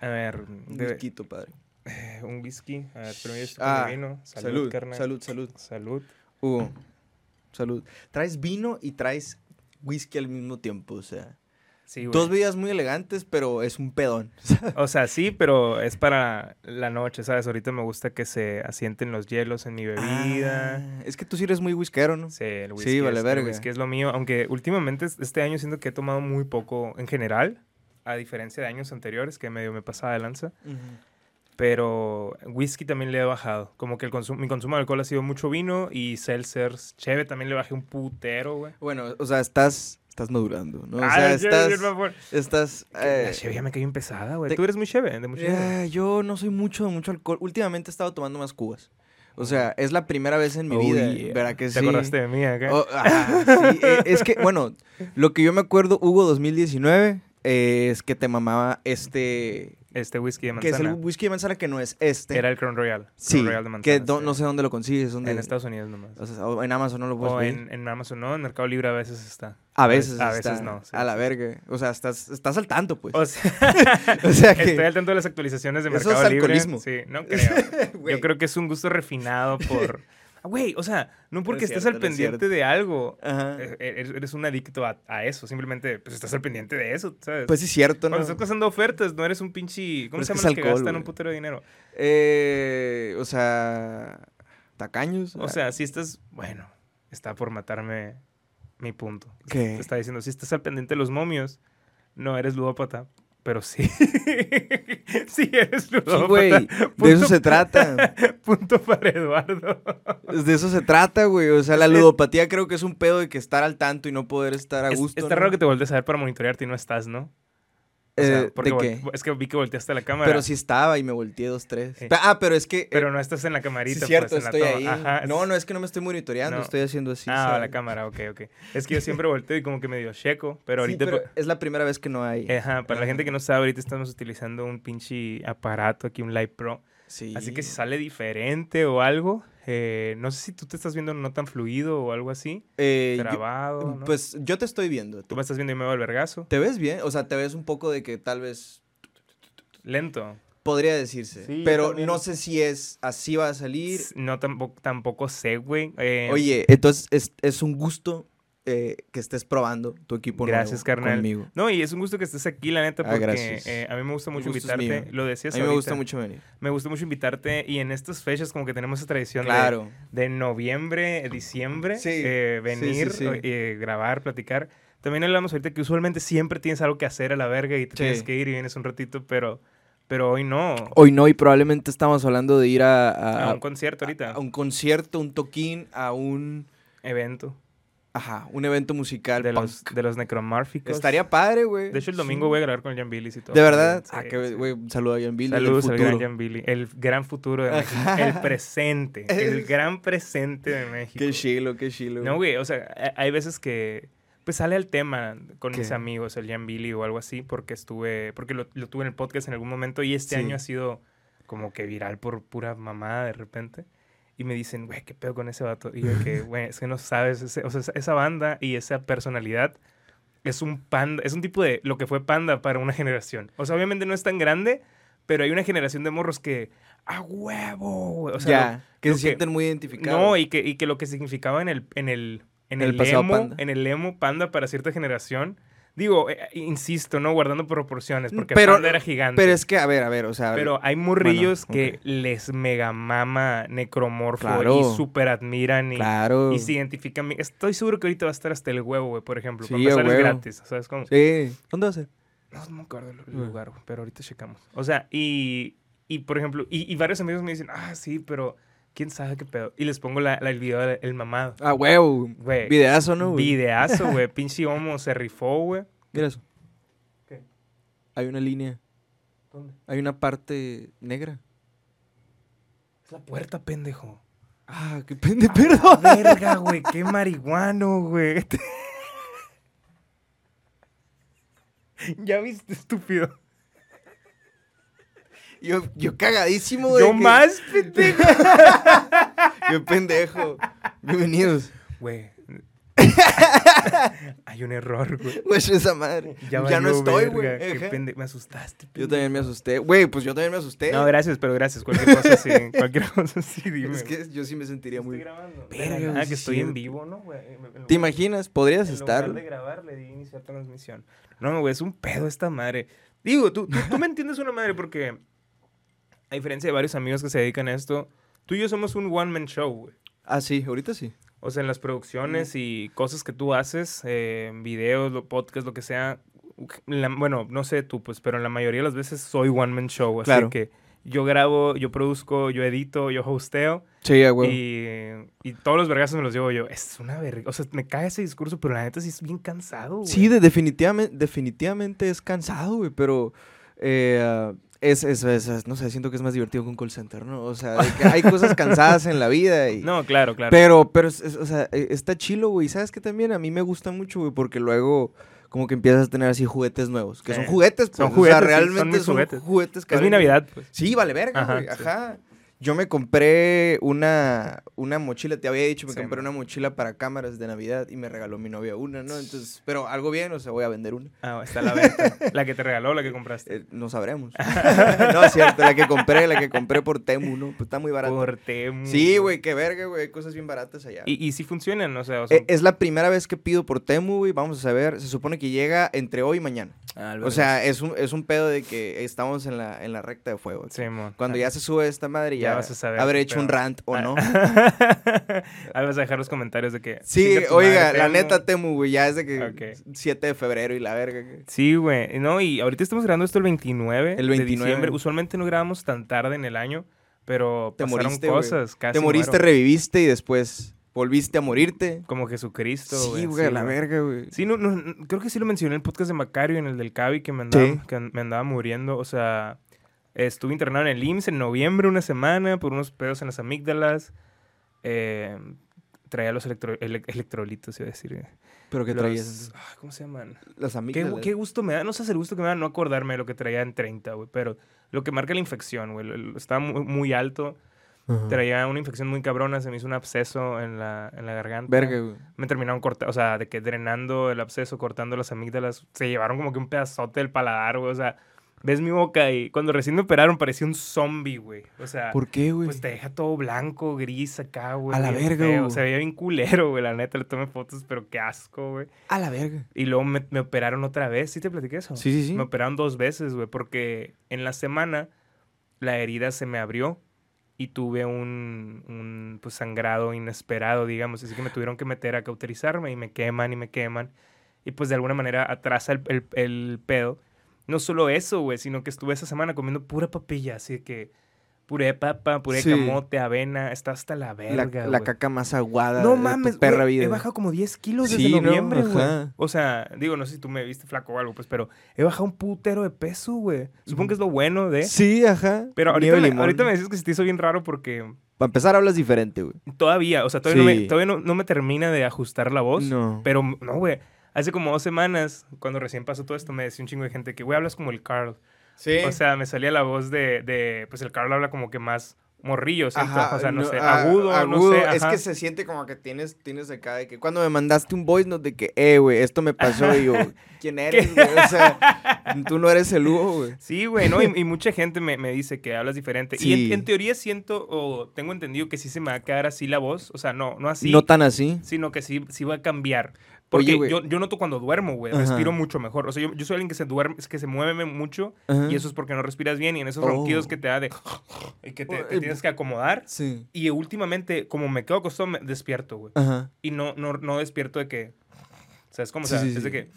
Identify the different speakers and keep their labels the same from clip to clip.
Speaker 1: A ver,
Speaker 2: Un
Speaker 1: de-
Speaker 2: whisky, padre.
Speaker 1: eh, un whisky. A ver, primero esto
Speaker 2: Ah,
Speaker 1: vino. Salud,
Speaker 2: Salud,
Speaker 1: carnal.
Speaker 2: salud, salud.
Speaker 1: Salud.
Speaker 2: Hugo, salud. Traes vino y traes whisky al mismo tiempo, o sea.
Speaker 1: Sí, güey.
Speaker 2: Dos bebidas muy elegantes, pero es un pedón.
Speaker 1: O sea, sí, pero es para la noche, ¿sabes? Ahorita me gusta que se asienten los hielos en mi bebida.
Speaker 2: Ah, es que tú sí eres muy whiskero, ¿no?
Speaker 1: Sí, el
Speaker 2: Ah. Sí,
Speaker 1: whisky, es,
Speaker 2: vale
Speaker 1: el
Speaker 2: verga.
Speaker 1: whisky es lo mío. Aunque últimamente es- este año siento que he tomado muy poco en general, a diferencia de años anteriores que medio me pasaba de lanza. Pero whisky también le he bajado. Como que el consum- mi consumo de alcohol ha sido mucho vino y seltzers. Cheve también le bajé un putero, güey.
Speaker 2: Bueno, o sea, estás, estás madurando, ¿no? O
Speaker 1: Ah,
Speaker 2: sea,
Speaker 1: la cheve,
Speaker 2: estás...
Speaker 1: por favor.
Speaker 2: estás
Speaker 1: La
Speaker 2: eh,
Speaker 1: cheve ya me cayó bien pesada, güey.
Speaker 2: te-
Speaker 1: Tú eres muy cheve, de mucho cheve.
Speaker 2: eh, yo no soy mucho, mucho alcohol. Últimamente he estado tomando más cubas. O sea, es la primera vez en mi
Speaker 1: Oh,
Speaker 2: vida,
Speaker 1: yeah.
Speaker 2: ¿verdad que
Speaker 1: ¿Te
Speaker 2: sí?
Speaker 1: acordaste de mí acá?
Speaker 2: Oh, ah, sí, eh, es que, bueno, lo que yo me acuerdo, Hugo 2019, eh, es que te mamaba este...
Speaker 1: Este whisky de
Speaker 2: Que
Speaker 1: manzana.
Speaker 2: es el whisky de manzana que no es este.
Speaker 1: Era el Crown Royal. Crown
Speaker 2: sí,
Speaker 1: Royal de
Speaker 2: que
Speaker 1: manzanas,
Speaker 2: do-
Speaker 1: sí.
Speaker 2: no sé dónde lo consigues. Dónde,
Speaker 1: En Estados Unidos nomás.
Speaker 2: o sea, pues, o en Amazon no lo puedes
Speaker 1: O
Speaker 2: pedir.
Speaker 1: en, en Amazon, ¿no? En Mercado Libre a veces está.
Speaker 2: A veces.
Speaker 1: a veces
Speaker 2: está
Speaker 1: no, sí,
Speaker 2: a la
Speaker 1: sí.
Speaker 2: verga. O sea, estás, estás al tanto, pues.
Speaker 1: O sea,
Speaker 2: O sea que-
Speaker 1: estoy al tanto de las actualizaciones de
Speaker 2: Eso es
Speaker 1: Mercado Libre.
Speaker 2: alcoholismo.
Speaker 1: Sí, no creo.
Speaker 2: Güey.
Speaker 1: Yo creo que es un gusto refinado por... Ah, Güey, o sea, no porque
Speaker 2: es
Speaker 1: estés
Speaker 2: cierto,
Speaker 1: al
Speaker 2: no es
Speaker 1: pendiente de algo.
Speaker 2: Ajá.
Speaker 1: eh, Eres, eres un adicto a, a eso. Simplemente, pues estás al pendiente de eso, ¿sabes?
Speaker 2: Pues sí, cierto, ¿no?
Speaker 1: Cuando estás cazando ofertas, no eres un pinche...
Speaker 2: Pero
Speaker 1: ¿Cómo
Speaker 2: es
Speaker 1: se llaman
Speaker 2: que es
Speaker 1: los que
Speaker 2: alcohol,
Speaker 1: gastan
Speaker 2: güey.
Speaker 1: un putero de dinero?
Speaker 2: Eh, o sea, tacaños.
Speaker 1: O sea, si estás... Bueno, está por matarme mi punto.
Speaker 2: ¿Qué?
Speaker 1: Te está diciendo, si estás al pendiente de los momios, no eres ludópata, pero sí. sí eres
Speaker 2: Sí,
Speaker 1: ludópata.
Speaker 2: güey, de eso se trata.
Speaker 1: Punto para Eduardo.
Speaker 2: De eso se trata, güey. O sea, la ludopatía creo que es un pedo de que estar al tanto y no poder estar a
Speaker 1: Es-
Speaker 2: gusto.
Speaker 1: está
Speaker 2: ¿no?
Speaker 1: raro que te voltees a ver para monitorearte y no estás, ¿no? O sea,
Speaker 2: Eh,
Speaker 1: porque
Speaker 2: ¿De qué?
Speaker 1: vol- Es que vi que volteaste a la cámara.
Speaker 2: Pero sí estaba y me volteé dos, tres.
Speaker 1: Eh.
Speaker 2: Pe- Ah, pero es que... eh,
Speaker 1: Pero no estás en la
Speaker 2: sí,
Speaker 1: camarita.
Speaker 2: es cierto,
Speaker 1: pues, en la
Speaker 2: estoy ahí.
Speaker 1: toma. Ajá,
Speaker 2: No,
Speaker 1: es-
Speaker 2: no, es que no me estoy monitoreando,
Speaker 1: No.
Speaker 2: estoy haciendo así.
Speaker 1: ah,
Speaker 2: ¿sabes?
Speaker 1: la cámara, ok, ok. Es que yo siempre volteo y como que medio checo, pero
Speaker 2: Sí,
Speaker 1: ahorita... pues. Eh,
Speaker 2: pero es la primera vez que no hay.
Speaker 1: Ajá, para la gente que no sabe, ahorita estamos utilizando un pinche aparato aquí, un Live Pro.
Speaker 2: Sí.
Speaker 1: Así que si sale diferente o algo, eh, no sé si tú te estás viendo no tan fluido o algo así,
Speaker 2: Eh, yo-
Speaker 1: grabado, ¿no?
Speaker 2: Pues yo te estoy viendo.
Speaker 1: tú me estás viendo y me veo el vergazo,
Speaker 2: ¿Te ves bien? O sea, te ves un poco de que tal vez
Speaker 1: lento.
Speaker 2: podría decirse.
Speaker 1: Sí, yo
Speaker 2: pero
Speaker 1: también.
Speaker 2: no sé si es así va a salir.
Speaker 1: S- No tampoco, tampoco sé, güey. Eh,
Speaker 2: Oye, entonces es, es un gusto eh, que estés probando tu equipo
Speaker 1: gracias,
Speaker 2: nuevo
Speaker 1: carnal.
Speaker 2: conmigo.
Speaker 1: No, y es un gusto que estés aquí, la neta,
Speaker 2: Ah,
Speaker 1: porque
Speaker 2: gracias.
Speaker 1: eh, a mí me gusta
Speaker 2: El
Speaker 1: mucho
Speaker 2: gusto es mío.
Speaker 1: invitarte. Lo
Speaker 2: A
Speaker 1: decías
Speaker 2: mí me
Speaker 1: ahorita.
Speaker 2: gusta mucho venir.
Speaker 1: Me gusta mucho invitarte y en estas fechas como que tenemos esa tradición de-
Speaker 2: Claro.
Speaker 1: de, noviembre, diciembre,
Speaker 2: Sí,
Speaker 1: eh,
Speaker 2: sí,
Speaker 1: venir,
Speaker 2: sí, sí.
Speaker 1: eh, grabar, platicar. También hablamos ahorita que usualmente siempre tienes algo que hacer a la verga y te
Speaker 2: Sí.
Speaker 1: tienes que ir y vienes un ratito, pero, pero hoy no.
Speaker 2: Hoy no, y probablemente estamos hablando de ir a, a-
Speaker 1: a Ah, un concierto ahorita,
Speaker 2: Ah, a un concierto, un toquín, a un
Speaker 1: evento
Speaker 2: ajá, un evento musical.
Speaker 1: de
Speaker 2: punk.
Speaker 1: los, de los necromárficos.
Speaker 2: Estaría padre, güey.
Speaker 1: De hecho, el
Speaker 2: Sí.
Speaker 1: domingo voy a grabar con el Jan Billy y todo.
Speaker 2: ¿De verdad?
Speaker 1: Sí,
Speaker 2: ah, qué
Speaker 1: sí.
Speaker 2: be- güey, un saludo a Jan Billy. del
Speaker 1: Saludos al gran
Speaker 2: futuro.
Speaker 1: Jan Billy, el gran futuro de México,
Speaker 2: Ajá.
Speaker 1: el presente, el
Speaker 2: Es-
Speaker 1: gran presente de México.
Speaker 2: Qué chilo, qué chilo.
Speaker 1: No, güey, o sea, ha- hay veces que pues sale al tema con mis
Speaker 2: ¿Qué?
Speaker 1: amigos, el Jan Billy o algo así, porque estuve, porque lo, lo tuve en el podcast en algún momento y este
Speaker 2: Sí.
Speaker 1: año ha sido como que viral por pura mamada de repente. Y me dicen, güey, qué pedo con ese vato. Y yo que, güey, es que no sabes, ese- o sea, esa- esa banda y esa personalidad es un panda, es un tipo de lo que fue panda para una generación. O sea, obviamente no es tan grande, pero hay una generación de morros que, a huevo, güey". O sea, lo-
Speaker 2: ya, que
Speaker 1: lo
Speaker 2: se sienten muy identificados.
Speaker 1: no, y que, y que lo que significaba en el, en el, en
Speaker 2: En el
Speaker 1: el,
Speaker 2: pasado
Speaker 1: emo,
Speaker 2: panda.
Speaker 1: en el emo panda para cierta generación. Digo, eh, insisto, ¿no? Guardando proporciones, porque
Speaker 2: Pero-
Speaker 1: panda era gigante.
Speaker 2: Pero
Speaker 1: Pero,
Speaker 2: es que, a ver, a ver, o sea.
Speaker 1: hay morrillos
Speaker 2: Bueno,
Speaker 1: que les megamama necromorfo
Speaker 2: Claro.
Speaker 1: y super admiran y,
Speaker 2: claro.
Speaker 1: y se identifican. Estoy seguro que ahorita va a estar hasta el huevo, güey, por ejemplo.
Speaker 2: Sí,
Speaker 1: para
Speaker 2: a
Speaker 1: empezar es
Speaker 2: huevo.
Speaker 1: gratis, ¿sabes cómo?
Speaker 2: Sí. Mm. ¿Dónde va a ser?
Speaker 1: No, no me acuerdo el lugar, güey, pero ahorita checamos. O sea, y, y por ejemplo, y, y varios amigos me dicen, ah, sí, pero quién sabe qué pedo. Y les pongo la, la- el video del el mamado.
Speaker 2: Ah, huevo.
Speaker 1: Güey.
Speaker 2: Videazo, ¿no? güey?
Speaker 1: Videazo, güey. Pinche homo se rifó, güey.
Speaker 2: Mira eso.
Speaker 1: ¿Qué?
Speaker 2: Hay una línea.
Speaker 1: ¿Dónde?
Speaker 2: Hay una parte negra.
Speaker 1: Es la puerta, pendejo.
Speaker 2: Ah, qué pende, perdón.
Speaker 1: Verga, güey. Qué marihuano, güey. ya viste, estúpido.
Speaker 2: Yo, yo cagadísimo, güey.
Speaker 1: Yo
Speaker 2: que-
Speaker 1: más, pendejo.
Speaker 2: Qué pendejo. Bienvenidos.
Speaker 1: Güey. Hay un error, güey.
Speaker 2: Güey, esa madre. Ya,
Speaker 1: valió
Speaker 2: no estoy,
Speaker 1: verga,
Speaker 2: güey.
Speaker 1: Qué
Speaker 2: Ajá.
Speaker 1: pende- Me asustaste.
Speaker 2: Yo
Speaker 1: pendejo.
Speaker 2: también me asusté. Güey, pues yo también me asusté.
Speaker 1: No, gracias, pero gracias. Cualquier cosa sí. Cualquier cosa sí, dime.
Speaker 2: es que yo sí me sentiría
Speaker 1: estoy
Speaker 2: muy... Ah,
Speaker 1: grabando.
Speaker 2: Verga,
Speaker 1: Verga,
Speaker 2: güey,
Speaker 1: que
Speaker 2: sí es
Speaker 1: estoy en
Speaker 2: cierto.
Speaker 1: vivo, ¿no, güey? En- en lugar-
Speaker 2: ¿Te imaginas? ¿Podrías
Speaker 1: en
Speaker 2: estar?
Speaker 1: lugar de grabar, le di iniciar transmisión. No, güey, es un pedo esta madre. Digo, tú, tú, tú me entiendes una madre porque, a diferencia de varios amigos que se dedican a esto, tú y yo somos un one-man show, güey.
Speaker 2: Ah, sí, ahorita sí.
Speaker 1: O sea, en las producciones y cosas que tú haces, eh, videos, lo- podcast, lo que sea. la- bueno, no sé tú, pues, pero en la mayoría de las veces soy one man show. Así
Speaker 2: Claro.
Speaker 1: que yo grabo, yo produzco, yo edito, yo hosteo
Speaker 2: Sí, a huevo.
Speaker 1: y, y todos los vergazos me los llevo yo. Es una verga. O sea, me cae ese discurso, pero la neta sí es bien cansado. güey.
Speaker 2: Sí, de- definitivamente, definitivamente es cansado, güey, pero eh, es, es- es- es- no sé, siento que es más divertido que un call center, ¿no? O sea, de que hay cosas cansadas en la vida y...
Speaker 1: No, claro, claro.
Speaker 2: Pero, pero, es- es- o sea, e- está chilo, güey. ¿Sabes qué también? A mí me gusta mucho, güey, porque luego como que empiezas a tener así juguetes nuevos. Que son
Speaker 1: Sí.
Speaker 2: juguetes, pues.
Speaker 1: Son
Speaker 2: o sea,
Speaker 1: juguetes, sí, son
Speaker 2: realmente
Speaker 1: mis
Speaker 2: son
Speaker 1: juguetes.
Speaker 2: juguetes. que
Speaker 1: es mi
Speaker 2: valen-
Speaker 1: Navidad, pues.
Speaker 2: Sí, vale verga,
Speaker 1: Ajá,
Speaker 2: güey.
Speaker 1: sí.
Speaker 2: Ajá. Yo me compré una, una mochila, te había dicho, me
Speaker 1: Sí,
Speaker 2: compré
Speaker 1: man.
Speaker 2: una mochila para cámaras de Navidad y me regaló mi novia una, ¿no? Entonces, pero algo bien, o sea, voy a vender una.
Speaker 1: Ah, está la venta. la que te regaló, la que compraste.
Speaker 2: Eh, no sabremos. no, es cierto, la que compré, la que compré por Temu, ¿no? Pues está muy barata.
Speaker 1: Por Temu.
Speaker 2: Sí, güey, qué verga, güey. hay Cosas bien baratas allá.
Speaker 1: Y, y sí funcionan, o sea, o sea,
Speaker 2: Eh, Es la primera vez que pido por Temu, güey. Vamos a saber. Se supone que llega entre hoy y mañana.
Speaker 1: ah, el
Speaker 2: O sea, es un, es un pedo de que estamos en la, en la recta de fuego.
Speaker 1: vergas. Simón.
Speaker 2: Cuando ya se sube esta madre,
Speaker 1: Ya
Speaker 2: ya,
Speaker 1: vas a saber, Ah.
Speaker 2: habré hecho un
Speaker 1: pero-
Speaker 2: rant o no.
Speaker 1: Ahí Ah, vas a dejar los comentarios de que.
Speaker 2: Sí,
Speaker 1: "Chinga tu
Speaker 2: oiga,
Speaker 1: madre,
Speaker 2: la
Speaker 1: Temu".
Speaker 2: neta Temu, güey, ya es de que
Speaker 1: Ok.
Speaker 2: 7 de febrero y la verga. que-
Speaker 1: Sí, güey. No, y ahorita estamos grabando esto el 29.
Speaker 2: El
Speaker 1: De
Speaker 2: 29.
Speaker 1: diciembre. Usualmente no grabamos tan tarde en el año, pero
Speaker 2: Te
Speaker 1: pasaron
Speaker 2: moriste, güey.
Speaker 1: cosas. Casi
Speaker 2: Te moriste,
Speaker 1: muero.
Speaker 2: reviviste y después volviste a morirte.
Speaker 1: Como Jesucristo,
Speaker 2: sí, güey,
Speaker 1: sí,
Speaker 2: la verga, güey.
Speaker 1: Sí, no, no, no, creo que sí lo mencioné en el podcast de Macario y en el del Cavi que me andaba,
Speaker 2: Sí.
Speaker 1: que an- me andaba muriendo. O sea, estuve internado en el IMSS en noviembre una semana por unos pedos en las amígdalas. Eh, traía los electro- ele- electrolitos, iba a decir. güey.
Speaker 2: Pero que
Speaker 1: Los-
Speaker 2: traías
Speaker 1: ah, ¿Cómo se llaman?
Speaker 2: las
Speaker 1: ¿Qué, gu-
Speaker 2: amígdalas.
Speaker 1: qué gusto me da, no sé si el gusto que me da no acordarme de lo que traía en 30, güey, pero lo que marca la infección, güey, lo- lo- estaba mu- muy, alto,
Speaker 2: Ajá.
Speaker 1: traía una infección muy cabrona, se me hizo un absceso en la, en la garganta.
Speaker 2: Verga, güey.
Speaker 1: Me terminaron cortando, o sea, de que drenando el absceso, cortando las amígdalas, se llevaron como que un pedazote del paladar, güey, o sea, ves mi boca y cuando recién me operaron parecía un zombie, güey, o sea...
Speaker 2: ¿Por qué, güey?
Speaker 1: Pues te deja todo blanco, gris acá, güey.
Speaker 2: A la
Speaker 1: bien
Speaker 2: verga,
Speaker 1: feo.
Speaker 2: güey.
Speaker 1: Se veía bien culero, güey, la neta. Le tomé fotos, pero qué asco, güey.
Speaker 2: A la verga.
Speaker 1: Y luego me, me operaron otra vez. ¿Sí te platiqué eso?
Speaker 2: Sí, sí, sí.
Speaker 1: Me operaron dos veces, güey, porque en la semana la herida se me abrió y tuve un, un, pues, sangrado inesperado, digamos. Así que me tuvieron que meter a cauterizarme y me queman y me queman. Y pues de alguna manera atrasa el, el- el pedo. No solo eso, güey, sino que estuve esa semana comiendo pura papilla, así que puré de papa, puré
Speaker 2: Sí.
Speaker 1: de camote, avena, está hasta la
Speaker 2: La,
Speaker 1: verga,
Speaker 2: la
Speaker 1: güey.
Speaker 2: caca más aguada.
Speaker 1: No
Speaker 2: de tu
Speaker 1: mames,
Speaker 2: perra
Speaker 1: güey,
Speaker 2: vida.
Speaker 1: he
Speaker 2: güey.
Speaker 1: bajado como 10 kilos
Speaker 2: Sí,
Speaker 1: desde
Speaker 2: ¿no?
Speaker 1: noviembre, güey.
Speaker 2: Ajá.
Speaker 1: O sea, digo, no sé si tú me viste flaco o algo, pues, pero he bajado un putero de peso, güey. Supongo que es lo bueno de...
Speaker 2: Sí, ajá.
Speaker 1: Pero ahorita
Speaker 2: Nieve
Speaker 1: me,
Speaker 2: limón.
Speaker 1: ahorita me decís que se te hizo bien raro porque
Speaker 2: Para empezar, hablas diferente, güey.
Speaker 1: todavía, o sea, todavía, no, me,
Speaker 2: Sí.
Speaker 1: todavía no, no me termina de ajustar la voz.
Speaker 2: No.
Speaker 1: Pero no, güey. Hace como dos semanas, cuando recién pasó todo esto, me decía un chingo de gente que, güey, hablas como el Carl.
Speaker 2: Sí.
Speaker 1: O sea, me salía la voz de, de, pues el Carl habla como que más morrillo, ¿siento?
Speaker 2: Ajá,
Speaker 1: o sea, no, sé,
Speaker 2: ah,
Speaker 1: agudo, no
Speaker 2: agudo.
Speaker 1: sé.
Speaker 2: Es
Speaker 1: ajá.
Speaker 2: que se siente como que tienes, tienes acá de que cuando me mandaste un voice note de que, eh, güey, esto me pasó y yo, ¿quién eres, güey? O sea, tú no eres el Hugo, güey.
Speaker 1: Sí, güey, ¿no? Y, y mucha gente me, me dice que hablas diferente. Y en,
Speaker 2: Sí.
Speaker 1: en teoría siento o tengo entendido que sí se me va a quedar así la voz. O sea, no, no así,
Speaker 2: No tan así.
Speaker 1: sino que sí, sí va a cambiar.
Speaker 2: Oye,
Speaker 1: Porque
Speaker 2: güey.
Speaker 1: yo, yo noto cuando duermo, güey,
Speaker 2: Ajá.
Speaker 1: respiro mucho mejor. O sea, yo, yo soy alguien que se duerme, que se mueve mucho
Speaker 2: Ajá.
Speaker 1: y eso es porque no respiras bien y en esos
Speaker 2: Oh.
Speaker 1: ronquidos que te da de... y que te, te tienes que acomodar.
Speaker 2: Sí.
Speaker 1: Y últimamente, como me quedo acostado, me despierto, güey.
Speaker 2: Ajá.
Speaker 1: Y no, no, no despierto de que... O sea, es como, o
Speaker 2: Sí,
Speaker 1: sea,
Speaker 2: sí,
Speaker 1: es de
Speaker 2: sí.
Speaker 1: que...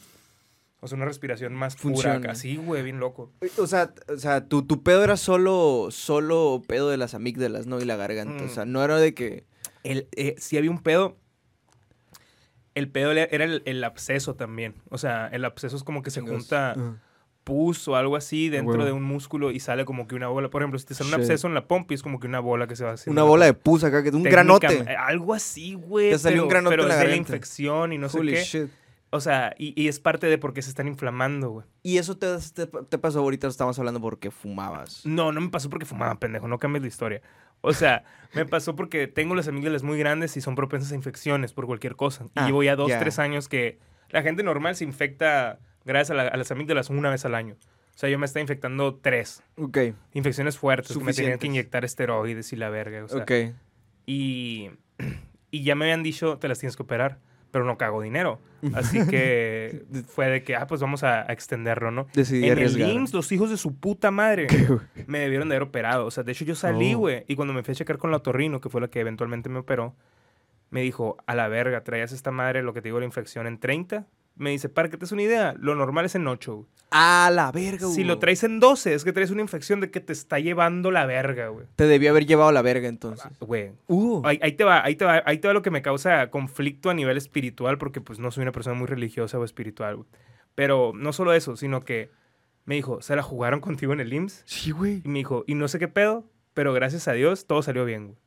Speaker 1: O sea, una respiración más pura.
Speaker 2: Funciona.
Speaker 1: Así, güey, bien loco.
Speaker 2: O sea, o sea tu, tu pedo era solo, solo pedo de las amígdalas, ¿no? Y la garganta. O sea, no era de que.
Speaker 1: el, eh, sí había un pedo. El pedo le- era el, el absceso también. O sea, el absceso es como que se junta
Speaker 2: Ajá.
Speaker 1: pus o algo así dentro
Speaker 2: Ah. huevo.
Speaker 1: de un músculo y sale como que una bola. Por ejemplo, si te sale un
Speaker 2: Shit.
Speaker 1: absceso en la pompi, es como que una bola que se va a hacer.
Speaker 2: Una bola de pus acá, que un granote.
Speaker 1: Algo así, güey.
Speaker 2: Te salió un
Speaker 1: pero-
Speaker 2: granote
Speaker 1: Pero
Speaker 2: en la
Speaker 1: es de la
Speaker 2: garganta.
Speaker 1: infección y no
Speaker 2: Holy
Speaker 1: sé qué.
Speaker 2: shit.
Speaker 1: O sea, y, y es parte de por qué se están inflamando, güey.
Speaker 2: Y eso te, te, te pasó ahorita, estamos hablando porque fumabas.
Speaker 1: No, no me pasó porque fumaba, pendejo. No cambies la historia. O sea, me pasó porque tengo las amígdalas muy grandes y son propensas a infecciones por cualquier cosa.
Speaker 2: Ah,
Speaker 1: y llevo ya dos,
Speaker 2: ya.
Speaker 1: tres años que la gente normal se infecta gracias a, la- a las amígdalas una vez al año. O sea, yo me estaba infectando tres.
Speaker 2: Ok,
Speaker 1: Infecciones fuertes, que me tenían que
Speaker 2: Suficientes.
Speaker 1: inyectar esteroides y la verga. O sea,
Speaker 2: ok.
Speaker 1: y, y ya me habían dicho, te las tienes que operar, pero no cago dinero. Así que fue de que, ah, pues vamos a, a extenderlo, ¿no?
Speaker 2: Decidí
Speaker 1: en el
Speaker 2: arriesgar.
Speaker 1: IMSS, los hijos de su puta madre me debieron de haber operado. O sea, de hecho yo salí,
Speaker 2: Oh.
Speaker 1: güey, y cuando me fui a checar con la otorrino, que fue la que eventualmente me operó, me dijo, a la verga, traías esta madre, lo que te digo, la infección en 30. Me dice, para que te des una idea, lo normal es en 8. güey.
Speaker 2: A la verga, güey.
Speaker 1: Si lo traes en 12, es que traes una infección de que te está llevando la verga, güey.
Speaker 2: Te debí haber llevado a la verga entonces.
Speaker 1: Güey,
Speaker 2: Uh.
Speaker 1: Ahí, ahí te va, ahí te va, ahí te va lo que me causa conflicto a nivel espiritual, porque pues no soy una persona muy religiosa o espiritual. güey. Pero no solo eso, sino que me dijo, ¿se la jugaron contigo en el IMSS?
Speaker 2: Sí, güey.
Speaker 1: Y me dijo, y no sé qué pedo, pero gracias a Dios todo salió bien, güey.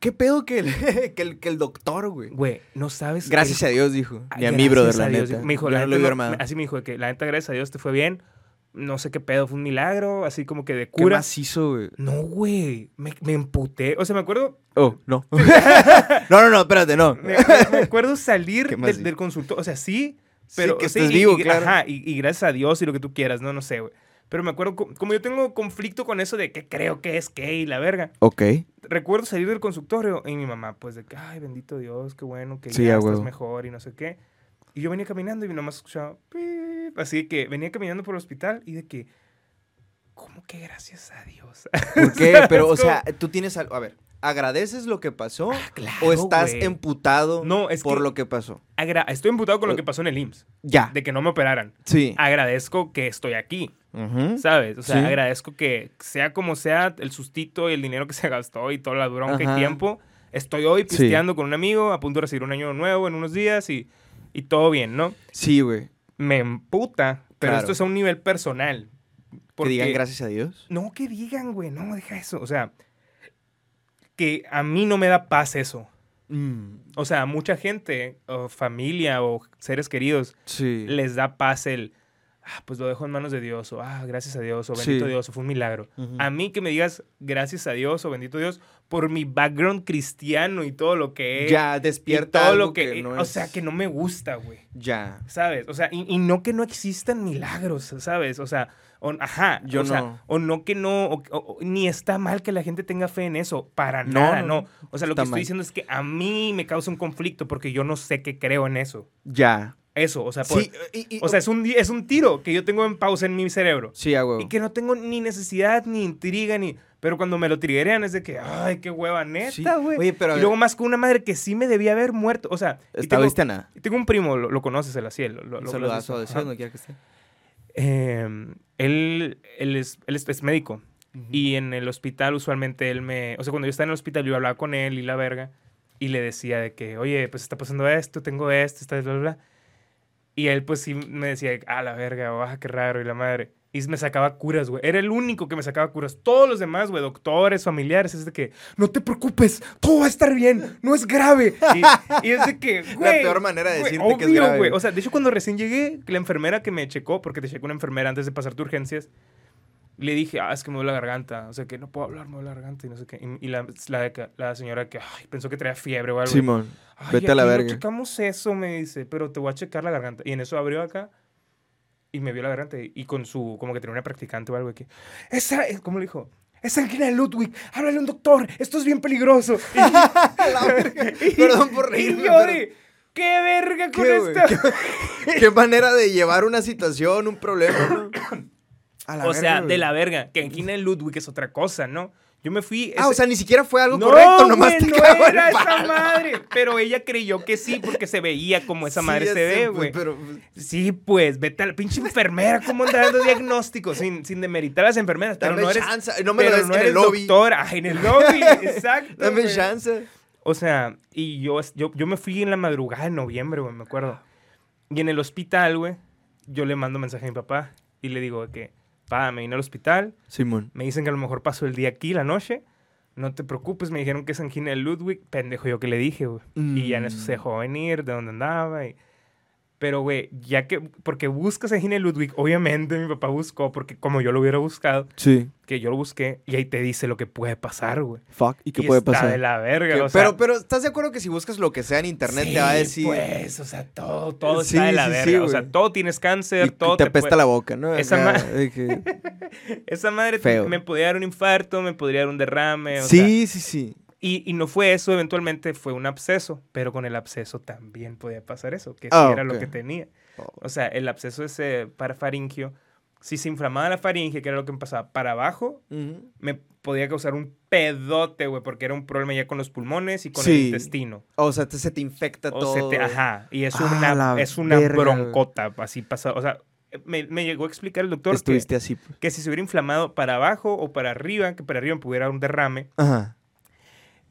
Speaker 2: ¿Qué pedo que el, que el, que el doctor, güey?
Speaker 1: Güey, no sabes.
Speaker 2: Gracias a Dios, dijo.
Speaker 1: Ay,
Speaker 2: Y a mí,
Speaker 1: gracias
Speaker 2: brother,
Speaker 1: a
Speaker 2: la
Speaker 1: Dios.
Speaker 2: neta.
Speaker 1: Me dijo,
Speaker 2: Yo
Speaker 1: la
Speaker 2: no
Speaker 1: neta
Speaker 2: lo
Speaker 1: no-
Speaker 2: vi armado.
Speaker 1: así me dijo, de que la neta, gracias a Dios te fue bien. No sé qué pedo, fue un milagro, así como que de
Speaker 2: ¿Qué
Speaker 1: cura.
Speaker 2: más hizo, güey?
Speaker 1: No, güey, me, me emputé. O sea, me acuerdo,
Speaker 2: Oh, no. no, no, no, espérate, no.
Speaker 1: me, me- me acuerdo
Speaker 2: ¿Qué
Speaker 1: salir
Speaker 2: más
Speaker 1: del-
Speaker 2: hizo?
Speaker 1: del consultorio. O sea, sí,
Speaker 2: Pero
Speaker 1: Pero,
Speaker 2: sí, que
Speaker 1: sí,
Speaker 2: estés
Speaker 1: y-
Speaker 2: vivo,
Speaker 1: y-
Speaker 2: claro.
Speaker 1: Ajá, y, y gracias a Dios y lo que tú quieras, no, no sé, güey. Pero me acuerdo, co- como yo tengo conflicto con eso de que creo que es que y la verga.
Speaker 2: Ok.
Speaker 1: Recuerdo salir del consultorio y mi mamá, pues de que, ay, bendito Dios, qué bueno, que
Speaker 2: Sí,
Speaker 1: ya
Speaker 2: a
Speaker 1: estás
Speaker 2: huevo.
Speaker 1: mejor y no sé qué. Y yo venía caminando y nomás escuchaba, "Pip". así que venía caminando por el hospital y de que, ¿cómo que gracias a Dios?
Speaker 2: ¿Por qué?
Speaker 1: ¿Sabes
Speaker 2: Pero, o
Speaker 1: cómo?
Speaker 2: sea, tú tienes algo. A ver, ¿agradeces lo que pasó?
Speaker 1: Ah, claro,
Speaker 2: ¿O estás
Speaker 1: güey.
Speaker 2: emputado
Speaker 1: No, es
Speaker 2: por
Speaker 1: que-
Speaker 2: lo que pasó?
Speaker 1: Agra- Estoy emputado con lo
Speaker 2: Eh,
Speaker 1: que pasó en el IMSS,
Speaker 2: Ya.
Speaker 1: de que no me operaran.
Speaker 2: Sí.
Speaker 1: Agradezco que estoy aquí.
Speaker 2: Ujú.
Speaker 1: ¿Sabes? Ah. O sea,
Speaker 2: Sí.
Speaker 1: agradezco que sea como sea el sustito y el dinero que se gastó y toda la bronca
Speaker 2: Ajá.
Speaker 1: y tiempo. Estoy hoy
Speaker 2: Sí.
Speaker 1: pisteando con un amigo, a punto de recibir un año nuevo en unos días y, y todo bien, ¿no?
Speaker 2: Sí, güey.
Speaker 1: Me emputa, pero
Speaker 2: Claro.
Speaker 1: esto es a un nivel personal.
Speaker 2: Que
Speaker 1: Porque-
Speaker 2: digan gracias a Dios.
Speaker 1: No, que digan, güey, no, deja eso. O sea, que a mí no me da paz eso. O sea, a mucha gente, o familia, o seres queridos,
Speaker 2: Sí.
Speaker 1: les da paz el, ah, pues lo dejo en manos de Dios, o ah, gracias a Dios, o
Speaker 2: Sí.
Speaker 1: bendito Dios, o fue un milagro.
Speaker 2: Ujú.
Speaker 1: A mí que me digas gracias a Dios o bendito Dios por mi background cristiano y todo lo que es.
Speaker 2: ya
Speaker 1: eh, y
Speaker 2: despierta
Speaker 1: todo
Speaker 2: algo
Speaker 1: lo que, eh,
Speaker 2: no
Speaker 1: O
Speaker 2: es-
Speaker 1: sea, que no me gusta, güey.
Speaker 2: Ya.
Speaker 1: ¿Sabes? O sea, y, y no que no existan milagros, ¿sabes? O sea, o- ajá,
Speaker 2: Yo
Speaker 1: o sea,
Speaker 2: no.
Speaker 1: o no que no, o- o- o- ni está mal que la gente tenga fe en eso, para
Speaker 2: No,
Speaker 1: nada,
Speaker 2: no,
Speaker 1: no. O sea, lo
Speaker 2: está
Speaker 1: que estoy
Speaker 2: mal.
Speaker 1: diciendo es que a mí me causa un conflicto porque yo no sé que creo en eso.
Speaker 2: Ya.
Speaker 1: Eso, o sea, por-
Speaker 2: Sí, y- y-
Speaker 1: o sea, es un, di- es un tiro que yo tengo en pausa en mi cerebro.
Speaker 2: Sí, a huevo.
Speaker 1: Y que no tengo ni necesidad, ni intriga, ni. Pero cuando me lo triggerean es de que, ay, qué hueva,
Speaker 2: Sí.
Speaker 1: neta, güey.
Speaker 2: Oye, pero a
Speaker 1: Y
Speaker 2: ver,
Speaker 1: luego más con una madre que sí me debía haber muerto. O sea, y
Speaker 2: esta
Speaker 1: tengo,
Speaker 2: vez nada.
Speaker 1: y tengo un primo, lo, lo conoces, el Aciel. Lo, lo-
Speaker 2: Un
Speaker 1: lo
Speaker 2: saludazo de
Speaker 1: conoces.
Speaker 2: Ciel,
Speaker 1: Ajá.
Speaker 2: donde quiera que esté.
Speaker 1: Eh, él, él, es, él es, es médico. Y en el hospital usualmente él me... O sea, cuando yo estaba en el hospital yo hablaba con él y la verga. Y le decía de que, oye, pues está pasando esto, tengo esto, está bla, bla, bla. Y él pues sí me decía, ah, la verga, baja, qué raro, y la madre. Y me sacaba curas, güey. Era el único que me sacaba curas. Todos los demás, güey, doctores, familiares, es de que, no te preocupes, todo va a estar bien, no es grave. Y, y es de que, güey.
Speaker 2: peor manera de
Speaker 1: güey,
Speaker 2: decirte que es
Speaker 1: obvio,
Speaker 2: grave.
Speaker 1: güey. O sea, de hecho, cuando recién llegué, la enfermera que me checó, porque te checó una enfermera antes de pasar tu urgencias, le dije, ah, es que me duele la garganta. O sea, que no puedo hablar, me duele la garganta y no sé qué. Y, y la, la, de que- la señora que, ay, pensó que traía fiebre o algo.
Speaker 2: Simón,
Speaker 1: Ay,
Speaker 2: vete a la
Speaker 1: aquí no
Speaker 2: verga.
Speaker 1: checamos eso, me dice, pero te voy a checar la garganta. Y en eso abrió acá y me vio la garganta y, y con su, como que tenía una practicante o algo que, esa, es-" ¿cómo le dijo? Es angina de Ludwig, háblale a un doctor, esto es bien peligroso. Y-
Speaker 2: Perdón por
Speaker 1: Y
Speaker 2: reírme,
Speaker 1: yo de, qué verga con
Speaker 2: ¿Qué, güey?
Speaker 1: esta.
Speaker 2: Qué manera de llevar una situación, un problema, ¿no? A la
Speaker 1: o
Speaker 2: verga,
Speaker 1: sea, de
Speaker 2: güey.
Speaker 1: la verga, que angina de Ludwig es otra cosa, ¿no? Yo me fui...
Speaker 2: Ah, o
Speaker 1: ese-
Speaker 2: sea, ni siquiera fue algo
Speaker 1: no,
Speaker 2: correcto, nomás
Speaker 1: güey,
Speaker 2: te
Speaker 1: no
Speaker 2: cagó el
Speaker 1: era esa
Speaker 2: palo.
Speaker 1: madre. Pero ella creyó que sí, porque se veía como esa
Speaker 2: Sí,
Speaker 1: madre
Speaker 2: ya
Speaker 1: se
Speaker 2: sé,
Speaker 1: ve,
Speaker 2: pues,
Speaker 1: güey.
Speaker 2: Pero,
Speaker 1: Sí, pues, vete a la pinche enfermera, ¿cómo anda dando diagnósticos? Sin, sin demeritar a las enfermeras, pero
Speaker 2: dame
Speaker 1: no eres,
Speaker 2: chance. No me lo
Speaker 1: pero
Speaker 2: des
Speaker 1: no
Speaker 2: en
Speaker 1: eres
Speaker 2: el lobby.
Speaker 1: doctora. Ay, en el lobby, exacto.
Speaker 2: Dame
Speaker 1: güey.
Speaker 2: chance.
Speaker 1: O sea, y yo, yo, yo me fui en la madrugada de noviembre, güey, me acuerdo. Y en el hospital, güey, yo le mando mensaje a mi papá y le digo que, pa, me vine al hospital,
Speaker 2: Simón.
Speaker 1: me dicen que a lo mejor paso el día aquí, la noche. No te preocupes, me dijeron que es angina
Speaker 2: Mm.
Speaker 1: de Ludwig. Pendejo yo que le dije, güey. Y ya en eso se dejó venir, de dónde andaba. Y, Pero, güey, ya que, porque buscas a Gine Ludwig, obviamente mi papá buscó, porque como yo lo hubiera buscado,
Speaker 2: Sí.
Speaker 1: que yo lo busqué, y ahí te dice lo que puede pasar, güey.
Speaker 2: Fuck. ¿Y qué
Speaker 1: Y
Speaker 2: puede
Speaker 1: está
Speaker 2: pasar?
Speaker 1: de la verga,
Speaker 2: Que-
Speaker 1: o sea,
Speaker 2: pero, pero, ¿estás de acuerdo que si buscas lo que sea en internet te va a
Speaker 1: sí,
Speaker 2: decir...
Speaker 1: Pues, o sea, todo, todo
Speaker 2: Sí,
Speaker 1: está de la
Speaker 2: sí, sí,
Speaker 1: verga. o sea,
Speaker 2: güey.
Speaker 1: todo tienes
Speaker 2: y-
Speaker 1: cáncer,
Speaker 2: y
Speaker 1: todo
Speaker 2: te apesta
Speaker 1: puede-
Speaker 2: la boca, ¿no?
Speaker 1: Esa
Speaker 2: Acá,
Speaker 1: ma-
Speaker 2: de que-
Speaker 1: Esa madre te-
Speaker 2: Feo.
Speaker 1: me podría dar un infarto, me podría dar un derrame. o sea,
Speaker 2: Sí, sí, sí.
Speaker 1: y, y no fue eso, eventualmente fue un absceso, pero con el absceso también podía pasar eso, que sí
Speaker 2: Ah,
Speaker 1: era lo
Speaker 2: ok.
Speaker 1: que tenía.
Speaker 2: Oh.
Speaker 1: O sea, el absceso ese parafaringio, si se inflamaba la faringe, que era lo que me pasaba para abajo,
Speaker 2: Ujú.
Speaker 1: me podía causar un pedote, güey, porque era un problema ya con los pulmones y con el
Speaker 2: Sí.
Speaker 1: intestino.
Speaker 2: O sea, te- se te infecta
Speaker 1: O
Speaker 2: todo.
Speaker 1: se te- ajá, y es
Speaker 2: Ah,
Speaker 1: una,
Speaker 2: la
Speaker 1: es una
Speaker 2: verga, güey.
Speaker 1: broncota, así pasado. O sea, me, me llegó a explicar el doctor que,
Speaker 2: Estuviste así. pues.
Speaker 1: que si se hubiera inflamado para abajo o para arriba, que para arriba me pudiera dar un derrame,
Speaker 2: Ajá.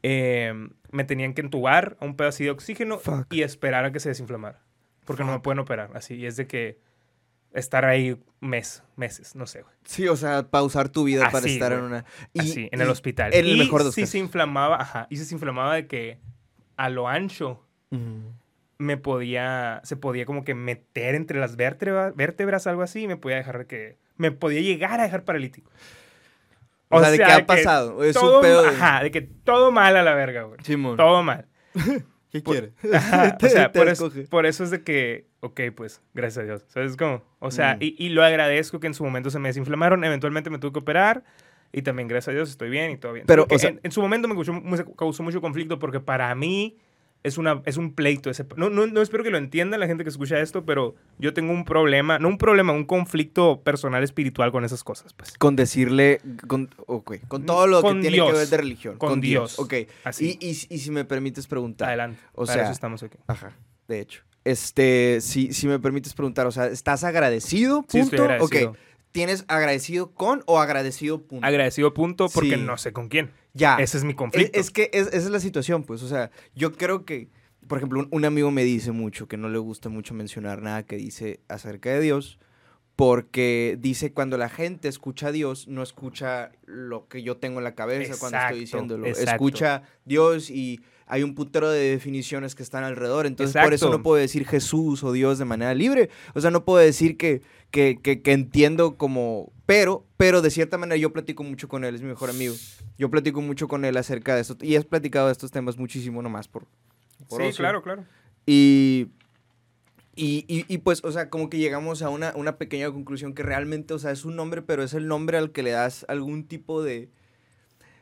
Speaker 1: eh, me tenían que entubar a un pedo así de oxígeno
Speaker 2: Fuck.
Speaker 1: y esperar a que se desinflamara. Porque no me
Speaker 2: Fuck.
Speaker 1: pueden operar así. Y es de que estar ahí mes, meses, no sé, güey.
Speaker 2: Sí, o sea, pausar tu vida para
Speaker 1: Así,
Speaker 2: estar en
Speaker 1: Ah, güey.
Speaker 2: una...
Speaker 1: así, en el
Speaker 2: y-
Speaker 1: hospital.
Speaker 2: en el
Speaker 1: y
Speaker 2: mejor de los
Speaker 1: si se
Speaker 2: casos.
Speaker 1: inflamaba, ajá, y si se inflamaba de que a lo ancho
Speaker 2: Ujú.
Speaker 1: me podía, se podía como que meter entre las vértebras, vértebras algo así, y me podía dejar que, me podía llegar a dejar paralítico.
Speaker 2: O sea, ¿de qué ha pasado? Es un
Speaker 1: todo-
Speaker 2: pedo de-
Speaker 1: Ajá, de que todo mal a la verga, güey.
Speaker 2: Simón.
Speaker 1: Todo mal.
Speaker 2: ¿Qué
Speaker 1: Por-
Speaker 2: quiere?
Speaker 1: Ajá, o
Speaker 2: Te-
Speaker 1: sea,
Speaker 2: te
Speaker 1: por, eso,
Speaker 2: escoge.
Speaker 1: por eso es de que, ok, pues, gracias a Dios. ¿Sabes cómo? O sea,
Speaker 2: Mm.
Speaker 1: y, y lo agradezco que en su momento se me desinflamaron, eventualmente me tuve que operar y también gracias a Dios estoy bien y todo bien.
Speaker 2: Pero,
Speaker 1: Porque
Speaker 2: o sea-
Speaker 1: en, en su momento me causó, mu- causó mucho conflicto porque para mí es, una, es un pleito. Ese, no, no, no espero que lo entienda la gente que escucha esto, pero yo tengo un problema, no un problema, un conflicto personal espiritual con esas cosas, pues.
Speaker 2: Con decirle, con, ok, con todo lo
Speaker 1: Con
Speaker 2: que tiene
Speaker 1: Dios.
Speaker 2: que ver de religión.
Speaker 1: Con
Speaker 2: Con, Dios.
Speaker 1: Dios.
Speaker 2: Ok.
Speaker 1: Así.
Speaker 2: Y, y, si- y si me permites preguntar.
Speaker 1: Adelante.
Speaker 2: O
Speaker 1: para
Speaker 2: sea-
Speaker 1: eso estamos aquí.
Speaker 2: Ajá, de hecho. Este, si, si me permites preguntar, o sea, ¿estás agradecido? Punto.
Speaker 1: Sí, estoy agradecido.
Speaker 2: Ok. ¿Tienes agradecido con o agradecido punto?
Speaker 1: Agradecido punto porque
Speaker 2: Sí.
Speaker 1: no sé con quién.
Speaker 2: ya.
Speaker 1: Ese es mi
Speaker 2: Es,
Speaker 1: conflicto.
Speaker 2: es que es- esa es la situación, pues. O sea, yo creo que, por ejemplo, un, un amigo me dice mucho que no le gusta mucho mencionar nada que dice acerca de Dios, porque dice cuando la gente escucha a Dios, no escucha lo que yo tengo en la cabeza cuando
Speaker 1: Exacto,
Speaker 2: estoy diciéndolo.
Speaker 1: exacto.
Speaker 2: Escucha Dios y hay un putero de definiciones que están alrededor. Entonces, por eso
Speaker 1: Exacto.
Speaker 2: no puedo decir Jesús o Dios de manera libre. O sea, no puedo decir que, que, que- que entiendo como... Pero, pero de cierta manera yo platico mucho con él, es mi mejor amigo. Yo platico mucho con él acerca de esto. Y has platicado de estos temas muchísimo nomás por... por
Speaker 1: sí,
Speaker 2: ocio.
Speaker 1: claro, claro.
Speaker 2: Y, y, y- y, pues, o sea, como que llegamos a una, una pequeña conclusión que realmente, o sea, es un nombre, pero es el nombre al que le das algún tipo de...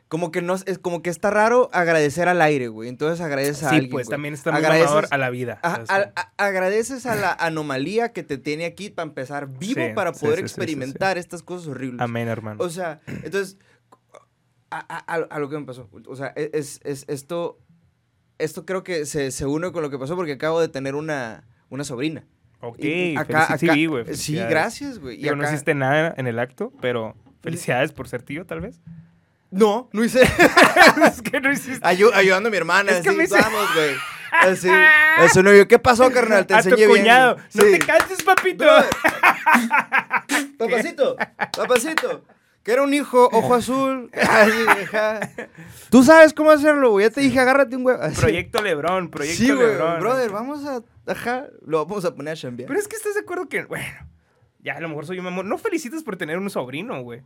Speaker 2: Como que, no, es como que está raro agradecer al aire, güey. Entonces agradeces a
Speaker 1: sí,
Speaker 2: alguien,
Speaker 1: pues
Speaker 2: güey.
Speaker 1: también está muy
Speaker 2: Agradeces- Ah,
Speaker 1: mamador a la vida.
Speaker 2: A-
Speaker 1: ¿sabes
Speaker 2: a-
Speaker 1: cómo?
Speaker 2: a- agradeces a la anomalía que te tiene aquí para empezar vivo
Speaker 1: Sí,
Speaker 2: para
Speaker 1: sí,
Speaker 2: poder
Speaker 1: sí, sí, sí, sí.
Speaker 2: experimentar estas cosas horribles.
Speaker 1: Amén, hermano.
Speaker 2: O sea, entonces, a, a- a- a lo que me pasó. O sea, e, es, es- esto, esto creo que se, se une con lo que pasó porque acabo de tener una, una sobrina.
Speaker 1: ok,
Speaker 2: Y
Speaker 1: acá, sí, vi, güey.
Speaker 2: Sí,
Speaker 1: felicidades.
Speaker 2: gracias, güey. Y
Speaker 1: Digo, no
Speaker 2: acá-
Speaker 1: hiciste nada en el acto, pero felicidades por ser tío, tal vez.
Speaker 2: No, no hice.
Speaker 1: es que no hiciste.
Speaker 2: Ayu- ayudando a mi hermana.
Speaker 1: Es que
Speaker 2: así,
Speaker 1: me hice-
Speaker 2: Vamos, güey. Así. Eso no, yo, ¿qué pasó, carnal? Ah, Te
Speaker 1: a tu
Speaker 2: enseñé bien.
Speaker 1: cuñado. No
Speaker 2: Sí.
Speaker 1: te canses, papito.
Speaker 2: Papacito, papacito. Que era un hijo, ojo azul. Así, ajá. Tú sabes cómo hacerlo, güey. Ya te dije, agárrate un huevo. Así.
Speaker 1: proyecto Lebrón, proyecto
Speaker 2: sí, güey,
Speaker 1: Lebrón.
Speaker 2: brother, vamos a, ajá, lo vamos a poner a chambear.
Speaker 1: Pero es que estás de acuerdo que, bueno, ya a lo mejor soy un mamón. No felicitas por tener un sobrino, güey.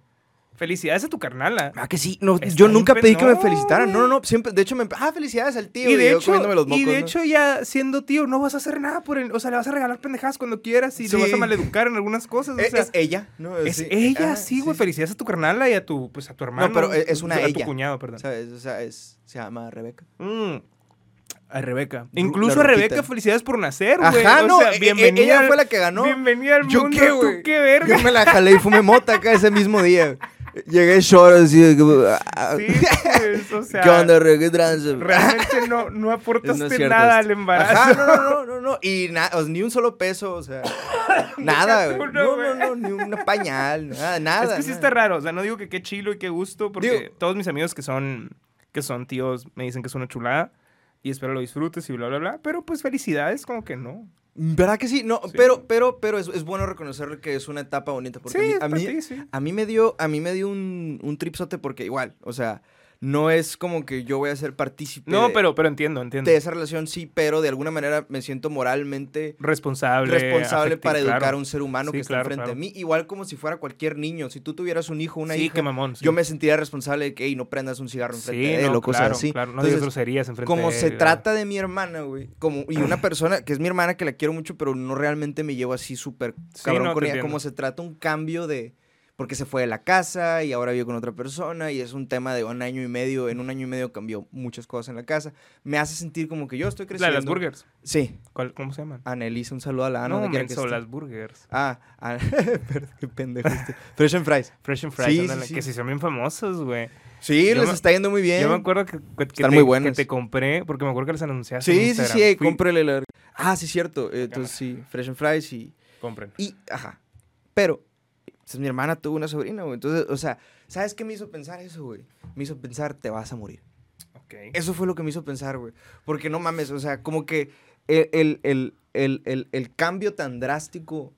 Speaker 1: Felicidades a tu carnala.
Speaker 2: Ah, que sí, no,
Speaker 1: Está
Speaker 2: yo nunca
Speaker 1: bien,
Speaker 2: pedí que me
Speaker 1: no,
Speaker 2: felicitaran, no, no,
Speaker 1: güey.
Speaker 2: no, siempre, de hecho, me, ah, felicidades al tío,
Speaker 1: Y de,
Speaker 2: yo
Speaker 1: hecho,
Speaker 2: comiéndome los
Speaker 1: y
Speaker 2: mocos,
Speaker 1: de
Speaker 2: ¿no?
Speaker 1: hecho, ya siendo tío, no vas a hacer nada por él. O sea, le vas a regalar pendejadas cuando quieras y lo
Speaker 2: Sí.
Speaker 1: vas a maleducar en algunas cosas. o
Speaker 2: Eh,
Speaker 1: sea,
Speaker 2: es ella, ¿no?
Speaker 1: es
Speaker 2: Sí,
Speaker 1: ella,
Speaker 2: ajá,
Speaker 1: sí, güey. Felicidades a tu carnala y a tu, pues, a tu hermano.
Speaker 2: pero es- es una
Speaker 1: a tu
Speaker 2: ella.
Speaker 1: cuñado, perdón.
Speaker 2: ¿Sabes? O sea, es, se llama Rebeca.
Speaker 1: Mm. A Rebeca.
Speaker 2: Ru-
Speaker 1: Incluso
Speaker 2: la
Speaker 1: a Rebeca,
Speaker 2: Ruquita.
Speaker 1: felicidades por nacer, güey.
Speaker 2: Ajá,
Speaker 1: O
Speaker 2: no,
Speaker 1: sea,
Speaker 2: e- e-
Speaker 1: bienvenida
Speaker 2: ella
Speaker 1: al-
Speaker 2: fue la que ganó.
Speaker 1: Bienvenida al
Speaker 2: ¿Yo
Speaker 1: mundo.
Speaker 2: qué,
Speaker 1: tú,
Speaker 2: güey?
Speaker 1: qué verga.
Speaker 2: Yo me la jalé y fumé mota acá ese mismo día. Llegué short así. de que, ah,
Speaker 1: Sí, pues, o sea,
Speaker 2: ¿Qué onda, re? ¿Qué trance?
Speaker 1: Realmente no, no
Speaker 2: Es- no es
Speaker 1: aportaste
Speaker 2: cierto
Speaker 1: nada
Speaker 2: esto.
Speaker 1: al embarazo.
Speaker 2: Ajá, no, no, no, no, no. Y na- o sea, ni un solo peso, o sea, nada.
Speaker 1: Deja tú,
Speaker 2: güey.
Speaker 1: no,
Speaker 2: No, no,
Speaker 1: güey.
Speaker 2: no, ni un pañal, nada, nada.
Speaker 1: es que sí
Speaker 2: nada.
Speaker 1: está raro. O sea, no digo que qué chilo y qué gusto, porque
Speaker 2: Digo-
Speaker 1: todos mis amigos que son, que son tíos me dicen que es una chulada y espero lo disfrutes y bla, bla, bla. Pero pues felicidades, como que no.
Speaker 2: ¿Verdad que sí? No,
Speaker 1: Sí.
Speaker 2: pero, pero, pero es, es bueno reconocer que es una etapa bonita. Porque
Speaker 1: sí,
Speaker 2: a
Speaker 1: es
Speaker 2: mí,
Speaker 1: para
Speaker 2: a mí,
Speaker 1: ti, sí.
Speaker 2: a mí me dio, a mí me dio un, un tripsote porque igual, o sea, No es como que yo voy a ser partícipe
Speaker 1: No,
Speaker 2: de-
Speaker 1: pero, pero entiendo, entiendo.
Speaker 2: de esa relación, sí, pero de alguna manera me siento moralmente
Speaker 1: Responsable.
Speaker 2: responsable
Speaker 1: afectivo,
Speaker 2: para educar
Speaker 1: claro.
Speaker 2: a un ser humano
Speaker 1: Sí,
Speaker 2: que está
Speaker 1: claro,
Speaker 2: enfrente
Speaker 1: claro.
Speaker 2: de mí, igual como si fuera cualquier niño. Si tú tuvieras un hijo, una
Speaker 1: Sí,
Speaker 2: hija,
Speaker 1: qué mamón. sí.
Speaker 2: yo me sentiría responsable de que, hey, no prendas un cigarro enfrente
Speaker 1: Sí,
Speaker 2: de él
Speaker 1: no,
Speaker 2: o cosas
Speaker 1: claro,
Speaker 2: así.
Speaker 1: claro. No
Speaker 2: Entonces,
Speaker 1: digas groserías enfrente
Speaker 2: como
Speaker 1: de
Speaker 2: se
Speaker 1: él,
Speaker 2: trata de mi hermana, güey, como, y una persona que es mi hermana que la quiero mucho, pero no realmente me llevo así súper
Speaker 1: Sí,
Speaker 2: cabrón
Speaker 1: no, te
Speaker 2: con ella,
Speaker 1: entiendo.
Speaker 2: como se trata un cambio de... Porque se fue de la casa y ahora vive con otra persona y es un tema de un año y medio. En un año y medio cambió muchas cosas en la casa. Me hace sentir como que yo estoy
Speaker 1: La
Speaker 2: creciendo.
Speaker 1: de las burgers.
Speaker 2: Sí.
Speaker 1: ¿Cuál- ¿Cómo se llaman?
Speaker 2: Anelisa, un saludo a la Ana.
Speaker 1: no,
Speaker 2: donde quiera que
Speaker 1: menso,
Speaker 2: esté.
Speaker 1: las burgers.
Speaker 2: Ah, ah, perdón, qué pendejo. este. Fresh and Fries.
Speaker 1: Fresh and Fries,
Speaker 2: Sí, sí,
Speaker 1: ándale,
Speaker 2: sí.
Speaker 1: que sí son bien famosos, güey.
Speaker 2: Sí,
Speaker 1: Yo
Speaker 2: les
Speaker 1: me-
Speaker 2: está yendo muy bien.
Speaker 1: Yo me acuerdo que, que- que
Speaker 2: Están
Speaker 1: te,
Speaker 2: muy
Speaker 1: que
Speaker 2: buenas.
Speaker 1: te compré, porque me acuerdo que les anunciaste en
Speaker 2: Sí, sí,
Speaker 1: Instagram.
Speaker 2: sí, eh,
Speaker 1: Fui-
Speaker 2: cómprele la... Ah, sí, cierto. eh, Entonces, sí, Fresh and Fries y...
Speaker 1: Compren.
Speaker 2: Y, ajá. Pero, pues, mi hermana tuvo una sobrina, güey. Entonces, o sea, ¿sabes qué me hizo pensar eso, güey? Me hizo pensar, te vas a morir.
Speaker 1: Ok.
Speaker 2: Eso fue lo que me hizo pensar, güey. Porque no mames, o sea, como que el, el- el- el- el- el cambio tan drástico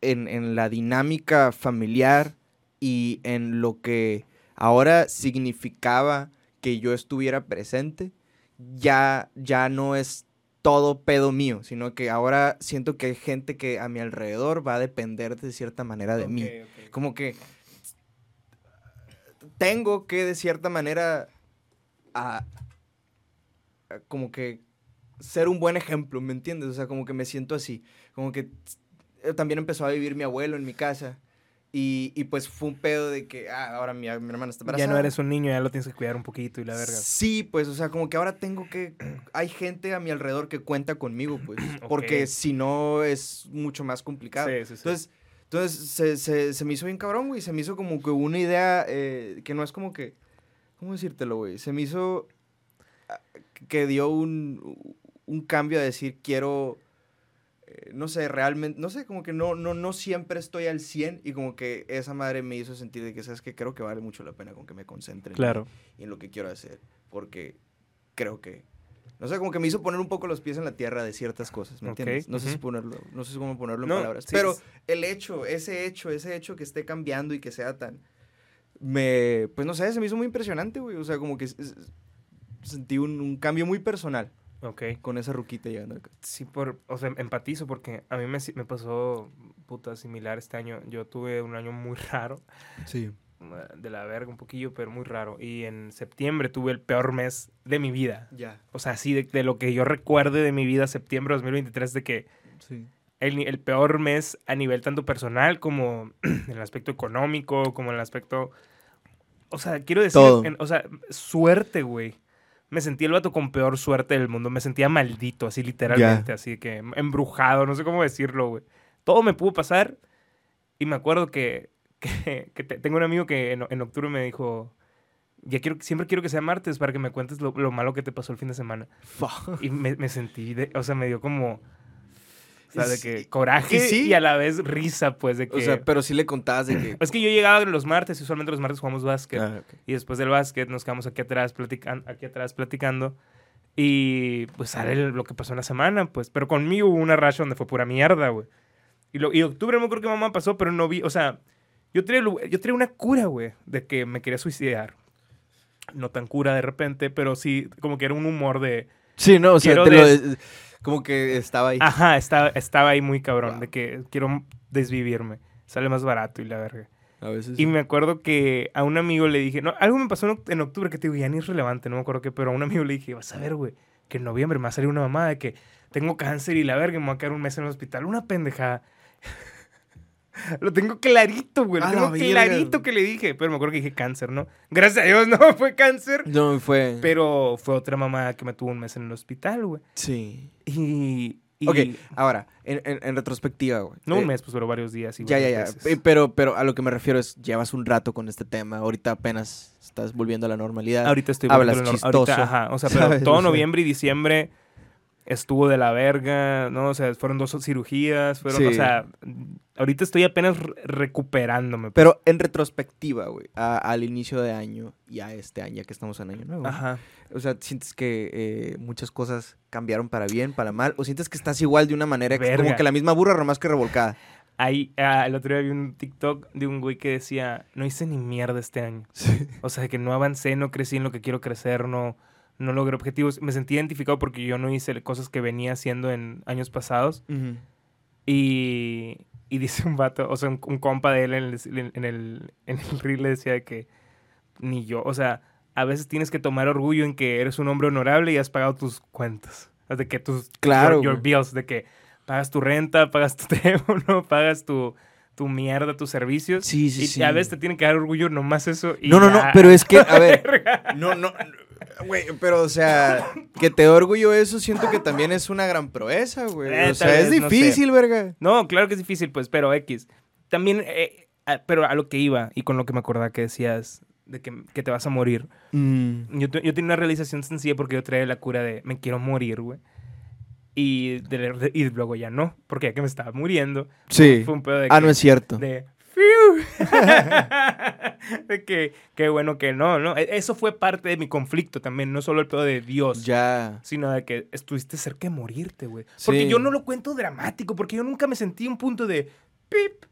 Speaker 2: en, en la dinámica familiar y en lo que ahora significaba que yo estuviera presente, ya, ya no es todo pedo mío, sino que ahora siento que hay gente que a mi alrededor va a depender de cierta manera de mí como que tengo que de cierta manera a- a como que ser un buen ejemplo, ¿me entiendes? O sea, como que me siento así, como que eh, también empezó a vivir mi abuelo en mi casa y, y pues fue un pedo de que ah, ahora mi, mi hermana está
Speaker 1: Ya
Speaker 2: embarazada.
Speaker 1: no eres un niño, ya lo tienes que cuidar un poquito y la verga.
Speaker 2: Sí, pues, o sea, como que ahora tengo que... Hay gente a mi alrededor que cuenta conmigo, pues, porque
Speaker 1: Ok.
Speaker 2: si no es mucho más complicado.
Speaker 1: Sí, sí, sí.
Speaker 2: Entonces, entonces se, se- se me hizo bien cabrón, güey. Se me hizo como que una idea eh, que no es como que. ¿Cómo decírtelo, güey? Se me hizo ah, que dio un, un cambio a decir quiero. eh, No sé, realmente, no sé, como que no, no, no siempre estoy al 100 y como que esa madre me hizo sentir de que, ¿sabes que Creo que vale mucho la pena con que me concentre en mí
Speaker 1: claro.
Speaker 2: y en lo que quiero hacer, porque creo que, no sé, como que me hizo poner un poco los pies en la tierra de ciertas cosas, ¿me
Speaker 1: Ok,
Speaker 2: entiendes? No sé si
Speaker 1: ujú.
Speaker 2: ponerlo, no sé cómo ponerlo en
Speaker 1: No,
Speaker 2: palabras,
Speaker 1: sí,
Speaker 2: pero
Speaker 1: es-
Speaker 2: el hecho, ese hecho, ese hecho que esté cambiando y que sea tan, me, pues no sé, se me hizo muy impresionante, güey, o sea, como que es- es- sentí un, un cambio muy personal
Speaker 1: Ok.
Speaker 2: con esa ruquita llegando acá.
Speaker 1: Sí, por, o sea, empatizo porque a mí me, si- me pasó puta similar este año. Yo tuve un año muy raro,
Speaker 2: Sí.
Speaker 1: de la verga un poquillo, pero muy raro. Y en septiembre tuve el peor mes de mi vida.
Speaker 2: Ya,
Speaker 1: O sea, así de, de lo que yo recuerde de mi vida, septiembre de 2023, de que
Speaker 2: sí.
Speaker 1: el, ni- el peor mes a nivel tanto personal como en el aspecto económico, como en el aspecto... O sea, quiero decir,
Speaker 2: Todo.
Speaker 1: en- o sea, suerte, güey. Me sentí el vato con peor suerte del mundo. Me sentía maldito, así literalmente, así que embrujado, no sé cómo decirlo, güey. Todo me pudo pasar y me acuerdo que, que, que te- tengo un amigo que en, en octubre me dijo, ya quiero, siempre quiero que sea martes para que me cuentes lo, lo malo que te pasó el fin de semana. Y me, me sentí, de- o sea, me dio como... O sea,
Speaker 2: Y
Speaker 1: de
Speaker 2: sí-
Speaker 1: que coraje
Speaker 2: y
Speaker 1: y,
Speaker 2: sí.
Speaker 1: a la vez risa, pues, de que...
Speaker 2: O sea, pero sí le contabas de que...
Speaker 1: es que yo llegaba los martes y usualmente los martes jugamos básquet.
Speaker 2: Ah, ok.
Speaker 1: Y después del básquet nos quedamos aquí atrás, platican- aquí atrás platicando. Y pues sale el- lo que pasó en la semana, pues. Pero conmigo hubo una racha donde fue pura mierda, güey. Y, lo- y octubre no creo que mamá pasó, pero no vi. O sea, yo tenía, yo tenía una cura, güey, de que me quería suicidar. No tan cura de repente, pero sí, como que era un humor de.
Speaker 2: Sí, no, o sea,
Speaker 1: Quiero
Speaker 2: te lo Ah,
Speaker 1: des-
Speaker 2: de- como que estaba ahí.
Speaker 1: Ajá, estaba, estaba ahí muy cabrón,
Speaker 2: Wow.
Speaker 1: de que quiero desvivirme. Sale más barato y la verga.
Speaker 2: A veces...
Speaker 1: Y me acuerdo que a un amigo le dije, no, algo me pasó en oct- en octubre que te digo, ya ni es relevante, no me acuerdo qué, pero a un amigo le dije, vas a ver, güey, que en noviembre me va a salir una mamada de que tengo cáncer y la verga, me voy a quedar un mes en el hospital, una pendejada. Lo tengo clarito, güey. Lo
Speaker 2: A
Speaker 1: tengo
Speaker 2: la verga.
Speaker 1: clarito que le dije. Pero me acuerdo que dije cáncer, ¿no? Gracias a Dios, no fue cáncer.
Speaker 2: No, fue...
Speaker 1: Pero fue otra mamada que me tuvo un mes en el hospital, güey.
Speaker 2: Sí.
Speaker 1: Y, y-
Speaker 2: Ok, ahora, en, en- en retrospectiva, güey.
Speaker 1: No un
Speaker 2: Eh,
Speaker 1: mes, pues, pero varios días. Y
Speaker 2: Ya, ya,
Speaker 1: varios
Speaker 2: ya. Em,
Speaker 1: meses.
Speaker 2: Pe- Pero, pero a lo que me refiero es, llevas un rato con este tema. Ahorita apenas estás volviendo a la normalidad.
Speaker 1: Ahorita estoy
Speaker 2: Hablas
Speaker 1: volviendo a la nor-
Speaker 2: chistoso,
Speaker 1: Ahorita, ajá. O sea, pero
Speaker 2: ¿sabes? O
Speaker 1: todo
Speaker 2: sea.
Speaker 1: noviembre y diciembre estuvo de la verga, ¿no? O sea, fueron dos cirugías, fueron, o
Speaker 2: Sí.
Speaker 1: sea, ahorita estoy apenas re- recuperándome. pues.
Speaker 2: Pero en retrospectiva, güey, a- al inicio de año y a este año, ya que estamos en año nuevo.
Speaker 1: ajá.
Speaker 2: O sea, ¿sientes que eh, muchas cosas cambiaron para bien, para mal? ¿O sientes que estás igual de una manera ex- como
Speaker 1: Verga.
Speaker 2: que la misma burra, pero más que revolcada?
Speaker 1: Ahí, ah, el otro día vi un TikTok de un güey que decía, no hice ni mierda este año.
Speaker 2: Sí.
Speaker 1: O sea, que no avancé, no crecí en lo que quiero crecer, no, no logré objetivos. Me sentí identificado porque yo no hice cosas que venía haciendo en años pasados. Y, y dice un vato, o sea, un, un compa de él en el, en, el, en el reel le decía de que ni yo, o sea, a veces tienes que tomar orgullo en que eres un hombre honorable y has pagado tus cuentas. O sea, de que tus
Speaker 2: Claro,
Speaker 1: your, your
Speaker 2: güey.
Speaker 1: bills, de que pagas tu renta, pagas tu teléfono, pagas tu, tu mierda, tus servicios.
Speaker 2: Sí, sí,
Speaker 1: y
Speaker 2: sí.
Speaker 1: a veces te tienen que dar orgullo nomás eso. y
Speaker 2: No, no, no,
Speaker 1: ya.
Speaker 2: pero es que, a ver, no, no, no, güey, pero o sea, que te dé orgullo eso, siento que también es una gran proeza, güey.
Speaker 1: Eh,
Speaker 2: o
Speaker 1: tal
Speaker 2: sea, es
Speaker 1: vez, no sé.
Speaker 2: difícil, verga.
Speaker 1: No, claro que es difícil, pues, pero X. También, eh, a- pero a lo que iba y con lo que me acordaba que decías de que, que te vas a morir. Yo, tu- yo tenía una realización sencilla porque yo traía la cura de me quiero morir, güey. Y, de- de- y luego ya no, porque ya que me estaba muriendo,
Speaker 2: Sí.
Speaker 1: fue un pedo de
Speaker 2: Ah,
Speaker 1: que-
Speaker 2: no es cierto.
Speaker 1: de "Fiu". de que qué bueno que no, ¿no? E- Eso fue parte de mi conflicto también, no solo el pedo de Dios
Speaker 2: Ya.
Speaker 1: sino de que estuviste cerca de morirte, güey. Porque
Speaker 2: Sí.
Speaker 1: yo no lo cuento dramático, porque yo nunca me sentí un punto de pip,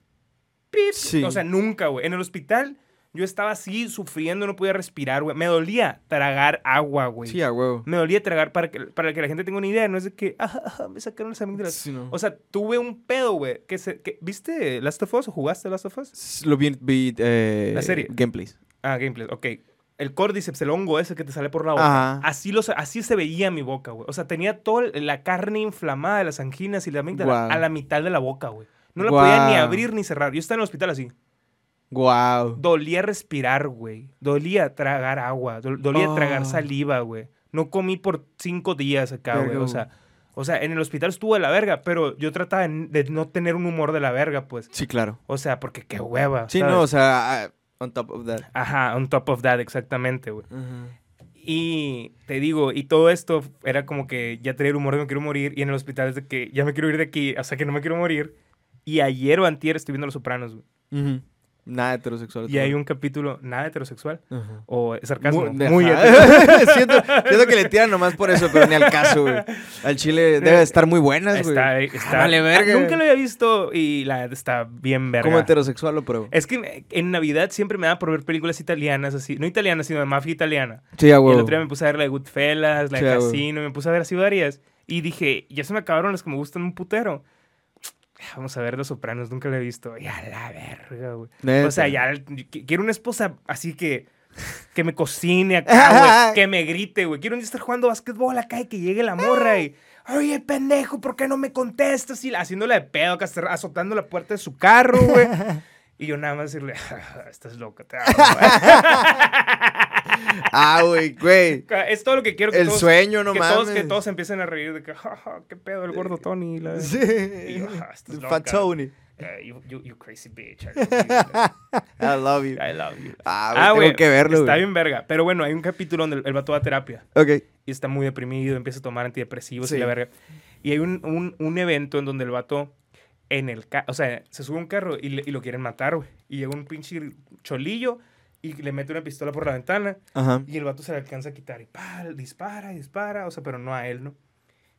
Speaker 1: pip.
Speaker 2: Sí.
Speaker 1: O sea, nunca, güey. En el hospital yo estaba así sufriendo, no podía respirar, güey. Me dolía tragar agua, güey.
Speaker 2: Sí, a huevo.
Speaker 1: me dolía tragar para que, para que la gente tenga una idea, no es de que "Ah, ah, ah, me sacaron las amígdalas.
Speaker 2: Sí, no.
Speaker 1: O sea, tuve un pedo, güey. Que se, que, ¿Viste Last of Us o jugaste Last of Us?
Speaker 2: S- Lo vi, vi, eh,
Speaker 1: La serie.
Speaker 2: Gameplays.
Speaker 1: Ah, gameplay, ok. El cordyceps, el hongo ese que te sale por la boca.
Speaker 2: Ajá.
Speaker 1: Así, los, así se veía mi boca, güey. O sea, tenía toda la carne inflamada de las anginas y la amígdala
Speaker 2: Guau.
Speaker 1: a la mitad de la boca, güey. No la
Speaker 2: Guau.
Speaker 1: podía ni abrir ni cerrar. Yo estaba en el hospital así.
Speaker 2: Wow.
Speaker 1: Dolía respirar, güey. Dolía tragar agua. Dol- dolía
Speaker 2: Ah.
Speaker 1: tragar saliva, güey. No comí por cinco días acá, güey.
Speaker 2: Verga,
Speaker 1: O sea, o sea, en el hospital estuvo de la verga, pero yo trataba de n- de no tener un humor de la verga, pues.
Speaker 2: Sí, claro.
Speaker 1: O sea, porque qué hueva.
Speaker 2: Sí,
Speaker 1: ¿sabes?
Speaker 2: no, o sea, ah, on top of that.
Speaker 1: Ajá, on top of that, exactamente, güey. Y te digo, y todo esto era como que ya traía el humor de me quiero morir. Y en el hospital es de que ya me quiero ir de aquí, o sea que no me quiero morir. Y ayer o antier estoy viendo Los Sopranos, güey.
Speaker 2: Ujú. Nada heterosexual.
Speaker 1: Y hay un capítulo nada heterosexual.
Speaker 2: Ajá.
Speaker 1: O sarcasmo.
Speaker 2: Mu-
Speaker 1: Muy,
Speaker 2: ajá.
Speaker 1: hetero-
Speaker 2: siento, siento que le tiran nomás por eso, pero ni al caso, güey. Al chile debe de estar muy buenas, güey.
Speaker 1: Eh, Está, está-
Speaker 2: Ah,
Speaker 1: Ah,
Speaker 2: Vale, verga.
Speaker 1: Nunca lo había visto y la neta está bien verga. Eh,
Speaker 2: Como heterosexual lo pruebo.
Speaker 1: Es que me- en Navidad siempre me da por ver películas italianas así. No italianas, sino de mafia italiana.
Speaker 2: Sí, a
Speaker 1: Y el
Speaker 2: huevo.
Speaker 1: otro día me puse a ver la de Goodfellas, la
Speaker 2: Sí,
Speaker 1: de
Speaker 2: a huevo.
Speaker 1: Casino, y me puse a ver así varias. Y dije, ya se me acabaron las que me gustan un putero. Vamos a ver Los Sopranos, nunca la he visto. Y a la verga, güey.
Speaker 2: Neta.
Speaker 1: O sea, ya qu- quiero una esposa así que que me cocine acá, güey, que me grite, güey. Quiero un día estar jugando básquetbol acá y que llegue la morra y, oye, pendejo, ¿por qué no me contestas? Y la- haciéndole de pedo acá, cerra- azotando la puerta de su carro, güey. Y yo nada más decirle, "Ah, estás loca, te amo, güey".
Speaker 2: Ah, güey, güey.
Speaker 1: Es todo lo que quiero que
Speaker 2: El
Speaker 1: todos-
Speaker 2: sueño, no
Speaker 1: que
Speaker 2: mames.
Speaker 1: todos, que todos empiecen a reír de que, "Ja, ja, qué pedo, el gordo Tony. La...
Speaker 2: Sí.
Speaker 1: Y yo, "Ah, estás loca".
Speaker 2: Fat Tony.
Speaker 1: Eh, you, you- you crazy bitch. I love
Speaker 2: I love you.
Speaker 1: you. I love you.
Speaker 2: Ah, güey, tengo que verlo,
Speaker 1: Está
Speaker 2: güey.
Speaker 1: bien verga. Pero bueno, hay un capítulo donde el- el vato va a terapia
Speaker 2: Ok.
Speaker 1: y está muy deprimido, empieza a tomar antidepresivos
Speaker 2: Sí.
Speaker 1: y la verga. Y hay un, un- un evento en donde el vato en el carro, o sea, se sube a un carro y, le- y lo quieren matar, güey. Y llega un pinche cholillo y le mete una pistola por la ventana
Speaker 2: Ajá.
Speaker 1: y el vato se le alcanza a quitar y pa, dispara, dispara, o sea, pero no a él, ¿no?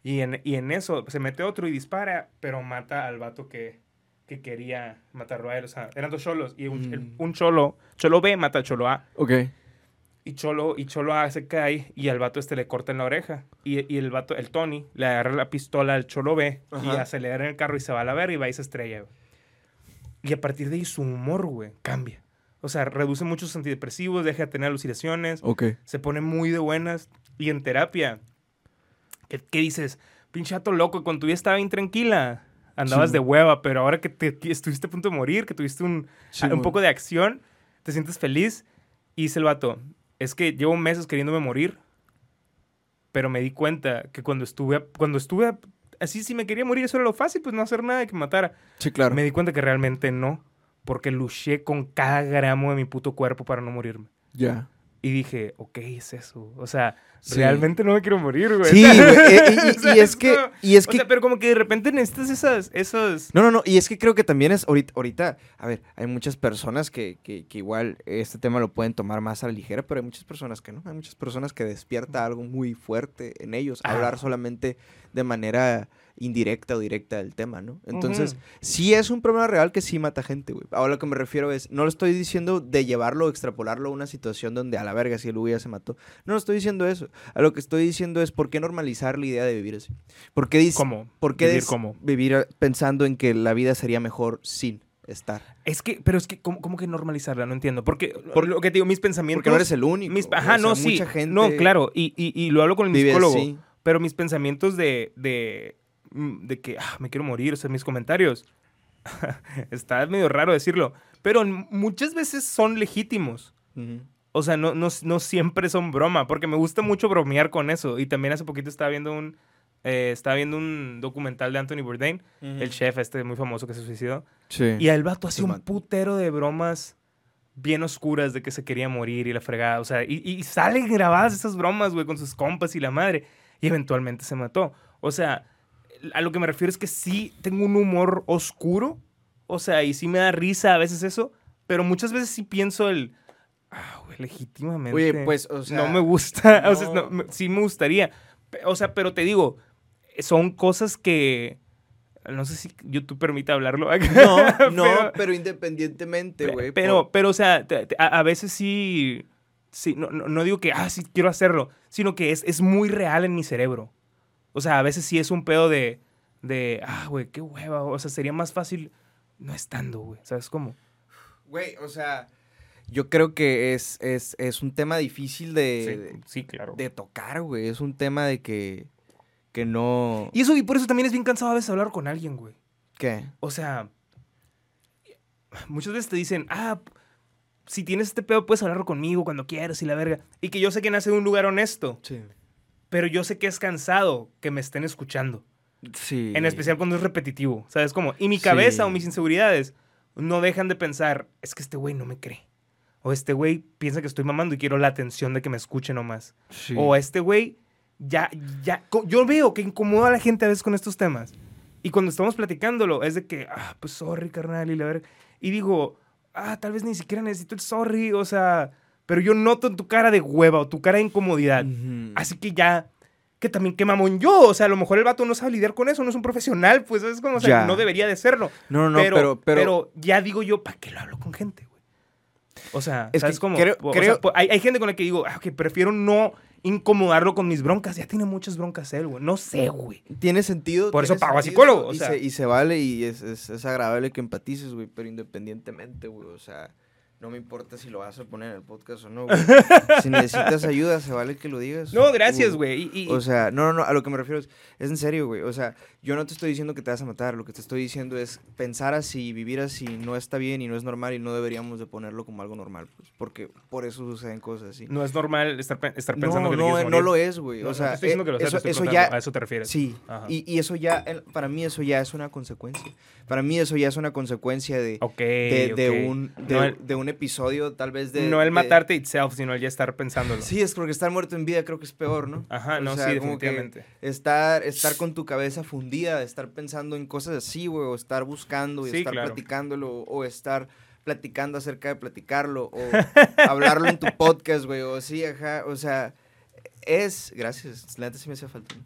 Speaker 1: Y en, y en eso se mete otro y dispara, pero mata al vato que, que quería matarlo a él. O sea, eran dos cholos y un, el-
Speaker 2: Mm.
Speaker 1: un cholo, cholo B mata al cholo A.
Speaker 2: Ok.
Speaker 1: Y Cholo, y Cholo A se cae y al vato este le corta en la oreja. Y, y el vato, el Tony, le agarra la pistola al Cholo B y
Speaker 2: Ajá.
Speaker 1: acelera en el carro y se va a la verga y va y se estrella. güey. Y a partir de ahí su humor, güey, cambia. O sea, reduce muchos antidepresivos, deja de tener alucinaciones,
Speaker 2: Ok.
Speaker 1: se pone muy de buenas. Y en terapia, ¿qué, qué dices? Pinche vato loco, cuando tu vida estaba bien tranquila, andabas
Speaker 2: Sí.
Speaker 1: de hueva, pero ahora que, te- que estuviste a punto de morir, que tuviste un,
Speaker 2: Sí,
Speaker 1: un
Speaker 2: güey.
Speaker 1: poco de acción, te sientes feliz. Y dice el vato, es que llevo meses queriéndome morir, pero me di cuenta que cuando estuve, a- cuando estuve a- así, si me quería morir, eso era lo fácil, pues no hacer nada que me matara.
Speaker 2: Sí, claro.
Speaker 1: Me di cuenta que realmente no, porque luché con cada gramo de mi puto cuerpo para no morirme.
Speaker 2: Ya.
Speaker 1: Y dije, ok, es eso. O sea,
Speaker 2: Sí.
Speaker 1: realmente no me quiero morir, güey.
Speaker 2: Sí, güey. eh,
Speaker 1: O
Speaker 2: Y, y-
Speaker 1: sea,
Speaker 2: y es que.
Speaker 1: como-
Speaker 2: Y es
Speaker 1: o
Speaker 2: que
Speaker 1: sea, pero como que de repente necesitas esas, esas...
Speaker 2: No, no, no. Y es que creo que también es ahorita, ahorita a ver, hay muchas personas que, que- que igual este tema lo pueden tomar más a la ligera, pero hay muchas personas que no. Hay muchas personas que despierta algo muy fuerte en ellos.
Speaker 1: Ajá.
Speaker 2: Hablar solamente de manera indirecta o directa del tema, ¿no? Entonces, sí es un problema real que sí mata gente, güey. Ahora lo que me refiero es, no lo estoy diciendo de llevarlo o extrapolarlo a una situación donde a la verga si el güey ya se mató. No lo estoy diciendo eso. A lo que estoy diciendo es por qué normalizar la idea de vivir así. ¿Por qué dice,
Speaker 1: ¿Cómo?
Speaker 2: ¿Por qué
Speaker 1: ¿Vivir
Speaker 2: des-
Speaker 1: cómo?
Speaker 2: vivir ah, pensando en que la vida sería mejor sin estar?
Speaker 1: Es que, pero es que, ¿cómo, cómo que normalizarla? No entiendo. Porque, por lo que te digo, mis pensamientos...
Speaker 2: Porque no eres el único.
Speaker 1: mis-
Speaker 2: güey.
Speaker 1: Ajá,
Speaker 2: O sea,
Speaker 1: no, sí.
Speaker 2: Mucha gente
Speaker 1: no, claro. Y, y- y lo hablo con el
Speaker 2: vive
Speaker 1: psicólogo.
Speaker 2: así.
Speaker 1: Pero mis pensamientos de, de, mm, de que ah, me quiero morir, o sea, mis comentarios, está medio raro decirlo, pero n- muchas veces son legítimos.
Speaker 2: Ujú.
Speaker 1: O sea, no, no, no siempre son broma, porque me gusta mucho bromear con eso. Y también hace poquito estaba viendo un, eh, estaba viendo un documental de Anthony Bourdain,
Speaker 2: Mm.
Speaker 1: el chef este muy famoso que se suicidó.
Speaker 2: Sí.
Speaker 1: Y el vato hace
Speaker 2: Pues,
Speaker 1: un
Speaker 2: man.
Speaker 1: putero de bromas bien oscuras de que se quería morir y la fregada. O sea, y, y salen grabadas esas bromas, güey, con sus compas y la madre. Y eventualmente se mató. O sea, a lo que me refiero es que sí tengo un humor oscuro. O sea, y sí me da risa a veces eso. Pero muchas veces sí pienso el... Ah, güey, legítimamente.
Speaker 2: Oye, pues, o sea,
Speaker 1: no me gusta. O sea,
Speaker 2: no.
Speaker 1: no, me- sí me gustaría. Pe- O sea, pero te digo, son cosas que... No sé si YouTube permite hablarlo.
Speaker 2: No, no,
Speaker 1: pero-
Speaker 2: pero, independientemente,
Speaker 1: Pe-
Speaker 2: güey.
Speaker 1: Pero,
Speaker 2: por-
Speaker 1: pero, o sea, te- te- a, a veces sí. sí no, no- no digo que, ah, sí, quiero hacerlo, sino que es, es muy real en mi cerebro. O sea, a veces sí es un pedo de, de ah, güey, qué hueva. O sea, sería más fácil no estando, güey. ¿Sabes cómo?
Speaker 2: Güey, o sea, yo creo que es, es, es un tema difícil de,
Speaker 1: sí, sí, claro.
Speaker 2: de tocar, güey. Es un tema de que, que no...
Speaker 1: y eso, y por eso también es bien cansado a veces hablar con alguien, güey.
Speaker 2: ¿Qué?
Speaker 1: O sea, muchas veces te dicen, ah, si tienes este pedo puedes hablarlo conmigo cuando quieras y la verga. Y que yo sé que nace de un lugar honesto,
Speaker 2: Sí.
Speaker 1: pero yo sé que es cansado que me estén escuchando.
Speaker 2: Sí.
Speaker 1: En especial cuando es repetitivo, ¿sabes cómo? Y mi cabeza
Speaker 2: Sí.
Speaker 1: o mis inseguridades no dejan de pensar, es que este güey no me cree. O este güey piensa que estoy mamando y quiero la atención de que me escuche nomás.
Speaker 2: Sí.
Speaker 1: O este güey ya, ya... co- Yo veo que incomoda a la gente a veces con estos temas. Y cuando estamos platicándolo es de que, ah, pues sorry, carnal, y la verga. Y digo, ah, tal vez ni siquiera necesito el sorry, o sea... Pero yo noto en tu cara de hueva o tu cara de incomodidad.
Speaker 2: Ujú.
Speaker 1: Así que ya, que también qué mamón yo. O sea, a lo mejor el vato no sabe lidiar con eso, no es un profesional, pues es como, o sea,
Speaker 2: Ya.
Speaker 1: no debería de serlo.
Speaker 2: No, no, no,
Speaker 1: pero,
Speaker 2: pero... pero,
Speaker 1: ya digo yo, ¿para qué lo hablo con gente, güey? O sea,
Speaker 2: Es
Speaker 1: ¿sabes
Speaker 2: que
Speaker 1: cómo?
Speaker 2: creo-
Speaker 1: O- o
Speaker 2: creo-
Speaker 1: sea, pues, hay, hay gente con la que digo, ah, que prefiero no incomodarlo con mis broncas. Ya tiene muchas broncas él, güey. No sé, güey.
Speaker 2: Tiene sentido.
Speaker 1: Por
Speaker 2: tiene
Speaker 1: eso pago a
Speaker 2: sentido,
Speaker 1: psicólogo, o
Speaker 2: y,
Speaker 1: sea.
Speaker 2: se, y se vale y es, es- es agradable que empatices, güey, pero independientemente, güey. O sea, no me importa si lo vas a poner en el podcast o no, güey. si necesitas ayuda, se vale que lo digas.
Speaker 1: No, gracias, güey. Y, y-
Speaker 2: Uh, O sea, no, no, no, a lo que me refiero es, es en serio, güey. O sea, yo no te estoy diciendo que te vas a matar, lo que te estoy diciendo es pensar así, vivir así, no está bien y no es normal y no deberíamos de ponerlo como algo normal, pues, porque por eso suceden cosas así.
Speaker 1: no es normal estar, pe- estar
Speaker 2: No,
Speaker 1: pensando
Speaker 2: no,
Speaker 1: que te
Speaker 2: no,
Speaker 1: quieres morir.
Speaker 2: lo es, güey.
Speaker 1: No,
Speaker 2: O
Speaker 1: no,
Speaker 2: sea,
Speaker 1: te estoy diciendo que lo
Speaker 2: eh,
Speaker 1: sea, te
Speaker 2: eso,
Speaker 1: estoy
Speaker 2: eso
Speaker 1: contando, A
Speaker 2: ya...
Speaker 1: eso te refieres.
Speaker 2: Sí,
Speaker 1: Ajá.
Speaker 2: y, y eso ya, eh, para mí eso ya es una consecuencia. Para mí eso ya es una consecuencia de,
Speaker 1: Ok.
Speaker 2: de, de
Speaker 1: ok.
Speaker 2: un, de,
Speaker 1: No el-
Speaker 2: de un episodio tal vez de...
Speaker 1: no el
Speaker 2: de-
Speaker 1: matarte itself, sino el ya estar pensándolo.
Speaker 2: Sí, es porque estar muerto en vida creo que es peor, ¿no?
Speaker 1: Ajá,
Speaker 2: O
Speaker 1: no,
Speaker 2: sea,
Speaker 1: sí,
Speaker 2: como que-
Speaker 1: definitivamente.
Speaker 2: Estar, estar con tu cabeza fundida, estar pensando en cosas así, güey, o estar buscando y
Speaker 1: Sí,
Speaker 2: estar
Speaker 1: claro.
Speaker 2: platicándolo, o, o estar platicando acerca de platicarlo, o hablarlo en tu podcast, güey, o sí, ajá, o sea, es, gracias, la neta sí me hacía falta, ¿no?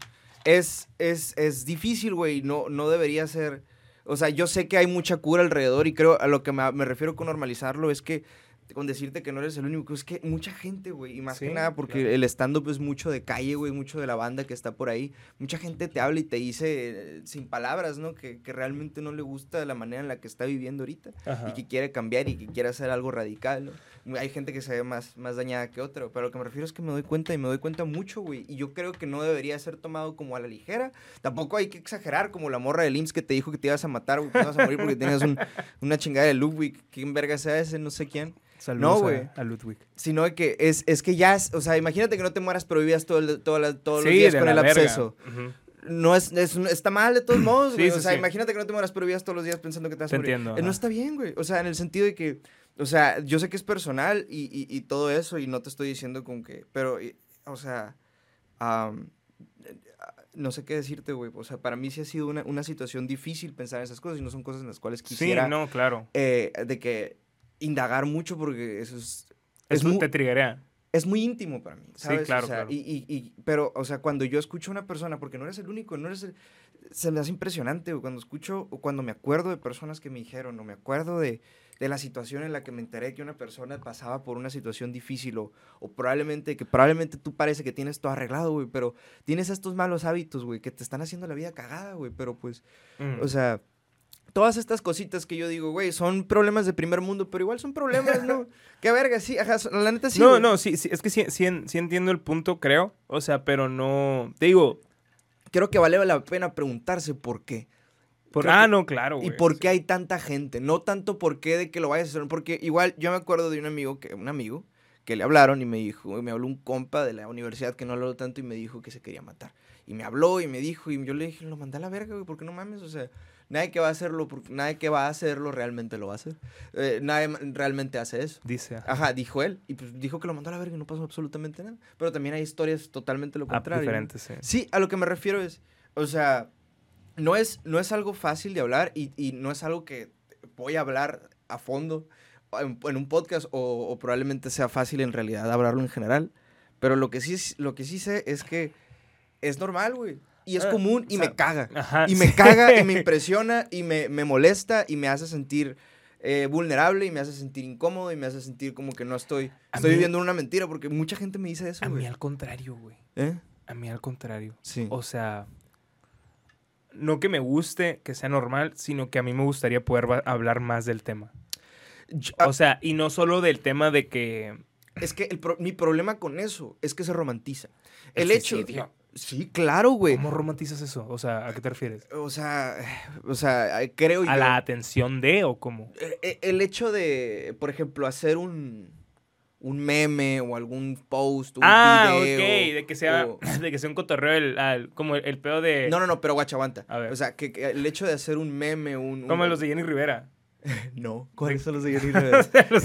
Speaker 2: es, es, es difícil, güey, no, no debería ser, o sea, yo sé que hay mucha cura alrededor y creo a lo que me, me refiero con normalizarlo es que con decirte que no eres el único, es que mucha gente, güey, y más
Speaker 1: Sí,
Speaker 2: que nada porque
Speaker 1: claro.
Speaker 2: el stand-up es mucho de calle, güey, mucho de la banda que está por ahí, mucha gente te habla y te dice eh, sin palabras, ¿no? Que, que realmente no le gusta la manera en la que está viviendo ahorita
Speaker 1: Ajá.
Speaker 2: y que quiere cambiar y que quiere hacer algo radical. ¿no? Hay gente que se ve más, más dañada que otra, pero lo que me refiero es que me doy cuenta y me doy cuenta mucho, güey. Y yo creo que no debería ser tomado como a la ligera. Tampoco hay que exagerar como la morra del IMSS que te dijo que te ibas a matar, güey, que te ibas a morir porque tenías un- una chingada de luz, güey. ¿Quién verga sea ese? No sé quién.
Speaker 1: Saludos
Speaker 2: No,
Speaker 1: a-
Speaker 2: güey.
Speaker 1: a, Ludwig.
Speaker 2: Sino de que es, es que ya, es- o sea, imagínate que no te mueras, pero vivías todo el- todo la- todos los
Speaker 1: Sí,
Speaker 2: días
Speaker 1: de
Speaker 2: con
Speaker 1: la
Speaker 2: el
Speaker 1: verga.
Speaker 2: absceso.
Speaker 1: Ujú.
Speaker 2: No es, es- no- está mal de todos modos,
Speaker 1: Sí,
Speaker 2: güey. o
Speaker 1: sí,
Speaker 2: sea,
Speaker 1: sí.
Speaker 2: imagínate que no te mueras, pero vivías todos los días pensando que te vas
Speaker 1: Te
Speaker 2: a morir.
Speaker 1: entiendo,
Speaker 2: Eh,
Speaker 1: ajá.
Speaker 2: no está bien, güey. O sea, en el sentido de que, o sea, yo sé que es personal y, y- y todo eso, y no te estoy diciendo con que, pero, y- o sea, am, eh, no sé qué decirte, güey. O sea, para mí sí ha sido una, una situación difícil pensar en esas cosas y no son cosas en las cuales quisiera
Speaker 1: Sí, no, claro.
Speaker 2: eh, de que indagar mucho porque eso es... Es
Speaker 1: Eso
Speaker 2: mu-
Speaker 1: te triguea.
Speaker 2: es muy íntimo para mí.
Speaker 1: Sí,
Speaker 2: ¿sabes?
Speaker 1: claro,
Speaker 2: O sea,
Speaker 1: claro.
Speaker 2: Y, y- y- pero, o sea, cuando yo escucho a una persona, porque no eres el único, no eres el... se me hace impresionante güey, cuando escucho o cuando me acuerdo de personas que me dijeron o me acuerdo de, de la situación en la que me enteré que una persona pasaba por una situación difícil o, o probablemente que probablemente tú parece que tienes todo arreglado, güey, pero tienes estos malos hábitos, güey, que te están haciendo la vida cagada, güey, pero pues,
Speaker 1: Mm.
Speaker 2: o sea, todas estas cositas que yo digo, güey, son problemas de primer mundo, pero igual son problemas, ¿no? Qué verga, sí, ajá, son- la neta sí.
Speaker 1: no,
Speaker 2: güey.
Speaker 1: no, sí, sí, es que sí, sí en- sí entiendo el punto, creo. O sea, pero no. Te digo.
Speaker 2: Creo que vale la pena preguntarse por qué.
Speaker 1: por-
Speaker 2: Creo
Speaker 1: ah,
Speaker 2: que-
Speaker 1: no, claro.
Speaker 2: ¿Y
Speaker 1: güey.
Speaker 2: por qué hay tanta gente? No tanto por qué de que lo vayas a hacer, porque igual yo me acuerdo de un amigo que un amigo que le hablaron y me dijo, me habló un compa de la universidad que no habló tanto y me dijo que se quería matar. Y me habló y me dijo y yo le dije, "Lo mandé a la verga, güey, porque no mames, o sea, nadie que va a hacerlo, por- nadie que va a hacerlo realmente lo va a hacer. Eh, nadie ma- realmente hace eso."
Speaker 1: Dice. ah,
Speaker 2: Ajá, dijo él y pues dijo que lo mandó a la verga y no pasó absolutamente nada. Pero también hay historias totalmente lo
Speaker 1: ah,
Speaker 2: contrario. ¿no?
Speaker 1: diferente, sí.
Speaker 2: Sí, a lo que me refiero es, o sea, no es, no es algo fácil de hablar y, y no es algo que voy a hablar a fondo en, en un podcast o, o probablemente sea fácil en realidad hablarlo en general. Pero lo que sí, es- lo que sí sé es que es normal, güey. Y es
Speaker 1: Ah,
Speaker 2: común y
Speaker 1: o sea,
Speaker 2: me caga.
Speaker 1: Ajá,
Speaker 2: Y me
Speaker 1: sí.
Speaker 2: caga y me impresiona y me, me molesta y me hace sentir eh, vulnerable y me hace sentir incómodo y me hace sentir como que no estoy,
Speaker 1: A
Speaker 2: estoy
Speaker 1: mí-
Speaker 2: viviendo una mentira porque mucha gente me dice eso,
Speaker 1: A mí
Speaker 2: güey.
Speaker 1: al contrario, güey.
Speaker 2: ¿Eh?
Speaker 1: A mí al contrario.
Speaker 2: Sí.
Speaker 1: O sea, no que me guste que sea normal, sino que a mí me gustaría poder va- hablar más del tema.
Speaker 2: Yo-
Speaker 1: O sea, y no solo del tema de que...
Speaker 2: Es que el pro- mi problema con eso es que se romantiza.
Speaker 1: El
Speaker 2: El, hecho.
Speaker 1: suicidio.
Speaker 2: Sí, claro, güey.
Speaker 1: ¿Cómo romantizas eso? O sea, ¿a qué te refieres?
Speaker 2: O sea, o sea, eh, creo
Speaker 1: ¿A
Speaker 2: yo-
Speaker 1: la atención de o cómo?
Speaker 2: Eh, eh, El hecho de, por ejemplo, hacer un, un meme o algún post, un
Speaker 1: Ah,
Speaker 2: video,
Speaker 1: ok, de que sea,
Speaker 2: o-
Speaker 1: de que sea un cotorreo el, al- como el, el pedo de...
Speaker 2: No, no, no, pero guacha, aguanta.
Speaker 1: A ver.
Speaker 2: O sea, que, que el hecho de hacer un meme, un... un-
Speaker 1: Como los de Jenny Rivera.
Speaker 2: No, ¿cuáles son los de Jenny
Speaker 1: O
Speaker 2: Rivera?
Speaker 1: sea, los-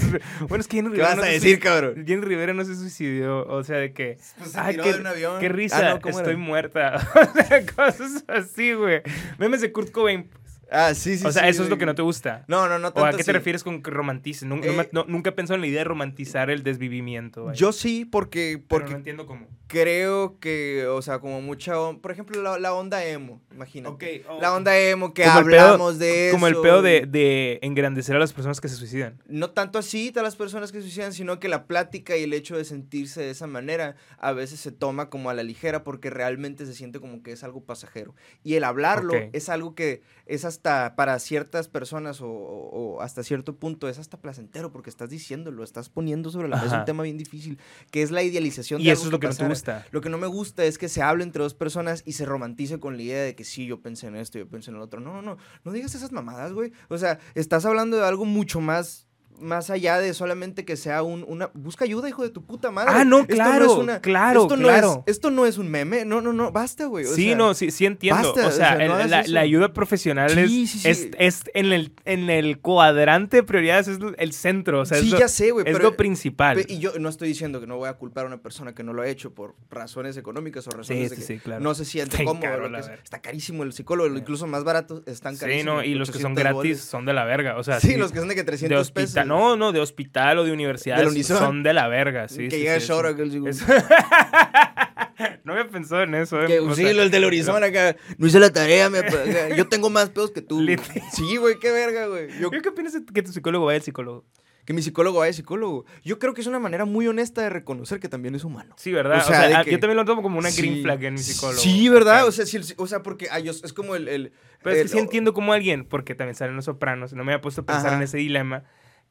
Speaker 1: bueno, es que Jenny
Speaker 2: ¿Qué
Speaker 1: Rivera...
Speaker 2: vas
Speaker 1: no
Speaker 2: a
Speaker 1: se
Speaker 2: decir,
Speaker 1: sui-
Speaker 2: cabrón?
Speaker 1: Jenny Rivera no se suicidó, o sea, de que...
Speaker 2: Pues
Speaker 1: Ay, qué-
Speaker 2: avión.
Speaker 1: Qué
Speaker 2: Ah,
Speaker 1: risa,
Speaker 2: no, ¿cómo era?
Speaker 1: estoy muerta. O sea, cosas así, güey. Memes de Kurt Cobain.
Speaker 2: Ah, sí, sí,
Speaker 1: o sea,
Speaker 2: sí,
Speaker 1: eso es
Speaker 2: güey.
Speaker 1: lo que no te gusta.
Speaker 2: No, no,
Speaker 1: ¿O
Speaker 2: no
Speaker 1: a
Speaker 2: tanto
Speaker 1: qué te
Speaker 2: así.
Speaker 1: refieres con que romantices? Nun- no me-
Speaker 2: Eh,
Speaker 1: no- nunca he pensado en la idea de romantizar el desvivimiento. vaya.
Speaker 2: Yo sí, porque...
Speaker 1: Pero
Speaker 2: porque
Speaker 1: no entiendo cómo.
Speaker 2: Creo que, o sea, como mucha. on- Por ejemplo, la, la onda emo, imagínate.
Speaker 1: oh.
Speaker 2: La onda emo que
Speaker 1: Como el pedo-
Speaker 2: hablamos de eso.
Speaker 1: Como el pedo
Speaker 2: y-
Speaker 1: de, de engrandecer a las personas que se suicidan.
Speaker 2: No tanto así a las personas que se suicidan, sino que la plática y el hecho de sentirse de esa manera a veces se toma como a la ligera porque realmente se siente como que es algo pasajero. Y el hablarlo
Speaker 1: Ok.
Speaker 2: es algo que es hasta para ciertas personas o, o- o hasta cierto punto es hasta placentero porque estás diciéndolo, estás poniendo sobre la mesa
Speaker 1: Ajá.
Speaker 2: un tema bien difícil que es la idealización
Speaker 1: Y
Speaker 2: de
Speaker 1: eso
Speaker 2: algo
Speaker 1: es lo que no te
Speaker 2: pasara.
Speaker 1: gusta.
Speaker 2: Lo que no me gusta es que se hable entre dos personas y se romantice con la idea de que sí, yo pensé en esto, yo pensé en el otro. No, no, no. No digas esas mamadas, güey. O sea, estás hablando de algo mucho más más allá de solamente que sea un una busca ayuda hijo de tu puta madre
Speaker 1: Ah, no,
Speaker 2: Esto
Speaker 1: claro, claro,
Speaker 2: esto no
Speaker 1: claro.
Speaker 2: es esto no es un meme no no no basta güey o
Speaker 1: Sí,
Speaker 2: sea,
Speaker 1: no, sí, sí entiendo.
Speaker 2: basta,
Speaker 1: o
Speaker 2: o
Speaker 1: sea,
Speaker 2: sea, no
Speaker 1: el-
Speaker 2: hagas
Speaker 1: la,
Speaker 2: eso.
Speaker 1: la ayuda profesional es,
Speaker 2: Sí, sí, sí.
Speaker 1: es, es en, el, en el cuadrante de prioridades, es el centro. O sea,
Speaker 2: sí
Speaker 1: es, lo,
Speaker 2: ya sé güey
Speaker 1: es
Speaker 2: pero
Speaker 1: lo principal.
Speaker 2: pe- y yo no estoy diciendo que no voy a culpar a una persona que no lo ha hecho por razones económicas o
Speaker 1: sí,
Speaker 2: razones
Speaker 1: sí,
Speaker 2: de que
Speaker 1: sí, claro.
Speaker 2: no se siente
Speaker 1: Está bien
Speaker 2: cómodo
Speaker 1: caro,
Speaker 2: lo
Speaker 1: la
Speaker 2: que sea.
Speaker 1: verga.
Speaker 2: está carísimo el psicólogo
Speaker 1: Sí.
Speaker 2: incluso más baratos están
Speaker 1: Sí,
Speaker 2: carísimos
Speaker 1: no, y los que son
Speaker 2: 800
Speaker 1: gratis
Speaker 2: bolas.
Speaker 1: son de la verga. O sea,
Speaker 2: sí, los que son de que
Speaker 1: de
Speaker 2: 300
Speaker 1: hospital.
Speaker 2: pesos.
Speaker 1: No, no, de hospital o de universidad.
Speaker 2: Del Unison.
Speaker 1: son de la verga, sí.
Speaker 2: que
Speaker 1: sí,
Speaker 2: llega
Speaker 1: sí,
Speaker 2: el show,
Speaker 1: sí.
Speaker 2: que el-
Speaker 1: Es- no había pensado en eso. eh,
Speaker 2: que,
Speaker 1: o
Speaker 2: sí,
Speaker 1: sea,
Speaker 2: el del Horizon acá. No hice la tarea, me- acá, yo tengo más pedos que tú.
Speaker 1: Lit-
Speaker 2: Sí, güey, qué verga, güey. Yo-
Speaker 1: ¿Yo qué opinas de que tu psicólogo vaya al psicólogo?
Speaker 2: que mi psicólogo vaya psicólogo. Yo creo que es una manera muy honesta de reconocer que también es humano.
Speaker 1: Sí, ¿verdad? O
Speaker 2: O sea,
Speaker 1: sea,
Speaker 2: de
Speaker 1: ah,
Speaker 2: que-
Speaker 1: yo también lo tomo como una green
Speaker 2: Sí.
Speaker 1: flag en mi psicólogo.
Speaker 2: Sí, ¿verdad?
Speaker 1: O sea,
Speaker 2: O sea, eh, sí, el psi- o sea porque ay, yo- es como el... el-
Speaker 1: Pero es que
Speaker 2: el-
Speaker 1: sí entiendo como alguien, porque también salen los sopranos, no me había puesto a pensar
Speaker 2: Ajá.
Speaker 1: en ese dilema,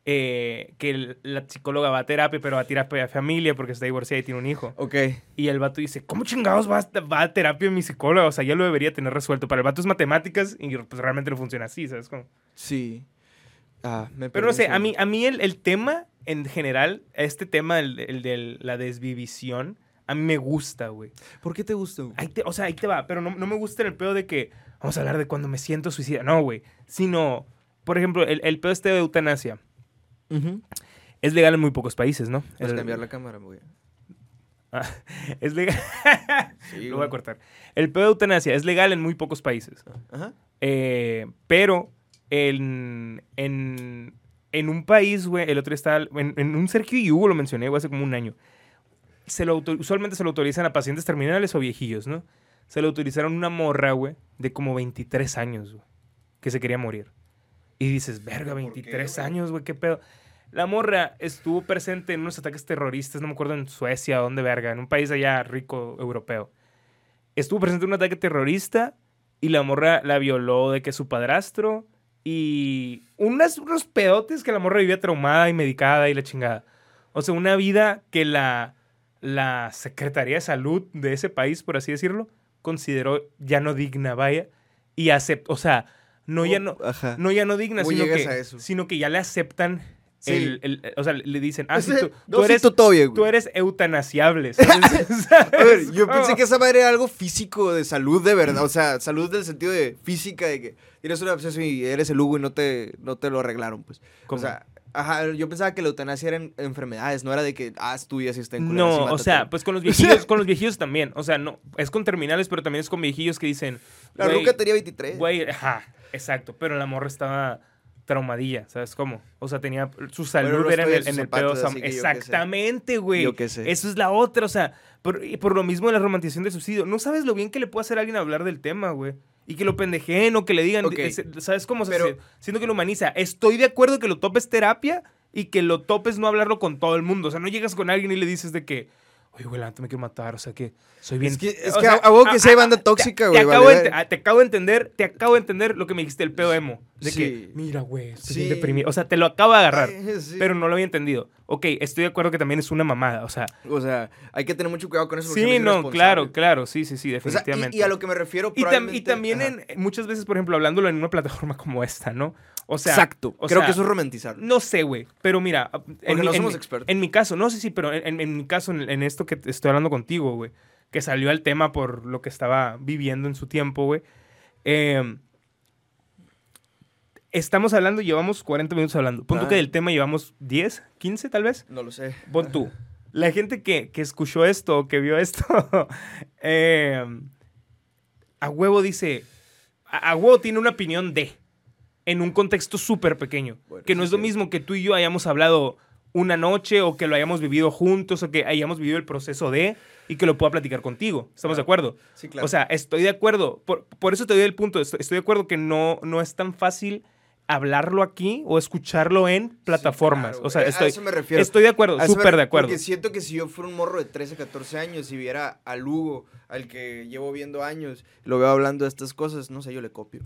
Speaker 1: eh, que el- la psicóloga va a terapia, pero va a terapia de familia porque está divorciada y tiene un hijo.
Speaker 2: Ok.
Speaker 1: Y el vato dice, ¿cómo chingados va a, va a terapia mi psicóloga? O sea, ya lo debería tener resuelto. Para el vato es matemáticas y pues realmente no funciona así, ¿sabes? cómo?
Speaker 2: Sí. Ah, me
Speaker 1: Pero no
Speaker 2: perdí
Speaker 1: sé,
Speaker 2: un
Speaker 1: a mí, a mí el, el tema en general, este tema, el, el de la desvivisión, a mí me gusta, güey.
Speaker 2: segundo. ¿Por qué te gusta? güey?
Speaker 1: Ahí te- o sea, ahí te va, pero no, no me gusta el pedo de que vamos a hablar de cuando me siento suicida. No, güey. Sino, por ejemplo, el, el pedo este de eutanasia
Speaker 2: Ujú.
Speaker 1: es legal en muy pocos países, ¿no?
Speaker 2: Puedes
Speaker 1: El-
Speaker 2: cambiar la cámara, güey.
Speaker 1: Es legal.
Speaker 2: Sí,
Speaker 1: Lo voy
Speaker 2: güey.
Speaker 1: a cortar. El pedo de eutanasia es legal en muy pocos países.
Speaker 2: Ajá.
Speaker 1: Eh, pero en, en, en un país, güey, el otro está. En, en un Sergio y Hugo lo mencioné, güey, hace como un año. Se lo auto- usualmente se lo autorizan a pacientes terminales o viejillos, ¿no? se lo utilizaron una morra, güey, de como 23 años, güey, que se quería morir. Y dices, verga,
Speaker 3: ¿Por qué,
Speaker 1: 23
Speaker 3: güey?
Speaker 1: años, güey, qué pedo. La morra estuvo presente en unos ataques terroristas, no me acuerdo en Suecia, dónde verga, en un país allá rico europeo. Estuvo presente en un ataque terrorista y la morra la violó de que su padrastro y unas, unos pedotes que la morra vivía traumada y medicada y la chingada. O sea, una vida que la, la Secretaría de Salud de ese país, por así decirlo, consideró ya no digna, vaya, y aceptó, o sea, no ya no,
Speaker 2: Oh, Ajá.
Speaker 1: no ya no digna,
Speaker 2: ¿Cómo
Speaker 1: sino
Speaker 2: llegas
Speaker 1: que,
Speaker 2: a eso?
Speaker 1: sino que ya le aceptan
Speaker 2: Sí.
Speaker 1: el, el- o sea, le dicen, ah, sí,
Speaker 3: Ese-
Speaker 1: tú,
Speaker 2: No,
Speaker 1: tú
Speaker 2: sí,
Speaker 1: eres,
Speaker 2: tú todo bien, güey.
Speaker 1: tú eres eutanasiable, ¿sabes? ¿Sabes?
Speaker 2: A ver, yo
Speaker 1: Como-
Speaker 2: pensé que esa madre era algo físico de salud de verdad, o sea, salud del sentido de física, de que tienes un absceso y eres el Hugo y no te, no te lo arreglaron, pues.
Speaker 1: ¿Cómo?
Speaker 2: O sea, ajá, yo pensaba que la eutanasia eran enfermedades, no era de que, ah, es tuya si está en culeras
Speaker 1: No,
Speaker 2: y
Speaker 1: o
Speaker 2: mátate.
Speaker 1: sea, pues con los viejillos, con los viejillos también, o sea, no, es con terminales, pero también es con viejillos que dicen,
Speaker 2: La
Speaker 1: pues, "Güey,
Speaker 2: ruca tenía 23.
Speaker 1: Güey, ajá, exacto. Pero la morra estaba traumadilla, ¿sabes cómo? O sea, tenía su
Speaker 2: Bueno,
Speaker 1: salud
Speaker 2: no
Speaker 1: era en
Speaker 2: estoy en
Speaker 1: el,
Speaker 2: sus
Speaker 1: en el
Speaker 2: zapatos,
Speaker 1: pedo. Sam.
Speaker 2: así que yo qué sé.
Speaker 1: Exactamente, güey.
Speaker 2: Yo qué sé.
Speaker 1: Eso es la otra, o sea, por, y por lo mismo de la romantización del suicidio. No sabes lo bien que le puede hacer a alguien hablar del tema, güey. Y que lo pendejeen o que le digan,
Speaker 2: Ok,
Speaker 1: ese- ¿sabes cómo? O sea,
Speaker 2: pero-
Speaker 1: se- siento que lo humaniza. Estoy de acuerdo que lo topes terapia y que lo topes no hablarlo con todo el mundo. O sea, no llegas con alguien y le dices de que, oye, güey, la neta me quiero matar, o sea, que soy bien...
Speaker 2: es que, es
Speaker 1: o
Speaker 2: que
Speaker 1: sea,
Speaker 2: a- a huevo que sí hay banda
Speaker 1: te-
Speaker 2: tóxica,
Speaker 1: te
Speaker 2: güey.
Speaker 1: acabo
Speaker 2: vale,
Speaker 1: de ente-
Speaker 2: vale.
Speaker 1: ah, te acabo de entender, te acabo de entender lo que me dijiste el pedo emo. De
Speaker 2: Sí.
Speaker 1: que, mira, güey, estoy bien
Speaker 2: Sí.
Speaker 1: deprimido. O sea, te lo acabo de agarrar.
Speaker 2: Ay, sí.
Speaker 1: Pero no lo había entendido. Ok, estoy de acuerdo que también es una mamada. O sea,
Speaker 2: O sea, hay que tener mucho cuidado con eso. porque
Speaker 1: sí,
Speaker 2: es
Speaker 1: no,
Speaker 2: irresponsable.
Speaker 1: claro, claro. Sí, sí, sí,
Speaker 2: O sea, y-
Speaker 1: definitivamente.
Speaker 2: y, a lo que me refiero,
Speaker 1: Y tam- y
Speaker 2: probablemente-
Speaker 1: también
Speaker 2: ajá.
Speaker 1: en, muchas veces, por ejemplo, hablándolo en una plataforma como esta, ¿no? O sea,
Speaker 2: Exacto.
Speaker 1: o
Speaker 2: Creo
Speaker 1: sea,
Speaker 2: que eso es romantizar.
Speaker 1: No sé, güey. Pero mira, en,
Speaker 2: no
Speaker 1: mi- en
Speaker 2: somos
Speaker 1: mi-
Speaker 2: expertos.
Speaker 1: en mi caso, no sé si, pero en, en- en mi caso, en, en esto que te estoy hablando contigo, güey, que salió al tema por lo que estaba viviendo en su tiempo, güey. eh, estamos hablando, llevamos 40 minutos hablando. Punto
Speaker 2: Ah.
Speaker 1: que del tema llevamos 10, 15 tal vez.
Speaker 2: No lo sé.
Speaker 1: Pon tú. La gente que, que escuchó esto, o que vio esto, eh, a huevo dice, a, a huevo tiene una opinión de, en un contexto súper pequeño,
Speaker 2: Bueno,
Speaker 1: que
Speaker 2: sí
Speaker 1: no es
Speaker 2: es
Speaker 1: lo
Speaker 2: cierto.
Speaker 1: mismo que tú y yo hayamos hablado una noche o que lo hayamos vivido juntos o que hayamos vivido el proceso de y que lo pueda platicar contigo. ¿Estamos de acuerdo?
Speaker 2: Sí, claro.
Speaker 1: O sea, estoy de acuerdo. Por, por eso te doy el punto. Estoy, estoy de acuerdo que no, no es tan fácil hablarlo aquí o escucharlo en plataformas.
Speaker 2: claro,
Speaker 1: o sea,
Speaker 2: güey. Ah, A
Speaker 1: estoy,
Speaker 2: eso me refiero.
Speaker 1: estoy de acuerdo,
Speaker 2: A eso me
Speaker 1: súper
Speaker 2: re-
Speaker 1: de acuerdo.
Speaker 2: Porque siento que si yo fuera un morro de 13, 14 años y viera a Lugo, al que llevo viendo años, lo veo hablando de estas cosas, no sé, yo le copio.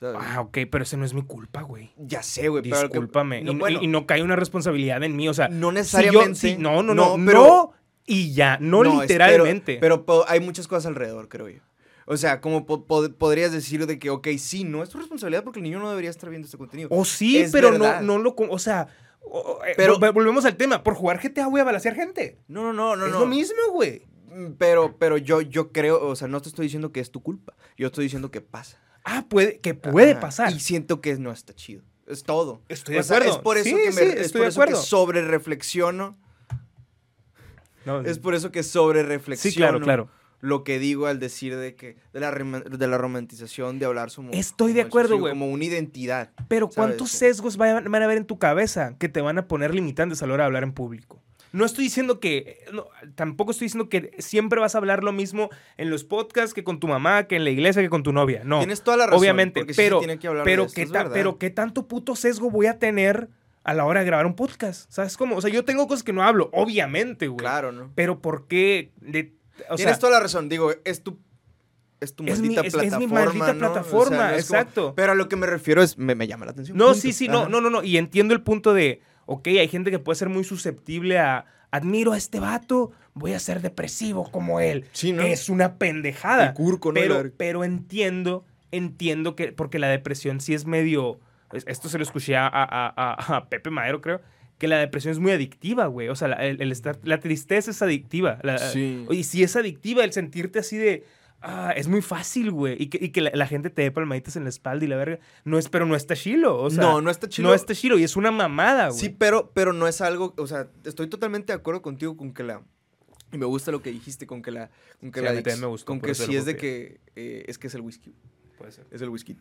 Speaker 2: ¿sabes?
Speaker 1: Ah, ok, pero ese no es mi culpa, güey.
Speaker 2: ya sé, güey. pero lo que-
Speaker 1: Discúlpame.
Speaker 2: No,
Speaker 1: y,
Speaker 2: bueno,
Speaker 1: y- y no cae una responsabilidad en mí, o sea.
Speaker 2: no
Speaker 1: si yo-
Speaker 2: necesariamente.
Speaker 1: si- no, no, no.
Speaker 2: pero-
Speaker 1: no, y ya, no,
Speaker 2: es- pero-
Speaker 1: literalmente.
Speaker 2: Pero, po- hay muchas cosas alrededor, creo yo. O sea, como po- pod- podrías decir de que, ok, sí, no es tu responsabilidad porque el niño no debería estar viendo este contenido.
Speaker 1: o sí,
Speaker 2: es
Speaker 1: pero no,
Speaker 2: verdad.
Speaker 1: no lo. con- O sea. o- o- eh,
Speaker 2: Pero-
Speaker 1: vol- volvemos al tema. Por jugar GTA voy a balasear gente.
Speaker 2: No, no, no, no.
Speaker 1: es
Speaker 2: no.
Speaker 1: lo mismo, güey.
Speaker 2: Mm, Pero, pero yo, yo creo, o sea, no te estoy diciendo que es tu culpa. Yo estoy diciendo que pasa.
Speaker 1: Ah, puede, que puede
Speaker 2: Ajá.
Speaker 1: pasar.
Speaker 2: Y siento que no está chido. Es todo.
Speaker 1: Estoy de
Speaker 2: O sea,
Speaker 1: acuerdo.
Speaker 2: es por eso
Speaker 1: Sí,
Speaker 2: que me,
Speaker 1: sí,
Speaker 2: es
Speaker 1: estoy
Speaker 2: por
Speaker 1: de
Speaker 2: eso que
Speaker 1: acuerdo.
Speaker 2: sobre reflexiono.
Speaker 1: No,
Speaker 2: Es por eso que sobre reflexiono.
Speaker 1: sí, claro, claro.
Speaker 2: Lo que digo al decir de que de la, rema- de la romantización de hablar como
Speaker 1: Estoy de
Speaker 2: como el
Speaker 1: acuerdo,
Speaker 2: suicidio,
Speaker 1: güey.
Speaker 2: como una identidad.
Speaker 1: Pero
Speaker 2: ¿sabes?
Speaker 1: ¿cuántos
Speaker 2: Como-
Speaker 1: sesgos van, van a haber en tu cabeza que te van a poner limitantes a la hora de hablar en público? No estoy diciendo que, no, tampoco estoy diciendo que siempre vas a hablar lo mismo en los podcasts que con tu mamá, que en la iglesia, que con tu novia. No,
Speaker 2: Tienes toda la razón.
Speaker 1: obviamente,
Speaker 2: porque sí se
Speaker 1: pero,
Speaker 2: tiene que hablar de
Speaker 1: pero,
Speaker 2: esto,
Speaker 1: ¿qué
Speaker 2: es
Speaker 1: ta-
Speaker 2: verdad.
Speaker 1: pero ¿qué tanto puto sesgo voy a tener a la hora de grabar un podcast? ¿Sabes cómo? O sea, yo tengo cosas que no hablo, obviamente, güey.
Speaker 2: Claro, ¿no?
Speaker 1: Pero ¿por qué? de- o
Speaker 2: Tienes
Speaker 1: sea,
Speaker 2: toda la razón. Digo, es tu. Es tu
Speaker 1: Es mi-
Speaker 2: maldita
Speaker 1: es-
Speaker 2: plataforma.
Speaker 1: es mi maldita
Speaker 2: ¿no?
Speaker 1: plataforma,
Speaker 2: es como-
Speaker 1: exacto.
Speaker 2: pero a lo que me refiero es. Me, me llama la atención.
Speaker 1: No,
Speaker 2: punto.
Speaker 1: sí, sí, no,
Speaker 2: Ajá.
Speaker 1: no, no, no. Y entiendo el punto de, ok, hay gente que puede ser muy susceptible a, admiro a este vato, voy a ser depresivo como él.
Speaker 2: Sí, ¿no?
Speaker 1: Es una pendejada.
Speaker 2: El curco, ¿no?
Speaker 1: pero,
Speaker 2: La-
Speaker 1: pero entiendo, entiendo que, porque la depresión sí es medio, es- esto se lo escuché a, a- a- a Pepe Madero, creo, que la depresión es muy adictiva, güey. O sea, la, el- el estar- la tristeza es adictiva. La-
Speaker 2: Sí.
Speaker 1: Y si es adictiva, el sentirte así de... Ah, es muy fácil, güey. Y que, y que la, la gente te dé palmaditas en la espalda y la verga. No es, pero no está chilo. O sea,
Speaker 2: no, no está chido.
Speaker 1: no es Teshiro y es una mamada, güey.
Speaker 2: Sí, pero, pero no es algo, o sea, estoy totalmente de acuerdo contigo con que la, y me gusta lo que dijiste, con que la, con que
Speaker 1: Sí,
Speaker 2: la
Speaker 1: a mí
Speaker 2: adicc-
Speaker 1: también me gustó,
Speaker 2: con
Speaker 1: por
Speaker 2: que
Speaker 1: eso
Speaker 2: sí
Speaker 1: lo
Speaker 2: es de
Speaker 1: copié.
Speaker 2: que, eh, es que es el whisky, es el whisky.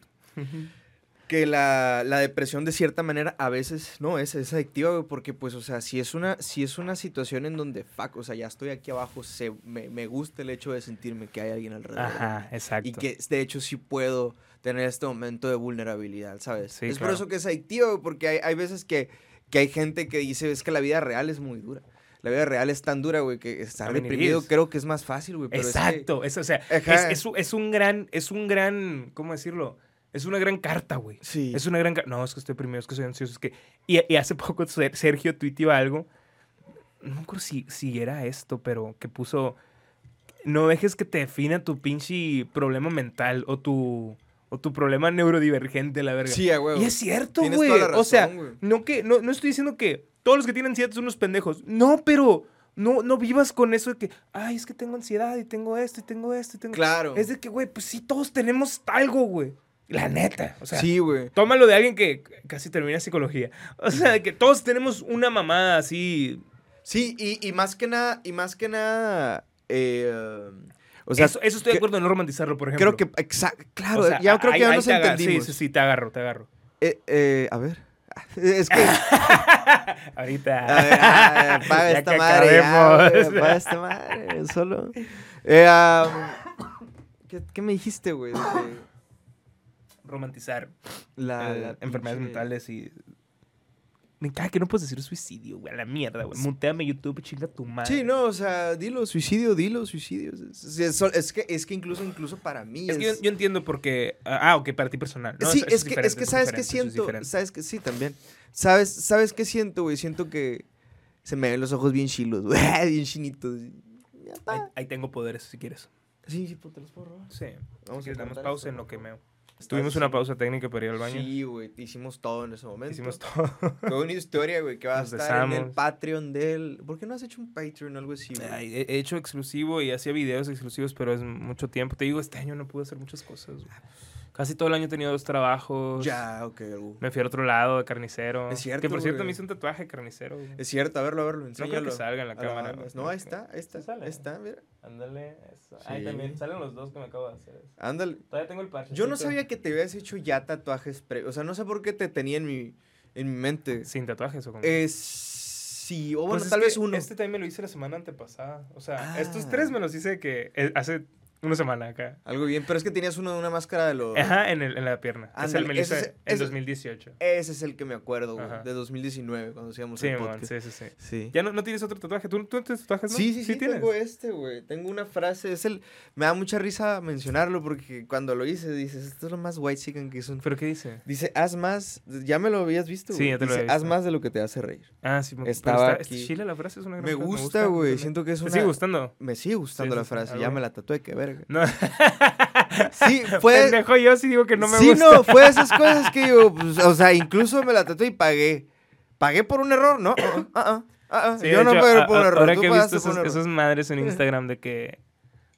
Speaker 2: que la, la depresión de cierta manera a veces no es, es adictiva, güey, porque pues, o sea, si es una, si es una situación en donde, fuck, o sea, ya estoy aquí abajo, se, me, me gusta el hecho de sentirme que hay alguien alrededor.
Speaker 1: Ajá, exacto.
Speaker 2: Y que de hecho sí puedo tener este momento de vulnerabilidad, ¿sabes?
Speaker 1: Sí,
Speaker 2: es
Speaker 1: claro.
Speaker 2: por eso que es adictivo, güey, porque hay, hay veces que, que hay gente que dice, es que la vida real es muy dura. La vida real es tan dura, güey, que estar
Speaker 1: I mean, it
Speaker 2: deprimido
Speaker 1: is.
Speaker 2: creo que es más fácil, güey. pero es que-
Speaker 1: Exacto, es, o sea, es,
Speaker 2: Ajá.
Speaker 1: es un- es un gran, es un gran, ¿cómo decirlo? Es una gran carta, güey.
Speaker 2: sí.
Speaker 1: Es una gran... ca- No, es que estoy deprimido, es que soy ansioso, es que... Y, y hace poco Ser- Sergio tuiteó algo, no me acuerdo si, si era esto, pero que puso... No dejes que te defina tu pinche problema mental o tu, o tu problema neurodivergente, la verga.
Speaker 2: Sí, a huevo.
Speaker 1: Y es cierto,
Speaker 2: Tienes
Speaker 1: güey.
Speaker 2: toda la
Speaker 1: o
Speaker 2: razón,
Speaker 1: sea,
Speaker 2: güey.
Speaker 1: no que no, no estoy diciendo que todos los que tienen ansiedad son unos pendejos. No, pero no, no vivas con eso de que, ay, es que tengo ansiedad y tengo esto y tengo esto y tengo.
Speaker 2: Claro.
Speaker 1: Es de que, güey, pues sí, todos tenemos algo, güey. La neta. O sea,
Speaker 2: sí, güey.
Speaker 1: tómalo de alguien que c- casi termina psicología. O sea, de que todos tenemos una mamada así.
Speaker 2: Sí, y, y más que nada, y más que nada, eh, o
Speaker 1: O
Speaker 2: sea,
Speaker 1: sea, eso, eso estoy de
Speaker 2: que-
Speaker 1: acuerdo en no romantizarlo, por ejemplo.
Speaker 2: creo que, exacto,
Speaker 1: O
Speaker 2: claro,
Speaker 1: sea,
Speaker 2: ya creo que
Speaker 1: ahí-
Speaker 2: ya
Speaker 1: ahí
Speaker 2: nos
Speaker 1: te agarro.
Speaker 2: entendimos.
Speaker 1: Sí, sí, sí, te agarro, te agarro.
Speaker 2: Eh, eh, a ver, es que,
Speaker 1: Ahorita.
Speaker 2: a ver, ah, paga
Speaker 1: Ya
Speaker 2: esta
Speaker 1: que
Speaker 2: madre, ya,
Speaker 1: acabemos.
Speaker 2: güey, paga esta madre, solo. Eh, um, ¿qué, qué me dijiste, güey? De que
Speaker 1: Romantizar.
Speaker 2: La, Ah, la
Speaker 1: eh, enfermedades
Speaker 2: pinche-
Speaker 1: mentales y. Me caga que no puedes decir suicidio, güey. A la mierda, güey. Muteame YouTube, chinga tu madre.
Speaker 2: Sí, no, o sea, dilo, suicidio, dilo, suicidio. Es, es- es- es que, es que incluso, incluso para mí
Speaker 1: Es que yo, yo entiendo porque. Ah, ah, ok, para ti personal. No,
Speaker 2: sí,
Speaker 1: eso- eso
Speaker 2: es, que,
Speaker 1: diferente,
Speaker 2: es que
Speaker 1: eso
Speaker 2: sabes que
Speaker 1: diferente, eso es
Speaker 2: siento,
Speaker 1: diferente.
Speaker 2: sabes que sí, también. ¿Sabes, sabes qué siento, güey? Siento que se me ven los ojos bien chilos, güey, bien chinitos. Ya
Speaker 1: Ahí,
Speaker 2: está.
Speaker 1: ahí tengo poderes si quieres.
Speaker 2: Sí, sí, pues, te los puedo robar.
Speaker 1: Sí.
Speaker 2: Vamos
Speaker 1: Vamos
Speaker 2: a
Speaker 1: damos
Speaker 2: cortar
Speaker 1: pausa
Speaker 2: esto,
Speaker 1: en lo
Speaker 2: por
Speaker 1: que
Speaker 2: favor.
Speaker 1: me. Tuvimos
Speaker 2: Está-
Speaker 1: una pausa técnica para ir al baño.
Speaker 2: Sí, güey, hicimos todo en ese momento.
Speaker 1: Hicimos todo.
Speaker 2: Fue una historia, güey, que va a
Speaker 1: Nos
Speaker 2: estar en el
Speaker 1: besamos.
Speaker 2: Patreon del... ¿Por qué no has hecho un Patreon o algo así, güey?
Speaker 1: Ay, he he hecho exclusivo y hacía videos exclusivos, pero es mucho tiempo. Te digo, este año no pude hacer muchas cosas. güey. Casi todo el año he tenido dos trabajos.
Speaker 2: Ah, pues. ya, ok, algo.
Speaker 1: Me fui al otro lado de carnicero.
Speaker 2: Es cierto,
Speaker 1: Que por cierto
Speaker 2: güey.
Speaker 1: me hice un tatuaje de carnicero. güey.
Speaker 2: Es cierto, a verlo, a verlo,
Speaker 1: No
Speaker 2: enséñalo.
Speaker 1: creo que salga en la
Speaker 2: a la
Speaker 1: cámara.
Speaker 2: banda.
Speaker 1: güey.
Speaker 2: No, ahí está, ahí está,
Speaker 1: Sí sale.
Speaker 2: ahí está, mira.
Speaker 1: Ándale, eso.
Speaker 2: Sí.
Speaker 1: Ahí también salen los dos que me acabo de hacer.
Speaker 2: Ándale.
Speaker 1: Todavía tengo el parche.
Speaker 2: Yo no sabía que te habías hecho ya tatuajes pre... O sea, no sé por qué te tenía en mi, en mi mente.
Speaker 1: Sin tatuajes o con.
Speaker 2: Es... Sí, Eh, o
Speaker 1: Pues
Speaker 2: bueno,
Speaker 1: es
Speaker 2: tal
Speaker 1: que
Speaker 2: vez uno.
Speaker 1: Este también me lo hice la semana antepasada. O sea,
Speaker 2: Ah.
Speaker 1: estos tres me los hice que eh, hace una semana acá.
Speaker 2: Algo bien, pero es que tenías uno de una máscara de los...
Speaker 1: Ajá, en, el, en la pierna. Ese
Speaker 2: Oh. Ándale,
Speaker 1: me lo
Speaker 2: ese
Speaker 1: hice
Speaker 2: es-
Speaker 1: en
Speaker 2: ese-
Speaker 1: 2018.
Speaker 2: Ese es el que me acuerdo, güey,
Speaker 1: Ajá.
Speaker 2: de 2019, cuando hacíamos
Speaker 1: Sí,
Speaker 2: el
Speaker 1: mon,
Speaker 2: podcast.
Speaker 1: sí, sí, sí.
Speaker 2: Sí.
Speaker 1: ¿Ya no, no tienes otro tatuaje? ¿Tú, tú tienes tatuajes, no?
Speaker 2: Sí, sí, sí,
Speaker 1: tienes.
Speaker 2: tengo este, güey. Tengo una frase, es el... Me da mucha risa mencionarlo porque cuando lo hice dices, esto es lo más white chicken que hizo un...
Speaker 1: ¿Pero qué dice?
Speaker 2: Dice, haz más... Ya me lo habías visto,
Speaker 1: Sí,
Speaker 2: güey.
Speaker 1: ya te lo
Speaker 2: Dice,
Speaker 1: había
Speaker 2: haz
Speaker 1: visto.
Speaker 2: más de lo que te hace reír.
Speaker 1: Ah, sí. me- pero
Speaker 2: Estaba
Speaker 1: está- está
Speaker 2: aquí.
Speaker 1: chila la frase, es una gran
Speaker 2: Me
Speaker 1: frase,
Speaker 2: gusta, güey.
Speaker 1: ándale.
Speaker 2: Siento que es
Speaker 1: ¿Te
Speaker 2: una...
Speaker 1: sigue gustando?
Speaker 2: Me sigue gustando
Speaker 1: Sí, Ah,
Speaker 2: la
Speaker 1: sí, sí,
Speaker 2: frase,
Speaker 1: a
Speaker 2: ya
Speaker 1: huevo.
Speaker 2: me la tatué, qué verga.
Speaker 1: No.
Speaker 2: Sí, fue...
Speaker 1: Pendejo, yo sí digo que no me
Speaker 2: sí,
Speaker 1: gusta.
Speaker 2: no, fue de esas cosas que yo, pues, o sea, incluso me la tatué y pagué. Pagué por un error, ¿no? Ah, ah, ah, ah.
Speaker 1: Sí,
Speaker 2: yo
Speaker 1: de
Speaker 2: no
Speaker 1: hecho,
Speaker 2: pagué
Speaker 1: a-
Speaker 2: por
Speaker 1: a-
Speaker 2: un error.
Speaker 1: Ahora
Speaker 2: tú
Speaker 1: que he
Speaker 2: pagaste
Speaker 1: visto
Speaker 2: por un
Speaker 1: esos-
Speaker 2: error.
Speaker 1: esas madres en Instagram de que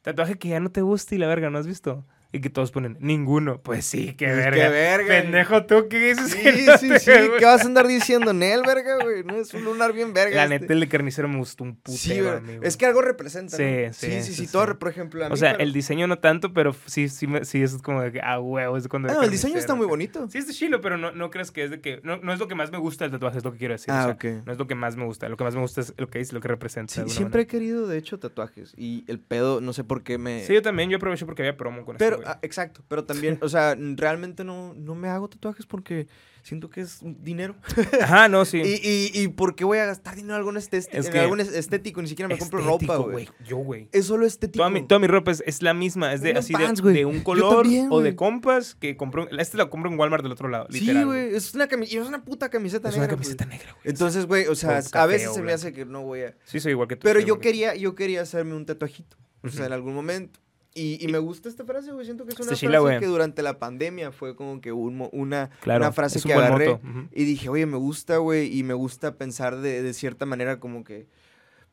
Speaker 1: tatuaje que ya no te gusta y la verga, ¿no has visto? Y que todos ponen ninguno. Pues sí, qué
Speaker 2: Pues
Speaker 1: verga.
Speaker 2: qué verga.
Speaker 1: Pendejo tú, ¿qué dices?
Speaker 2: Sí,
Speaker 1: que no
Speaker 2: sí,
Speaker 1: te
Speaker 2: sí.
Speaker 1: gusta?
Speaker 2: ¿Qué vas a andar diciendo en él, verga, güey? No es un lunar bien verga.
Speaker 1: La
Speaker 2: este.
Speaker 1: neta, el de carnicero me gustó un putero
Speaker 2: Sí,
Speaker 1: a
Speaker 2: güey.
Speaker 1: mí, güey.
Speaker 2: Es que algo representa.
Speaker 1: Sí,
Speaker 2: ¿no?
Speaker 1: sí,
Speaker 2: Sí, sí,
Speaker 1: sí,
Speaker 2: sí.
Speaker 1: sí.
Speaker 2: Todo, por ejemplo, a mí,
Speaker 1: O sea,
Speaker 2: pero-
Speaker 1: el diseño no tanto, pero f- sí, sí, me- sí es como de que, ah, huevo, es cuando...
Speaker 2: Ah,
Speaker 1: era
Speaker 2: no, el diseño está
Speaker 1: carnicero,
Speaker 2: muy
Speaker 1: acá.
Speaker 2: bonito.
Speaker 1: Sí, es de chilo, pero no, no crees que es de que... No, no es lo que más me gusta del tatuaje, es lo que quiero decir.
Speaker 2: Ah,
Speaker 1: o sea,
Speaker 2: ok.
Speaker 1: No es lo que más me gusta. Lo que más me gusta es lo que es, lo que representa.
Speaker 2: Sí,
Speaker 1: de alguna
Speaker 2: siempre he querido, de hecho, tatuajes. Y el pedo, no sé por qué me.
Speaker 1: manera. Sí, yo también, yo aproveché porque había promo con este
Speaker 2: Pero,
Speaker 1: güey.
Speaker 2: ah, exacto, pero también, o sea, realmente no, no me hago tatuajes porque siento que es dinero.
Speaker 1: Ajá, no, sí.
Speaker 2: Y, y, y por qué voy a gastar dinero en algo, estes-
Speaker 1: Es
Speaker 2: en
Speaker 1: que-
Speaker 2: algo es- estético, ni siquiera me compro
Speaker 1: Estético,
Speaker 2: ropa, güey.
Speaker 1: Yo, güey.
Speaker 2: Es solo estético.
Speaker 1: Toda mi, toda mi ropa es, es la misma, es de
Speaker 2: Unos
Speaker 1: así de-
Speaker 2: pants,
Speaker 1: de,
Speaker 2: güey.
Speaker 1: un
Speaker 2: Yo
Speaker 1: color
Speaker 2: también,
Speaker 1: o
Speaker 2: güey.
Speaker 1: de compas que compró. Este la compro en Walmart del otro lado,
Speaker 2: sí,
Speaker 1: literal,
Speaker 2: güey, es una camiseta, es una puta camiseta
Speaker 1: Es
Speaker 2: negra.
Speaker 1: una
Speaker 2: pues.
Speaker 1: camiseta negra, güey.
Speaker 2: Entonces, güey, o
Speaker 1: Con
Speaker 2: sea, a
Speaker 1: café
Speaker 2: veces
Speaker 1: o
Speaker 2: se me
Speaker 1: blanco.
Speaker 2: hace que no voy a...
Speaker 1: Sí, soy igual que tú.
Speaker 2: Pero
Speaker 1: soy
Speaker 2: yo
Speaker 1: igual que tú.
Speaker 2: quería, yo quería hacerme un tatuajito, o sea,
Speaker 1: Ujú.
Speaker 2: en algún momento. Y, y me gusta esta frase, güey, siento que es una
Speaker 1: Está
Speaker 2: frase
Speaker 1: chila, güey.
Speaker 2: que durante la pandemia fue como que un mo- una,
Speaker 1: Claro,
Speaker 2: una frase
Speaker 1: es un
Speaker 2: que
Speaker 1: buen
Speaker 2: agarré.
Speaker 1: moto, ujú.
Speaker 2: Y dije, oye, me gusta, güey, y me gusta pensar de, de cierta manera como que...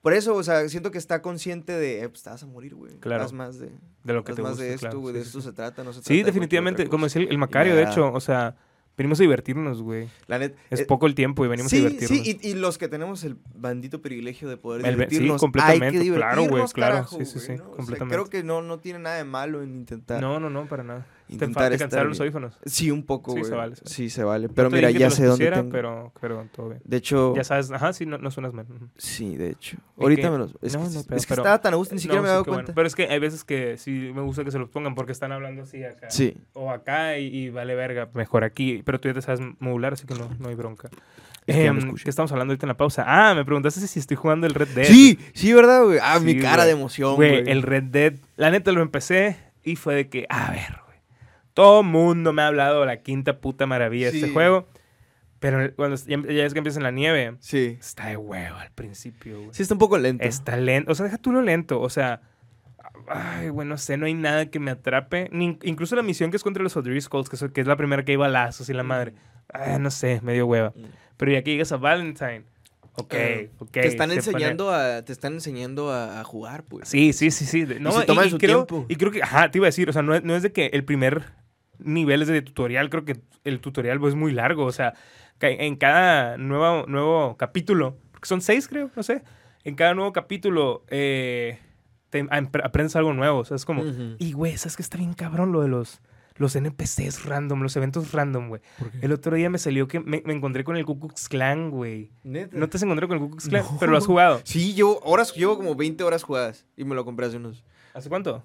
Speaker 2: Por eso, o sea, siento que está consciente de, eh, pues te vas a morir, güey.
Speaker 1: Claro.
Speaker 2: Haz más de,
Speaker 1: De lo que
Speaker 2: haz
Speaker 1: te
Speaker 2: más
Speaker 1: gusta,
Speaker 2: de esto,
Speaker 1: claro,
Speaker 2: güey,
Speaker 1: sí,
Speaker 2: de
Speaker 1: sí,
Speaker 2: esto
Speaker 1: sí.
Speaker 2: se trata, no se trata
Speaker 1: Sí,
Speaker 2: de cualquier
Speaker 1: definitivamente.
Speaker 2: otra
Speaker 1: Como
Speaker 2: cosa.
Speaker 1: decía el, el Macario, de
Speaker 2: nada.
Speaker 1: hecho, o sea, venimos a divertirnos, güey.
Speaker 2: La neta,
Speaker 1: Es
Speaker 2: eh,
Speaker 1: poco el tiempo y venimos
Speaker 2: sí,
Speaker 1: a divertirnos.
Speaker 2: Sí, y, y los que tenemos el bandito privilegio de poder
Speaker 1: El ve- sí,
Speaker 2: divertirnos, hay
Speaker 1: completamente,
Speaker 2: que
Speaker 1: claro, güey,
Speaker 2: divertirnos,
Speaker 1: claro,
Speaker 2: carajo,
Speaker 1: sí, sí, sí,
Speaker 2: güey, ¿no? O sea,
Speaker 1: completamente.
Speaker 2: creo que no, no tiene nada de malo en intentar.
Speaker 1: No, no, no, para nada. Te, fa-
Speaker 2: Intentar
Speaker 1: te
Speaker 2: estar
Speaker 1: cansaron los
Speaker 2: bien.
Speaker 1: audífonos.
Speaker 2: Sí, un poco,
Speaker 1: Sí,
Speaker 2: güey.
Speaker 1: se vale, se vale.
Speaker 2: Sí, se vale.
Speaker 1: No
Speaker 2: Pero
Speaker 1: te
Speaker 2: mira,
Speaker 1: dije que
Speaker 2: ya
Speaker 1: te los
Speaker 2: sé dónde
Speaker 1: pusiera,
Speaker 2: tengo. Oh.
Speaker 1: Pero, pero todo bien.
Speaker 2: De hecho,
Speaker 1: Ya sabes, ajá, sí, no, no suenas mal. ujú.
Speaker 2: sí, de hecho. Ahorita
Speaker 1: qué?
Speaker 2: me los... Es
Speaker 1: No, no,
Speaker 2: que, es
Speaker 1: pero-
Speaker 2: que
Speaker 1: pero-
Speaker 2: estaba tan a gusto, ni
Speaker 1: Eh,
Speaker 2: siquiera
Speaker 1: no,
Speaker 2: me he dado
Speaker 1: sí, qué bueno.
Speaker 2: cuenta.
Speaker 1: Pero es que hay veces que sí me gusta que se los pongan porque están hablando así acá.
Speaker 2: Sí.
Speaker 1: O acá y, y vale verga, mejor aquí. Pero tú ya te sabes modular, así que no, no hay bronca.
Speaker 2: Es que ya me
Speaker 1: Em,
Speaker 2: escucho.
Speaker 1: ¿Qué estamos hablando ahorita en la pausa? Ah, me preguntaste si estoy jugando el Red Dead.
Speaker 2: Sí, sí, ¿verdad, güey? Ah, mi
Speaker 1: Sí,
Speaker 2: cara
Speaker 1: güey.
Speaker 2: de emoción,
Speaker 1: Güey,
Speaker 2: güey.
Speaker 1: el Red Dead. La neta lo empecé y fue de que, a ver, güey. Todo mundo me ha hablado de la quinta puta maravilla de
Speaker 2: Sí.
Speaker 1: este juego. Pero cuando ya, ya es que empieza en la nieve,
Speaker 2: Sí.
Speaker 1: está de huevo al principio, güey.
Speaker 2: Sí, está un poco lento.
Speaker 1: Está lento. O sea, deja tú lo lento. O sea, ay, güey, no sé, no hay nada que me atrape. Ni- incluso la misión que es contra los O'Driscolls, que, es- que es la primera que iba a lazos y la madre. Ah, no sé, medio hueva.
Speaker 2: Mm.
Speaker 1: Pero ya que llegas a Valentine, ok,
Speaker 2: Eh,
Speaker 1: ok.
Speaker 2: te están
Speaker 1: se pone-
Speaker 2: enseñando a te están enseñando a, a jugar, pues.
Speaker 1: Sí, sí, sí, sí. De- No,
Speaker 2: se toman su
Speaker 1: creo,
Speaker 2: tiempo.
Speaker 1: Y creo que, ajá, te iba a decir, o sea, no es, no es de que el primer nivel es de tutorial, creo que el tutorial pues, es muy largo, o sea, ca- en cada nuevo, nuevo capítulo, porque son seis creo, no sé, en cada nuevo capítulo eh, te- a- empre- aprendes algo nuevo, o sea, es como,
Speaker 2: Ujú.
Speaker 1: y güey, ¿sabes que está bien cabrón lo de los, los NPCs random, los eventos random, güey?
Speaker 2: ¿Por qué?
Speaker 1: El otro día me salió que me, me encontré con el Ku Klux Klan, güey.
Speaker 2: Neta.
Speaker 1: ¿No te has encontrado con el Ku Klux Klan?
Speaker 2: No.
Speaker 1: Pero lo has jugado.
Speaker 2: Sí, llevo horas, llevo como 20 horas jugadas y me lo compré hace unos
Speaker 1: ¿Hace cuánto?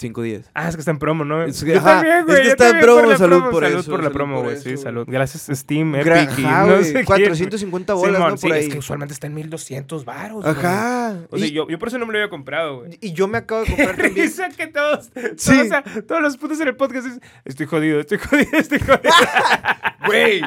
Speaker 2: 5 días.
Speaker 1: Ah, es que está en promo, ¿no?
Speaker 2: Es que-
Speaker 1: yo
Speaker 2: ajá,
Speaker 1: también,
Speaker 2: es
Speaker 1: güey.
Speaker 2: que
Speaker 1: yo
Speaker 2: está en
Speaker 1: también
Speaker 2: promo,
Speaker 1: la
Speaker 2: salud
Speaker 1: promo,
Speaker 2: por
Speaker 1: salud
Speaker 2: eso,
Speaker 1: por la
Speaker 2: salud
Speaker 1: promo,
Speaker 2: por
Speaker 1: güey.
Speaker 2: eso,
Speaker 1: Sí,
Speaker 2: güey.
Speaker 1: salud. Gracias, Steam, Epic.
Speaker 2: Gra-
Speaker 1: y
Speaker 2: ajá,
Speaker 1: no
Speaker 2: güey,
Speaker 1: sé quién.
Speaker 2: 450 bolas,
Speaker 1: Simón,
Speaker 2: ¿no?
Speaker 1: sí,
Speaker 2: Por ahí.
Speaker 1: es que usualmente está en 1200 baros.
Speaker 2: Ajá.
Speaker 1: O sea,
Speaker 2: y,
Speaker 1: yo, yo por eso no me lo había comprado, güey.
Speaker 2: y yo me acabo de comprar también.
Speaker 1: Risa que todos,
Speaker 2: Sí.
Speaker 1: todos, a- todos los putos en el podcast dicen, estoy jodido, estoy jodido, estoy jodido.
Speaker 2: Güey,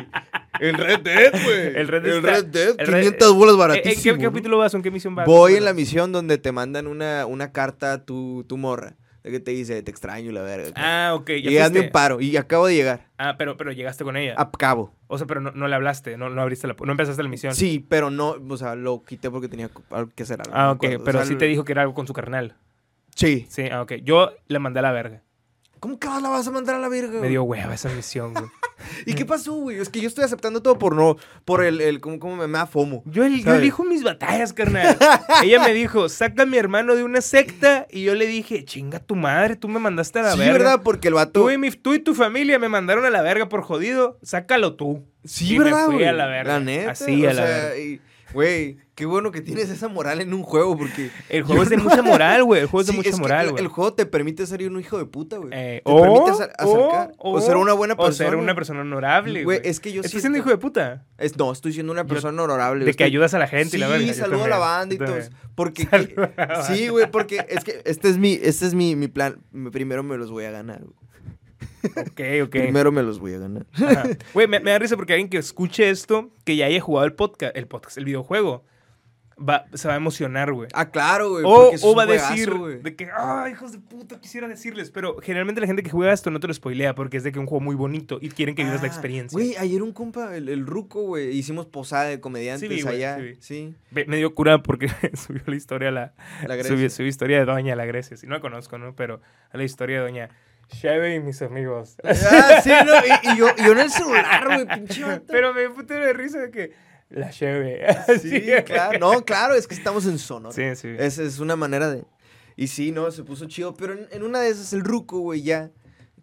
Speaker 2: el Red Dead, güey.
Speaker 1: El Red Dead
Speaker 2: El
Speaker 1: está-
Speaker 2: Red Dead,
Speaker 1: el Red- Eh,
Speaker 2: 500 bolas
Speaker 1: ¿En qué-
Speaker 2: baratísimo.
Speaker 1: qué capítulo vas? o ¿En qué misión vas?
Speaker 2: Voy en la misión donde te mandan una, una carta a tu, tu morra. De que te dice, te extraño, la verga.
Speaker 1: Ah, ok.
Speaker 2: y
Speaker 1: Ya
Speaker 2: hazme
Speaker 1: fuiste.
Speaker 2: un Ah. paro. Y acabo de llegar.
Speaker 1: Ah, pero, pero llegaste con ella.
Speaker 2: A cabo.
Speaker 1: O sea, pero no, no le hablaste, no, no abriste la pu- no empezaste la misión.
Speaker 2: Sí, pero no, o sea, lo quité porque tenía co- algo que hacer algo.
Speaker 1: Ah,
Speaker 2: no
Speaker 1: ok,
Speaker 2: me acuerdo. O
Speaker 1: pero
Speaker 2: sea,
Speaker 1: sí te dijo que era algo con su carnal.
Speaker 2: Sí.
Speaker 1: Sí, ah, ok. Yo la mandé a la verga.
Speaker 2: ¿Cómo que vas- la vas a mandar a la verga?
Speaker 1: Me
Speaker 2: güey?
Speaker 1: dio hueva esa misión, güey.
Speaker 2: ¿Y qué pasó, güey? Es que yo estoy aceptando todo por no, por el, el como, como me, me da fomo.
Speaker 1: Yo, el- yo
Speaker 2: ¿Sabes?
Speaker 1: elijo mis batallas, carnal. Ella me dijo, saca a mi hermano de una secta. Y yo le dije, chinga tu madre, tú me mandaste a la
Speaker 2: Sí,
Speaker 1: verga.
Speaker 2: ¿verdad? Porque el vato...
Speaker 1: Tú y, mi- tú y tu familia me mandaron a la verga por jodido. Sácalo tú.
Speaker 2: Sí,
Speaker 1: y me
Speaker 2: ¿verdad,
Speaker 1: fui
Speaker 2: güey?
Speaker 1: a la verga.
Speaker 2: neta.
Speaker 1: Así,
Speaker 2: o
Speaker 1: a la
Speaker 2: sea,
Speaker 1: verga.
Speaker 2: y- Güey, qué bueno que tienes esa moral en un juego porque...
Speaker 1: El juego
Speaker 2: yo
Speaker 1: es de
Speaker 2: no-
Speaker 1: mucha moral, güey. El juego es de
Speaker 2: Sí,
Speaker 1: mucha
Speaker 2: que
Speaker 1: moral,
Speaker 2: el-
Speaker 1: güey.
Speaker 2: El juego te permite ser un hijo de puta, güey.
Speaker 1: Eh,
Speaker 2: te permite acer- acercar. O, ser una buena persona.
Speaker 1: O ser una persona honorable,
Speaker 2: Güey,
Speaker 1: güey.
Speaker 2: es que yo
Speaker 1: ¿Estás
Speaker 2: siento-
Speaker 1: siendo hijo de puta?
Speaker 2: Es- no, estoy siendo una
Speaker 1: Yo-
Speaker 2: persona honorable.
Speaker 1: De que
Speaker 2: ayuda
Speaker 1: ayudas a la gente y la verga.
Speaker 2: Sí,
Speaker 1: Yo
Speaker 2: saludo a
Speaker 1: también,
Speaker 2: la banda y
Speaker 1: yo
Speaker 2: todo
Speaker 1: también.
Speaker 2: eso. Porque,
Speaker 1: Saludo a la
Speaker 2: sí,
Speaker 1: banda.
Speaker 2: güey, porque es que este es mi, este es mi, mi plan. Me- Primero me los voy a ganar, güey.
Speaker 1: Ok, ok.
Speaker 2: Primero me los voy a ganar.
Speaker 1: Ajá. Güey, me, me da risa porque alguien que escuche esto, que ya haya jugado el podcast, el podcast, el videojuego, va, se va a emocionar, güey.
Speaker 2: Ah, claro, güey.
Speaker 1: O,
Speaker 2: porque es
Speaker 1: o
Speaker 2: un
Speaker 1: va a
Speaker 2: juegazo,
Speaker 1: decir
Speaker 2: güey.
Speaker 1: de que, ah, hijos de puta, quisiera decirles. Pero generalmente la gente que juega esto no te lo spoilea porque es de que un juego muy bonito y quieren que vivas la
Speaker 2: Ah,
Speaker 1: experiencia.
Speaker 2: Güey, ayer un compa, el, el Ruco, güey, hicimos posada de comediantes
Speaker 1: Sí vi, güey,
Speaker 2: allá.
Speaker 1: sí vi.
Speaker 2: Sí,
Speaker 1: Ve- Me dio cura porque subió la historia a la,
Speaker 2: la Grecia.
Speaker 1: Subí, subí historia de Doña La Grecia, si no la conozco, ¿no? Pero a la historia de Doña Shebe y mis amigos.
Speaker 2: Ah, sí, no, y, y yo, y yo en el celular, güey, pinche vato.
Speaker 1: Pero me puto de risa de que la Shebe. Así,
Speaker 2: Sí, claro. No, claro, es que estamos en Sonora.
Speaker 1: Sí, sí.
Speaker 2: Es, es una manera de. Y sí, no, se puso chido. Pero en, en una de esas, el ruco, güey, ya.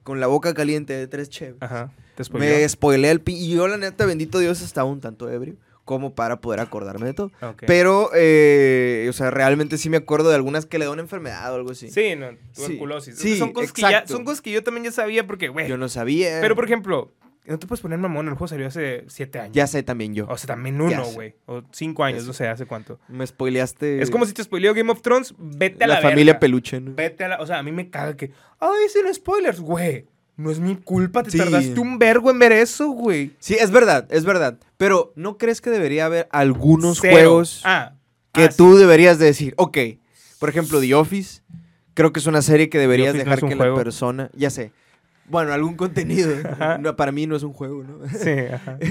Speaker 2: Con la boca caliente de tres cheves.
Speaker 1: Ajá. Después.
Speaker 2: Me spoileé el pi. Y yo, la neta, bendito Dios, estaba un tanto ebrio. Como para poder acordarme de todo.
Speaker 1: Ok.
Speaker 2: Pero, eh, o sea, realmente sí me acuerdo de algunas que le da una enfermedad o algo así.
Speaker 1: Sí, no, tuberculosis.
Speaker 2: Sí,
Speaker 1: son, cosas que ya,
Speaker 2: exacto.
Speaker 1: son cosas que yo también ya sabía porque, güey.
Speaker 2: Yo no sabía.
Speaker 1: Pero, por ejemplo, no te puedes poner mamón, el juego salió hace siete años.
Speaker 2: Ya sé también yo.
Speaker 1: O sea, también
Speaker 2: Ya
Speaker 1: uno,
Speaker 2: sé.
Speaker 1: güey. O cinco años,
Speaker 2: sé.
Speaker 1: no sé, hace cuánto.
Speaker 2: Me spoileaste.
Speaker 1: Es como si te spoileó Game of Thrones, vete
Speaker 2: la,
Speaker 1: a la,
Speaker 2: familia
Speaker 1: verga.
Speaker 2: peluche, ¿no?
Speaker 1: Vete a la. O sea, a mí me caga que. Ay, si los spoilers, güey. No es mi culpa, te
Speaker 2: Sí.
Speaker 1: tardaste un vergo en ver eso, güey.
Speaker 2: Sí, es verdad, es verdad. Pero, ¿no crees que debería haber algunos
Speaker 1: Cero.
Speaker 2: juegos
Speaker 1: Ah,
Speaker 2: que
Speaker 1: ah,
Speaker 2: tú deberías de decir? Ok, por ejemplo, The Office. Creo que es una serie que deberías
Speaker 1: Office no
Speaker 2: dejar
Speaker 1: es un
Speaker 2: que
Speaker 1: juego.
Speaker 2: la persona. Ya sé. Bueno, algún contenido. No, para mí no es un juego, ¿no?
Speaker 1: sí. Sí, ajá.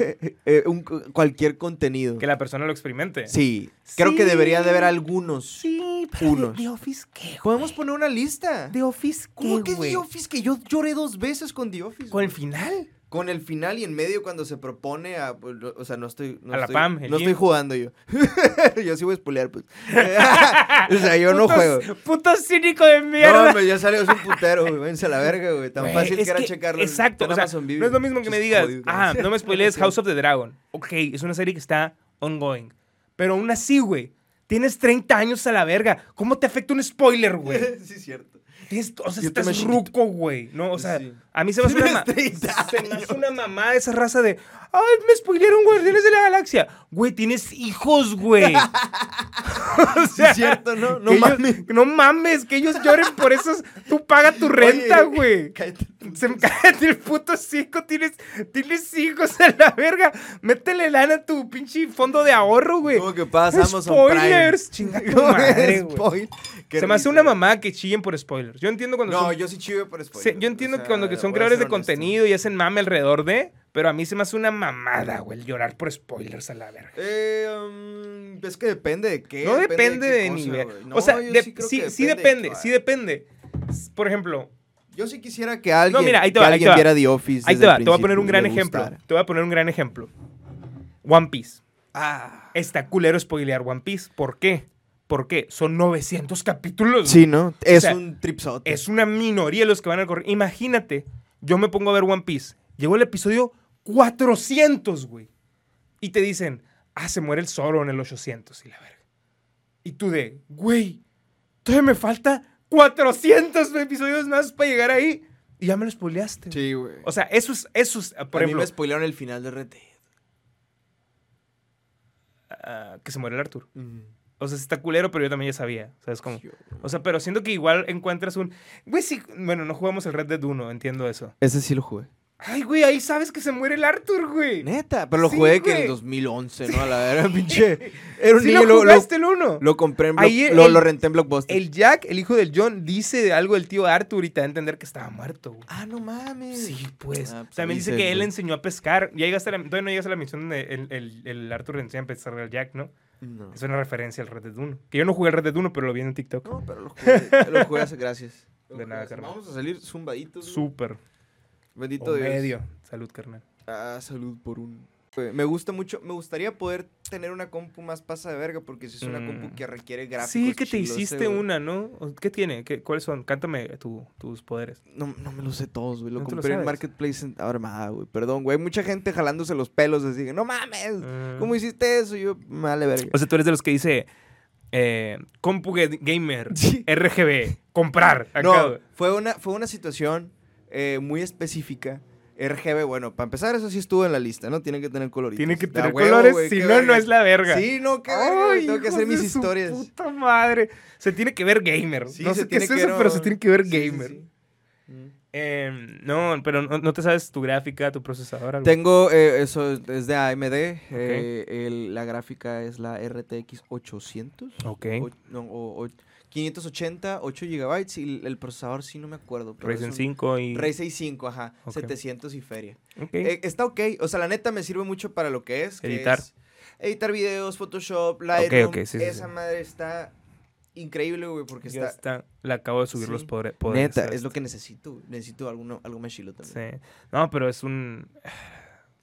Speaker 2: Eh, un- cualquier contenido.
Speaker 1: Que la persona lo experimente.
Speaker 2: Sí, creo que
Speaker 1: Sí.
Speaker 2: debería de haber algunos.
Speaker 1: Sí, pero
Speaker 2: Unos.
Speaker 1: de, de Office qué, güey.
Speaker 2: Podemos poner una lista.
Speaker 1: De Office qué,
Speaker 2: ¿Cómo que
Speaker 1: güey?
Speaker 2: The Office? Que yo lloré dos veces con The Office.
Speaker 1: ¿Con el
Speaker 2: güey.
Speaker 1: final?
Speaker 2: con el final y en medio cuando se propone a, pues, o sea, no estoy, no
Speaker 1: A la
Speaker 2: estoy-
Speaker 1: Pam, el
Speaker 2: no estoy
Speaker 1: Jim.
Speaker 2: jugando yo. yo sí voy a spoilear, pues. o sea, yo no
Speaker 1: Putos-
Speaker 2: juego.
Speaker 1: Puto cínico de
Speaker 2: No,
Speaker 1: mierda.
Speaker 2: hombre, ya salió es un putero, güey. Vénse a la verga, güey. Tan
Speaker 1: Güey,
Speaker 2: fácil
Speaker 1: es
Speaker 2: que era
Speaker 1: que-
Speaker 2: checarlo. en-
Speaker 1: Exacto.
Speaker 2: en
Speaker 1: o sea,
Speaker 2: Amazon Video.
Speaker 1: no es lo mismo que me
Speaker 2: Pinches
Speaker 1: digas,
Speaker 2: jodidos, güey.
Speaker 1: ah, no me spoilees House of the Dragon. Ok, es una serie que está ongoing. Pero aún así, güey, tienes 30 años a la verga. ¿Cómo te afecta un spoiler, güey?
Speaker 2: sí, es cierto.
Speaker 1: Tienes- o sea,
Speaker 2: Yo
Speaker 1: estás
Speaker 2: también
Speaker 1: ruco, güey. No, o sea,
Speaker 2: Sí.
Speaker 1: a mí se me hace una, ma-
Speaker 2: Tienes 30
Speaker 1: se me hace una mamá esa raza de, ay, me spoilearon Guardianes de la Galaxia. Güey, tienes hijos, güey. o
Speaker 2: Sí, es cierto, ¿no? No
Speaker 1: que ellos-
Speaker 2: mames.
Speaker 1: no mames, que ellos lloren por eso. Tú paga tu renta, güey.
Speaker 2: Cállate.
Speaker 1: Se me cae el puto cinco, tienes, tienes hijos a la verga. Métele lana a tu pinche fondo de ahorro, güey.
Speaker 2: ¿Cómo que pasa Amazon Prime?
Speaker 1: Spoilers, chinga tu
Speaker 2: ¿Cómo que
Speaker 1: madre, güey.
Speaker 2: spoil? Qué
Speaker 1: Se me hace
Speaker 2: risa,
Speaker 1: una
Speaker 2: güey.
Speaker 1: mamá que chillen por spoilers. Yo entiendo cuando
Speaker 2: No,
Speaker 1: son-
Speaker 2: yo sí chido por
Speaker 1: se-
Speaker 2: spoilers.
Speaker 1: yo entiendo
Speaker 2: o sea,
Speaker 1: que cuando que son
Speaker 2: voy a
Speaker 1: creadores
Speaker 2: ser
Speaker 1: de
Speaker 2: honesto.
Speaker 1: contenido y hacen mame alrededor de, pero a mí se me hace una mamada, güey, el llorar por spoilers a la verga.
Speaker 2: Eh, um, es que depende de qué.
Speaker 1: No depende de,
Speaker 2: qué cosa,
Speaker 1: nivel.
Speaker 2: güey.
Speaker 1: o
Speaker 2: No,
Speaker 1: sea,
Speaker 2: yo
Speaker 1: de- sí,
Speaker 2: creo
Speaker 1: sí,
Speaker 2: que
Speaker 1: depende,
Speaker 2: de-
Speaker 1: sí depende. S- Por ejemplo,
Speaker 2: Yo sí quisiera que alguien,
Speaker 1: No, mira, ahí te
Speaker 2: que
Speaker 1: va, ahí
Speaker 2: alguien
Speaker 1: te va.
Speaker 2: viera The Office.
Speaker 1: ahí
Speaker 2: desde
Speaker 1: te va,
Speaker 2: el
Speaker 1: te voy a poner un
Speaker 2: principio
Speaker 1: gran
Speaker 2: y le
Speaker 1: ejemplo.
Speaker 2: gustara.
Speaker 1: Te voy a poner un gran ejemplo. One Piece.
Speaker 2: Ah.
Speaker 1: Está culero spoilear One Piece. ¿Por qué? Porque son 900 capítulos.
Speaker 2: Sí, ¿no? Es
Speaker 1: sea,
Speaker 2: un tripsote.
Speaker 1: Es una minoría los que van al correr. Imagínate, yo me pongo a ver One Piece. Llegó el episodio 400, güey. Y te dicen, ah, se muere el Zoro en el 800 y la verga. Y tú de, güey, todavía me falta 400 episodios más para llegar ahí. Y ya me lo spoileaste. güey.
Speaker 2: Sí, güey.
Speaker 1: O sea, eso es, eso es, por
Speaker 2: a mí
Speaker 1: ejemplo,
Speaker 2: me spoilearon el final de RT.
Speaker 1: ah, que se muere el Arthur. O sea, sí está culero, pero yo también ya sabía. ¿Sabes cómo?
Speaker 2: Yo-
Speaker 1: O sea, pero siento que igual encuentras un... Güey, sí, bueno, no jugamos el Red Dead 1, entiendo eso.
Speaker 2: Ese sí lo jugué.
Speaker 1: Ay, güey, ahí sabes que se muere el Arthur, güey.
Speaker 2: Neta, pero lo
Speaker 1: Sí,
Speaker 2: jugué que en
Speaker 1: güey.
Speaker 2: el 2011, ¿no? A la verdad, pinche. Era un
Speaker 1: Sí
Speaker 2: niño,
Speaker 1: lo
Speaker 2: lo, lo,
Speaker 1: jugaste el uno.
Speaker 2: lo compré en Block-
Speaker 1: Ahí el-
Speaker 2: lo, lo renté en Blockbuster.
Speaker 1: El Jack, el hijo del John, dice algo del tío Arthur y te da a entender que estaba muerto, güey.
Speaker 2: Ah, no mames.
Speaker 1: Sí, pues.
Speaker 2: Ah, pues,
Speaker 1: También
Speaker 2: ahí
Speaker 1: dice
Speaker 2: se-
Speaker 1: que él le enseñó a pescar. Ya llegaste a la, todavía no llegas a la misión donde el, el- el Arthur le enseña a pescar al Jack, ¿no?
Speaker 2: No.
Speaker 1: Es una referencia al Red Dead 1. Que yo no jugué al Red Dead 1, pero lo vi en TikTok.
Speaker 2: No, pero lo jugué. lo jugué hace- gracias. Lo
Speaker 1: De
Speaker 2: jugué
Speaker 1: nada,
Speaker 2: hace-
Speaker 1: carnal.
Speaker 2: Vamos a salir zumbaditos. güey.
Speaker 1: Súper.
Speaker 2: Bendito
Speaker 1: O
Speaker 2: Dios.
Speaker 1: medio. Salud, carnal.
Speaker 2: Ah, salud por un. Güey, Me gusta mucho, me gustaría poder tener una compu más pasa de verga porque si es una
Speaker 1: Mm.
Speaker 2: compu que requiere gráficos.
Speaker 1: sí, que te
Speaker 2: chilos, eh,
Speaker 1: hiciste
Speaker 2: güey.
Speaker 1: una, ¿no? ¿O ¿Qué tiene? ¿Qué- ¿Cuáles son? Cántame tu- tus poderes.
Speaker 2: No, no me lo sé todos, güey. Lo
Speaker 1: ¿No te lo
Speaker 2: compré en
Speaker 1: sabes?
Speaker 2: Marketplace en Armada, güey. Perdón, güey. Hay mucha gente jalándose los pelos así que, no mames.
Speaker 1: Mm.
Speaker 2: ¿Cómo hiciste eso? Yo, vale, verga.
Speaker 1: O sea, tú eres de los que dice eh, Compu Ga- Gamer,
Speaker 2: Sí.
Speaker 1: RGB, comprar. acá,
Speaker 2: no,
Speaker 1: güey.
Speaker 2: fue una, fue una situación eh, muy específica. RGB, bueno, para empezar, eso sí estuvo en la lista, ¿no? Tiene que tener coloritos.
Speaker 1: Tiene que
Speaker 2: Da
Speaker 1: tener
Speaker 2: huevo,
Speaker 1: colores,
Speaker 2: güey,
Speaker 1: si
Speaker 2: qué
Speaker 1: no, no
Speaker 2: verga.
Speaker 1: es la verga.
Speaker 2: Sí, no, qué verga,
Speaker 1: Ay,
Speaker 2: güey, Tengo que
Speaker 1: hijos
Speaker 2: hacer
Speaker 1: de
Speaker 2: mis
Speaker 1: su
Speaker 2: historias.
Speaker 1: Puta madre. Se tiene que ver gamer.
Speaker 2: Sí,
Speaker 1: no
Speaker 2: se
Speaker 1: sé qué
Speaker 2: tiene
Speaker 1: es
Speaker 2: que
Speaker 1: eso,
Speaker 2: ver,
Speaker 1: pero
Speaker 2: ¿no?
Speaker 1: se tiene que ver
Speaker 2: Sí, sí,
Speaker 1: gamer.
Speaker 2: sí. Mm.
Speaker 1: Eh, no, pero no, no te sabes tu gráfica, tu procesador. algo.
Speaker 2: Tengo, eh, eso es- es de AMD. eh, el- la gráfica es la RTX 800.
Speaker 1: Ok.
Speaker 2: o- no, o- o- 580, 8 GB. Y el- el procesador sí no me acuerdo. pero es
Speaker 1: Ryzen
Speaker 2: un-
Speaker 1: 5 y.
Speaker 2: Ryzen 5, ajá.
Speaker 1: Ok.
Speaker 2: 700 y feria.
Speaker 1: Ok.
Speaker 2: Eh, está ok. O sea, la neta me sirve mucho para lo que es. que
Speaker 1: Editar.
Speaker 2: es editar videos, Photoshop, Lightroom.
Speaker 1: ok, sí, sí,
Speaker 2: Esa
Speaker 1: sí.
Speaker 2: madre está increíble, güey, porque
Speaker 1: Ya
Speaker 2: está...
Speaker 1: está. Le acabo de subir
Speaker 2: Sí.
Speaker 1: los podre- poderes.
Speaker 2: neta,
Speaker 1: a
Speaker 2: es lo
Speaker 1: esto.
Speaker 2: que necesito. güey. Necesito alguno, algo más chilo también.
Speaker 1: Sí. No, pero es un.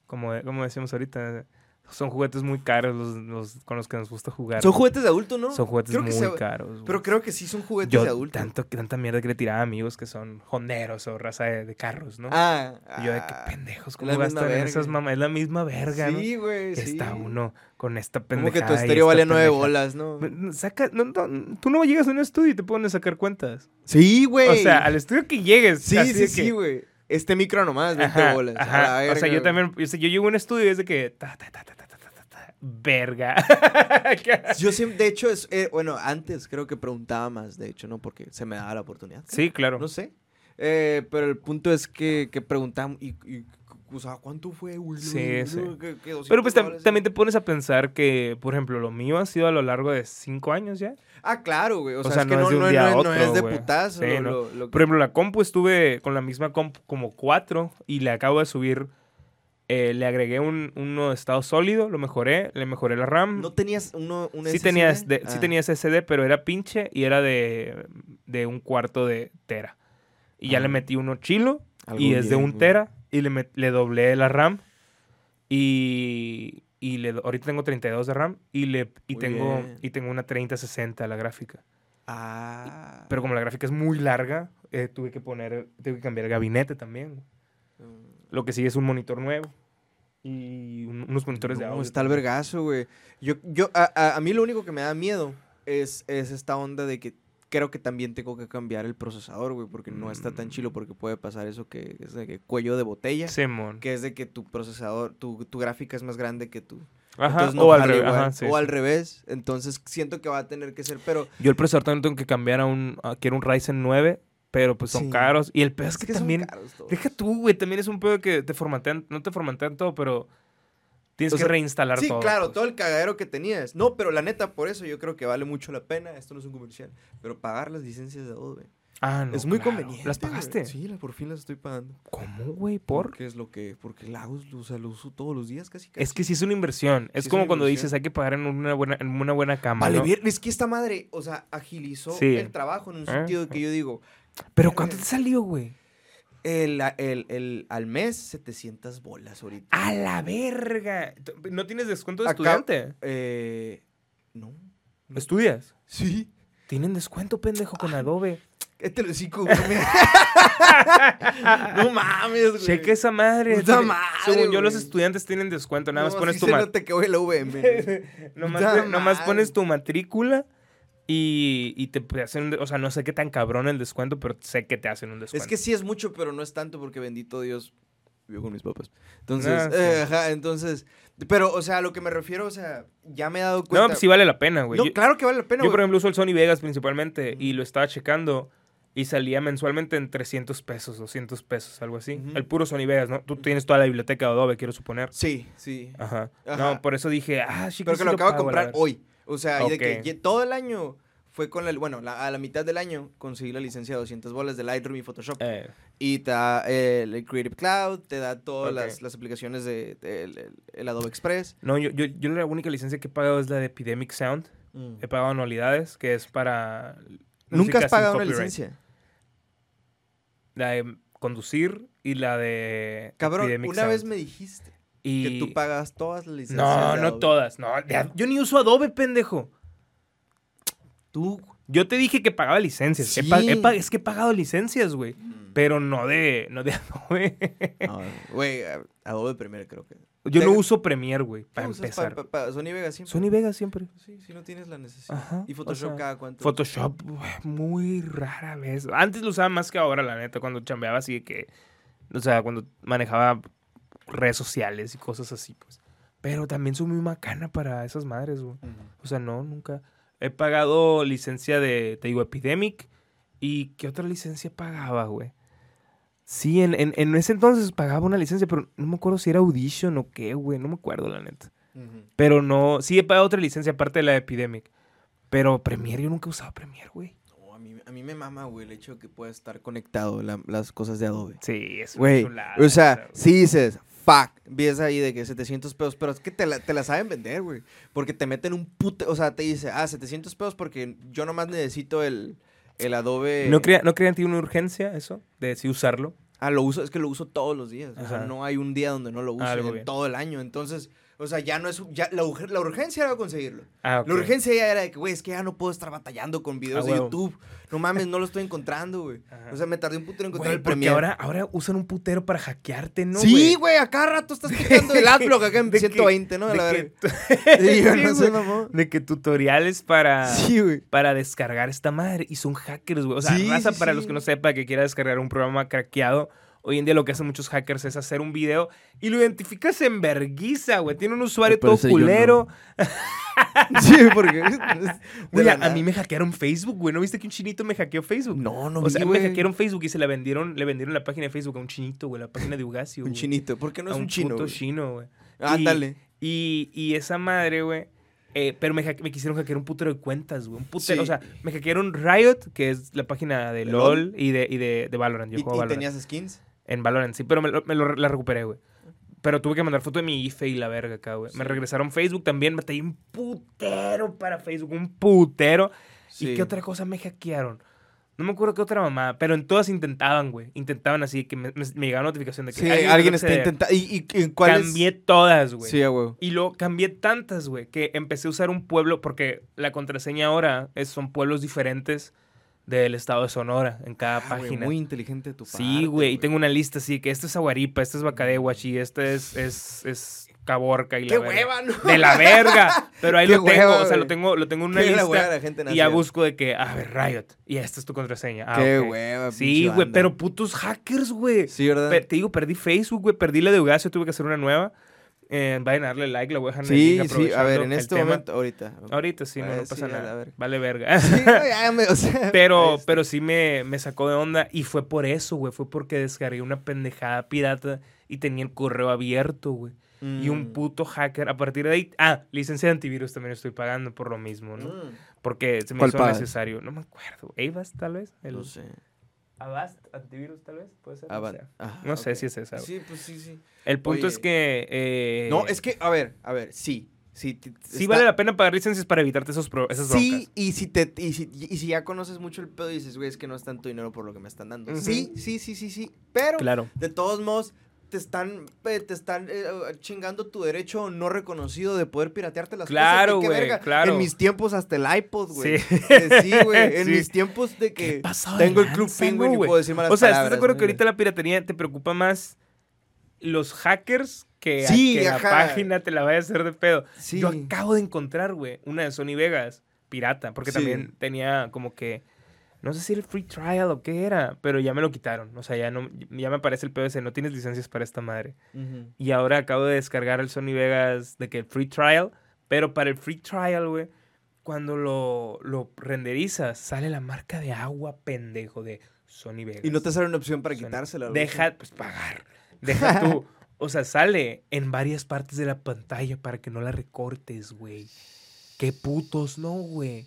Speaker 1: Como, de- como decíamos ahorita, son juguetes muy caros los, los con los que nos gusta jugar.
Speaker 2: Son
Speaker 1: güey.
Speaker 2: juguetes de adulto, ¿no?
Speaker 1: Son juguetes
Speaker 2: Creo que
Speaker 1: muy
Speaker 2: se-
Speaker 1: caros. güey.
Speaker 2: Pero creo que sí son juguetes
Speaker 1: Yo
Speaker 2: de adulto.
Speaker 1: tanto, tanta mierda que le tiraba a amigos que son honderos o raza de, de carros, ¿no?
Speaker 2: Ah,
Speaker 1: Y yo de qué
Speaker 2: ah,
Speaker 1: pendejos,
Speaker 2: es
Speaker 1: ¿cómo
Speaker 2: la misma
Speaker 1: gastan en
Speaker 2: verga.
Speaker 1: esas mamás? Es la misma verga, ¿no?
Speaker 2: Sí, güey,
Speaker 1: Que
Speaker 2: sí.
Speaker 1: está uno con esta
Speaker 2: Como
Speaker 1: pendejada.
Speaker 2: que tu
Speaker 1: y
Speaker 2: estéreo
Speaker 1: esta
Speaker 2: vale nueve
Speaker 1: pendejada.
Speaker 2: bolas, ¿no?
Speaker 1: Bueno, Saca, no, no, tú no llegas a un estudio y te pones a sacar cuentas.
Speaker 2: Sí, güey.
Speaker 1: O sea, al estudio que llegues.
Speaker 2: Sí,
Speaker 1: así de
Speaker 2: sí, sí,
Speaker 1: que-
Speaker 2: güey. Este micro nomás, 20
Speaker 1: Ajá,
Speaker 2: bolas. a
Speaker 1: ajá.
Speaker 2: la
Speaker 1: o
Speaker 2: verga,
Speaker 1: sea, yo
Speaker 2: güey.
Speaker 1: también, o sea, yo llego a un estudio y es de que... ta, ta, ta, ta, ta, ta, ta, ta, ta, verga.
Speaker 2: Yo siempre, de hecho, es, eh, bueno, antes creo que preguntaba más, de hecho, ¿no? Porque se me daba la oportunidad.
Speaker 1: sí, claro.
Speaker 2: No sé. Eh, pero el punto es que, que preguntaba y, y, o sea, ¿cuánto fue, güey?
Speaker 1: Sí,
Speaker 2: Luego,
Speaker 1: sí.
Speaker 2: luego, que- que 200
Speaker 1: Pero pues tam-
Speaker 2: dólares.
Speaker 1: también te pones a pensar que, por ejemplo, lo mío ha sido a lo largo de cinco años ya.
Speaker 2: Ah, claro, güey. O, sea,
Speaker 1: sea,
Speaker 2: es que
Speaker 1: no es
Speaker 2: no,
Speaker 1: de un
Speaker 2: no,
Speaker 1: día a
Speaker 2: no- no
Speaker 1: otro,
Speaker 2: es de
Speaker 1: güey.
Speaker 2: putazo.
Speaker 1: Sí,
Speaker 2: lo-
Speaker 1: no.
Speaker 2: lo- lo que-
Speaker 1: Por ejemplo, la compu estuve con la misma compu como cuatro y le acabo de subir. eh, le agregué un, uno de estado sólido, lo mejoré, le mejoré la RAM.
Speaker 2: ¿No tenías uno, un
Speaker 1: sí,
Speaker 2: SSD?
Speaker 1: tenía SD, sí
Speaker 2: Ah.
Speaker 1: tenía SSD, pero era pinche y era de, de un cuarto de tera. Y ya
Speaker 2: Ah.
Speaker 1: le metí uno chilo
Speaker 2: Algo
Speaker 1: y es de
Speaker 2: bien,
Speaker 1: un
Speaker 2: güey.
Speaker 1: tera. y le, met- le doblé la RAM. Y, y le, do- ahorita tengo 32 de RAM y, le, y,
Speaker 2: Muy
Speaker 1: tengo,
Speaker 2: bien.
Speaker 1: y tengo una 3060 la gráfica.
Speaker 2: Ah.
Speaker 1: Pero como la gráfica es muy larga, eh, tuve que poner, tuve que cambiar el gabinete también. Lo que sigue es un monitor nuevo y un- unos monitores de
Speaker 2: No,
Speaker 1: audio.
Speaker 2: está el vergazo, güey. Yo, yo, a, a- a mí lo único que me da miedo es, es esta onda de que creo que también tengo que cambiar el procesador, güey, porque no está tan
Speaker 1: Mm.
Speaker 2: chilo, porque puede pasar eso que es de que cuello de botella,
Speaker 1: Simón.
Speaker 2: que es de que tu procesador, tu, tu gráfica es más grande que tu...
Speaker 1: Ajá,
Speaker 2: entonces no
Speaker 1: o al
Speaker 2: jala
Speaker 1: revés.
Speaker 2: igual,
Speaker 1: ajá, sí,
Speaker 2: o
Speaker 1: sí.
Speaker 2: al revés, entonces siento que va a tener que ser, pero...
Speaker 1: Yo el procesador también tengo que cambiar a un, a- quiero un Ryzen 9, pero pues son
Speaker 2: Sí.
Speaker 1: caros. Y el peor es que,
Speaker 2: son
Speaker 1: también,
Speaker 2: caros todos.
Speaker 1: deja tú, güey, también es un pedo que te formatean, no te formatean todo, pero tienes
Speaker 2: O
Speaker 1: que
Speaker 2: sea,
Speaker 1: reinstalar
Speaker 2: Sí,
Speaker 1: todo.
Speaker 2: claro,
Speaker 1: pues.
Speaker 2: todo el cagadero que tenías. No, pero la neta, por eso yo creo que vale mucho la pena, esto no es un comercial, pero pagar las licencias de Adobe.
Speaker 1: Ah, no,
Speaker 2: es muy
Speaker 1: claro.
Speaker 2: conveniente.
Speaker 1: ¿Las
Speaker 2: güey.
Speaker 1: pagaste?
Speaker 2: Sí, la- por fin las estoy pagando.
Speaker 1: ¿Cómo, güey? ¿Por?
Speaker 2: Porque es lo que. Porque la uso, o sea, lo uso todos los días casi.
Speaker 1: Es
Speaker 2: casi.
Speaker 1: que sí es una inversión. Es
Speaker 2: Sí es
Speaker 1: como
Speaker 2: una
Speaker 1: cuando
Speaker 2: inversión.
Speaker 1: dices, hay que pagar en una buena, en una buena cama.
Speaker 2: Vale,
Speaker 1: ¿no?
Speaker 2: ver- es que esta madre, o sea, agilizó
Speaker 1: Sí.
Speaker 2: el trabajo en un
Speaker 1: Eh,
Speaker 2: sentido de que yo digo,
Speaker 1: Pero ¿cuánto te salió, güey?
Speaker 2: el, el- el- al mes 700 bolas ahorita.
Speaker 1: A la verga. T- ¿No tienes descuento de
Speaker 2: Acá-
Speaker 1: estudiante?
Speaker 2: Eh, no. no.
Speaker 1: ¿Estudias?
Speaker 2: Sí.
Speaker 1: Tienen descuento, pendejo, con Adobe.
Speaker 2: Este lo sí, güey. No mames, güey.
Speaker 1: Checa esa madre.
Speaker 2: Puta
Speaker 1: tiene-
Speaker 2: madre,
Speaker 1: Según yo, los
Speaker 2: güey.
Speaker 1: estudiantes tienen descuento. Nada más
Speaker 2: No,
Speaker 1: pones
Speaker 2: sí
Speaker 1: tu
Speaker 2: se
Speaker 1: ma-
Speaker 2: nota que voy a la UVM.
Speaker 1: nomás,
Speaker 2: Puta
Speaker 1: pon- nomás
Speaker 2: madre.
Speaker 1: pones tu matrícula y, y te p- hacen... un de- O sea, no sé qué tan cabrón el descuento, pero sé que te hacen un descuento.
Speaker 2: Es que sí es mucho, pero no es tanto porque bendito Dios vivo con mis papás. Entonces,
Speaker 1: Ah, sí.
Speaker 2: eh, ajá, entonces, pero o sea, a lo que me refiero, o sea, ya me he dado cuenta.
Speaker 1: No, pues sí vale la pena, güey.
Speaker 2: No,
Speaker 1: Yo-
Speaker 2: claro que vale la pena,
Speaker 1: Yo,
Speaker 2: güey.
Speaker 1: por ejemplo, uso el Sony Vegas principalmente y
Speaker 2: Ujú.
Speaker 1: lo estaba checando y salía mensualmente en 300 pesos, 200 pesos, algo así.
Speaker 2: Ujú.
Speaker 1: El puro Sony Vegas, ¿no? Tú tienes toda la biblioteca de Adobe, quiero suponer.
Speaker 2: Sí, sí.
Speaker 1: Ajá.
Speaker 2: Ajá.
Speaker 1: No, por eso dije, ah, sí,
Speaker 2: Pero que
Speaker 1: sí
Speaker 2: lo
Speaker 1: pago,
Speaker 2: acabo de
Speaker 1: la
Speaker 2: comprar
Speaker 1: verdad.
Speaker 2: hoy. O sea, y de que
Speaker 1: Ok.
Speaker 2: ye- todo el año fue con la, bueno, la- a la mitad del año conseguí la licencia de 200 bolas de Lightroom y Photoshop.
Speaker 1: Eh,
Speaker 2: Y te da eh, el Creative Cloud, te da todas
Speaker 1: Ok.
Speaker 2: las, las aplicaciones de, de- el, el- el Adobe Express.
Speaker 1: no, yo, yo, yo la única licencia que he pagado es la de Epidemic Sound. He pagado anualidades, que es para. música
Speaker 2: ¿Nunca has
Speaker 1: sin
Speaker 2: pagado una
Speaker 1: copyright.
Speaker 2: licencia?
Speaker 1: La de conducir y la de.
Speaker 2: Cabrón,
Speaker 1: Epidemic
Speaker 2: una vez
Speaker 1: Sound.
Speaker 2: me dijiste.
Speaker 1: Y...
Speaker 2: Que tú pagas todas las licencias.
Speaker 1: No,
Speaker 2: de
Speaker 1: no
Speaker 2: Adobe.
Speaker 1: todas. No, de Ad- yo ni uso Adobe, pendejo. Tú, yo te dije que pagaba licencias. He pa-
Speaker 2: Sí.
Speaker 1: he pa- es que he pagado licencias, güey. Pero no de, no de Adobe.
Speaker 2: Mm. No, Güey, a- Adobe Premiere creo que.
Speaker 1: yo no
Speaker 2: Deja-
Speaker 1: uso Premiere, güey, para
Speaker 2: No, usas
Speaker 1: empezar.
Speaker 2: pa- pa- pa- Sony Vegas siempre.
Speaker 1: Sony Vegas siempre.
Speaker 2: Sí, si no tienes la necesidad.
Speaker 1: Ajá.
Speaker 2: ¿Y
Speaker 1: o
Speaker 2: Photoshop
Speaker 1: sea,
Speaker 2: cada cuánto?
Speaker 1: Photoshop, güey, muy rara vez. Antes lo usaba más que ahora, la neta, cuando chambeaba así de que. O sea, cuando manejaba redes sociales y cosas así, pues. Pero también soy muy macana para esas madres, güey.
Speaker 2: Ujú.
Speaker 1: O sea, no, nunca. He pagado licencia de, te digo, Epidemic. ¿Y qué otra licencia pagaba, güey? Sí, en, en, en ese entonces pagaba una licencia, pero no me acuerdo si era Audition o qué, güey. No me acuerdo, la neta.
Speaker 2: Ujú.
Speaker 1: Pero no, sí he pagado otra licencia aparte de la de Epidemic. Pero Premiere, yo nunca he usado Premiere, güey.
Speaker 2: No, a mí, a mí me mama, güey, el hecho de que pueda estar conectado la- las cosas de Adobe.
Speaker 1: Sí, es una
Speaker 2: Güey,
Speaker 1: chulada,
Speaker 2: o
Speaker 1: esa,
Speaker 2: sea,
Speaker 1: güey.
Speaker 2: si dices, fuck, ves ahí de que 700 pesos, pero es que te la, te la saben vender, güey. Porque te meten un puto, o sea, te dice, ah, 700 pesos porque yo nomás necesito el, el Adobe.
Speaker 1: ¿No crean no crea en ti una urgencia eso? De sí usarlo.
Speaker 2: Ah, lo uso, es que lo uso todos los días. O sea,
Speaker 1: Ajá. Ah,
Speaker 2: no hay un día donde no lo use
Speaker 1: Algo
Speaker 2: en
Speaker 1: bien.
Speaker 2: todo el año. Entonces, o sea, ya no es. Ya, la, urge- la urgencia era conseguirlo.
Speaker 1: Ah, ok.
Speaker 2: La urgencia ya era de que, güey, es que ya no puedo estar batallando con videos
Speaker 1: Ah,
Speaker 2: de
Speaker 1: huevo.
Speaker 2: YouTube. No mames, no lo estoy encontrando, güey.
Speaker 1: Ajá.
Speaker 2: O sea, me tardé un puto en encontrar
Speaker 1: Güey,
Speaker 2: el
Speaker 1: porque
Speaker 2: Premiere.
Speaker 1: ahora, ahora usan un putero para hackearte, ¿no?
Speaker 2: sí, güey, a cada rato estás picando el Adblock acá en
Speaker 1: De que-
Speaker 2: 120, ¿no? A
Speaker 1: de
Speaker 2: la
Speaker 1: que-
Speaker 2: verga. Sí, yo
Speaker 1: Sí,
Speaker 2: no sé,
Speaker 1: güey.
Speaker 2: mamón.
Speaker 1: De que tutoriales para,
Speaker 2: Sí, güey.
Speaker 1: para descargar esta madre. Y son hackers, güey. O sea,
Speaker 2: Sí,
Speaker 1: raza
Speaker 2: sí,
Speaker 1: para
Speaker 2: sí.
Speaker 1: los que no sepa que quiera descargar un programa craqueado. Hoy en día lo que hacen muchos hackers es hacer un video y lo identificas en verguiza, güey. Tiene un usuario
Speaker 2: Al
Speaker 1: todo
Speaker 2: parecer yo no.
Speaker 1: culero.
Speaker 2: Sí, porque. de
Speaker 1: Güey,
Speaker 2: la
Speaker 1: a, a
Speaker 2: nada.
Speaker 1: mí me hackearon Facebook, güey. ¿No viste que un chinito me hackeó Facebook?
Speaker 2: No, no,
Speaker 1: O sea,
Speaker 2: vi,
Speaker 1: me
Speaker 2: güey.
Speaker 1: hackearon Facebook y se la vendieron, le vendieron la página de Facebook a un chinito, güey, la página de Ugasio.
Speaker 2: Un
Speaker 1: güey.
Speaker 2: chinito. ¿Por qué no
Speaker 1: A
Speaker 2: es un chino?
Speaker 1: puto
Speaker 2: güey?
Speaker 1: chino, güey.
Speaker 2: Ándale.
Speaker 1: Y, y esa madre, güey. eh, pero me, hacke- me quisieron hackear un putero de cuentas, güey. Un putero.
Speaker 2: Sí.
Speaker 1: O sea, me hackearon Riot, que es la página de
Speaker 2: ¿De
Speaker 1: LOL, y de, y de, de Valorant.
Speaker 2: ¿Y,
Speaker 1: Yo juego
Speaker 2: y
Speaker 1: Valorant.
Speaker 2: tenías skins?
Speaker 1: En Valorant, sí, pero me, lo- me lo- la recuperé, güey. Pero tuve que mandar foto de mi IFE y la verga acá, güey. Me
Speaker 2: Sí.
Speaker 1: regresaron Facebook también. Me traí un putero para Facebook, un putero.
Speaker 2: Sí.
Speaker 1: ¿Y qué otra cosa me hackearon? No me acuerdo qué otra mamá, pero en todas intentaban, güey. Intentaban así, que me, me- me llegaba notificación de que
Speaker 2: Sí, alguien está
Speaker 1: acceder.
Speaker 2: intentando. ¿Y, y, y cuál es?
Speaker 1: Cambié todas, güey.
Speaker 2: Sí, a huevo.
Speaker 1: Y luego cambié tantas, güey, que empecé a usar un pueblo, porque la contraseña ahora es, son pueblos diferentes del estado de Sonora en cada
Speaker 2: Ah, güey,
Speaker 1: página.
Speaker 2: Muy inteligente tu parte.
Speaker 1: sí, güey, y tengo una lista así, que este es Aguaripa, este es Bacadehuachi, este es, es, es Caborca y la
Speaker 2: ¡Qué
Speaker 1: verga.
Speaker 2: hueva, no!
Speaker 1: De la verga. Pero ahí
Speaker 2: Qué
Speaker 1: lo tengo,
Speaker 2: hueva,
Speaker 1: o sea, lo
Speaker 2: güey.
Speaker 1: tengo, lo tengo en una
Speaker 2: Qué la
Speaker 1: lista.
Speaker 2: hueva la gente
Speaker 1: Y ya
Speaker 2: nació.
Speaker 1: busco de que, a ver, Riot, y esta es tu contraseña. Ah,
Speaker 2: ¡Qué
Speaker 1: ok.
Speaker 2: hueva,
Speaker 1: Sí,
Speaker 2: pinche
Speaker 1: güey,
Speaker 2: banda.
Speaker 1: pero putos hackers, güey.
Speaker 2: Sí, ¿verdad?
Speaker 1: Pe- te digo, perdí Facebook, güey, perdí la de Ugasio, tuve que hacer una nueva. Eh, vayan a darle like, la voy a dejar en el
Speaker 2: sí,
Speaker 1: link
Speaker 2: sí. A ver, en
Speaker 1: aprovechando el
Speaker 2: este
Speaker 1: tema.
Speaker 2: momento, ahorita.
Speaker 1: Ahorita sí, no,
Speaker 2: Ah,
Speaker 1: no
Speaker 2: sí,
Speaker 1: pasa
Speaker 2: a la
Speaker 1: nada.
Speaker 2: verga.
Speaker 1: Vale verga.
Speaker 2: Sí, no, ya me- o sea,
Speaker 1: pero,
Speaker 2: este,
Speaker 1: pero sí me, me sacó de onda y fue por eso, güey. Fue porque descargué una pendejada pirata y tenía el correo abierto, güey. Y
Speaker 2: mm,
Speaker 1: un puto hacker, a partir de ahí... Ah, licencia de antivirus también estoy pagando por lo mismo, ¿no?
Speaker 2: mm,
Speaker 1: Porque se me
Speaker 2: ¿Cuál
Speaker 1: hizo
Speaker 2: pagas?
Speaker 1: necesario. No me acuerdo. ¿Avast tal vez? El,
Speaker 2: No sé.
Speaker 1: ¿Avast antivirus tal vez? Puede ser.
Speaker 2: Avan-
Speaker 1: No sé,
Speaker 2: ah,
Speaker 1: No sé
Speaker 2: ok.
Speaker 1: si es esa, güey.
Speaker 2: Sí, pues sí, sí.
Speaker 1: El punto
Speaker 2: Oye.
Speaker 1: es que... eh,
Speaker 2: No, es que, a ver, a ver, sí. Sí, ti-
Speaker 1: Sí
Speaker 2: está-
Speaker 1: vale la pena pagar licencias para evitarte esos pro- esas
Speaker 2: Sí,
Speaker 1: broncas.
Speaker 2: y si, te, y, si, y si ya conoces mucho el pedo y dices, güey, es que no es tanto dinero por lo que me están dando.
Speaker 1: Ujú.
Speaker 2: Sí, sí, sí, sí, sí. Pero,
Speaker 1: Claro.
Speaker 2: de todos modos, te están, eh, te están eh, chingando tu derecho no reconocido de poder piratearte las
Speaker 1: Claro,
Speaker 2: cosas. ¿de qué
Speaker 1: güey,
Speaker 2: verga?
Speaker 1: claro.
Speaker 2: En mis tiempos hasta el iPod, güey.
Speaker 1: Sí.
Speaker 2: Eh, Sí, güey. en
Speaker 1: Sí.
Speaker 2: mis tiempos de que
Speaker 1: pasado de
Speaker 2: tengo el Club
Speaker 1: lanza,
Speaker 2: Penguin
Speaker 1: ¿no,
Speaker 2: y
Speaker 1: güey?
Speaker 2: puedo decir malas
Speaker 1: O sea, ¿estás
Speaker 2: palabras.
Speaker 1: de acuerdo
Speaker 2: ¿no?
Speaker 1: que ahorita la piratería te preocupa más los hackers que, a
Speaker 2: Sí,
Speaker 1: que la
Speaker 2: ajá.
Speaker 1: página te la vaya a hacer de pedo?
Speaker 2: Sí.
Speaker 1: Yo acabo de encontrar, güey, una de Sony Vegas pirata, porque
Speaker 2: Sí.
Speaker 1: también tenía como que no sé si era el free trial o qué era, pero ya me lo quitaron. O sea, ya no ya me aparece el PBC, no tienes licencias para esta madre.
Speaker 2: Ujú.
Speaker 1: Y ahora acabo de descargar el Sony Vegas de que el free trial, pero para el free trial, güey, cuando lo, lo renderizas, sale la marca de agua pendejo de Sony Vegas.
Speaker 2: Y no te sale una opción para
Speaker 1: Sony-
Speaker 2: quitársela. güey.
Speaker 1: Deja, pues pagar. Deja tú. O sea, sale en varias partes de la pantalla para que no la recortes, güey. Qué putos, no, güey.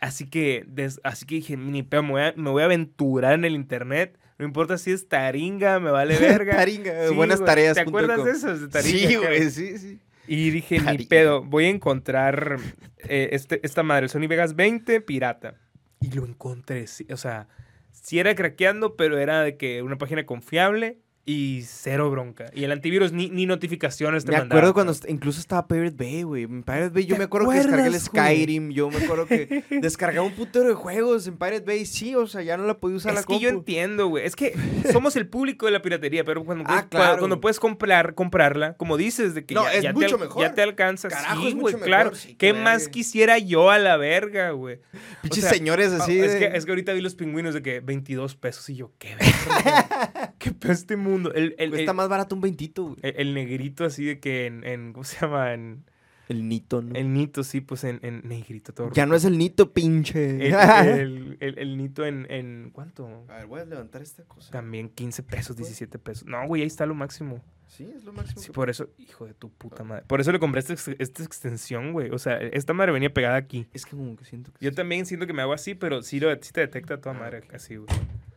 Speaker 1: Así que, des- así que dije, ni pedo, me voy, a, me voy a aventurar en el internet. No importa si es taringa, me vale verga.
Speaker 2: Taringa,
Speaker 1: Sí,
Speaker 2: buenas
Speaker 1: güey.
Speaker 2: tareas.
Speaker 1: ¿Te
Speaker 2: punto
Speaker 1: acuerdas
Speaker 2: com.
Speaker 1: de esas de Taringa?
Speaker 2: Sí,
Speaker 1: acá?
Speaker 2: güey, sí, sí.
Speaker 1: Y dije, ni
Speaker 2: Taringa.
Speaker 1: pedo, voy a encontrar eh, este, esta madre, el Sony Vegas 20 pirata. Y lo encontré, sí, o sea, sí era craqueando, pero era de que una página confiable y cero bronca. Y el antivirus ni, ni notificaciones te
Speaker 2: Me
Speaker 1: mandaba.
Speaker 2: acuerdo cuando est- incluso estaba Pirate Bay, güey. En Pirate Bay
Speaker 1: este
Speaker 2: yo
Speaker 1: ¿Te
Speaker 2: me acuerdo que descargué el
Speaker 1: acuerdas, güey?
Speaker 2: Skyrim. Yo me acuerdo que descargaba un putero de juegos en Pirate Bay. Sí, o sea, ya no la podía usar la
Speaker 1: Es que yo
Speaker 2: compu.
Speaker 1: entiendo, güey. Es que somos el público de la piratería, pero cuando,
Speaker 2: Ah,
Speaker 1: puedes, cua-
Speaker 2: claro.
Speaker 1: cuando puedes comprar, comprarla, como dices, de que
Speaker 2: No,
Speaker 1: ya,
Speaker 2: es
Speaker 1: ya te,
Speaker 2: mucho
Speaker 1: al-
Speaker 2: mejor.
Speaker 1: ya te alcanza.
Speaker 2: Carajo,
Speaker 1: sí,
Speaker 2: es mucho
Speaker 1: güey,
Speaker 2: mejor,
Speaker 1: claro.
Speaker 2: sí,
Speaker 1: ¿Qué
Speaker 2: que
Speaker 1: más
Speaker 2: verga.
Speaker 1: quisiera yo a la verga, güey?
Speaker 2: Pinches
Speaker 1: o sea,
Speaker 2: señores
Speaker 1: Ah,
Speaker 2: así.
Speaker 1: es,
Speaker 2: de-
Speaker 1: que, es que ahorita vi los pingüinos de que 22 pesos y yo, qué verga, güey? qué pedo este mundo. El, el,
Speaker 2: Cuesta
Speaker 1: el-
Speaker 2: más barato un veintito, güey.
Speaker 1: el- el negrito así de que en, en- ¿cómo se llama? En,
Speaker 2: El Nito, ¿no?
Speaker 1: el nito, sí, pues en, en negrito todo.
Speaker 2: Ya no es el Nito, pinche.
Speaker 1: el, el, el- el nito en, en, ¿cuánto?
Speaker 2: A ver, voy a levantar esta cosa.
Speaker 1: También 15 pesos, 17 pesos. No, güey, ahí está lo máximo.
Speaker 2: Pues. Sí, pues. es lo máximo.
Speaker 1: Sí, por eso, hijo de tu puta madre. Por eso le compré esta, ex- esta extensión, güey. O sea, esta madre venía pegada aquí.
Speaker 2: Es que como que siento que.
Speaker 1: Yo
Speaker 2: sí.
Speaker 1: también siento que me hago así, pero sí, lo, sí te detecta toda
Speaker 2: Ah,
Speaker 1: madre
Speaker 2: ok.
Speaker 1: así, güey.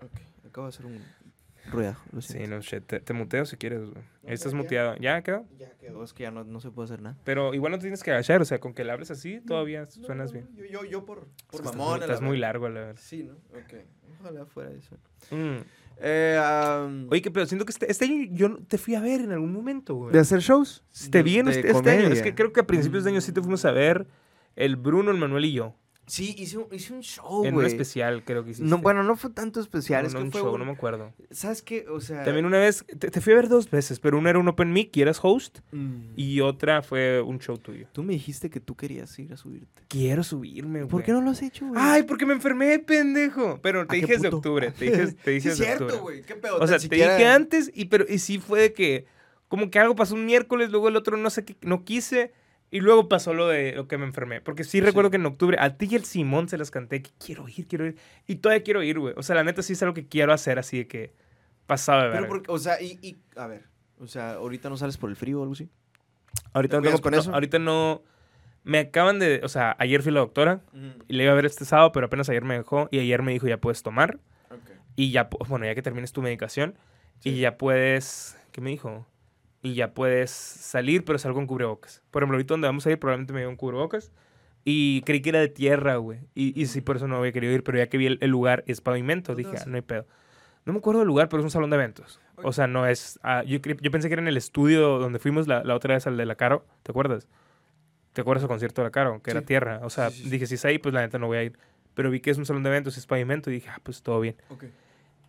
Speaker 2: Ok, Acabo de hacer un ruidajo. Lo
Speaker 1: Sí,
Speaker 2: siento.
Speaker 1: no, shit. Te, te muteo si quieres, güey. Ahí estás
Speaker 2: ya.
Speaker 1: muteado. ¿Ya quedó?
Speaker 2: Ya quedó. Es que ya no, no se puede hacer nada.
Speaker 1: Pero igual no te tienes que agachar, o sea, con que la hables así todavía suenas bien.
Speaker 2: Yo, yo, yo por,
Speaker 1: Es que estás muy- Estás, muy largo, la verdad.
Speaker 2: Sí, ¿no? Ok. Ojalá fuera eso.
Speaker 1: Mm.
Speaker 2: Eh, am,
Speaker 1: Oye, que pero siento que este, este año yo no- te fui a ver en algún momento, güey.
Speaker 2: ¿De hacer shows?
Speaker 1: Te
Speaker 2: De-
Speaker 1: vi en
Speaker 2: de
Speaker 1: este, este año. Es
Speaker 2: comedia.
Speaker 1: que creo que a principios de año sí te fuimos a ver el Bruno, el Manuel y yo.
Speaker 2: Sí, hice un, hice un show,
Speaker 1: en un
Speaker 2: güey.
Speaker 1: especial, creo que hiciste.
Speaker 2: No, bueno, no fue tanto
Speaker 1: No,
Speaker 2: especial, es
Speaker 1: no
Speaker 2: que
Speaker 1: un Ah.
Speaker 2: fue
Speaker 1: show,
Speaker 2: un-
Speaker 1: no me acuerdo.
Speaker 2: ¿Sabes qué? O sea...
Speaker 1: También una vez, te, te fui a ver dos veces, pero una era un open mic y eras host,
Speaker 2: Mm.
Speaker 1: y otra fue un show tuyo.
Speaker 2: Tú me dijiste que tú querías ir a subirte.
Speaker 1: Quiero subirme, güey.
Speaker 2: ¿Por qué no lo has hecho, güey?
Speaker 1: Ay, porque me enfermé, pendejo. Pero te
Speaker 2: ¿A qué
Speaker 1: dije es de
Speaker 2: puto?
Speaker 1: octubre. Te dije, te dije
Speaker 2: Sí,
Speaker 1: es
Speaker 2: es
Speaker 1: de
Speaker 2: cierto,
Speaker 1: octubre.
Speaker 2: güey. ¿Qué pedo?
Speaker 1: O
Speaker 2: Tan
Speaker 1: sea, te
Speaker 2: siquiera-
Speaker 1: dije antes, y, pero, y sí fue de que. Como que algo pasó un miércoles, luego el otro no sé qué, no quise. Y luego pasó lo de lo que me enfermé. Porque sí recuerdo que en octubre a ti y el Simón se las canté que quiero ir, quiero ir. Y todavía quiero ir, güey. O sea, la neta sí es algo que quiero hacer así de que pasado de
Speaker 2: Pero
Speaker 1: verga.
Speaker 2: porque, o sea, y, y... A ver. O sea, ¿ahorita no sales por el frío o algo así?
Speaker 1: Ahorita
Speaker 2: ¿Te
Speaker 1: no, tengo-
Speaker 2: cuidas con
Speaker 1: no,
Speaker 2: eso?
Speaker 1: ahorita no. Me acaban de. O sea, ayer fui a la doctora
Speaker 2: Mm,
Speaker 1: y le iba a ver este sábado, pero apenas ayer me dejó. Y ayer me dijo, ya puedes tomar. Y ya, pu- bueno, ya que termines tu medicación, y
Speaker 2: Sí.
Speaker 1: ya puedes, ¿qué me dijo? Y ya puedes salir, pero salgo con cubrebocas. Por ejemplo, ahorita donde vamos a ir probablemente me lleve un cubrebocas, Y creí que era de tierra, güey. Y, y sí, por eso no había querido ir, pero ya que vi el, el lugar, es pavimento, dije,
Speaker 2: Entonces-
Speaker 1: "Ah, no hay pedo. No me acuerdo del lugar, pero es un salón de eventos. O sea, no es... ah, yo, cre- yo pensé que era en el estudio donde fuimos la, la otra vez al de la Caro, ¿te acuerdas? ¿Te acuerdas del concierto de la Caro? Que era
Speaker 2: Sí.
Speaker 1: tierra. O sea,
Speaker 2: Sí, sí, sí.
Speaker 1: dije, si es ahí, pues la neta no voy a ir. Pero vi que es un salón de eventos, es pavimento, y dije, ah, pues todo bien.
Speaker 2: Ok.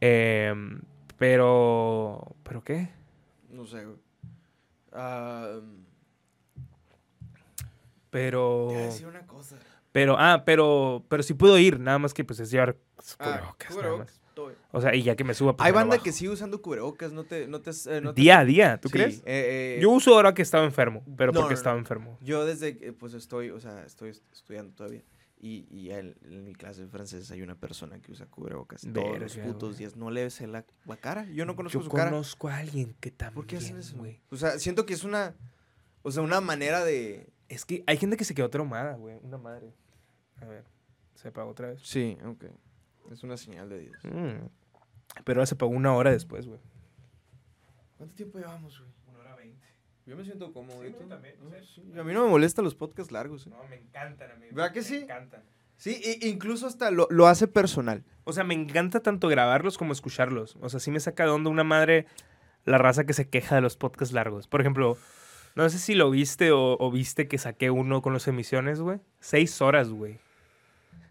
Speaker 1: Em, pero... ¿Pero qué?
Speaker 2: No sé, güey. Ah,
Speaker 1: Pero...
Speaker 2: te iba a decir una cosa.
Speaker 1: Pero, ah, pero, pero sí puedo ir, nada más que pues es llevar
Speaker 2: Ah,
Speaker 1: cubrebocas, nada
Speaker 2: cubrebocas,
Speaker 1: más.
Speaker 2: todo bien.
Speaker 1: O sea, y ya que me suba. pues,
Speaker 2: Hay
Speaker 1: me lo
Speaker 2: banda
Speaker 1: bajo.
Speaker 2: que sigue usando cubrebocas, no te... No te, eh, no te-
Speaker 1: Día a día, ¿tú
Speaker 2: Sí,
Speaker 1: crees?
Speaker 2: eh, eh,
Speaker 1: Yo uso ahora que estaba enfermo, pero
Speaker 2: No,
Speaker 1: porque
Speaker 2: no, no.
Speaker 1: estaba enfermo.
Speaker 2: Yo desde que, pues estoy, o sea, estoy est- estudiando todavía. Y, y en, en mi clase de francés hay una persona que usa cubrebocas todos los
Speaker 1: Verga,
Speaker 2: putos
Speaker 1: güey.
Speaker 2: días. No le sé la, la cara. Yo no conozco
Speaker 1: Yo
Speaker 2: su cara.
Speaker 1: conozco a alguien que también,
Speaker 2: ¿Por qué hacen eso?
Speaker 1: güey.
Speaker 2: O sea, siento que es una. O sea, una manera de.
Speaker 1: Es que hay gente que se quedó traumada, güey. Una madre. A ver, se apagó otra vez.
Speaker 2: Sí, ok. Es una señal de Dios.
Speaker 1: Mm. Pero se apagó una hora después, güey.
Speaker 2: ¿Cuánto tiempo llevamos, güey?
Speaker 1: Una hora veinte.
Speaker 2: Yo me siento cómodo.
Speaker 1: Sí,
Speaker 2: ¿y
Speaker 1: no,
Speaker 2: tú?
Speaker 1: también,
Speaker 2: No,
Speaker 1: sí.
Speaker 2: sí. A mí no me molestan los podcasts largos. ¿eh?
Speaker 1: No, me encantan, amigo.
Speaker 2: ¿Verdad que sí?
Speaker 1: Me encantan.
Speaker 2: Sí, e- incluso hasta lo, lo hace personal.
Speaker 1: O sea, me encanta tanto grabarlos como escucharlos. O sea, sí me saca de onda una madre la raza que se queja de los podcasts largos. Por ejemplo, no sé si lo viste o, o viste que saqué uno con las emisiones, güey. Seis horas, güey.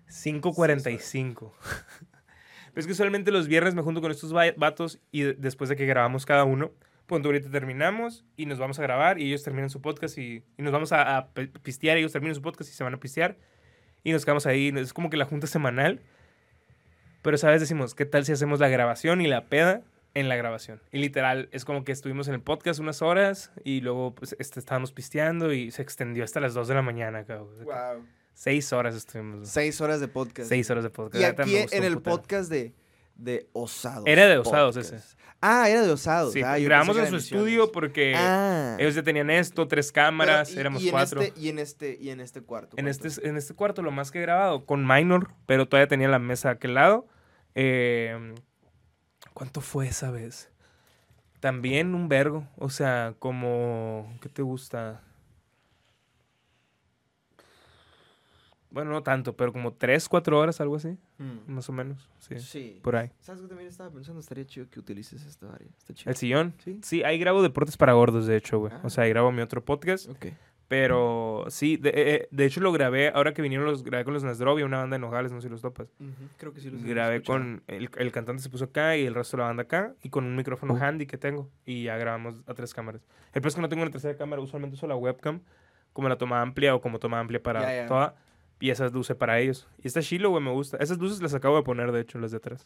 Speaker 1: 5.45. Pero es que usualmente los viernes me junto con estos va- vatos y de- después de que grabamos cada uno, pues ahorita terminamos y nos vamos a grabar y ellos terminan su podcast y, y nos vamos a, a pe- pistear, ellos terminan su podcast y se van a pistear y nos quedamos ahí. Es como que la junta semanal. Pero sabes, decimos, ¿qué tal si hacemos la grabación y la peda en la grabación? Y literal, es como que estuvimos en el podcast unas horas y luego pues, este, estábamos pisteando y se extendió hasta las 2 de la mañana, cabrón.
Speaker 2: Wow.
Speaker 1: Seis horas estuvimos. güey.
Speaker 2: Seis horas de podcast.
Speaker 1: Seis horas de podcast.
Speaker 2: Y
Speaker 1: La neta,
Speaker 2: aquí
Speaker 1: me gustó
Speaker 2: en
Speaker 1: un
Speaker 2: el
Speaker 1: putero.
Speaker 2: podcast de, de Osados.
Speaker 1: Era de Osados ese.
Speaker 2: Ah, era de Osados.
Speaker 1: Sí,
Speaker 2: Ah, yo
Speaker 1: grabamos en
Speaker 2: pensé
Speaker 1: su
Speaker 2: que era
Speaker 1: estudio
Speaker 2: de Misiones.
Speaker 1: porque
Speaker 2: Ah.
Speaker 1: ellos ya tenían esto, tres cámaras,
Speaker 2: Pero, y-
Speaker 1: éramos
Speaker 2: y en
Speaker 1: cuatro.
Speaker 2: este- y en este y en este cuarto.
Speaker 1: En
Speaker 2: ¿cuánto?
Speaker 1: este, en este cuarto, lo más que he grabado, con Minor, pero todavía tenía la mesa a aquel lado. Eh, ¿Cuánto fue esa vez? También un vergo. O sea, como. ¿Qué te gusta? Bueno, no tanto, pero como tres, cuatro horas, algo así,
Speaker 2: Mm.
Speaker 1: más o menos. Sí,
Speaker 2: Sí.
Speaker 1: por ahí.
Speaker 2: ¿Sabes qué también estaba pensando? Estaría chido que utilices esta área. Está chido.
Speaker 1: El sillón.
Speaker 2: Sí.
Speaker 1: Sí, ahí grabo deportes para gordos, de hecho, güey.
Speaker 2: Ah.
Speaker 1: O sea, ahí grabo mi otro podcast.
Speaker 2: Ok.
Speaker 1: Pero sí, de, eh, eh, de hecho lo grabé, ahora que vinieron los grabé con los Nasdrovia, una banda de Nogales, no sé si los topas.
Speaker 2: Ujú, Creo que sí lo
Speaker 1: grabé con el, el cantante se puso acá y el resto de la banda acá y con un micrófono
Speaker 2: Oh.
Speaker 1: handy que tengo y ya grabamos a tres cámaras. El problema es que no tengo una tercera cámara, usualmente uso la webcam como la toma amplia o como toma amplia para
Speaker 2: Ya, ya.
Speaker 1: toda y esas luces para ellos. Y esta chilo, güey, me gusta. Esas luces las acabo de poner, de hecho, las de atrás.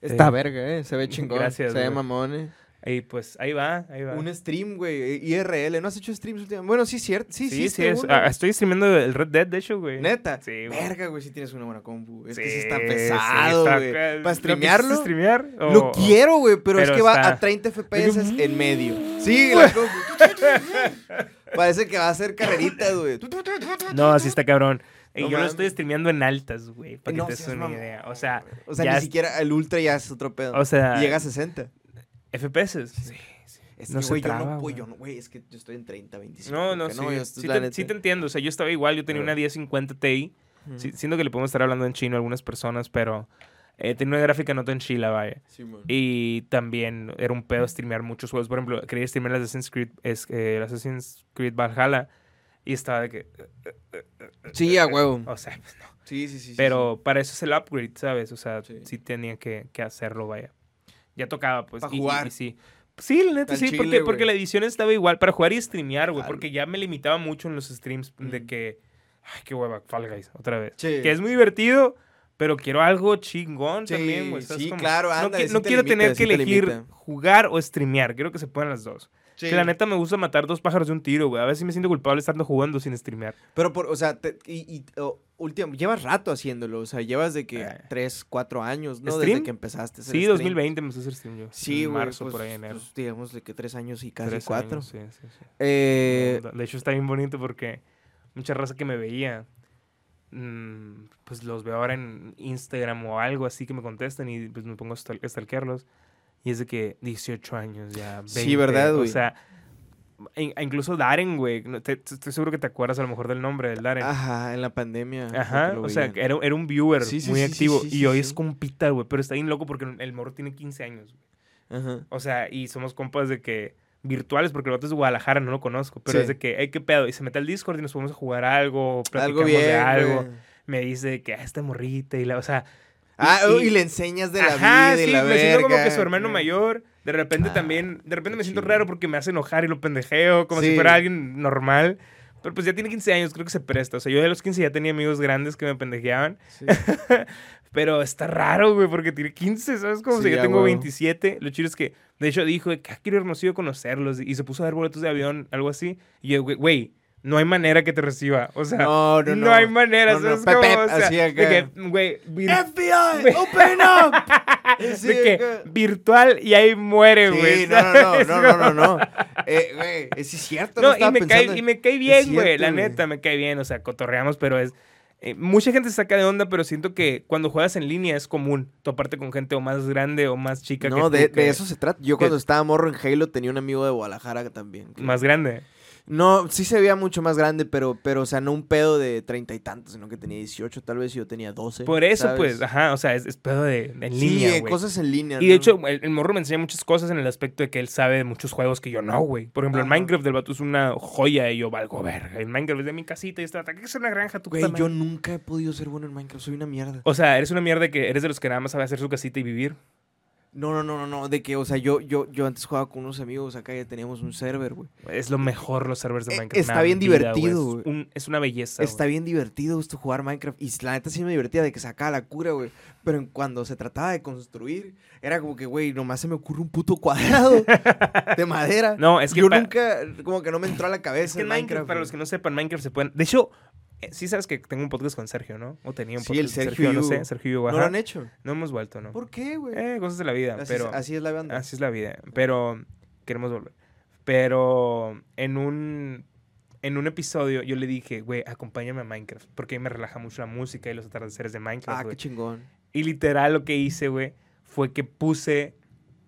Speaker 2: Está
Speaker 1: Eh,
Speaker 2: verga, eh. Se ve chingón.
Speaker 1: gracias,
Speaker 2: Se ve
Speaker 1: güey.
Speaker 2: mamón, eh.
Speaker 1: Y pues ahí va, ahí va.
Speaker 2: Un stream, güey. eh, IRL. ¿No has hecho streams últimamente? Bueno, sí, cierto. Sí, sí,
Speaker 1: sí, es- ah, estoy streamando el Red Dead, de hecho, güey.
Speaker 2: Neta.
Speaker 1: Sí, güey.
Speaker 2: Verga, güey, si tienes una buena compu. Es que sí
Speaker 1: Sí,
Speaker 2: está
Speaker 1: sí,
Speaker 2: pesado,
Speaker 1: está-
Speaker 2: güey.
Speaker 1: ¿Lo
Speaker 2: Para
Speaker 1: quisiste
Speaker 2: streamearlo.
Speaker 1: streamear?
Speaker 2: Lo
Speaker 1: O-
Speaker 2: quiero, güey, pero, es
Speaker 1: Oh, pero
Speaker 2: que va a
Speaker 1: está- mm.
Speaker 2: 30 FPS en medio. Sí, la compu. Parece que va a hacer carreritas, güey.
Speaker 1: No, así está cabrón. Y
Speaker 2: No
Speaker 1: yo lo estoy
Speaker 2: mames.
Speaker 1: streameando en altas, güey, para que
Speaker 2: No
Speaker 1: te des
Speaker 2: seas
Speaker 1: una
Speaker 2: mamón,
Speaker 1: idea. O sea,
Speaker 2: O sea,
Speaker 1: ya
Speaker 2: ni
Speaker 1: es-
Speaker 2: siquiera el ultra ya es otro pedo.
Speaker 1: o sea,
Speaker 2: Y llega a 60.
Speaker 1: FPS. Sí.
Speaker 2: Es
Speaker 1: no
Speaker 2: que,
Speaker 1: se
Speaker 2: güey, yo
Speaker 1: traba,
Speaker 2: no puedo,
Speaker 1: güey.
Speaker 2: yo no, güey, es que yo estoy en 30, 25.
Speaker 1: No, no,
Speaker 2: acá,
Speaker 1: sí.
Speaker 2: yo
Speaker 1: sí,
Speaker 2: estoy- la
Speaker 1: te,
Speaker 2: neta.
Speaker 1: sí te entiendo. O sea, yo estaba igual, yo tenía
Speaker 2: Pero-
Speaker 1: una 1050 Ti.
Speaker 2: Ujú.
Speaker 1: Sí, siento que le podemos estar hablando en chino a algunas personas, pero eh, tenía una gráfica no tan chila, vaya.
Speaker 2: Sí, man.
Speaker 1: Y también era un pedo streamear muchos juegos. Por ejemplo, quería streamear las Assassin's Creed, es, eh, el Assassin's Creed Valhalla. Y estaba de que,
Speaker 2: Sí, a huevo.
Speaker 1: o sea,
Speaker 2: Sí, sí, sí. sí,
Speaker 1: Pero para eso es el upgrade, ¿sabes? O sea,
Speaker 2: Sí.
Speaker 1: sí, tenía que, que hacerlo, vaya. Ya tocaba, pues.
Speaker 2: Pa'
Speaker 1: y- y-
Speaker 2: jugar.
Speaker 1: Y, sí. Sí, la neta,
Speaker 2: Al
Speaker 1: sí,
Speaker 2: chile,
Speaker 1: porque,
Speaker 2: güey.
Speaker 1: porque la edición estaba igual para jugar y streamear, güey.
Speaker 2: Claro.
Speaker 1: Porque ya me limitaba mucho en los streams de
Speaker 2: Mm.
Speaker 1: que. Ay, qué hueva, Fall Guys, otra vez.
Speaker 2: Sí.
Speaker 1: Que es muy divertido, pero quiero algo chingón
Speaker 2: Sí,
Speaker 1: también, güey. ¿sabes
Speaker 2: sí,
Speaker 1: cómo?
Speaker 2: claro,
Speaker 1: No,
Speaker 2: ándale,
Speaker 1: qui-
Speaker 2: sí
Speaker 1: no
Speaker 2: te
Speaker 1: quiero
Speaker 2: limita,
Speaker 1: tener
Speaker 2: sí
Speaker 1: que
Speaker 2: te
Speaker 1: elegir
Speaker 2: limita.
Speaker 1: jugar o streamear. Quiero que se puedan las dos.
Speaker 2: sí.
Speaker 1: Que la neta me gusta matar dos pájaros de un tiro, güey. A veces me siento culpable estando jugando sin streamear.
Speaker 2: Pero, por, o sea, te- y, y, oh, últim- llevas rato haciéndolo, o sea, llevas de que
Speaker 1: Eh.
Speaker 2: 3, 4 años, ¿no?
Speaker 1: ¿Stream?
Speaker 2: Desde que empezaste. a hacer
Speaker 1: Sí,
Speaker 2: stream.
Speaker 1: 2020 me empecé a hacer stream yo.
Speaker 2: Sí,
Speaker 1: en
Speaker 2: güey.
Speaker 1: marzo,
Speaker 2: pues,
Speaker 1: por ahí enero.
Speaker 2: pues, digamos de que 3 años y casi
Speaker 1: Tres
Speaker 2: 4.
Speaker 1: años, sí, sí, sí.
Speaker 2: Eh,
Speaker 1: De hecho, está bien bonito porque mucha raza que me veía, mm, pues los veo ahora en Instagram o algo así que me contestan y pues me pongo a stal- a stalkearlos. Y es de que 18 años ya.
Speaker 2: Sí, ¿verdad,
Speaker 1: O
Speaker 2: güey?
Speaker 1: sea, in- incluso Darren, güey. no, te- te- Estoy seguro que te acuerdas a lo mejor del nombre del Darren.
Speaker 2: Ajá, en la pandemia.
Speaker 1: Ajá,
Speaker 2: porque lo
Speaker 1: o sea,
Speaker 2: veían.
Speaker 1: que era, era un viewer
Speaker 2: Sí, sí,
Speaker 1: muy
Speaker 2: sí, sí,
Speaker 1: activo.
Speaker 2: sí,
Speaker 1: y
Speaker 2: sí,
Speaker 1: hoy
Speaker 2: sí.
Speaker 1: es compita, güey, pero está bien loco porque el morro tiene 15 años. güey.
Speaker 2: Ajá.
Speaker 1: O sea, y somos compas de que virtuales, porque el otro es de Guadalajara, no lo conozco. Pero
Speaker 4: Sí.
Speaker 1: es de que, hey, qué pedo. Y se mete al Discord y nos podemos jugar algo, platicamos
Speaker 4: Algo bien.
Speaker 1: de algo.
Speaker 4: güey.
Speaker 1: Me dice que, ah, esta morrita y la, o sea...
Speaker 4: Ah,
Speaker 1: y-
Speaker 4: oh, y,
Speaker 1: y-
Speaker 4: le enseñas de la vida y
Speaker 1: sí,
Speaker 4: la
Speaker 1: me siento como
Speaker 4: verga.
Speaker 1: que su hermano mayor. De repente
Speaker 4: Ah,
Speaker 1: también, de repente
Speaker 4: qué
Speaker 1: me siento
Speaker 4: chido.
Speaker 1: raro porque me hace enojar y lo pendejeo, como
Speaker 4: Sí.
Speaker 1: si fuera alguien normal. Pero pues ya tiene 15 años, creo que se presta. O sea, yo de los 15 ya tenía amigos grandes que me pendejeaban.
Speaker 2: Sí.
Speaker 1: Pero está raro, güey, porque tiene 15, ¿sabes? Como
Speaker 2: Sí,
Speaker 1: si yo
Speaker 2: ya,
Speaker 1: tengo
Speaker 2: huevo.
Speaker 1: 27. Lo chido es que, de hecho, dijo, que "Ah, quiero ir a Hermosillo a conocerlos. Y se puso a dar boletos de avión, algo así. Y yo, güey, güey, no hay manera que te reciba. O sea, no,
Speaker 4: No, no, no.
Speaker 1: hay manera.
Speaker 4: No, no,
Speaker 1: ¿sabes?
Speaker 4: Pepe,
Speaker 1: cómo? o sea,
Speaker 4: así
Speaker 1: de
Speaker 4: acá.
Speaker 1: que, güey, vir-
Speaker 4: FBI, open up. Sí,
Speaker 1: de
Speaker 4: acá.
Speaker 1: que virtual y ahí muere, güey.
Speaker 4: Sí, no, no, no, no, no, no, no. Eh, güey, eh, sí es cierto. No,
Speaker 1: No, y
Speaker 4: estaba
Speaker 1: me,
Speaker 4: pensando
Speaker 1: cae, y
Speaker 4: en-
Speaker 1: me cae bien, güey.
Speaker 4: cierto,
Speaker 1: La
Speaker 4: güey.
Speaker 1: neta, me cae bien. O sea, cotorreamos, pero es. eh, mucha gente se saca de onda, pero siento que cuando juegas en línea es común toparte con gente o más grande o más chica que
Speaker 2: No,
Speaker 1: tú,
Speaker 2: de,
Speaker 1: que-
Speaker 2: de eso se trata. Yo
Speaker 1: que-
Speaker 2: cuando estaba morro en Halo tenía un amigo de Guadalajara también. que-
Speaker 1: Más grande.
Speaker 2: No, sí se veía mucho más grande, pero, pero, o sea, no un pedo de treinta y tantos, sino que tenía 18 tal vez y yo tenía 12.
Speaker 1: Por eso,
Speaker 2: ¿sabes?
Speaker 1: pues, ajá, o sea, es, es pedo de, de en
Speaker 2: Sí,
Speaker 1: línea,
Speaker 2: eh,
Speaker 1: güey.
Speaker 2: cosas en línea.
Speaker 1: Y de
Speaker 2: ¿no?
Speaker 1: hecho, el, el morro me enseña muchas cosas en el aspecto de que él sabe de muchos juegos que yo no, güey. Por ejemplo, el
Speaker 2: Ajá.
Speaker 1: Minecraft del vato es una joya y yo valgo verga. El Minecraft es de mi casita y está, ¿qué es una granja? tu
Speaker 2: Güey,
Speaker 1: puta
Speaker 2: yo
Speaker 1: madre?".
Speaker 2: nunca he podido ser bueno en Minecraft, soy una mierda.
Speaker 1: O sea, eres una mierda que eres de los que nada más sabe hacer su casita y vivir.
Speaker 2: No, no, no, no, no, de que, o sea, yo, yo, yo antes jugaba con unos amigos acá y teníamos un server, güey.
Speaker 1: Es lo mejor los servers de
Speaker 2: Eh,
Speaker 1: Minecraft. me
Speaker 2: está
Speaker 1: dan
Speaker 2: bien
Speaker 1: vida,
Speaker 2: divertido,
Speaker 1: es
Speaker 2: güey.
Speaker 1: un- es una belleza.
Speaker 2: Está bien divertido esto jugar Minecraft. Y la neta sí me divertía de que sacaba la cura, güey. Pero en cuando se trataba de construir, era como que, güey, nomás se me ocurre un puto cuadrado de madera.
Speaker 1: güey. No, es que,
Speaker 2: yo
Speaker 1: pa-
Speaker 2: nunca, como que no me entró a la cabeza.
Speaker 1: es que
Speaker 2: el
Speaker 1: en Minecraft, para
Speaker 2: güey.
Speaker 1: los que no sepan, Minecraft se pueden. De hecho, eh, sí sabes que tengo un podcast con Sergio, ¿no? O tenía un
Speaker 2: Sí,
Speaker 1: podcast
Speaker 2: el
Speaker 1: con
Speaker 2: Sergio
Speaker 1: no
Speaker 2: Yu.
Speaker 1: sé, Sergio Yu,
Speaker 2: no
Speaker 1: ajá.
Speaker 2: lo han hecho.
Speaker 1: No hemos vuelto, ¿no?
Speaker 2: ¿Por qué, güey?
Speaker 1: Eh, cosas de la vida,
Speaker 2: así,
Speaker 1: pero Ah,
Speaker 2: es, así es la banda.
Speaker 1: así es la vida. Pero queremos volver. Pero en un en un episodio yo le dije, güey, acompáñame a Minecraft, porque me relaja mucho la música y los atardeceres de Minecraft,
Speaker 2: ah,
Speaker 1: güey.
Speaker 2: qué chingón.
Speaker 1: Y literal lo que hice, güey, fue que puse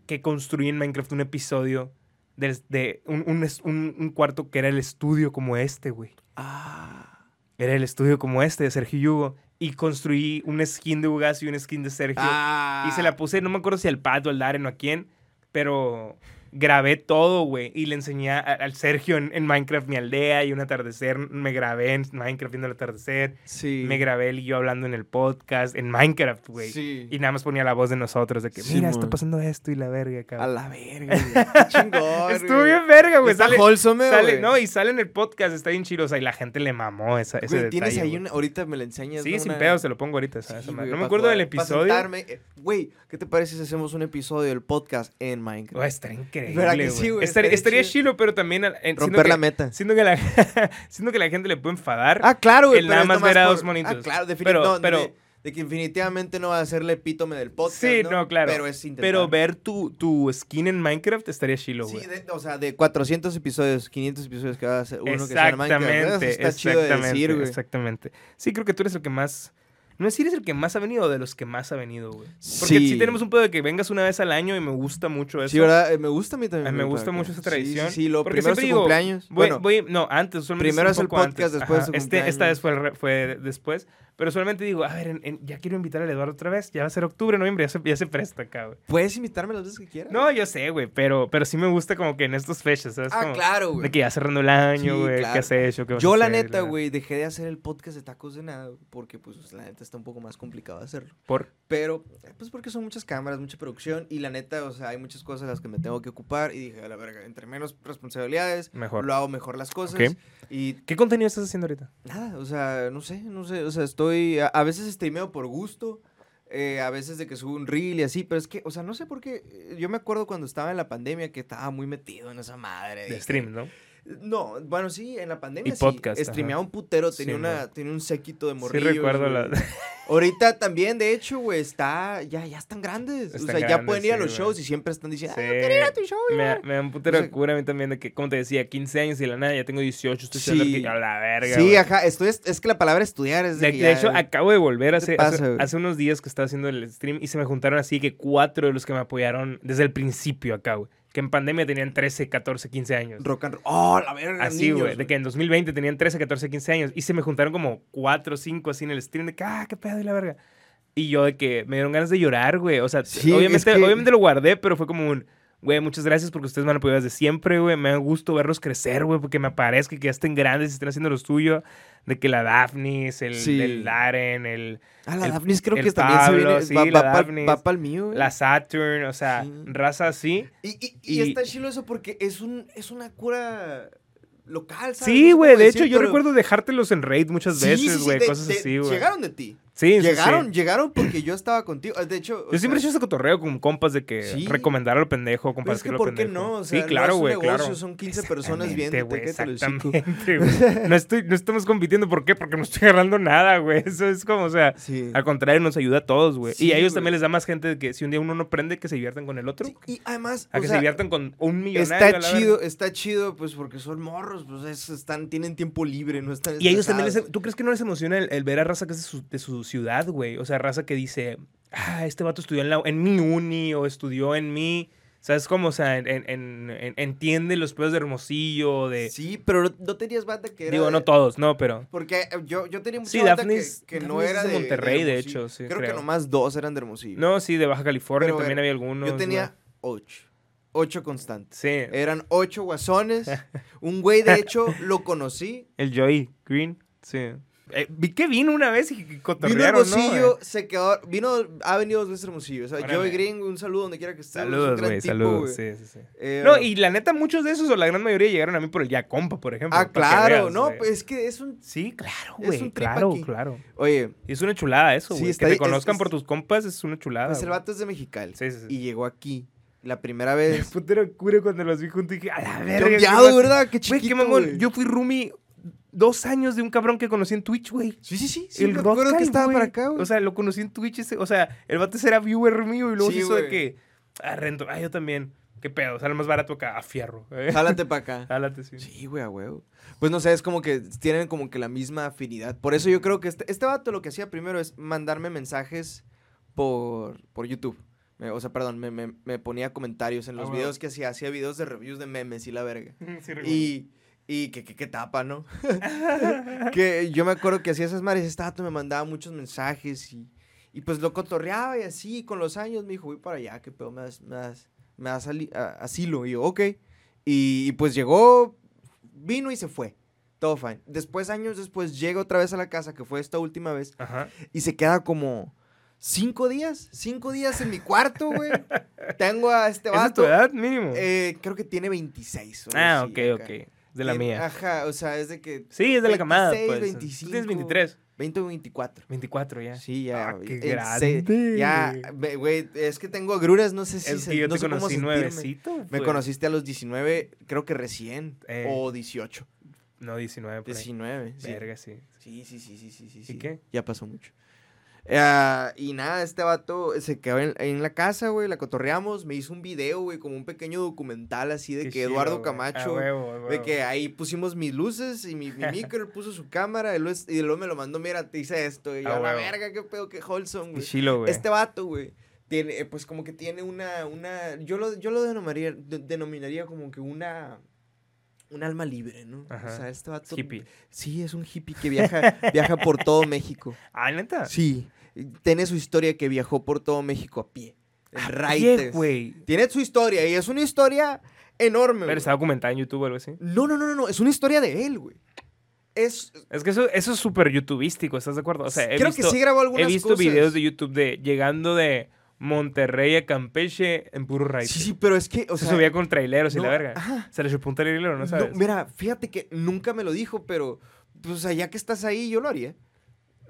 Speaker 1: que construí en Minecraft un episodio del- de, un, un es- un- un cuarto que era el estudio como este, güey.
Speaker 2: Ah.
Speaker 1: Era el estudio como este de Sergio Yugo. Y construí un skin de Ugas y un skin de Sergio.
Speaker 2: Ah.
Speaker 1: Y se la puse, no me acuerdo si al Pato, al Darren o a quién, pero grabé todo, güey. Y le enseñé a- al Sergio en, en Minecraft mi aldea y un atardecer. Me grabé en Minecraft viendo el atardecer.
Speaker 2: Sí.
Speaker 1: Me grabé él y yo hablando en el podcast, en Minecraft, güey.
Speaker 2: Sí.
Speaker 1: Y nada más ponía la voz de nosotros de que,
Speaker 2: Sí,
Speaker 1: mira,
Speaker 2: mon.
Speaker 1: está pasando esto y la verga,
Speaker 2: A
Speaker 1: cabrón.
Speaker 2: la verga, güey. Qué chingón.
Speaker 1: Estuvo
Speaker 2: güey.
Speaker 1: bien verga, güey.
Speaker 2: Está
Speaker 1: Sale,
Speaker 2: wholesome,
Speaker 1: sale-
Speaker 2: güey.
Speaker 1: no, y sale en el podcast, está bien chido. O sea, y la gente le mamó esa, ese
Speaker 2: Güey, tienes
Speaker 1: detalle,
Speaker 2: ahí
Speaker 1: güey.
Speaker 2: una. Ahorita me la enseñas.
Speaker 1: Sí,
Speaker 2: ¿no?
Speaker 1: sin
Speaker 2: Una-
Speaker 1: pedo, se lo pongo ahorita. esa-
Speaker 2: Sí,
Speaker 1: esa madre.
Speaker 2: güey,
Speaker 1: no me
Speaker 2: pa'
Speaker 1: acuerdo
Speaker 2: jugar,
Speaker 1: del
Speaker 2: pa'
Speaker 1: episodio.
Speaker 2: sentarme. Eh, Güey, ¿qué te parece si hacemos un episodio del podcast en Minecraft?
Speaker 1: Güey, estaría increíble.
Speaker 2: ¿Verdad que
Speaker 1: güey?
Speaker 2: sí, güey?
Speaker 1: Estaría,
Speaker 2: Estaría
Speaker 1: estaría chido, pero también. al- en- siento
Speaker 2: Romper
Speaker 1: que-
Speaker 2: la meta.
Speaker 1: Siento que la, siento que la gente le puede enfadar.
Speaker 2: Ah, claro, güey.
Speaker 1: el
Speaker 2: pero
Speaker 1: nada
Speaker 2: es
Speaker 1: más
Speaker 2: nomás
Speaker 1: ver a
Speaker 2: por-
Speaker 1: dos monitos.
Speaker 2: Ah, claro, definitivamente.
Speaker 1: Pero-
Speaker 2: Pero,
Speaker 1: pero-
Speaker 2: de, de que definitivamente no va a ser el epítome del podcast.
Speaker 1: sí, no, claro.
Speaker 2: Pero es intentar.
Speaker 1: Pero ver tu, tu skin en Minecraft estaría chido, güey.
Speaker 2: Sí, de- o sea, de 400 episodios, 500 episodios que va a ser uno que sea en Minecraft. ¿verdad?
Speaker 1: Exactamente,
Speaker 2: Eso está chido de
Speaker 1: exactamente,
Speaker 2: decir, güey.
Speaker 1: exactamente. Sí, creo que tú eres el que más... No es si eres el que más ha venido o de los que más ha venido, güey. Porque sí.
Speaker 2: Sí.
Speaker 1: tenemos un pedo de que vengas una vez al año y me gusta mucho eso.
Speaker 2: Sí, ¿verdad? Eh, Me gusta a mí también.
Speaker 1: A mí me
Speaker 2: güey,
Speaker 1: gusta
Speaker 2: para
Speaker 1: mucho
Speaker 2: que-
Speaker 1: esa
Speaker 2: sí,
Speaker 1: tradición.
Speaker 2: Sí, sí, lo
Speaker 1: Porque
Speaker 2: primero es
Speaker 1: siempre
Speaker 2: tu
Speaker 1: digo,
Speaker 2: cumpleaños.
Speaker 1: Voy-
Speaker 2: bueno,
Speaker 1: voy- no, antes. usualmente
Speaker 2: primero
Speaker 1: un
Speaker 2: es el
Speaker 1: poco
Speaker 2: podcast, después es su
Speaker 1: Este, esta
Speaker 2: cumpleaños.
Speaker 1: vez fue, al re- fue después. Pero solamente digo, a ver, en- en- ya quiero invitar al Eduardo otra vez. Ya va a ser octubre, noviembre, ya se, ya se presta acá, güey.
Speaker 2: puedes invitarme las veces que quieras.
Speaker 1: No, yo sé, güey, pero, pero sí me gusta como que en estos fechas, ¿sabes?
Speaker 2: ah,
Speaker 1: Como
Speaker 2: claro, güey.
Speaker 1: De que ya cerrando el año,
Speaker 2: Sí,
Speaker 1: güey,
Speaker 2: claro.
Speaker 1: ¿qué has hecho? ¿Qué ¿eh? vas a
Speaker 2: Yo, la
Speaker 1: hacer?
Speaker 2: neta, güey, dejé de hacer el podcast de tacos de nada, porque, pues, la neta está un poco más complicado hacerlo.
Speaker 1: Por...
Speaker 2: Pero, eh, pues, porque son muchas cámaras, mucha producción, y la neta, o sea, hay muchas cosas de las que me tengo que ocupar, y dije, a la verga, entre menos responsabilidades,
Speaker 1: Mejor.
Speaker 2: lo hago mejor las cosas.
Speaker 1: Ok.
Speaker 2: Y
Speaker 1: ¿Qué contenido estás haciendo ahorita?
Speaker 2: nada, o sea, no sé, no sé, o sea, estoy, a, a veces streameo por gusto, eh, a veces de que subo un reel y así, pero es que, o sea, no sé por qué, eh, yo me acuerdo cuando estaba en la pandemia que estaba muy metido en esa madre.
Speaker 1: De
Speaker 2: y-
Speaker 1: stream, ¿no?
Speaker 2: no, bueno, sí, en la pandemia
Speaker 1: Y
Speaker 2: sí.
Speaker 1: podcast, ajá.
Speaker 2: Streameaba un putero, tenía,
Speaker 1: Sí,
Speaker 2: una,
Speaker 1: man.
Speaker 2: tenía un séquito de
Speaker 1: Sí
Speaker 2: morrillos.
Speaker 1: recuerdo
Speaker 2: güey.
Speaker 1: la...
Speaker 2: Ahorita también, de hecho, güey, está... Ya, ya están grandes. o
Speaker 1: Están
Speaker 2: sea, ya
Speaker 1: grandes,
Speaker 2: pueden ir a
Speaker 1: sí,
Speaker 2: los
Speaker 1: güey.
Speaker 2: shows y siempre están diciendo...
Speaker 1: Sí.
Speaker 2: "Ah, yo quiero ir a tu show,
Speaker 1: Me,
Speaker 2: güey".
Speaker 1: da- me da un putero
Speaker 2: O sea-
Speaker 1: de cura a mí también de que, como te decía, 15 años y de la nada, ya tengo 18, estoy
Speaker 2: Sí.
Speaker 1: estudiando arqui- a la verga.
Speaker 2: Sí,
Speaker 1: güey.
Speaker 2: ajá. estoy- es, es que la palabra estudiar es de,
Speaker 1: De,
Speaker 2: que
Speaker 1: de
Speaker 2: ya-
Speaker 1: hecho, acabo de volver
Speaker 2: ¿Qué
Speaker 1: hace,
Speaker 2: te pasa,
Speaker 1: hace-
Speaker 2: güey?
Speaker 1: hace unos días que estaba haciendo el stream y se me juntaron así que cuatro de los que me apoyaron desde el principio acá, güey. que en pandemia tenían 13, 14, 15 años.
Speaker 2: Rock and roll. ¡Oh, la verga!
Speaker 1: Así,
Speaker 2: niños,
Speaker 1: güey, de que en 2020 tenían 13, 14, 15 años y se me juntaron como 4 o 5 así en el stream de que, ah, qué pedo y la verga. Y yo de que me dieron ganas de llorar, güey. O sea,
Speaker 2: Sí,
Speaker 1: obviamente,
Speaker 2: es que-
Speaker 1: obviamente lo guardé, pero fue como un, güey, muchas gracias porque ustedes me han apoyado desde siempre, güey. Me da gusto verlos crecer, güey, porque me aparezca y que ya estén grandes y estén haciendo lo suyo. De que la Daphnis, el,
Speaker 2: Sí.
Speaker 1: el Darren, el,
Speaker 2: Ah, la
Speaker 1: el-
Speaker 2: Daphnis creo
Speaker 1: el
Speaker 2: que también se
Speaker 1: Pablo,
Speaker 2: viene.
Speaker 1: sí,
Speaker 2: va,
Speaker 1: la Daphnis.
Speaker 2: para el mío, güey.
Speaker 1: la Saturn, o sea,
Speaker 2: Sí.
Speaker 1: raza así.
Speaker 2: Y, y,
Speaker 1: y-
Speaker 2: y está chido eso porque es, un, es una cura local, ¿sabes? No
Speaker 1: Sí,
Speaker 2: sé
Speaker 1: güey.
Speaker 2: cómo
Speaker 1: De
Speaker 2: decir,
Speaker 1: hecho, yo
Speaker 2: pero-
Speaker 1: recuerdo dejártelos en raid muchas
Speaker 2: Sí, sí,
Speaker 1: veces,
Speaker 2: sí,
Speaker 1: güey.
Speaker 2: de-
Speaker 1: cosas
Speaker 2: de-
Speaker 1: así, güey.
Speaker 2: Llegaron de ti.
Speaker 1: Sí, sí, sí.
Speaker 2: Llegaron, llegaron porque yo estaba contigo. Ah, De hecho, o
Speaker 1: Yo siempre he
Speaker 2: sea,
Speaker 1: hecho ese cotorreo con compas de que
Speaker 2: Sí.
Speaker 1: recomendar al pendejo,
Speaker 2: pero
Speaker 1: compartir
Speaker 2: es que
Speaker 1: lo
Speaker 2: ¿por qué
Speaker 1: pendejo.
Speaker 2: no? O sea,
Speaker 1: sí, claro,
Speaker 2: no
Speaker 1: güey,
Speaker 2: es un negocio,
Speaker 1: claro.
Speaker 2: son 15 personas viendo.
Speaker 1: güey,
Speaker 2: exactamente.
Speaker 1: exactamente, güey. No, estoy, no estamos compitiendo, ¿por qué? Porque no estoy agarrando nada, güey. Eso es como, o sea,
Speaker 2: Sí.
Speaker 1: al contrario, nos ayuda a todos, güey. y
Speaker 2: Sí,
Speaker 1: a ellos
Speaker 2: güey.
Speaker 1: también les da más gente de que si un día uno no prende, que se diviertan con el otro.
Speaker 2: Sí, Y además,
Speaker 1: A
Speaker 2: o
Speaker 1: que se
Speaker 2: sea,
Speaker 1: diviertan con un millonario. a
Speaker 2: está
Speaker 1: la
Speaker 2: chido,
Speaker 1: verga.
Speaker 2: está chido, pues porque son morros, pues es- están, tienen tiempo libre, no están.
Speaker 1: Y a ellos también
Speaker 2: estresados.
Speaker 1: les... em, ¿Tú crees que no les emociona el, el ver a raza que es de su, de su ciudad, güey? O sea, raza que dice, ah, este vato estudió en, la, en mi uni o estudió en mi... ¿Sabes cómo? O sea, en- en- en- en- entiende los pedos de Hermosillo, de...
Speaker 2: Sí, pero no- no tenías banda que era.
Speaker 1: Digo, no
Speaker 2: de-
Speaker 1: todos, no, pero...
Speaker 2: Porque eh, yo, yo tenía mucha
Speaker 1: Sí,
Speaker 2: banda que-
Speaker 1: Daphnis-
Speaker 2: que, no
Speaker 1: Daphnis es
Speaker 2: era
Speaker 1: de
Speaker 2: de
Speaker 1: Monterrey, de
Speaker 2: Hermosillo.
Speaker 1: hecho, sí,
Speaker 2: creo,
Speaker 1: creo.
Speaker 2: que nomás dos eran de Hermosillo.
Speaker 1: No, sí, de Baja California
Speaker 2: Pero,
Speaker 1: también
Speaker 2: bueno,
Speaker 1: había algunos.
Speaker 2: yo tenía eh,
Speaker 1: güey.
Speaker 2: ocho. Ocho constantes.
Speaker 1: Sí,
Speaker 2: Eran ocho guasones. Un güey, de hecho, lo conocí.
Speaker 1: el Joey Green, sí. Eh, vi que vino una vez y que
Speaker 2: Vino a
Speaker 1: cotorrearon,
Speaker 2: Hermosillo,
Speaker 1: ¿no? Eh.
Speaker 2: se quedó. Vino, ha venido dos veces a Hermosillo. O sea,
Speaker 1: Órale.
Speaker 2: Joey Green, un saludo donde quiera que esté. es un
Speaker 1: Saludos,
Speaker 2: gran
Speaker 1: güey,
Speaker 2: tipo,
Speaker 1: saludos,
Speaker 2: güey.
Speaker 1: sí, sí, sí.
Speaker 2: Eh,
Speaker 1: No, y la neta, muchos de esos, o la gran mayoría, llegaron a mí por el Ya Compa, por ejemplo. para
Speaker 2: Ah,
Speaker 1: que
Speaker 2: claro,
Speaker 1: veas,
Speaker 2: no,
Speaker 1: güey.
Speaker 2: pues es que es un.
Speaker 1: Sí, claro,
Speaker 2: Es
Speaker 1: güey.
Speaker 2: un trip
Speaker 1: Claro,
Speaker 2: aquí.
Speaker 1: claro.
Speaker 2: Oye,
Speaker 1: Y es una chulada eso,
Speaker 2: Sí,
Speaker 1: güey.
Speaker 2: está
Speaker 1: que te
Speaker 2: ahí, es-
Speaker 1: conozcan
Speaker 2: es-
Speaker 1: por tus compas es una chulada.
Speaker 2: pues el
Speaker 1: Ah, güey.
Speaker 2: vato es de Mexicali.
Speaker 1: Sí, sí, sí.
Speaker 2: Y llegó aquí la primera
Speaker 1: Me
Speaker 2: vez.
Speaker 1: puta locura cuando los vi juntos y dije, a la verga. qué
Speaker 2: Cambiado,
Speaker 1: más-
Speaker 2: ¿verdad? Qué
Speaker 1: Güey,
Speaker 2: chiquito.
Speaker 1: qué mamón.
Speaker 2: güey.
Speaker 1: Yo fui roomie dos años de un cabrón que conocí en Twitch, güey.
Speaker 2: Sí, sí, sí. sí
Speaker 1: el
Speaker 2: me acuerdo
Speaker 1: Rodcal,
Speaker 2: que estaba
Speaker 1: güey.
Speaker 2: para acá, güey.
Speaker 1: O sea, lo conocí en Twitch. Ese, o sea, el vato ese era viewer mío y luego se
Speaker 2: Sí,
Speaker 1: hizo de
Speaker 2: güey.
Speaker 1: que. Ah, rento. Ah, yo también. Qué pedo. Sale más barato acá. A fierro. eh.
Speaker 2: Jálate para acá.
Speaker 1: Jálate, sí.
Speaker 2: Sí, güey, a huevo. Pues no sé, es como que tienen como que la misma afinidad. Por eso yo creo que este, este vato lo que hacía primero es mandarme mensajes por, por YouTube. Me- o sea, perdón, me, me- me ponía comentarios en
Speaker 1: Ah,
Speaker 2: los
Speaker 1: huevo.
Speaker 2: videos que hacía. Hacía videos de reviews de memes y la verga.
Speaker 1: Sí, recuerdo.
Speaker 2: Y, y que, que, que tapa, ¿no? que yo me acuerdo que hacía esas madres, este vato me mandaba muchos mensajes y, y pues lo cotorreaba y así, y con los años me dijo, voy para allá, qué pedo, me das, me das, me das ali- a- asilo. Y yo, ok. Y, y pues llegó, vino y se fue. Todo fine. Después, años después, llega otra vez a la casa, que fue esta última vez,
Speaker 1: Ajá.
Speaker 2: y se queda como cinco días, cinco días en mi cuarto, güey. Tengo a este
Speaker 1: ¿Esa es tu
Speaker 2: vato.
Speaker 1: edad mínimo?
Speaker 2: Eh, creo que tiene 26. o algo
Speaker 1: ah,
Speaker 2: así,
Speaker 1: ok,
Speaker 2: acá.
Speaker 1: ok. De la
Speaker 2: Tien-
Speaker 1: mía.
Speaker 2: Ajá, o sea, es de que
Speaker 1: Sí, es de la camada.
Speaker 2: 26,
Speaker 1: pues. Tú
Speaker 2: 25.
Speaker 1: tienes 23.
Speaker 2: 20 o 24.
Speaker 1: 24 ya.
Speaker 2: Sí, ya.
Speaker 1: Ah, qué
Speaker 2: en se-
Speaker 1: grande.
Speaker 2: Ya, ve- güey, es que tengo agruras, no sé si.
Speaker 1: es
Speaker 2: se-
Speaker 1: que yo
Speaker 2: no
Speaker 1: te
Speaker 2: sé cómo
Speaker 1: conocí
Speaker 2: sentirme.
Speaker 1: nuevecito.
Speaker 2: Me
Speaker 1: pues.
Speaker 2: conociste a los 19, creo que recién.
Speaker 1: Eh.
Speaker 2: O 18.
Speaker 1: No, 19. Por ahí.
Speaker 2: 19, sí.
Speaker 1: Verga, sí.
Speaker 2: Sí, sí, sí, sí, sí, sí.
Speaker 1: ¿Y qué?
Speaker 2: Ya pasó mucho. Ah, y nada, este vato se quedó en, en la casa, güey, la cotorreamos, me hizo un video, güey, como un pequeño documental así de
Speaker 1: Qué
Speaker 2: que
Speaker 1: chido,
Speaker 2: Eduardo
Speaker 1: güey. Ah,
Speaker 2: Camacho,
Speaker 1: A huevo, a
Speaker 2: de
Speaker 1: huevo.
Speaker 2: que ahí pusimos mis luces y mi, mi micro, él puso su cámara y luego, es- y luego me lo mandó, mira, te hice esto. Y yo,
Speaker 1: Ah,
Speaker 2: a la
Speaker 1: huevo.
Speaker 2: verga, qué pedo, qué wholesome,
Speaker 1: Qué
Speaker 2: güey.
Speaker 1: chilo, güey.
Speaker 2: Este vato, güey, tiene, eh, pues como que tiene una, una, yo lo, yo lo denominaría, de- denominaría como que una, un alma libre, ¿no?
Speaker 1: Ajá.
Speaker 2: O sea, este vato.
Speaker 1: Hippie.
Speaker 2: Sí, es un hippie que viaja, viaja por todo México.
Speaker 1: Ah, neta.
Speaker 2: Sí. Tiene su historia que viajó por todo México a pie. En
Speaker 1: Bien,
Speaker 2: raites.
Speaker 1: güey.
Speaker 2: Tiene su historia y es una historia enorme,
Speaker 1: Pero
Speaker 2: güey.
Speaker 1: está documentada en YouTube o algo así.
Speaker 2: No, no, no, no, no, es una historia de él, güey. Es,
Speaker 1: Es que eso, eso es súper youtubístico, ¿estás de acuerdo? O sea, he
Speaker 2: creo
Speaker 1: visto,
Speaker 2: que sí grabó
Speaker 1: he
Speaker 2: algunas
Speaker 1: visto
Speaker 2: cosas.
Speaker 1: videos de YouTube de llegando de Monterrey a Campeche en puro raid.
Speaker 2: Sí, sí, pero es que, o
Speaker 1: Se
Speaker 2: sea...
Speaker 1: subía con traileros y
Speaker 2: no,
Speaker 1: la verga.
Speaker 2: ajá.
Speaker 1: Se le chupó un trailero, ¿no
Speaker 2: no,
Speaker 1: sabes?
Speaker 2: mira, fíjate que nunca me lo dijo, pero, pues, o sea, ya que estás ahí, yo lo haría.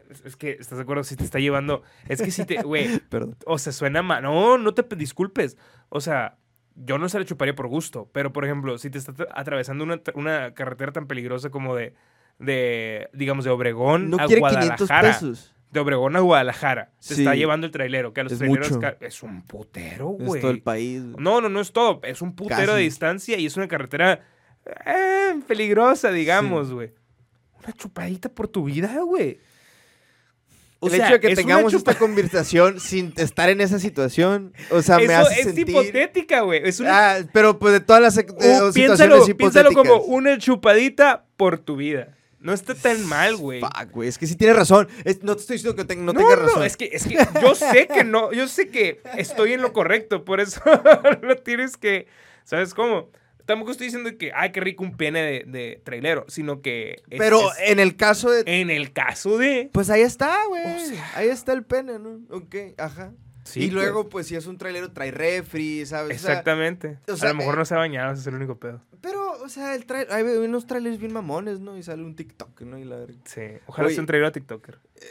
Speaker 1: Es- Es que, ¿estás de acuerdo? Si te está llevando. Es que si te. Güey,
Speaker 2: Perdón.
Speaker 1: o sea, suena mal. No, no te pe- disculpes. O sea, yo no se la chuparía por gusto. Pero, por ejemplo, si te está tra- atravesando una, tra- una carretera tan peligrosa como de, de digamos, de Obregón
Speaker 2: No
Speaker 1: a
Speaker 2: quiere 500
Speaker 1: Guadalajara.
Speaker 2: pesos.
Speaker 1: De Obregón a Guadalajara. Se
Speaker 2: Sí.
Speaker 1: está llevando el trailero. Que a los
Speaker 2: Es
Speaker 1: traileros.
Speaker 2: mucho.
Speaker 1: ca- Es un putero,
Speaker 2: Es todo el
Speaker 1: güey.
Speaker 2: país. güey.
Speaker 1: No, no, no es todo. Es un putero de
Speaker 2: Casi.
Speaker 1: distancia y es una carretera eh, peligrosa, digamos, güey. Una chupadita por tu vida, güey. O
Speaker 2: el
Speaker 1: sea,
Speaker 2: hecho de que
Speaker 1: es un
Speaker 2: tengamos
Speaker 1: hecho
Speaker 2: esta conversación sin estar en esa situación, o sea, me
Speaker 1: Eso
Speaker 2: hace
Speaker 1: es
Speaker 2: sentir...
Speaker 1: hipotética, güey. Es una
Speaker 2: Ah, pero pues de todas las sec- eh,
Speaker 1: Uh,
Speaker 2: situaciones
Speaker 1: piénsalo, piénsalo
Speaker 2: hipotéticas.
Speaker 1: como una chupadita por tu vida. No está tan mal, güey.
Speaker 2: Fuck, güey, es que sí tienes razón. Es- no te estoy diciendo que te- no,
Speaker 1: No,
Speaker 2: tengas
Speaker 1: no,
Speaker 2: razón.
Speaker 1: es que, es que yo sé que no, yo sé que estoy en lo correcto, por eso no tienes que, ¿sabes cómo? Tampoco estoy diciendo que, ay, qué rico un pene de, de trailero, sino que... es-
Speaker 2: pero
Speaker 1: es-
Speaker 2: en el caso de...
Speaker 1: en el caso de...
Speaker 2: Pues ahí está, güey.
Speaker 1: O
Speaker 2: ahí está el pene, ¿no? Ok, ajá.
Speaker 1: Sí,
Speaker 2: y
Speaker 1: pues.
Speaker 2: luego, pues, si es un trailero, trae refri, ¿sabes? O sea,
Speaker 1: Exactamente.
Speaker 2: o sea,
Speaker 1: a lo mejor
Speaker 2: eh,
Speaker 1: no se ha bañado, ese es el único pedo.
Speaker 2: pero, o sea, el trailer, hay unos trailers bien mamones, ¿no? Y sale un TikTok, ¿no? Y la verga.
Speaker 1: Sí. Ojalá
Speaker 2: Oye.
Speaker 1: sea un trailero TikToker.
Speaker 2: Eh,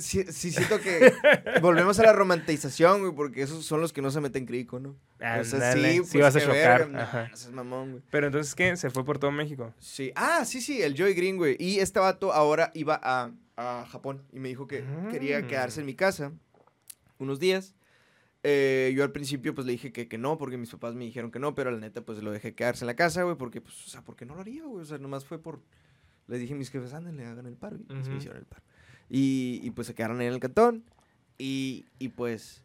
Speaker 2: Sí, sí siento que volvemos a la romantización, güey, porque esos son los que no se meten crico, ¿no? o sea,
Speaker 1: Ándale,
Speaker 2: sí,
Speaker 1: sí,
Speaker 2: pues,
Speaker 1: vas a
Speaker 2: qué
Speaker 1: chocar.
Speaker 2: verga, no,
Speaker 1: ajá.
Speaker 2: no seas mamón, güey.
Speaker 1: Pero entonces, ¿qué? Se fue por todo México.
Speaker 2: Sí. Ah, sí, sí, el Joy Green, güey. Y este vato ahora iba a, a Japón y me dijo que quería
Speaker 1: Mm.
Speaker 2: quedarse en mi casa unos días. Eh, yo al principio pues le dije que, que no, porque mis papás me dijeron que no, pero la neta pues lo dejé quedarse en la casa, güey, porque pues, o sea, porque no lo haría, güey. O sea, nomás fue por... Les dije a mis jefes, le hagan el paro. Y pues, me
Speaker 1: Ujú.
Speaker 2: hicieron el paro. Y, y, pues se quedaron ahí en el cantón. Y, y pues...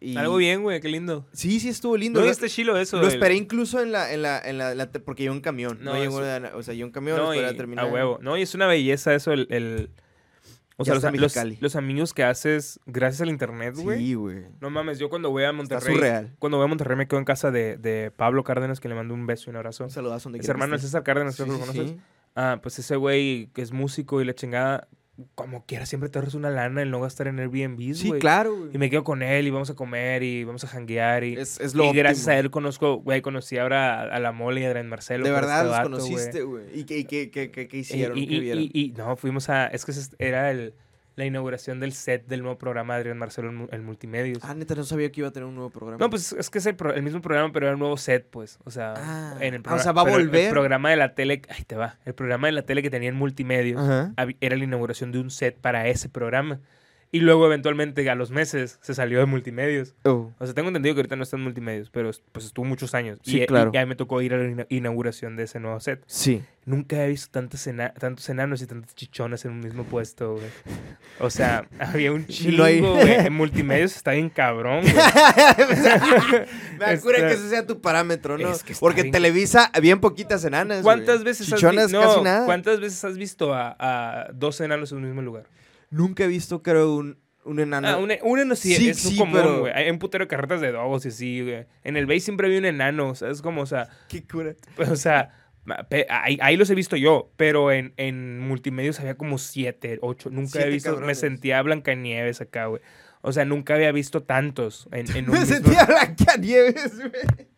Speaker 2: y-
Speaker 1: Algo bien, güey, qué lindo.
Speaker 2: Sí, sí, estuvo lindo.
Speaker 1: No
Speaker 2: Lo-
Speaker 1: viste chilo eso.
Speaker 2: lo
Speaker 1: del-
Speaker 2: esperé incluso en la, en la, en la, la te- porque yo un camión. No,
Speaker 1: No,
Speaker 2: llegó
Speaker 1: eso-
Speaker 2: de la- o sea, yo un camión, no,
Speaker 1: y-
Speaker 2: esperé a terminar.
Speaker 1: A huevo. No, y es una belleza eso, el... el- o
Speaker 2: Ya
Speaker 1: sea, los,
Speaker 2: está
Speaker 1: los-
Speaker 2: Mexicali.
Speaker 1: los amigos que haces gracias al internet, güey.
Speaker 2: Sí, güey.
Speaker 1: No mames, yo cuando voy a
Speaker 2: Está
Speaker 1: Monterrey...
Speaker 2: surreal.
Speaker 1: Cuando voy a Monterrey me quedo en casa de, de Pablo Cárdenas, que le mando un beso y un abrazo.
Speaker 2: Un saludazo
Speaker 1: Es
Speaker 2: donde quiera que
Speaker 1: hermano de
Speaker 2: estés.
Speaker 1: César Cárdenas, creo
Speaker 2: Sí,
Speaker 1: que lo
Speaker 2: sí,
Speaker 1: conoces.
Speaker 2: sí.
Speaker 1: Ah, pues ese güey que es músico y la chingada, como quiera, siempre te ahorras una lana el no gastar en Airbnb, güey.
Speaker 2: Sí, claro,
Speaker 1: Y
Speaker 2: güey.
Speaker 1: me quedo con él y vamos a comer y vamos a janguear y...
Speaker 2: Es, es lo
Speaker 1: y gracias
Speaker 2: óptimo.
Speaker 1: a él conozco, güey, conocí ahora a, a la mole y a Adrián Marcelo.
Speaker 2: De
Speaker 1: por este
Speaker 2: verdad los
Speaker 1: vato, güey.
Speaker 2: conociste, güey. ¿Y qué, y qué, qué, qué, qué
Speaker 1: Y-
Speaker 2: hicieron?
Speaker 1: y,
Speaker 2: ¿Qué
Speaker 1: y-
Speaker 2: vieron?
Speaker 1: y- y- no, fuimos a... Es que ese era el- la inauguración del set del nuevo programa de Adrián Marcelo en, mu- en Multimedios.
Speaker 2: Ah, neta, no sabía que iba a tener un nuevo programa.
Speaker 1: no, pues es que es el, pro- el mismo programa, pero era un nuevo set, pues. O sea,
Speaker 2: Ah.
Speaker 1: en el
Speaker 2: Ah, o
Speaker 1: progra-
Speaker 2: sea, va a
Speaker 1: pero el-
Speaker 2: volver.
Speaker 1: El programa de la tele... Ay, te va. El programa de la tele que tenía en Multimedios
Speaker 2: Ajá.
Speaker 1: hab- era la inauguración de un set para ese programa. Y luego, eventualmente, a los meses, se salió de Multimedios.
Speaker 2: Oh.
Speaker 1: O sea, tengo entendido que ahorita no está en multimedios, pero es- pues estuvo muchos años.
Speaker 2: Sí,
Speaker 1: y,
Speaker 2: claro.
Speaker 1: y a mí me tocó ir a la ina- inauguración de ese nuevo set.
Speaker 2: Sí.
Speaker 1: Nunca he visto tantos, ena- tantos enanos y tantas chichonas en un mismo puesto, güey. O sea, había un
Speaker 2: Y no hay-
Speaker 1: chingo, güey. En multimedios está bien cabrón, güey.
Speaker 2: Me acuerdo
Speaker 1: Este-
Speaker 2: que ese sea tu parámetro, ¿no?
Speaker 1: Es que está
Speaker 2: Porque
Speaker 1: bien-
Speaker 2: Televisa, bien poquitas enanas. güey.
Speaker 1: ¿Cuántas veces, has vi-
Speaker 2: Chichonas,
Speaker 1: no,
Speaker 2: casi nada.
Speaker 1: ¿Cuántas veces has visto a, a dos enanos en un mismo lugar?
Speaker 2: Nunca he visto, creo, un, un enano.
Speaker 1: Ah, un, e- un enano sí,
Speaker 2: Sí,
Speaker 1: es
Speaker 2: sí,
Speaker 1: común,
Speaker 2: pero-
Speaker 1: güey. Hay un putero de carretas de dogos y así, güey. En el bay siempre había un enano, ¿sabes? Como, o sea,
Speaker 2: Qué cura.
Speaker 1: Pues, O sea, ma- pe- ahí, ahí los he visto yo, pero en, en multimedios había como siete, ocho. Nunca
Speaker 2: Siete
Speaker 1: he visto, me
Speaker 2: cabrones.
Speaker 1: sentía Blancanieves acá, güey. O sea, nunca había visto tantos en, en un
Speaker 2: Me
Speaker 1: mismo-
Speaker 2: sentía Blancanieves, güey.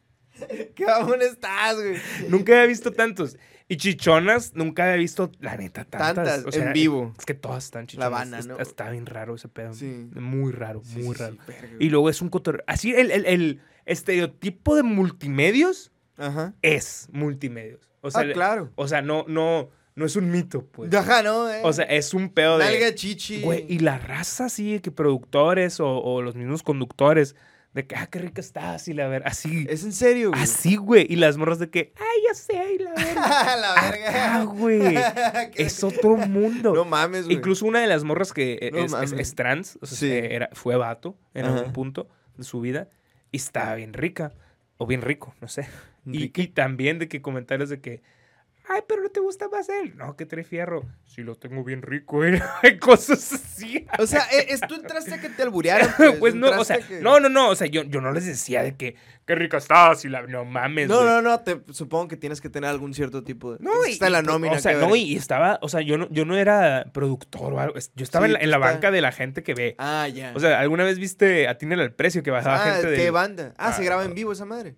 Speaker 2: ¿Qué mamón estás, güey?
Speaker 1: Nunca había visto tantos. Y chichonas, nunca había visto, la neta, tantas.
Speaker 2: Tantas,
Speaker 1: O sea, eh,
Speaker 2: en vivo.
Speaker 1: Es que todas están
Speaker 2: La
Speaker 1: chichonas.
Speaker 2: Habana,
Speaker 1: Es-
Speaker 2: ¿no?
Speaker 1: Está, bien raro ese pedo.
Speaker 2: Sí.
Speaker 1: Muy raro,
Speaker 2: Sí,
Speaker 1: muy
Speaker 2: sí,
Speaker 1: raro.
Speaker 2: sí, verga,
Speaker 1: Y
Speaker 2: güey.
Speaker 1: luego es un cotorreo. Así el, el- el estereotipo de multimedios
Speaker 2: Ajá.
Speaker 1: es multimedios. O sea,
Speaker 2: ah,
Speaker 1: el-
Speaker 2: claro.
Speaker 1: O sea, no, no, no es un mito, pues.
Speaker 2: Ajá, ¿no? eh?
Speaker 1: O sea, es un pedo de.
Speaker 2: Nalga chichi.
Speaker 1: Güey, y la raza, sí, que productores o, o los mismos conductores, de que, ah, qué rica estás, y la ver, así.
Speaker 2: Es en serio, güey.
Speaker 1: así, güey. Y las morras de que, ay, ya sé, y la verga.
Speaker 2: la
Speaker 1: Acá, güey.
Speaker 2: verga. Qué-
Speaker 1: es otro mundo.
Speaker 2: No mames, güey.
Speaker 1: Incluso una de las morras que eh,
Speaker 2: No
Speaker 1: es, es-
Speaker 2: mames.
Speaker 1: es trans, o sea,
Speaker 2: Sí.
Speaker 1: eh, era, fue vato en
Speaker 2: Ajá.
Speaker 1: algún punto de su vida y estaba bien rica, o bien rico, no sé. Y,
Speaker 2: Rica.
Speaker 1: y también de que comentarios de que, ay, pero no te gusta más él. No, que trae fierro. Si lo tengo bien rico, eh". cosas así.
Speaker 2: O sea, e- es, tú entraste a que te alburearan. Pues,
Speaker 1: Pues no, o
Speaker 2: entraste
Speaker 1: sea,
Speaker 2: a que-
Speaker 1: no, no, no, o sea, yo, yo no les decía de que, qué rica estás y la, no mames.
Speaker 2: No,
Speaker 1: güey.
Speaker 2: no, no, te, supongo que tienes que tener algún cierto tipo de...
Speaker 1: No,
Speaker 2: Es que
Speaker 1: y-
Speaker 2: está en la
Speaker 1: y-
Speaker 2: nómina.
Speaker 1: O sea,
Speaker 2: qué
Speaker 1: no,
Speaker 2: verga.
Speaker 1: y estaba, o sea, yo no, yo no era productor o algo. es- Yo estaba
Speaker 2: Sí,
Speaker 1: en la,
Speaker 2: tú
Speaker 1: en la
Speaker 2: está-
Speaker 1: banca de la gente que ve.
Speaker 2: Ah, ya.
Speaker 1: O sea, ¿alguna vez viste a Tiner al precio que bajaba
Speaker 2: ah,
Speaker 1: gente
Speaker 2: ¿qué
Speaker 1: de.
Speaker 2: banda? Ah, se
Speaker 1: Ah,
Speaker 2: graba en
Speaker 1: no.
Speaker 2: vivo esa madre.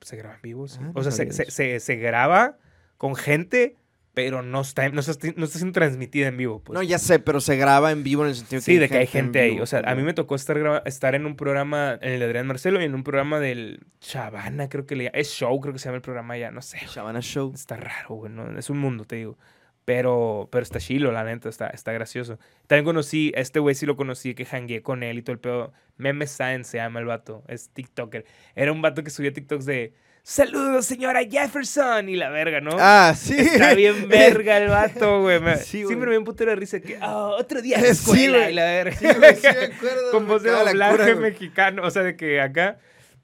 Speaker 1: Se graba en vivo, sí.
Speaker 2: Ah, no
Speaker 1: o sea, se,
Speaker 2: sabía
Speaker 1: se-
Speaker 2: eso.
Speaker 1: se- se graba con gente, pero no está, no está, no está siendo transmitida en vivo. Pues.
Speaker 2: no, ya sé, pero se graba en vivo en el sentido que...
Speaker 1: Sí, de que hay gente
Speaker 2: en
Speaker 1: ahí.
Speaker 2: vivo,
Speaker 1: O sea, a
Speaker 2: güey.
Speaker 1: mí me tocó estar, graba- estar en un programa, en el de Adrián Marcelo y en un programa del Chavana, creo que le Es show, creo que se llama el programa ya, no sé.
Speaker 2: Shabana Show.
Speaker 1: Está raro, güey. ¿no? Es un mundo, te digo. Pero, pero está chilo, la neta, está, está gracioso. También conocí, a este güey sí lo conocí, que jangueé con él y todo el pedo. Meme Science se llama el vato, es TikToker. Era un vato que subía TikToks de saludos, señora Jefferson, y la verga, ¿no?
Speaker 2: Ah, sí.
Speaker 1: Está bien verga el vato, güey. Me-
Speaker 2: Sí, güey. Eh,
Speaker 1: Siempre me dio un putero de risa que, ah, otro día
Speaker 2: Sí,
Speaker 1: de escuela,
Speaker 2: güey.
Speaker 1: y la verga.
Speaker 2: Sí, güey, sí me acuerdo,
Speaker 1: con
Speaker 2: me
Speaker 1: voz de
Speaker 2: caga la cura,
Speaker 1: doblaje
Speaker 2: güey.
Speaker 1: mexicano, o sea, de que acá,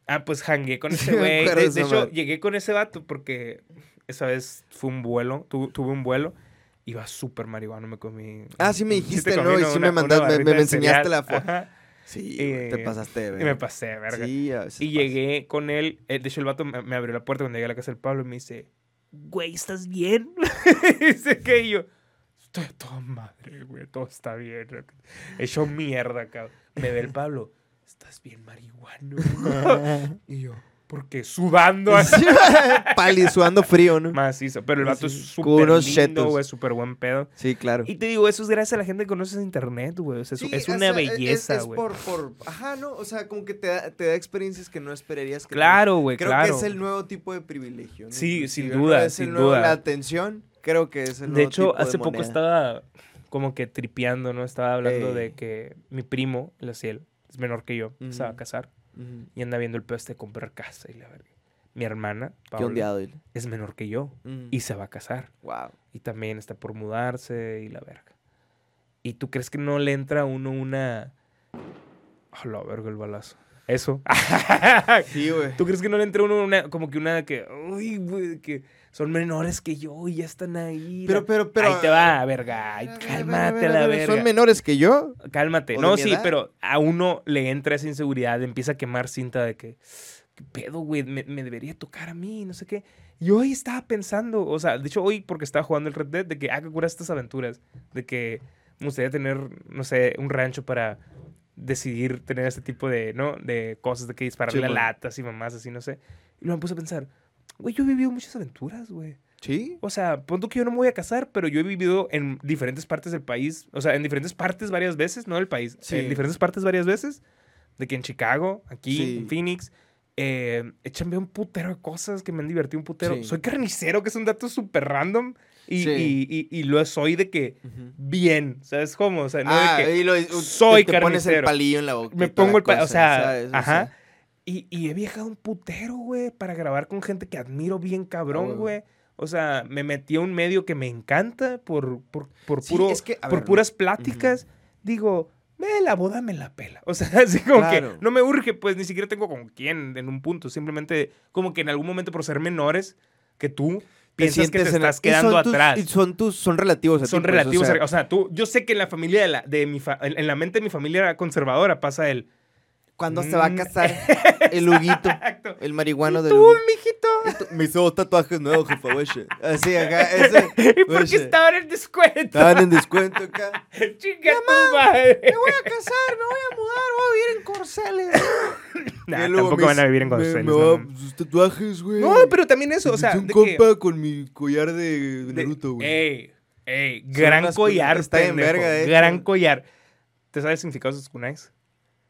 Speaker 1: ah, pues hangué con
Speaker 2: Sí,
Speaker 1: ese
Speaker 2: me
Speaker 1: güey.
Speaker 2: acuerdo
Speaker 1: de
Speaker 2: esa
Speaker 1: de hecho,
Speaker 2: madre.
Speaker 1: llegué con ese vato porque esa vez fue un vuelo, tu- tuve un vuelo. Iba súper marihuano, me comí.
Speaker 2: Ah, sí me
Speaker 1: te
Speaker 2: dijiste,
Speaker 1: comí
Speaker 2: ¿no? Y
Speaker 1: una-
Speaker 2: sí me
Speaker 1: una
Speaker 2: mandaste- me-
Speaker 1: barrita
Speaker 2: me
Speaker 1: de
Speaker 2: enseñaste
Speaker 1: cereal.
Speaker 2: la foto.
Speaker 1: Ajá.
Speaker 2: Sí,
Speaker 1: Eh,
Speaker 2: güey, te pasaste, de
Speaker 1: Y me
Speaker 2: verga.
Speaker 1: pasé, verga.
Speaker 2: Sí, a veces
Speaker 1: Y
Speaker 2: pasa.
Speaker 1: llegué con él. eh, de hecho, el vato me, me abrió la puerta cuando llegué a la casa del Pablo y me dice, güey, ¿estás bien? dice que y yo, estoy a toda madre, güey, todo está bien. Hecho mierda, cabrón. Me ve el Pablo, ¿estás bien marihuano? y yo, porque sudando así.
Speaker 2: Sí, Pali, sudando frío, ¿no?
Speaker 1: Macizo, pero el vato es
Speaker 2: Sí,
Speaker 1: súper
Speaker 2: puros
Speaker 1: lindo,
Speaker 2: chetos.
Speaker 1: güey, súper buen pedo.
Speaker 2: Sí, claro.
Speaker 1: Y te digo, eso es gracias a la gente que conoces en internet, güey. O sea, es-
Speaker 3: Sí,
Speaker 1: es
Speaker 3: o
Speaker 1: una
Speaker 3: sea, e-, es-
Speaker 1: belleza,
Speaker 3: es
Speaker 1: güey.
Speaker 3: por, por, ajá, ¿no? O sea, como que te da, te da experiencias que no esperarías que
Speaker 1: Claro, güey,
Speaker 3: te- Creo
Speaker 1: claro.
Speaker 3: que es el nuevo tipo de privilegio. ¿no?
Speaker 1: Sí,
Speaker 3: Inclusive,
Speaker 1: sin
Speaker 3: ¿no?
Speaker 1: duda,
Speaker 3: Es el
Speaker 1: sin
Speaker 3: nuevo-
Speaker 1: duda.
Speaker 3: La atención, creo que es el
Speaker 2: este
Speaker 3: nuevo
Speaker 1: De hecho,
Speaker 3: tipo
Speaker 1: hace poco
Speaker 3: moneda.
Speaker 1: estaba como que tripeando, ¿no? Estaba hablando de
Speaker 2: Ey.
Speaker 1: que mi primo, la Ciel, es menor que yo, se va a
Speaker 2: Ujú.
Speaker 1: casar
Speaker 2: Ujú.
Speaker 1: y anda viendo el pedo este de comprar casa y la verga. Mi hermana,
Speaker 2: Qué
Speaker 1: Paola,
Speaker 2: ondeado él.
Speaker 1: es menor que yo
Speaker 2: Mm.
Speaker 1: y se va a casar
Speaker 2: Wow.
Speaker 1: y también está por mudarse y la verga. ¿Y tú crees que no le entra a uno una... A la verga el balazo. Eso.
Speaker 2: Sí, güey.
Speaker 1: ¿Tú crees que no le entra a uno una, como que una que, uy, güey, que son menores que yo y ya están ahí? la
Speaker 2: Pero, pero, pero. ah,
Speaker 1: ahí te va, verga. Ay,
Speaker 2: A ver, a ver, a ver,
Speaker 1: cálmate
Speaker 2: a ver,
Speaker 1: la
Speaker 2: a ver,
Speaker 1: verga.
Speaker 2: ¿Son menores que yo?
Speaker 1: Cálmate.
Speaker 2: ¿O de
Speaker 1: No,
Speaker 2: mi
Speaker 1: sí,
Speaker 2: edad?
Speaker 1: pero a uno le entra esa inseguridad, le empieza a quemar cinta de que, ¿qué pedo, güey? Me, me debería tocar a mí, no sé qué. Y hoy estaba pensando, o sea, de hecho hoy porque estaba jugando el Red Dead, de que, ah, que cura estas aventuras, de que me gustaría tener, no sé, un rancho para decidir tener este tipo de, ¿no? De cosas, de que dispararle a
Speaker 2: Simón.
Speaker 1: latas y mamás, así, no sé. Y luego me puse a pensar, güey, yo he vivido muchas aventuras, güey.
Speaker 2: Sí.
Speaker 1: O sea, punto que yo no me voy a casar, pero yo he vivido en diferentes partes del país. O sea, en diferentes partes varias veces, no del país.
Speaker 2: Sí.
Speaker 1: En diferentes partes varias veces. De que en Chicago, aquí,
Speaker 2: Sí.
Speaker 1: en Phoenix. Eh, he chambeado un putero de cosas que me han divertido un putero.
Speaker 2: Sí.
Speaker 1: Soy carnicero, que es un dato súper random. Y,
Speaker 2: Sí.
Speaker 1: y, y, y lo soy de que bien. ¿Sabes cómo? O sea, no
Speaker 2: ah,
Speaker 1: de que
Speaker 2: y lo, y-
Speaker 1: soy
Speaker 2: te, te pones el
Speaker 1: carnicero.
Speaker 2: palillo en la boca. y
Speaker 1: me
Speaker 2: toda la
Speaker 1: pongo el... pa- O
Speaker 2: cosa,
Speaker 1: sea,
Speaker 2: ¿sabes? O
Speaker 1: ajá.
Speaker 2: sea,
Speaker 1: Y, y he viajado un putero, güey, para grabar con gente que admiro bien cabrón,
Speaker 2: huevo.
Speaker 1: güey. O sea, me metí a un medio que me encanta por, por, por,
Speaker 2: Sí,
Speaker 1: puro,
Speaker 2: es que, a
Speaker 1: por
Speaker 2: ver,
Speaker 1: puras pláticas. Digo, me la boda me la pela. O sea, así como
Speaker 2: Claro.
Speaker 1: que no me urge, pues ni siquiera tengo con quién en un punto. Simplemente como que en algún momento por ser menores que tú, piensas que te
Speaker 2: sientes en el-
Speaker 1: estás
Speaker 2: y son
Speaker 1: quedando
Speaker 2: tus-
Speaker 1: atrás
Speaker 2: Y son tus, son relativos a ti,
Speaker 1: son
Speaker 2: pues, o
Speaker 1: relativos.
Speaker 2: sea,
Speaker 1: O sea, tú, yo sé que en la familia de, la, de mi fa- en en la mente de mi familia conservadora pasa el
Speaker 2: ¿Cuándo se va a
Speaker 1: Mm.
Speaker 2: casar el Huguito?
Speaker 1: acto.
Speaker 2: El marihuano
Speaker 1: ¿Y
Speaker 2: del
Speaker 1: tú,
Speaker 2: Hugo.
Speaker 1: mijito?
Speaker 2: Me hizo dos tatuajes nuevos, jefa, güey. Así, acá. Ese,
Speaker 1: ¿Y por qué
Speaker 2: güey.
Speaker 1: estaban en descuento?
Speaker 2: Estaban en descuento acá.
Speaker 1: Chinga tu madre.
Speaker 2: voy a casar, me voy a mudar, voy a vivir en Corceles.
Speaker 1: Nah,
Speaker 2: Y luego
Speaker 1: tampoco
Speaker 2: me
Speaker 1: van a
Speaker 2: dice,
Speaker 1: vivir en
Speaker 2: me-
Speaker 1: González.
Speaker 2: Me, va
Speaker 1: No,
Speaker 2: a sus tatuajes, güey.
Speaker 1: No, pero también eso, o sea,
Speaker 2: Hice un
Speaker 1: de que-
Speaker 2: compa con mi collar de eh,
Speaker 1: de-
Speaker 2: Naruto, güey.
Speaker 1: Ey, ey,
Speaker 2: Son
Speaker 1: gran
Speaker 2: unas
Speaker 1: collar,
Speaker 2: cunitas, está bien
Speaker 1: pendejo,
Speaker 2: verga, de hecho.
Speaker 1: gran collar. ¿Te sabes el significado de esos kunais?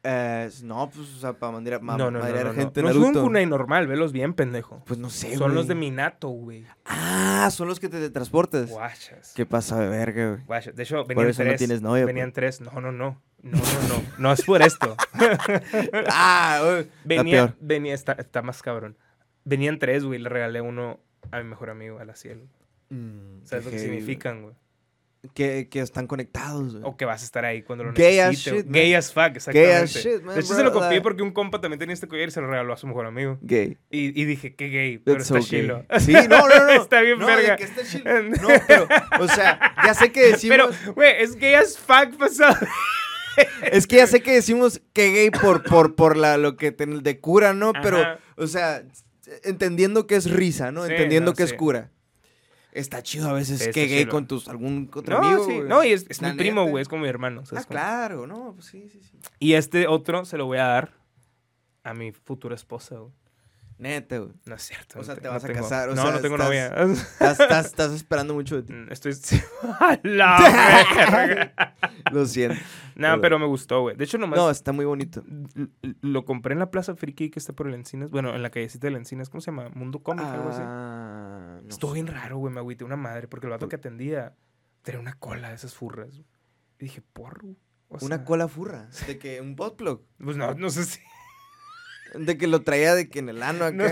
Speaker 2: Eh, no, pues, o sea, para mandar, ma-
Speaker 1: no, no, no,
Speaker 2: madrear
Speaker 1: no, no.
Speaker 2: gente
Speaker 1: No es un
Speaker 2: Naruto.
Speaker 1: kunai normal, velos bien, pendejo.
Speaker 2: Pues no sé,
Speaker 1: Son
Speaker 2: güey.
Speaker 1: los de Minato, güey.
Speaker 2: Ah, son los que te transportas.
Speaker 1: Guachas.
Speaker 2: ¿Qué pasa de verga, güey?
Speaker 1: Guacha, De hecho, venían
Speaker 2: eso no
Speaker 1: tres.
Speaker 2: tienes novia, pues.
Speaker 1: Venían tres. No, no, no. No, no, no. No es por esto.
Speaker 2: Ah, güey. La
Speaker 1: Venía,
Speaker 2: peor.
Speaker 1: venía, está, está más cabrón. Venían tres, güey. Le regalé uno a mi mejor amigo, a la cielo.
Speaker 2: Mm,
Speaker 1: ¿Sabes lo que
Speaker 2: qué heavy, güey.
Speaker 1: significan, güey?
Speaker 2: Que, que están conectados, güey.
Speaker 1: O que vas a estar ahí cuando lo
Speaker 2: Gay as
Speaker 1: necesite.
Speaker 2: shit,
Speaker 1: güey. Gay
Speaker 2: man.
Speaker 1: as fuck, exactamente.
Speaker 2: Gay as shit, man,
Speaker 1: de hecho,
Speaker 2: bro,
Speaker 1: se lo copié
Speaker 2: like-
Speaker 1: porque un compa también tenía este collar y se lo regaló a su mejor amigo.
Speaker 2: Gay.
Speaker 1: Y, y dije, qué gay, pero
Speaker 2: That's
Speaker 1: está
Speaker 2: so gay.
Speaker 1: chilo.
Speaker 2: Sí, no, no, no.
Speaker 1: está bien
Speaker 2: no, de
Speaker 1: verga.
Speaker 2: que está chilo. No, pero, o sea, ya sé que
Speaker 1: Pero,
Speaker 2: decimos...
Speaker 1: güey, es gay as fuck pues, pasado.
Speaker 2: Es que ya sé que decimos que gay por, por, por la, lo que ten- de cura, ¿no? Pero,
Speaker 1: Ajá.
Speaker 2: o sea, entendiendo que es risa, ¿no?
Speaker 1: Sí,
Speaker 2: entendiendo
Speaker 1: no,
Speaker 2: que
Speaker 1: sí.
Speaker 2: es cura. Está chido a veces
Speaker 1: Sí, está
Speaker 2: que gay
Speaker 1: chido.
Speaker 2: con tus algún otro
Speaker 1: No,
Speaker 2: amigo.
Speaker 1: sí.
Speaker 2: güey.
Speaker 1: No, y es, es
Speaker 2: La
Speaker 1: mi primo,
Speaker 2: neta.
Speaker 1: güey. Es como mi hermano.
Speaker 2: Ah,
Speaker 1: ¿sabes cómo?
Speaker 2: claro, no, pues sí, sí, sí.
Speaker 1: Y este otro se lo voy a dar a mi futura esposa, güey.
Speaker 2: Neta, güey.
Speaker 1: No es cierto.
Speaker 2: O
Speaker 1: no
Speaker 2: sea,
Speaker 1: te-
Speaker 2: te
Speaker 1: no
Speaker 2: vas a
Speaker 1: tengo-
Speaker 2: casar, o
Speaker 1: no,
Speaker 2: sea,
Speaker 1: no tengo
Speaker 2: estás-
Speaker 1: novia.
Speaker 2: Estás, estás, estás esperando mucho de ti.
Speaker 1: Mm, Estoy... ¡A la verga!
Speaker 2: Lo siento.
Speaker 1: No, pero me gustó, güey. De hecho, nomás
Speaker 2: No, está muy bonito.
Speaker 1: l- l- lo compré en la Plaza Friki que está por el Encinas. Bueno, en la callecita del Encinas. ¿Cómo se llama? Mundo Cómic, algo así.
Speaker 2: Ah, no
Speaker 1: Estuvo
Speaker 2: sé.
Speaker 1: bien raro, güey. Me agüité una madre porque el vato que atendía tenía una cola de esas furras. güey. Y dije, porro. o sea,
Speaker 2: Una cola furra. De que un bot plug.
Speaker 1: Pues no, no sé si...
Speaker 2: De que lo traía de que en el ano acá.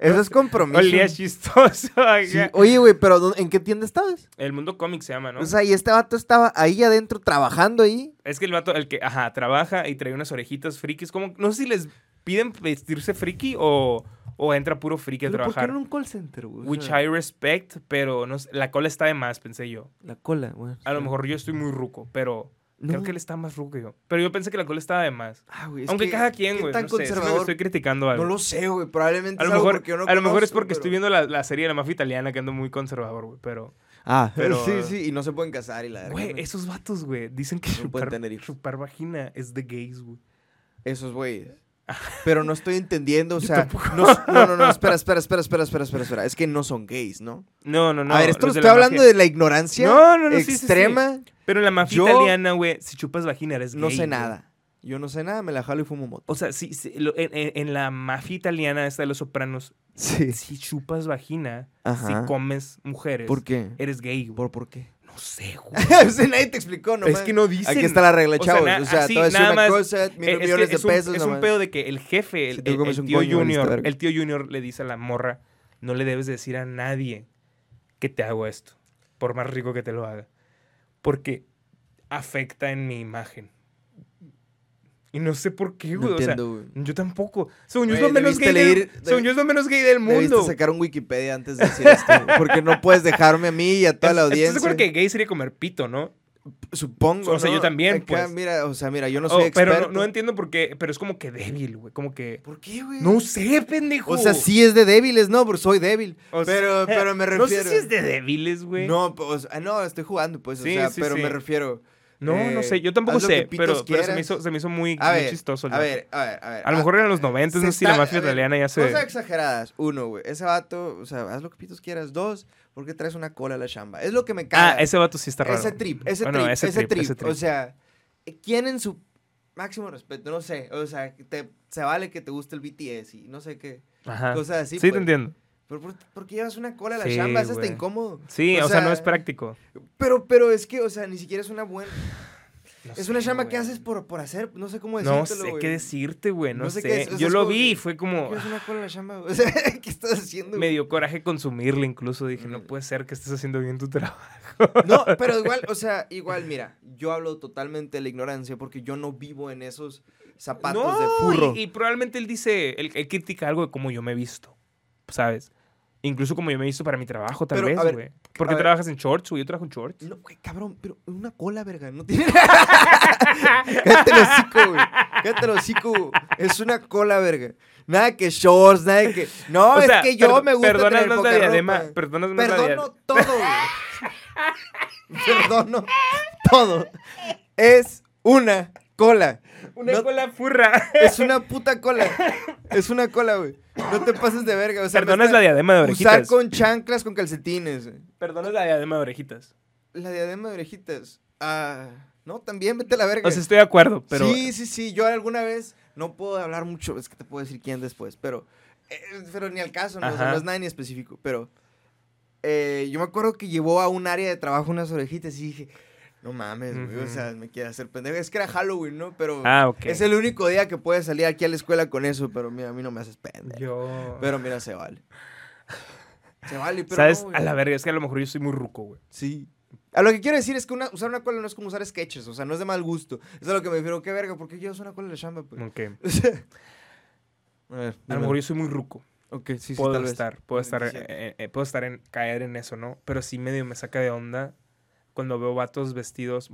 Speaker 2: Eso es compromiso.
Speaker 1: Olía chistoso. acá.
Speaker 2: Sí. Oye, güey, pero ¿dó- ¿en qué tienda estabas?
Speaker 1: El mundo cómic se llama, ¿no?
Speaker 2: O sea, y este vato estaba ahí adentro trabajando ahí.
Speaker 1: es que el vato, el que, ajá, trabaja y trae unas orejitas frikis. Como, no sé si les piden vestirse friki o, o entra puro friki a
Speaker 2: Pero, ¿Por qué
Speaker 1: trabajar.
Speaker 2: en un call center, güey? O
Speaker 1: Which
Speaker 2: sea,
Speaker 1: I respect, pero no sé, la cola está de más, pensé yo.
Speaker 2: La cola, güey.
Speaker 1: A lo mejor yo estoy muy ruco, pero
Speaker 2: No.
Speaker 1: creo que él está más ruco que yo. Pero yo pensé que la cola estaba de más.
Speaker 2: Ah, güey, es
Speaker 1: Aunque
Speaker 2: que-
Speaker 1: cada quien,
Speaker 2: ¿qué
Speaker 1: güey.
Speaker 2: tan
Speaker 1: No, sé, siempre me
Speaker 2: conservador?
Speaker 1: estoy criticando algo.
Speaker 2: No lo sé, güey. Probablemente
Speaker 1: a lo
Speaker 2: es algo
Speaker 1: mejor,
Speaker 2: porque yo no
Speaker 1: a lo mejor es
Speaker 2: conozco,
Speaker 1: porque estoy
Speaker 2: pero-
Speaker 1: viendo la, la serie de la mafia italiana que ando muy conservador, güey. Pero,
Speaker 2: Ah,
Speaker 1: pero-
Speaker 2: sí, sí. Y no se pueden casar y la verga,
Speaker 1: güey,
Speaker 2: ¿no?
Speaker 1: esos vatos, güey, dicen que
Speaker 2: No pueden
Speaker 1: chupar,
Speaker 2: tener hijos.
Speaker 1: chupar vagina es de gays, güey.
Speaker 2: Esos güeyes. Pero no estoy entendiendo, o
Speaker 1: Ah. Yo
Speaker 2: sea.
Speaker 1: tampoco.
Speaker 2: No, no, no, no, espera, espera, espera, espera, espera, espera, espera. Es que no son gays, ¿no?
Speaker 1: No, no, no.
Speaker 2: a ver, esto
Speaker 1: los
Speaker 2: estoy
Speaker 1: la
Speaker 2: hablando
Speaker 1: mafia-
Speaker 2: de la ignorancia
Speaker 1: No, no, no, sí, sí, sí.
Speaker 2: extrema.
Speaker 1: Pero en la mafia
Speaker 2: Yo-
Speaker 1: italiana, güey, si chupas vagina eres
Speaker 2: No
Speaker 1: gay,
Speaker 2: sé
Speaker 1: güey.
Speaker 2: nada. Yo no sé nada, me la jalo y fumo moto.
Speaker 1: O sea, sí, sí, lo- en, en- en la mafia italiana, esta de los sopranos,
Speaker 2: Sí.
Speaker 1: si chupas vagina,
Speaker 2: Ajá.
Speaker 1: si comes mujeres,
Speaker 2: ¿Por qué?
Speaker 1: eres gay, güey.
Speaker 2: ¿Por, por qué?
Speaker 1: No sé, güey.
Speaker 2: O sea, nadie te explicó, nomás.
Speaker 1: es que no dicen.
Speaker 2: Aquí está la regla,
Speaker 1: O sea,
Speaker 2: chavos. O sea,
Speaker 1: na- así,
Speaker 2: todo es
Speaker 1: nada
Speaker 2: una
Speaker 1: más.
Speaker 2: cosa, mil
Speaker 1: Eh, es, que
Speaker 2: millones de
Speaker 1: es un,
Speaker 2: pesos.
Speaker 1: es un
Speaker 2: nomás.
Speaker 1: pedo de que el jefe, el,
Speaker 2: Si tú
Speaker 1: el-
Speaker 2: comes
Speaker 1: el
Speaker 2: un
Speaker 1: tío
Speaker 2: coño, valiste
Speaker 1: junior,
Speaker 2: verga.
Speaker 1: el tío junior le dice a la morra, no le debes decir a nadie que te hago esto, por más rico que te lo haga, porque afecta en mi imagen. Y no sé por qué,
Speaker 2: No
Speaker 1: güey. o sea,
Speaker 2: entiendo, güey.
Speaker 1: yo tampoco. Según yo es
Speaker 2: Güey,
Speaker 1: lo menos
Speaker 2: debiste
Speaker 1: gay del,
Speaker 2: leer-
Speaker 1: según yo es lo menos gay del
Speaker 2: Debiste
Speaker 1: mundo.
Speaker 2: sacar un Wikipedia antes de decir esto. güey, Porque no puedes dejarme a mí y a toda la
Speaker 1: ¿Estás de
Speaker 2: audiencia.
Speaker 1: acuerdo que gay sería comer pito, no?
Speaker 2: Supongo.
Speaker 1: O sea,
Speaker 2: ¿no?
Speaker 1: yo también,
Speaker 2: Acá,
Speaker 1: pues.
Speaker 2: Mira, o sea, mira, yo no
Speaker 1: Oh,
Speaker 2: soy experto.
Speaker 1: pero no, no entiendo por qué, pero es como que débil, güey, como que
Speaker 2: ¿Por qué, güey?
Speaker 1: no sé, pendejo.
Speaker 2: O sea, sí es de débiles, no, porque soy débil.
Speaker 1: O sea,
Speaker 2: pero, pero me refiero.
Speaker 1: No sé si es de débiles, güey. No,
Speaker 2: No, pues, ah, no, estoy jugando, pues,
Speaker 1: Sí,
Speaker 2: o sea,
Speaker 1: sí,
Speaker 2: pero
Speaker 1: sí.
Speaker 2: me refiero.
Speaker 1: no,
Speaker 2: eh,
Speaker 1: sé. Yo tampoco
Speaker 2: haz lo que
Speaker 1: sé,
Speaker 2: pitos
Speaker 1: pero, pero se, me
Speaker 2: quieras.
Speaker 1: hizo, se me hizo muy,
Speaker 2: A
Speaker 1: muy
Speaker 2: ver,
Speaker 1: chistoso. el
Speaker 2: a
Speaker 1: vato.
Speaker 2: ver, a ver, a ver.
Speaker 1: a lo mejor eran los 90,
Speaker 2: se
Speaker 1: no sé si la
Speaker 2: está-
Speaker 1: mafia
Speaker 2: a ver,
Speaker 1: italiana ya
Speaker 2: Cosas
Speaker 1: se. Ah,
Speaker 2: exageradas. Uno, güey. Ese vato, o sea, haz lo que pitos quieras. Dos, porque traes una cola a la chamba. Es lo que me caga.
Speaker 1: Ah, ese vato sí está raro.
Speaker 2: Ese trip, ese
Speaker 1: Bueno,
Speaker 2: trip,
Speaker 1: ese
Speaker 2: ese,
Speaker 1: trip,
Speaker 2: trip,
Speaker 1: ese trip.
Speaker 2: O sea, ¿quién en su máximo respeto? No sé. O sea, te- se vale que te guste el BTS y no sé qué.
Speaker 1: Ajá.
Speaker 2: Cosas así.
Speaker 1: Ah, Sí,
Speaker 2: pues.
Speaker 1: te entiendo.
Speaker 2: Pero ¿por, por qué llevas una cola a la
Speaker 1: Sí,
Speaker 2: chamba? Es hasta
Speaker 1: güey.
Speaker 2: incómodo.
Speaker 1: Sí, o, sea, no es práctico.
Speaker 2: Pero, pero es que, o sea, ni siquiera es una buena.
Speaker 1: No
Speaker 2: es
Speaker 1: sé,
Speaker 2: una chamba que
Speaker 1: güey.
Speaker 2: haces por, por hacer. No sé cómo decirlo.
Speaker 1: No sé qué decirte, güey. No,
Speaker 2: No
Speaker 1: sé.
Speaker 2: sé qué es, o sea,
Speaker 1: Yo
Speaker 2: es
Speaker 1: lo
Speaker 2: como
Speaker 1: vi y
Speaker 2: que-
Speaker 1: fue como.
Speaker 2: Es una cola a la chamba. O sea, ¿qué estás haciendo?
Speaker 1: Me
Speaker 2: güey?
Speaker 1: dio coraje consumirle incluso. Dije, no
Speaker 2: Mm.
Speaker 1: puede ser que estés haciendo bien tu trabajo.
Speaker 2: No, pero igual, o sea, igual, mira, yo hablo totalmente de la ignorancia porque yo no vivo en esos zapatos de furro.
Speaker 1: Y, y probablemente él dice, él, él critica algo de cómo yo me he visto, ¿sabes? Incluso como yo me he visto para mi trabajo, tal
Speaker 2: Pero,
Speaker 1: vez,
Speaker 2: a ver,
Speaker 1: güey. ¿Por qué
Speaker 2: a ver.
Speaker 1: trabajas en shorts, güey? Yo trabajo en shorts.
Speaker 2: No, güey, cabrón, pero una cola, verga, no tiene Cállate el hocico, güey. Cállate el hocico. güey. Es una cola, verga. Nada que shorts, nada que... No,
Speaker 1: O sea,
Speaker 2: es que yo
Speaker 1: per-
Speaker 2: me gusta
Speaker 1: perdonas
Speaker 2: tener
Speaker 1: más
Speaker 2: poca
Speaker 1: la diadema,
Speaker 2: ropa.
Speaker 1: Perdonas más la diadema.
Speaker 2: Perdono todo, güey. Perdono todo. Es una cola.
Speaker 1: Una
Speaker 2: No-
Speaker 1: cola furra.
Speaker 2: Es una puta cola. Es una cola, güey. No te pases de verga. O sea,
Speaker 1: Perdonas la
Speaker 2: neta,
Speaker 1: diadema de
Speaker 2: Usar
Speaker 1: orejitas.
Speaker 2: con chanclas, con calcetines. güey.
Speaker 1: Perdonas la diadema de orejitas.
Speaker 2: La diadema de orejitas. Ah, no, también vete a la verga.
Speaker 1: O sea, estoy de acuerdo, pero...
Speaker 2: Sí, sí, sí. Yo alguna vez no puedo hablar mucho. Es que te puedo decir quién después, pero. eh, pero ni al caso, ¿no? O sea,
Speaker 1: Ajá.
Speaker 2: no es nada ni específico. Pero. eh, yo me acuerdo que llevó a un área de trabajo unas orejitas y dije. No mames, güey. O
Speaker 1: Ujú.
Speaker 2: sea, me quiere hacer pendejo. Es que era Halloween, ¿no? Pero.
Speaker 1: Ah, ok.
Speaker 2: Es el único día que puedes salir aquí a la escuela con eso, pero mira, a mí no me haces pendejo.
Speaker 1: Yo...
Speaker 2: Pero mira, se vale. Se vale, pero.
Speaker 1: ¿Sabes?
Speaker 2: no, güey.
Speaker 1: a la verga, es que a lo mejor yo soy muy ruco, güey.
Speaker 2: Sí. A lo que quiero decir es que una- usar una cola no es como usar sketches, o sea, no es de mal gusto. Es a lo que me refiero, qué verga, ¿por qué llevas una cola en la chamba? Pues?
Speaker 1: Ok.
Speaker 2: O sea, a ver,
Speaker 1: A lo mejor yo soy muy ruco.
Speaker 2: Ok, sí, sí,
Speaker 1: puedo
Speaker 2: tal vez.
Speaker 1: estar, puedo estar, eh,
Speaker 2: 27.
Speaker 1: eh, eh, puedo estar en caer en eso, ¿no? Pero sí medio me saca de onda cuando veo vatos vestidos.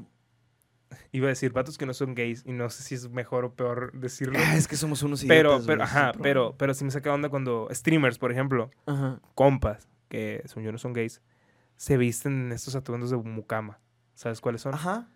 Speaker 1: Iba a decir vatos que no son gays y no sé si es mejor o peor decirlo.
Speaker 2: Ah, es que somos unos
Speaker 1: pero,
Speaker 2: idiotas,
Speaker 1: pero,
Speaker 2: güey, ese es
Speaker 1: ajá,
Speaker 2: el
Speaker 1: pero, pero sí me saca de onda cuando streamers, por ejemplo,
Speaker 2: problema. Ajá.
Speaker 1: compas, que según yo no son gays, se visten en estos atuendos de mucama. ¿Sabes cuáles son?
Speaker 2: Ajá.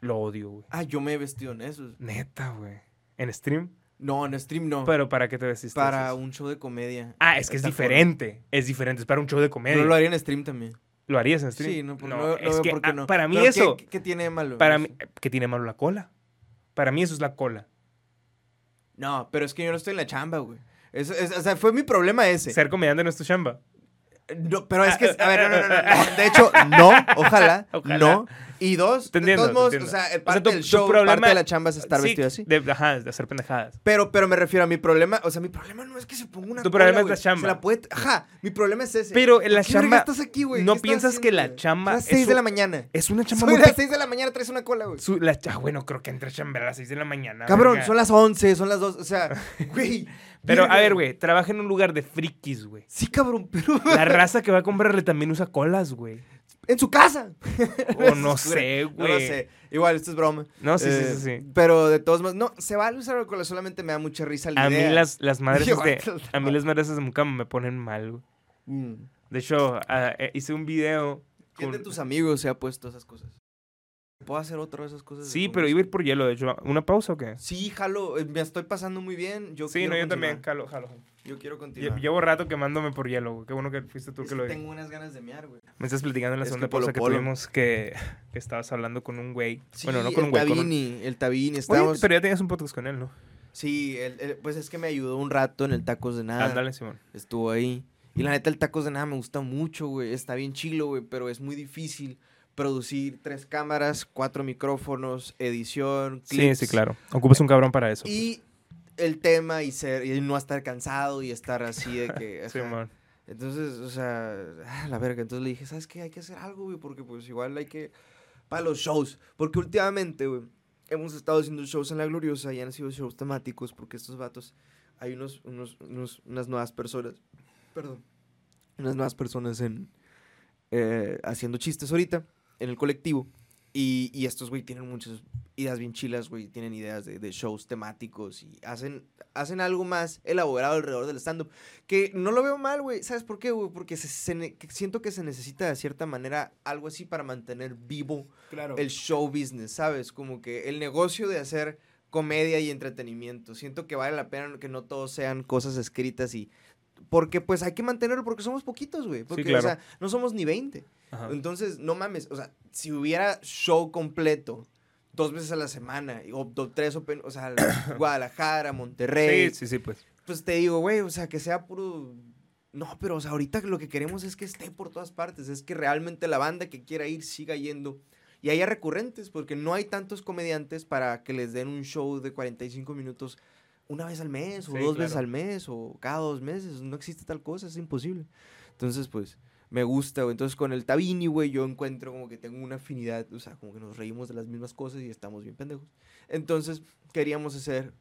Speaker 1: Lo odio, güey.
Speaker 2: Ah, yo me he vestido en esos.
Speaker 1: Neta, güey. En stream.
Speaker 2: No, en stream no.
Speaker 1: Pero ¿para qué te vestiste?
Speaker 2: para
Speaker 1: así?
Speaker 2: un show de comedia.
Speaker 1: Ah, es que es
Speaker 2: Está fuera.
Speaker 1: diferente. Es diferente. Es para un show de comedia.
Speaker 2: No lo haría en stream también.
Speaker 1: ¿Lo harías en stream?
Speaker 2: Sí, no, por- no, no
Speaker 1: es
Speaker 2: veo
Speaker 1: que
Speaker 2: por qué
Speaker 1: ah,
Speaker 2: no.
Speaker 1: para mí
Speaker 2: Pero ¿qué-
Speaker 1: eso,
Speaker 2: ¿qué, qué tiene de malo?
Speaker 1: para
Speaker 2: eso?
Speaker 1: mí, que tiene malo la cola. Para mí eso es la cola.
Speaker 2: No, pero es que yo no estoy en la chamba, güey. Eso es- o sea, fue mi problema ese.
Speaker 1: Ser comediante no es tu chamba.
Speaker 2: No, pero es que, a ver, no, no, no, no, no. De hecho, no, ojalá,
Speaker 1: Ojalá.
Speaker 2: no. Y dos,
Speaker 1: Te entiendo,
Speaker 2: de todos
Speaker 1: te
Speaker 2: modos, o
Speaker 1: entiendo.
Speaker 2: sea,
Speaker 1: O
Speaker 2: eh,
Speaker 1: sea,
Speaker 2: parte
Speaker 1: tu-
Speaker 2: del
Speaker 1: tu
Speaker 2: show,
Speaker 1: problema-
Speaker 2: parte de la chamba es estar
Speaker 1: Sí,
Speaker 2: vestido así.
Speaker 1: de- ajá, de hacer pendejadas.
Speaker 2: Pero, pero me refiero a mi problema, o sea, mi problema no es que se ponga una
Speaker 1: Tu
Speaker 2: cola,
Speaker 1: problema es
Speaker 2: güey.
Speaker 1: la chamba.
Speaker 2: Se la puede, ajá, mi problema es ese.
Speaker 1: Pero en la
Speaker 2: ¿Por qué verga
Speaker 1: chamba,
Speaker 2: estás aquí, güey?
Speaker 1: ¿no
Speaker 2: ¿Qué estás
Speaker 1: piensas que la
Speaker 2: güey?
Speaker 1: chamba
Speaker 2: Son las
Speaker 1: es
Speaker 2: 6 de
Speaker 1: un-
Speaker 2: la mañana.
Speaker 1: Es una chamba
Speaker 2: Son
Speaker 1: muy
Speaker 2: las
Speaker 1: pe-
Speaker 2: 6 de la mañana traes una cola, güey.
Speaker 1: su- la, ah, bueno, creo que entra a chambear a las 6 de la mañana.
Speaker 2: Cabrón,
Speaker 1: verga.
Speaker 2: son las 11, son las 2, o sea, güey.
Speaker 1: Pero, a
Speaker 2: verga.
Speaker 1: ver, güey, trabaja en un lugar de frikis, güey.
Speaker 2: Sí, cabrón, pero
Speaker 1: La raza que va a comprarle también usa colas, güey.
Speaker 2: en su casa.
Speaker 1: O no
Speaker 2: Es oscura.
Speaker 1: sé,
Speaker 2: No
Speaker 1: güey.
Speaker 2: lo sé. Igual, esto es broma.
Speaker 1: No, sí, sí,
Speaker 2: Eh,
Speaker 1: sí, sí.
Speaker 2: Pero de todos modos, no, se va a usar la cola, solamente me da mucha risa la
Speaker 1: A
Speaker 2: idea.
Speaker 1: mí las, las madres
Speaker 2: Yo,
Speaker 1: de...
Speaker 2: what the
Speaker 1: A mí las madres de Mucama me ponen mal, güey.
Speaker 2: Mm.
Speaker 1: De hecho, ah, eh, hice un video...
Speaker 2: ¿Quién de
Speaker 1: con-
Speaker 2: tus amigos se ha puesto esas cosas? ¿Puedo hacer otro de esas cosas? de
Speaker 1: Sí,
Speaker 2: combos?
Speaker 1: pero iba a ir por hielo, de hecho. ¿Una pausa o qué?
Speaker 2: Sí, jalo, eh, me estoy pasando muy bien. Yo
Speaker 1: Sí,
Speaker 2: quiero
Speaker 1: no, yo también.
Speaker 2: continuar.
Speaker 1: Jalo, jalo. jalo.
Speaker 2: Yo quiero
Speaker 1: Lle-
Speaker 2: continuar.
Speaker 1: Llevo rato quemándome por hielo, güey. Qué bueno que fuiste tú
Speaker 2: Es
Speaker 1: que lo
Speaker 2: que
Speaker 1: dijiste.
Speaker 2: tengo unas ganas de mear, güey.
Speaker 1: Me estás platicando en la
Speaker 2: Es que
Speaker 1: segunda
Speaker 2: Polo
Speaker 1: pausa que
Speaker 2: Polo.
Speaker 1: tuvimos que, que estabas hablando con un güey. bueno, no
Speaker 2: Sí,
Speaker 1: con un
Speaker 2: el
Speaker 1: güey, con un-
Speaker 2: Tabini, el Tabini,
Speaker 1: Oye,
Speaker 2: estamos...
Speaker 1: pero ya tenías un podcast con él, ¿no?
Speaker 2: Sí, el- el- pues es que me ayudó un rato en el Tacos de Nada.
Speaker 1: Ándale, Ah, Simón.
Speaker 2: Estuvo ahí. Y la neta, el Tacos de Nada me gusta mucho, güey. Está bien chilo, güey, pero es muy difícil producir tres cámaras, cuatro micrófonos, edición,
Speaker 1: Sí,
Speaker 2: clips.
Speaker 1: sí, claro. Ocupas un cabrón para eso.
Speaker 2: Y el tema y ser y no estar cansado y estar así de que...
Speaker 1: pues.
Speaker 2: ajá.
Speaker 1: Simón.
Speaker 2: Entonces, o sea, ah, la verga. Entonces le dije, ¿sabes qué? Hay que hacer algo, güey, porque pues igual hay que... Para los shows. Porque últimamente, güey, hemos estado haciendo shows en La Gloriosa y han sido shows temáticos porque estos vatos, hay unos, unos, unos- unas nuevas personas, perdón, unas nuevas personas en... eh, haciendo chistes ahorita en el colectivo. Y, y estos, güey, tienen muchas ideas bien chilas, güey. Tienen ideas de, de shows temáticos y hacen, hacen algo más elaborado alrededor del stand-up. Que no lo veo mal, güey. ¿Sabes por qué, güey? Porque se- se ne- que siento que se necesita de cierta manera algo así para mantener vivo
Speaker 3: Claro.
Speaker 2: el show business, ¿sabes? Como que el negocio de hacer comedia y entretenimiento. Siento que vale la pena que no todos sean cosas escritas y... Porque pues hay que mantenerlo porque somos poquitos, güey. Porque,
Speaker 1: claro.
Speaker 2: o sea, no somos ni 20.
Speaker 1: Ajá.
Speaker 2: Entonces, no mames, o sea, si hubiera show completo dos veces a la semana, y- o do- tres open, o sea, Guadalajara, Monterrey,
Speaker 1: Sí, sí, sí, pues.
Speaker 2: pues te digo, güey, o sea, que sea puro... No, pero o sea, ahorita lo que queremos es que esté por todas partes, es que realmente la banda que quiera ir siga yendo y haya recurrentes, porque no hay tantos comediantes para que les den un show de 45 minutos una vez al mes, o
Speaker 1: Sí,
Speaker 2: dos veces
Speaker 1: claro.
Speaker 2: al mes, o cada dos meses, no existe tal cosa, es imposible. Entonces, pues, me gusta, güey. Entonces, con el Tabini, güey, yo encuentro como que tengo una afinidad, o sea, como que nos reímos de las mismas cosas y estamos bien pendejos. Entonces, queríamos hacer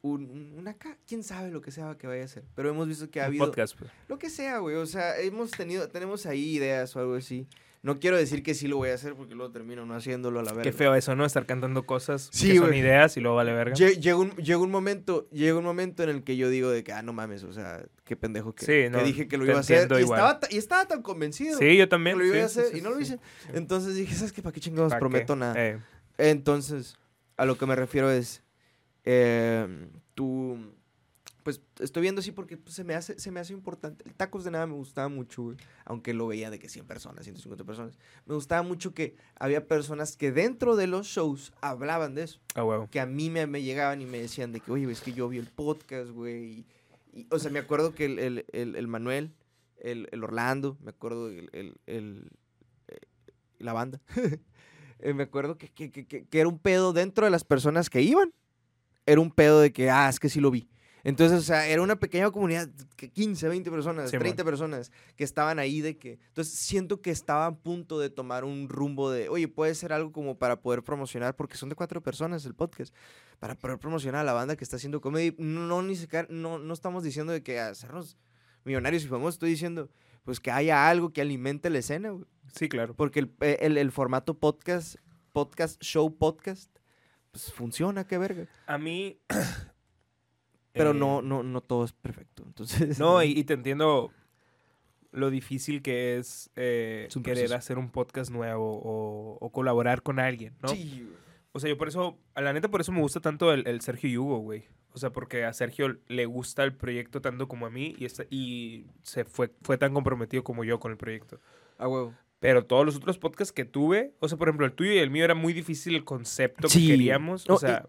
Speaker 2: un, un- una ca- quién sabe lo que sea que vaya a ser, pero hemos visto que ha
Speaker 1: Un
Speaker 2: habido
Speaker 1: podcast, pues.
Speaker 2: lo que sea, güey, o sea, hemos tenido tenemos ahí ideas o algo así. No quiero decir que sí lo voy a hacer porque luego termino no haciéndolo a la verga.
Speaker 1: Qué feo eso, ¿no? Estar cantando cosas
Speaker 2: Sí,
Speaker 1: que son
Speaker 2: güey.
Speaker 1: ideas y luego vale verga.
Speaker 2: Lle- Llega un, llega un momento, llega un momento en el que yo digo de que, ah, no mames, o sea, qué pendejo que,
Speaker 1: Sí,
Speaker 2: que
Speaker 1: no,
Speaker 2: dije que lo
Speaker 1: te
Speaker 2: iba a hacer.
Speaker 1: entiendo
Speaker 2: Y
Speaker 1: igual.
Speaker 2: estaba, ta- y estaba tan convencido
Speaker 1: Sí, yo
Speaker 2: que
Speaker 1: también.
Speaker 2: lo iba
Speaker 1: sí,
Speaker 2: a
Speaker 1: sí,
Speaker 2: hacer
Speaker 1: sí,
Speaker 2: y no lo
Speaker 1: sí.
Speaker 2: hice. Entonces dije, ¿sabes qué? ¿Para qué chingados
Speaker 1: ¿Pa' qué?
Speaker 2: prometo nada?
Speaker 1: Eh,
Speaker 2: Entonces, a lo que me refiero es, eh, tú, pues estoy viendo así porque pues, se, me hace, se me hace importante. El tacos de nada me gustaba mucho, güey, aunque lo veía de que 100 personas, 150 personas. Me gustaba mucho que había personas que dentro de los shows hablaban de eso
Speaker 1: a huevo.
Speaker 2: que a mí me, me llegaban y me decían de que, oye, es que yo vi el podcast, güey. Y, y, o sea, me acuerdo que el, el- el- el Manuel, el, el Orlando, me acuerdo el, el- el- eh, la banda. Eh, me acuerdo que, que- que- que- que era un pedo dentro de las personas que iban. Era un pedo de que, ah, es que sí lo vi. Entonces, o sea, era una pequeña comunidad, que 15, 20 personas,
Speaker 1: Simón.
Speaker 2: 30 personas que estaban ahí de que... Entonces, siento que estaba a punto de tomar un rumbo de, oye, puede ser algo como para poder promocionar, porque son de cuatro personas el podcast, para poder promocionar a la banda que está haciendo comedy. No, ni siquiera, no, no estamos diciendo de que hacernos millonarios y famosos, estoy diciendo, pues que haya algo que alimente la escena, güey.
Speaker 1: Sí, claro.
Speaker 2: Porque el, eh, el- el formato podcast, podcast, show podcast, pues funciona, qué verga.
Speaker 1: A mí...
Speaker 2: Pero
Speaker 1: eh,
Speaker 2: no, no, no todo es perfecto. Entonces.
Speaker 1: No, y, y te entiendo lo difícil que es, eh,
Speaker 2: Es un
Speaker 1: querer
Speaker 2: proceso.
Speaker 1: hacer un podcast nuevo o, o colaborar con alguien, ¿no?
Speaker 2: Sí, güey.
Speaker 1: O sea, yo por eso, a la neta, por eso me gusta tanto el, el Sergio y Hugo, güey. O sea, porque a Sergio le gusta el proyecto tanto como a mí y, está- y se fue, fue tan comprometido como yo con el proyecto.
Speaker 2: A huevo.
Speaker 1: Pero todos los otros podcasts que tuve, o sea, por ejemplo, el tuyo y el mío era muy difícil el concepto
Speaker 2: Sí.
Speaker 1: que queríamos.
Speaker 2: No,
Speaker 1: o sea,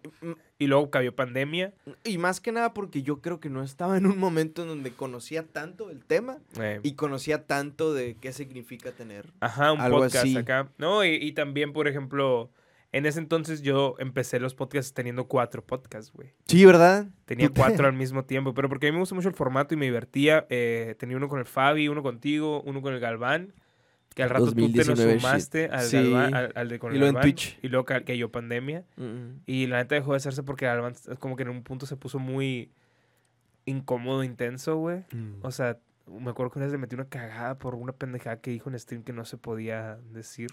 Speaker 1: y, luego cayó pandemia.
Speaker 2: Y más que nada porque yo creo que no estaba en un momento en donde conocía tanto el tema
Speaker 1: eh,
Speaker 2: y conocía tanto de qué significa tener.
Speaker 1: ajá, un
Speaker 2: algo
Speaker 1: podcast
Speaker 2: así.
Speaker 1: acá. No, y, y también, por ejemplo, en ese entonces yo empecé los podcasts teniendo cuatro podcasts, güey.
Speaker 2: Sí, ¿verdad?
Speaker 1: Tenía cuatro al mismo tiempo, pero porque a mí me gusta mucho el formato y me divertía. eh, tenía uno con el Fabi, uno contigo, uno con el Galván. Que al rato tú te
Speaker 3: 2019
Speaker 1: nos sumaste al,
Speaker 2: Sí.
Speaker 1: Galván, al, al de con el
Speaker 2: Y luego en
Speaker 1: Galván,
Speaker 2: Twitch.
Speaker 1: Y luego ca- cayó pandemia.
Speaker 2: Mm,
Speaker 1: Y la neta dejó de hacerse porque Galván s- como que en un punto se puso muy incómodo, intenso, güey. O sea, me acuerdo que una vez le metí una cagada por una pendejada que dijo en stream que no se podía decir.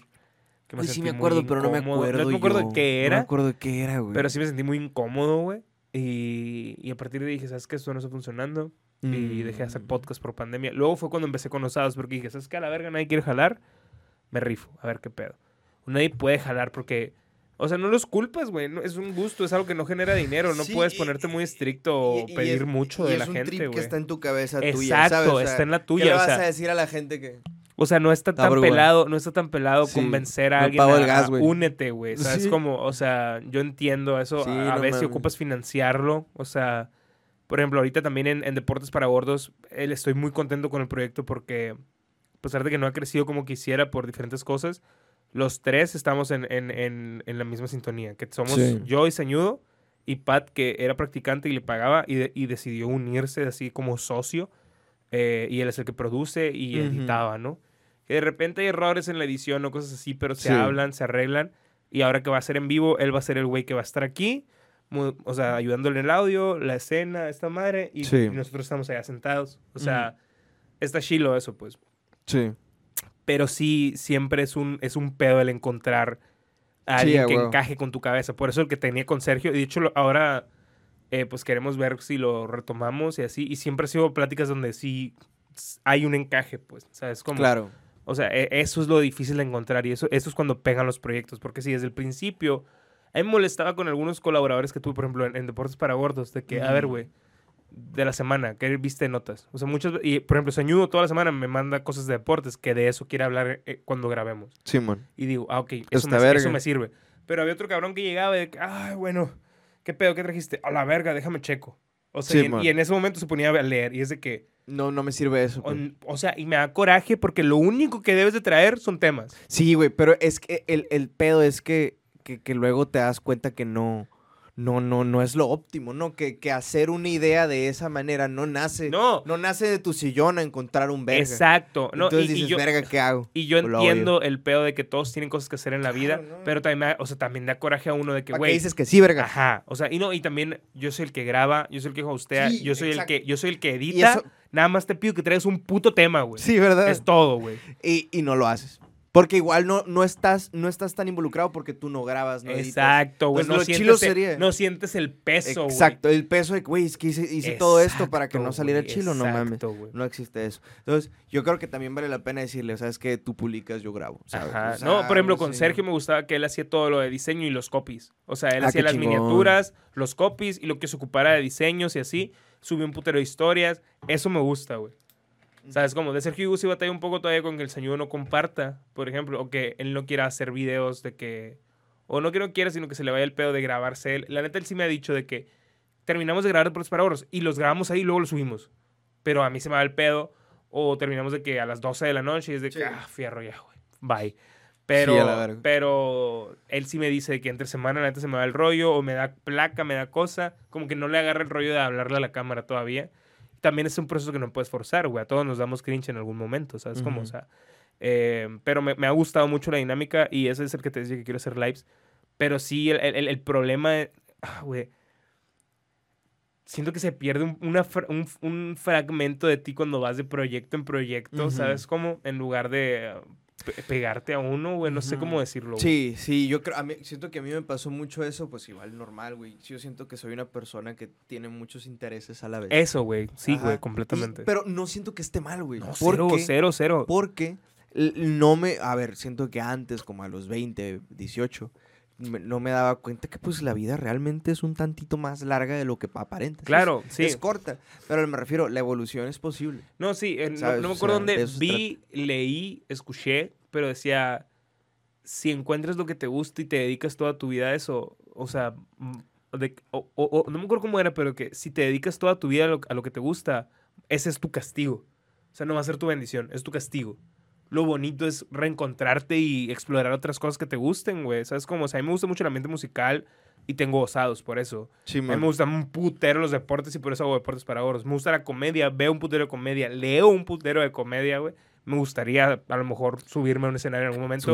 Speaker 1: Que
Speaker 3: Pues sí
Speaker 1: sentí
Speaker 3: me
Speaker 1: muy
Speaker 3: acuerdo, pero no me
Speaker 1: incómodo.
Speaker 3: acuerdo.
Speaker 1: No me acuerdo
Speaker 3: yo.
Speaker 1: qué
Speaker 3: No
Speaker 1: era.
Speaker 3: me acuerdo qué era, güey.
Speaker 1: Pero sí me sentí muy incómodo, güey. Y, y a partir de ahí dije, ¿sabes qué? Esto no está funcionando. Y
Speaker 2: Mm.
Speaker 1: dejé de hacer podcast por pandemia. Luego fue cuando empecé con los sábados porque dije, ¿sabes qué? A la verga nadie quiere jalar. Me rifo, a ver qué pedo. Nadie puede jalar porque... O sea, no los culpas, güey. no- es un gusto, es algo que no genera dinero. No
Speaker 2: Sí,
Speaker 1: puedes
Speaker 2: y-
Speaker 1: ponerte muy estricto o
Speaker 2: Y- y
Speaker 1: pedir
Speaker 2: es-
Speaker 1: mucho
Speaker 2: y
Speaker 1: de
Speaker 2: es
Speaker 1: la
Speaker 2: un
Speaker 1: gente,
Speaker 2: trip que
Speaker 1: güey.
Speaker 2: está en tu cabeza tuya, ¿sabes?
Speaker 1: Exacto,
Speaker 2: O sea,
Speaker 1: está en la
Speaker 2: ¿Qué
Speaker 1: tuya.
Speaker 2: le
Speaker 1: O
Speaker 2: vas a
Speaker 1: sea,
Speaker 2: decir a la gente que...?
Speaker 1: o sea, no está tan
Speaker 3: vergüenza.
Speaker 1: pelado, no está tan pelado
Speaker 3: Sí,
Speaker 1: convencer a
Speaker 3: no
Speaker 1: alguien
Speaker 3: pago el
Speaker 1: a-
Speaker 3: gas,
Speaker 1: a
Speaker 3: güey.
Speaker 1: únete, güey. O sea, es
Speaker 3: Sí.
Speaker 1: como, o sea, yo entiendo eso.
Speaker 3: Sí,
Speaker 1: a a
Speaker 3: no
Speaker 1: veces si
Speaker 3: mames.
Speaker 1: ocupas financiarlo. O sea, por ejemplo, ahorita también en, en Deportes para Gordos, él estoy muy contento con el proyecto porque, a pesar de que no ha crecido como quisiera por diferentes cosas, los tres estamos en, en- en- en la misma sintonía. Que somos
Speaker 3: Sí.
Speaker 1: yo y Sañudo y Pat, que era practicante y le pagaba y, de- y decidió unirse así como socio. eh, y él es el que produce y
Speaker 2: Ujú.
Speaker 1: editaba, ¿no? Que de repente hay errores en la edición o cosas así, pero se
Speaker 3: Sí.
Speaker 1: hablan, se arreglan. Y ahora que va a ser en vivo, él va a ser el güey que va a estar aquí, mu- o sea, ayudándole en el audio, la escena, esta madre, y,
Speaker 3: Sí.
Speaker 1: y nosotros estamos allá sentados. O sea, está chilo eso, pues.
Speaker 3: Sí.
Speaker 1: Pero sí, siempre es un, es un pedo el encontrar a alguien
Speaker 3: a
Speaker 1: que
Speaker 3: huevo.
Speaker 1: encaje con tu cabeza. Por eso el que tenía con Sergio, y de hecho, lo- ahora, eh, pues queremos ver si lo retomamos y así. Y siempre ha sido pláticas donde sí s- hay un encaje, pues, o sea, es como...
Speaker 2: Claro.
Speaker 1: O sea, e- eso es lo difícil de encontrar y eso, eso es cuando pegan los proyectos. Porque si desde el principio, a mí me molestaba con algunos colaboradores que tuve, por ejemplo, en, en Deportes para Gordos, de que, a ver, güey, de la semana, que viste notas? O sea, muchas ve- y por ejemplo, Sañudo toda la semana me manda cosas de deportes que de eso quiere hablar eh, cuando grabemos.
Speaker 3: Simón.
Speaker 1: Y digo, ah, ok, eso,
Speaker 3: Está
Speaker 1: me,
Speaker 3: verga.
Speaker 1: eso me sirve. Pero había otro cabrón que llegaba y de que, ay, bueno, ¿qué pedo? ¿Qué trajiste? A la verga, déjame checo. O sea,
Speaker 3: Sí,
Speaker 1: y, en,
Speaker 3: man.
Speaker 1: y en ese momento se ponía a leer y es de que,
Speaker 2: No, no me sirve eso.
Speaker 1: o,
Speaker 2: pues.
Speaker 1: o sea, y me da coraje porque lo único que debes de traer son temas.
Speaker 2: Sí, güey, pero es que el, el pedo es que, que, que luego te das cuenta que no... No, no, no es lo óptimo, ¿no? Que, que hacer una idea de esa manera no nace...
Speaker 1: No.
Speaker 2: No nace de tu sillón a encontrar un verga.
Speaker 1: Exacto. No,
Speaker 2: Entonces
Speaker 1: y, y
Speaker 2: dices,
Speaker 1: yo,
Speaker 2: verga, ¿qué hago?
Speaker 1: y yo
Speaker 2: Lo odio.
Speaker 1: entiendo el pedo de que todos tienen cosas que hacer en la vida,
Speaker 2: Claro, no.
Speaker 1: pero también, me da- o sea, también da coraje a uno de que,
Speaker 2: ¿Para qué
Speaker 1: güey,
Speaker 2: dices que sí, verga?
Speaker 1: ajá, o sea, y no, y también yo soy el que graba, yo soy el que hostea,
Speaker 2: Sí,
Speaker 1: yo soy
Speaker 2: exacto.
Speaker 1: el que, yo soy el que
Speaker 2: Y
Speaker 1: edita,
Speaker 2: eso,
Speaker 1: nada más te pido que traigas un puto tema, güey.
Speaker 2: sí, ¿verdad?
Speaker 1: Es todo, güey.
Speaker 2: Y, y no lo haces. Porque igual no, no, estás, no estás tan involucrado porque tú no grabas, no editas.
Speaker 1: Exacto, güey.
Speaker 2: Entonces,
Speaker 1: No,
Speaker 2: lo
Speaker 1: sientes
Speaker 2: chilo
Speaker 1: el-
Speaker 2: sería-
Speaker 1: no sientes el peso, güey.
Speaker 2: Exacto, el peso de, que, güey, es que hice, hice todo esto para que
Speaker 1: Exacto,
Speaker 2: no saliera
Speaker 1: güey,
Speaker 2: chilo, no mames.
Speaker 1: exacto, güey.
Speaker 2: No existe eso. Entonces, yo creo que también vale la pena decirle, ¿sabes que Tú publicas, yo grabo. ¿sabes?
Speaker 1: Ajá.
Speaker 2: O sea,
Speaker 1: no, por ejemplo, con
Speaker 2: sé.
Speaker 1: Sergio me gustaba que él hacía todo lo de diseño y los copies. O sea, él
Speaker 3: Ah,
Speaker 1: hacía
Speaker 3: qué
Speaker 1: las
Speaker 3: chingón.
Speaker 1: miniaturas, los copies y lo que se ocupara de diseños y así. Subió un putero de historias. Eso me gusta, güey. ¿Sabes cómo? De Sergio Hugo sí batalla un poco todavía con que el señor no comparta, por ejemplo, o que él no quiera hacer videos de que. O no que no quiera, sino que se le vaya el pedo de grabarse él. La neta, él sí me ha dicho de que terminamos de grabar por los paraboros y los grabamos ahí y luego los subimos. Pero a mí se me va el pedo. O terminamos de que a las 12 de la noche y es de que, ah, fierro ya, güey. Bye. Pero,
Speaker 2: Sí, a la verga.
Speaker 1: pero él sí me dice que entre semana la neta se me va el rollo o me da placa, me da cosa. Como que no le agarra el rollo de hablarle a la cámara todavía. También es un proceso que no puedes forzar, güey. A todos nos damos cringe en algún momento, ¿sabes? Como, o
Speaker 2: Ujú.
Speaker 1: sea. eh, pero me, me ha gustado mucho la dinámica y ese es el que te decía que quiero hacer lives. Pero sí, el, el- el- el problema es. ah, güey. Siento que se pierde un, una fra- un, un fragmento de ti cuando vas de proyecto en proyecto,
Speaker 2: Ujú.
Speaker 1: ¿sabes? Como en lugar de eh, pe- pegarte a uno, güey. No sé cómo decirlo, güey.
Speaker 2: Sí, sí, yo creo, a mí- siento que a mí me pasó mucho eso, pues igual normal, güey. Yo siento que soy una persona que tiene muchos intereses a la vez.
Speaker 1: Eso, güey. Sí,
Speaker 2: Ajá.
Speaker 1: güey,
Speaker 2: Y-
Speaker 1: completamente.
Speaker 2: pero no siento que esté mal, güey.
Speaker 1: no,
Speaker 2: ¿Por
Speaker 1: cero,
Speaker 2: qué?
Speaker 1: cero, cero.
Speaker 2: Porque l- no me, a ver, siento que antes, como a los 20, 18, me- no me daba cuenta que pues la vida realmente es un tantito más larga de lo que aparenta. ¿sí?
Speaker 1: Claro,
Speaker 2: Es-
Speaker 1: sí.
Speaker 2: Es corta, pero me refiero, la evolución es posible.
Speaker 1: No, sí, eh, no-
Speaker 2: ¿Sabes?
Speaker 1: no, me
Speaker 2: O
Speaker 1: acuerdo
Speaker 2: sea, de
Speaker 1: dónde
Speaker 2: eso se
Speaker 1: vi, leí, escuché, pero decía, si encuentras lo que te gusta y te dedicas toda tu vida a eso, o sea, mm, de- o- o- o- no me acuerdo cómo era, pero que si te dedicas toda tu vida a lo, a lo que te gusta, ese es tu castigo. O sea, no va a ser tu bendición, es tu castigo. Lo bonito es reencontrarte y explorar otras cosas que te gusten, güey. ¿Sabes cómo? O sea, a mí me gusta mucho el ambiente musical y tengo gozados por eso. A mí me gustan un putero los deportes y por eso hago deportes para oros. Me gusta la comedia, veo un putero de comedia, leo un putero de comedia, güey. Me gustaría a lo mejor subirme a un escenario en algún momento.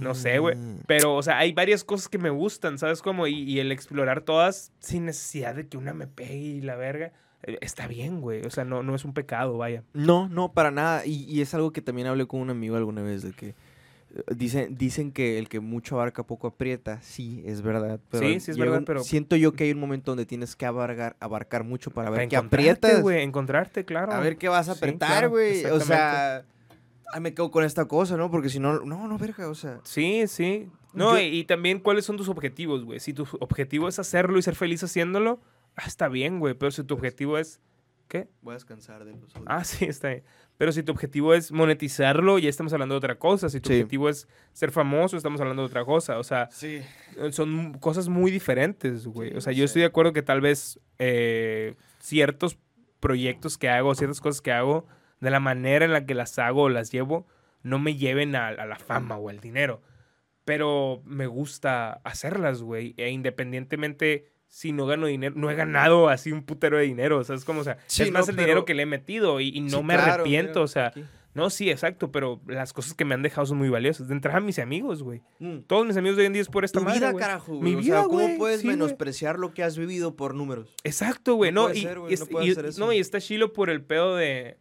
Speaker 1: No sé, güey. Pero, o sea, hay varias cosas que me gustan, ¿sabes? Como, y, y el explorar todas sin necesidad de que una me pegue y la verga. eh, Está bien, güey. O sea, no, no es un pecado, vaya.
Speaker 2: No, no, para nada. Y, y es algo que también hablé con un amigo alguna vez, de que eh, dicen, dicen que el que mucho abarca poco aprieta. Sí, es verdad. pero
Speaker 1: Sí, sí es
Speaker 2: llega
Speaker 1: verdad,
Speaker 2: un-
Speaker 1: pero-
Speaker 2: Siento yo que hay un momento donde tienes que abarcar, abarcar mucho para ver qué
Speaker 1: encontrarte,
Speaker 2: aprietas.
Speaker 1: güey. Encontrarte, claro.
Speaker 2: A ver qué vas a
Speaker 1: Sí, claro,
Speaker 2: apretar, güey. o
Speaker 1: exactamente.
Speaker 2: sea, ay, me quedo con esta cosa, ¿no? Porque si no, no, no, verga, o sea.
Speaker 1: Sí, sí. No,
Speaker 2: Yo-
Speaker 1: y, y también cuáles son tus objetivos, güey. Si tu objetivo es hacerlo y ser feliz haciéndolo, ah, está bien, güey. Pero si tu objetivo es. ¿Qué?
Speaker 2: Voy a descansar de los
Speaker 1: Ah, sí, está bien. Pero si tu objetivo es monetizarlo, ya estamos hablando de otra cosa. Si tu
Speaker 2: Sí.
Speaker 1: objetivo es ser famoso, estamos hablando de otra cosa. O sea,
Speaker 2: Sí.
Speaker 1: eh, son cosas muy diferentes, güey.
Speaker 2: Sí,
Speaker 1: O sea,
Speaker 2: no
Speaker 1: yo
Speaker 2: sé.
Speaker 1: estoy de acuerdo que tal vez eh, ciertos proyectos que hago, ciertas cosas que hago, de la manera en la que las hago o las llevo, no me lleven a, a la fama o al dinero. Pero me gusta hacerlas, güey. E independientemente si no gano dinero, no he ganado así un putero de dinero. O sea, es como, o sea,
Speaker 2: Sí,
Speaker 1: es más
Speaker 2: no,
Speaker 1: el
Speaker 2: pero-
Speaker 1: dinero que le he metido y, y no
Speaker 2: Sí,
Speaker 1: me
Speaker 2: claro,
Speaker 1: arrepiento.
Speaker 2: mira,
Speaker 1: o sea,
Speaker 2: aquí.
Speaker 1: no, sí, exacto, pero las cosas que me han dejado son muy valiosas. De entrada, mis amigos, güey. Todos mis amigos de hoy en día es por esta
Speaker 2: Tu
Speaker 1: madre,
Speaker 2: vida,
Speaker 1: güey.
Speaker 2: carajo, mm, güey.
Speaker 1: Mi
Speaker 2: o
Speaker 1: vida,
Speaker 2: sea, ¿cómo
Speaker 1: güey,
Speaker 2: puedes
Speaker 1: sí, güey.
Speaker 2: menospreciar lo que has vivido por números?
Speaker 1: Exacto, güey. No,
Speaker 2: No puede
Speaker 1: y,
Speaker 2: ser, güey,
Speaker 1: y
Speaker 2: no
Speaker 1: es-
Speaker 2: puede
Speaker 1: y-
Speaker 2: hacer eso.
Speaker 1: no, y está chilo por el pedo de.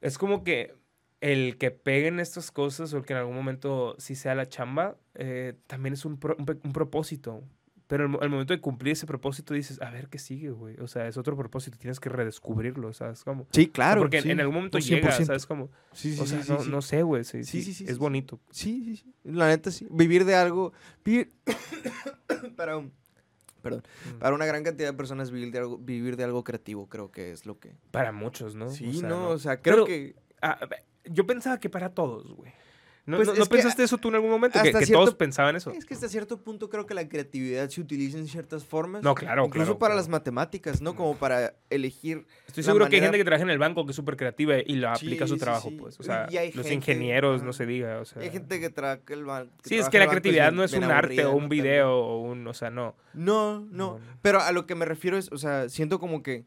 Speaker 1: Es como que el que peguen estas cosas o el que en algún momento sí sea la chamba, eh, también es un, pro- un pe- un propósito. Pero al, mo- al momento de cumplir ese propósito dices, a ver qué sigue, güey. O sea, es otro propósito, tienes que redescubrirlo, ¿sabes? Como,
Speaker 2: Sí, claro.
Speaker 1: porque en- en algún momento llega, ¿sabes? Como,
Speaker 2: Sí, sí,
Speaker 1: o sea,
Speaker 2: sí, sí,
Speaker 1: no,
Speaker 2: sí.
Speaker 1: no sé, güey. Sí,
Speaker 2: Sí,
Speaker 1: sí,
Speaker 2: sí, sí,
Speaker 1: es
Speaker 2: sí.
Speaker 1: bonito.
Speaker 2: Sí, sí, sí. La neta, sí. Vivir de algo. Vivir. para un- Perdón.
Speaker 1: Mm.
Speaker 2: Para una gran cantidad de personas, vivir de algo, vivir de algo creativo, creo que es lo que.
Speaker 1: Para muchos, ¿no?
Speaker 2: Sí,
Speaker 1: O sea,
Speaker 2: no,
Speaker 1: no.
Speaker 2: o sea, creo
Speaker 1: Pero-
Speaker 2: que.
Speaker 1: Ah, a ver, yo pensaba que para todos, güey. ¿No,
Speaker 2: Pues
Speaker 1: no-
Speaker 2: es
Speaker 1: no
Speaker 2: que
Speaker 1: pensaste eso tú en algún momento? Que,
Speaker 2: hasta
Speaker 1: que
Speaker 2: cierto-
Speaker 1: todos pensaban eso.
Speaker 2: Es que hasta cierto punto creo que la creatividad se utiliza en ciertas formas.
Speaker 1: No, claro,
Speaker 2: Incluso
Speaker 1: claro,
Speaker 2: para
Speaker 1: claro.
Speaker 2: las matemáticas, ¿no? Como para elegir.
Speaker 1: Estoy
Speaker 2: la
Speaker 1: seguro que hay
Speaker 2: manera-
Speaker 1: gente que trabaja en el banco que es súper creativa y lo aplica a su
Speaker 2: sí,
Speaker 1: trabajo,
Speaker 2: sí.
Speaker 1: pues. O sea,
Speaker 2: Y hay
Speaker 1: los
Speaker 2: gente-
Speaker 1: ingenieros, no
Speaker 2: ajá.
Speaker 1: se diga, o sea.
Speaker 2: Hay gente que trabaja el ban- que
Speaker 1: Sí, es
Speaker 2: trabaja
Speaker 1: que
Speaker 2: en
Speaker 1: la
Speaker 2: bancos y
Speaker 1: creatividad
Speaker 2: bien-
Speaker 1: no es
Speaker 2: bien
Speaker 1: un arte
Speaker 2: aburrida,
Speaker 1: o un
Speaker 2: También.
Speaker 1: video o un, o sea, no.
Speaker 2: No, no,
Speaker 1: No, no.
Speaker 2: Pero a lo que me refiero es, o sea, siento como que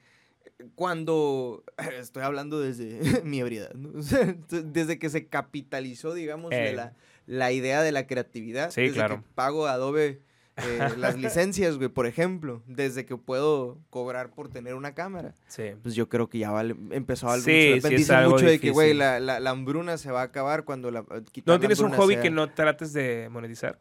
Speaker 2: cuando estoy hablando desde mi ebriedad, ¿no? O sea, desde que se capitalizó, digamos, de
Speaker 1: Eh.
Speaker 2: la, la idea de la creatividad,
Speaker 1: Sí,
Speaker 2: desde
Speaker 1: claro.
Speaker 2: que pago Adobe eh, las licencias, güey, por ejemplo, desde que puedo cobrar por tener una cámara,
Speaker 1: Sí.
Speaker 2: pues yo creo que ya vale, empezó a valer
Speaker 1: Sí,
Speaker 2: mucho la
Speaker 1: sí,
Speaker 2: pena.
Speaker 1: es
Speaker 2: Dicen
Speaker 1: algo
Speaker 2: mucho de que, güey,
Speaker 1: difícil.
Speaker 2: la, la- la hambruna se va a acabar cuando la quitar
Speaker 1: ¿No
Speaker 2: la
Speaker 1: tienes un
Speaker 2: hambruna
Speaker 1: hobby
Speaker 2: sea-
Speaker 1: que no trates de monetizar?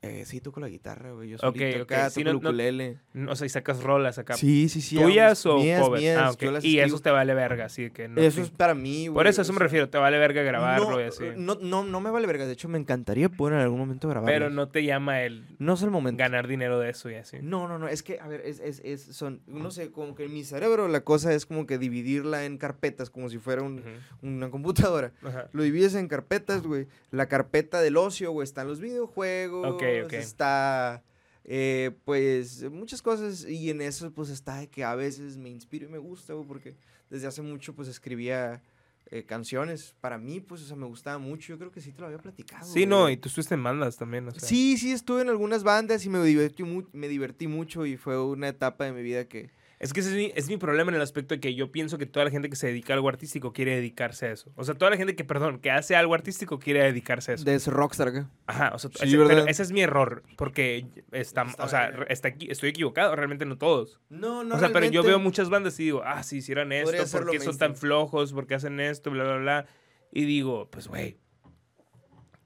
Speaker 2: Eh, sí, toco la guitarra, güey, yo
Speaker 1: Ok,
Speaker 2: solito
Speaker 1: ok,
Speaker 2: acá,
Speaker 1: sí,
Speaker 2: toco
Speaker 1: no-
Speaker 2: el
Speaker 1: no-
Speaker 2: ukulele.
Speaker 1: O sea, y sacas rolas acá.
Speaker 2: Sí, sí, sí.
Speaker 1: ¿Tuyas
Speaker 2: hago
Speaker 1: o
Speaker 2: mis-
Speaker 1: covers?
Speaker 2: Mías,
Speaker 1: Ah, ok.
Speaker 2: yo las
Speaker 1: Y
Speaker 2: escribo.
Speaker 1: eso te vale verga, así que no.
Speaker 2: Eso es para mí, güey.
Speaker 1: Por eso,
Speaker 2: o
Speaker 1: eso me
Speaker 2: sea,
Speaker 1: refiero, te vale verga grabarlo
Speaker 2: no, eh,
Speaker 1: y así.
Speaker 2: No, no, no me vale verga. De hecho, me encantaría poder en algún momento grabarlo.
Speaker 1: Pero no te llama el
Speaker 2: No es el momento.
Speaker 1: ganar dinero de eso y así.
Speaker 2: No, no, no. Es que, a ver, es, es, es, son... No sé, como que en mi cerebro la cosa es como que dividirla en carpetas, como si fuera un-
Speaker 1: Ujú.
Speaker 2: una computadora.
Speaker 1: Ajá.
Speaker 2: Lo divides en carpetas, güey. La carpeta del ocio, güey, están los videojuegos.
Speaker 1: Ok, ok.
Speaker 2: Está, eh, pues, muchas cosas. Y en eso, pues, está de que a veces me inspiro y me gusta, güey, porque desde hace mucho, pues, escribía eh, canciones. Para mí, pues, o sea, me gustaba mucho. Yo creo que sí te lo había platicado.
Speaker 1: Sí,
Speaker 2: güey.
Speaker 1: no, y tú estuviste en bandas también, o sea.
Speaker 2: Sí, sí, estuve en algunas bandas y me divertí, mu- me divertí mucho y fue una etapa de mi vida que...
Speaker 1: Es que ese es mi, es mi problema en el aspecto de que yo pienso que toda la gente que se dedica a algo artístico quiere dedicarse a eso. O sea, toda la gente que, perdón, que hace algo artístico quiere dedicarse a eso.
Speaker 2: De ese rockstar, güey.
Speaker 1: Ajá, o sea,
Speaker 2: Sí,
Speaker 1: ese,
Speaker 2: ¿verdad?
Speaker 1: pero ese es mi error, porque está,
Speaker 2: Está
Speaker 1: o sea,
Speaker 2: bien.
Speaker 1: re- está aquí, estoy equivocado, realmente no todos.
Speaker 2: No, no,
Speaker 1: o sea, pero yo
Speaker 2: realmente-
Speaker 1: veo muchas bandas y digo, ah, si hicieran esto,
Speaker 2: Podría
Speaker 1: ¿por
Speaker 2: hacerlo
Speaker 1: qué son tan
Speaker 2: mainstream.
Speaker 1: flojos? ¿Por qué hacen esto? Bla, bla, bla. Y digo, pues, güey,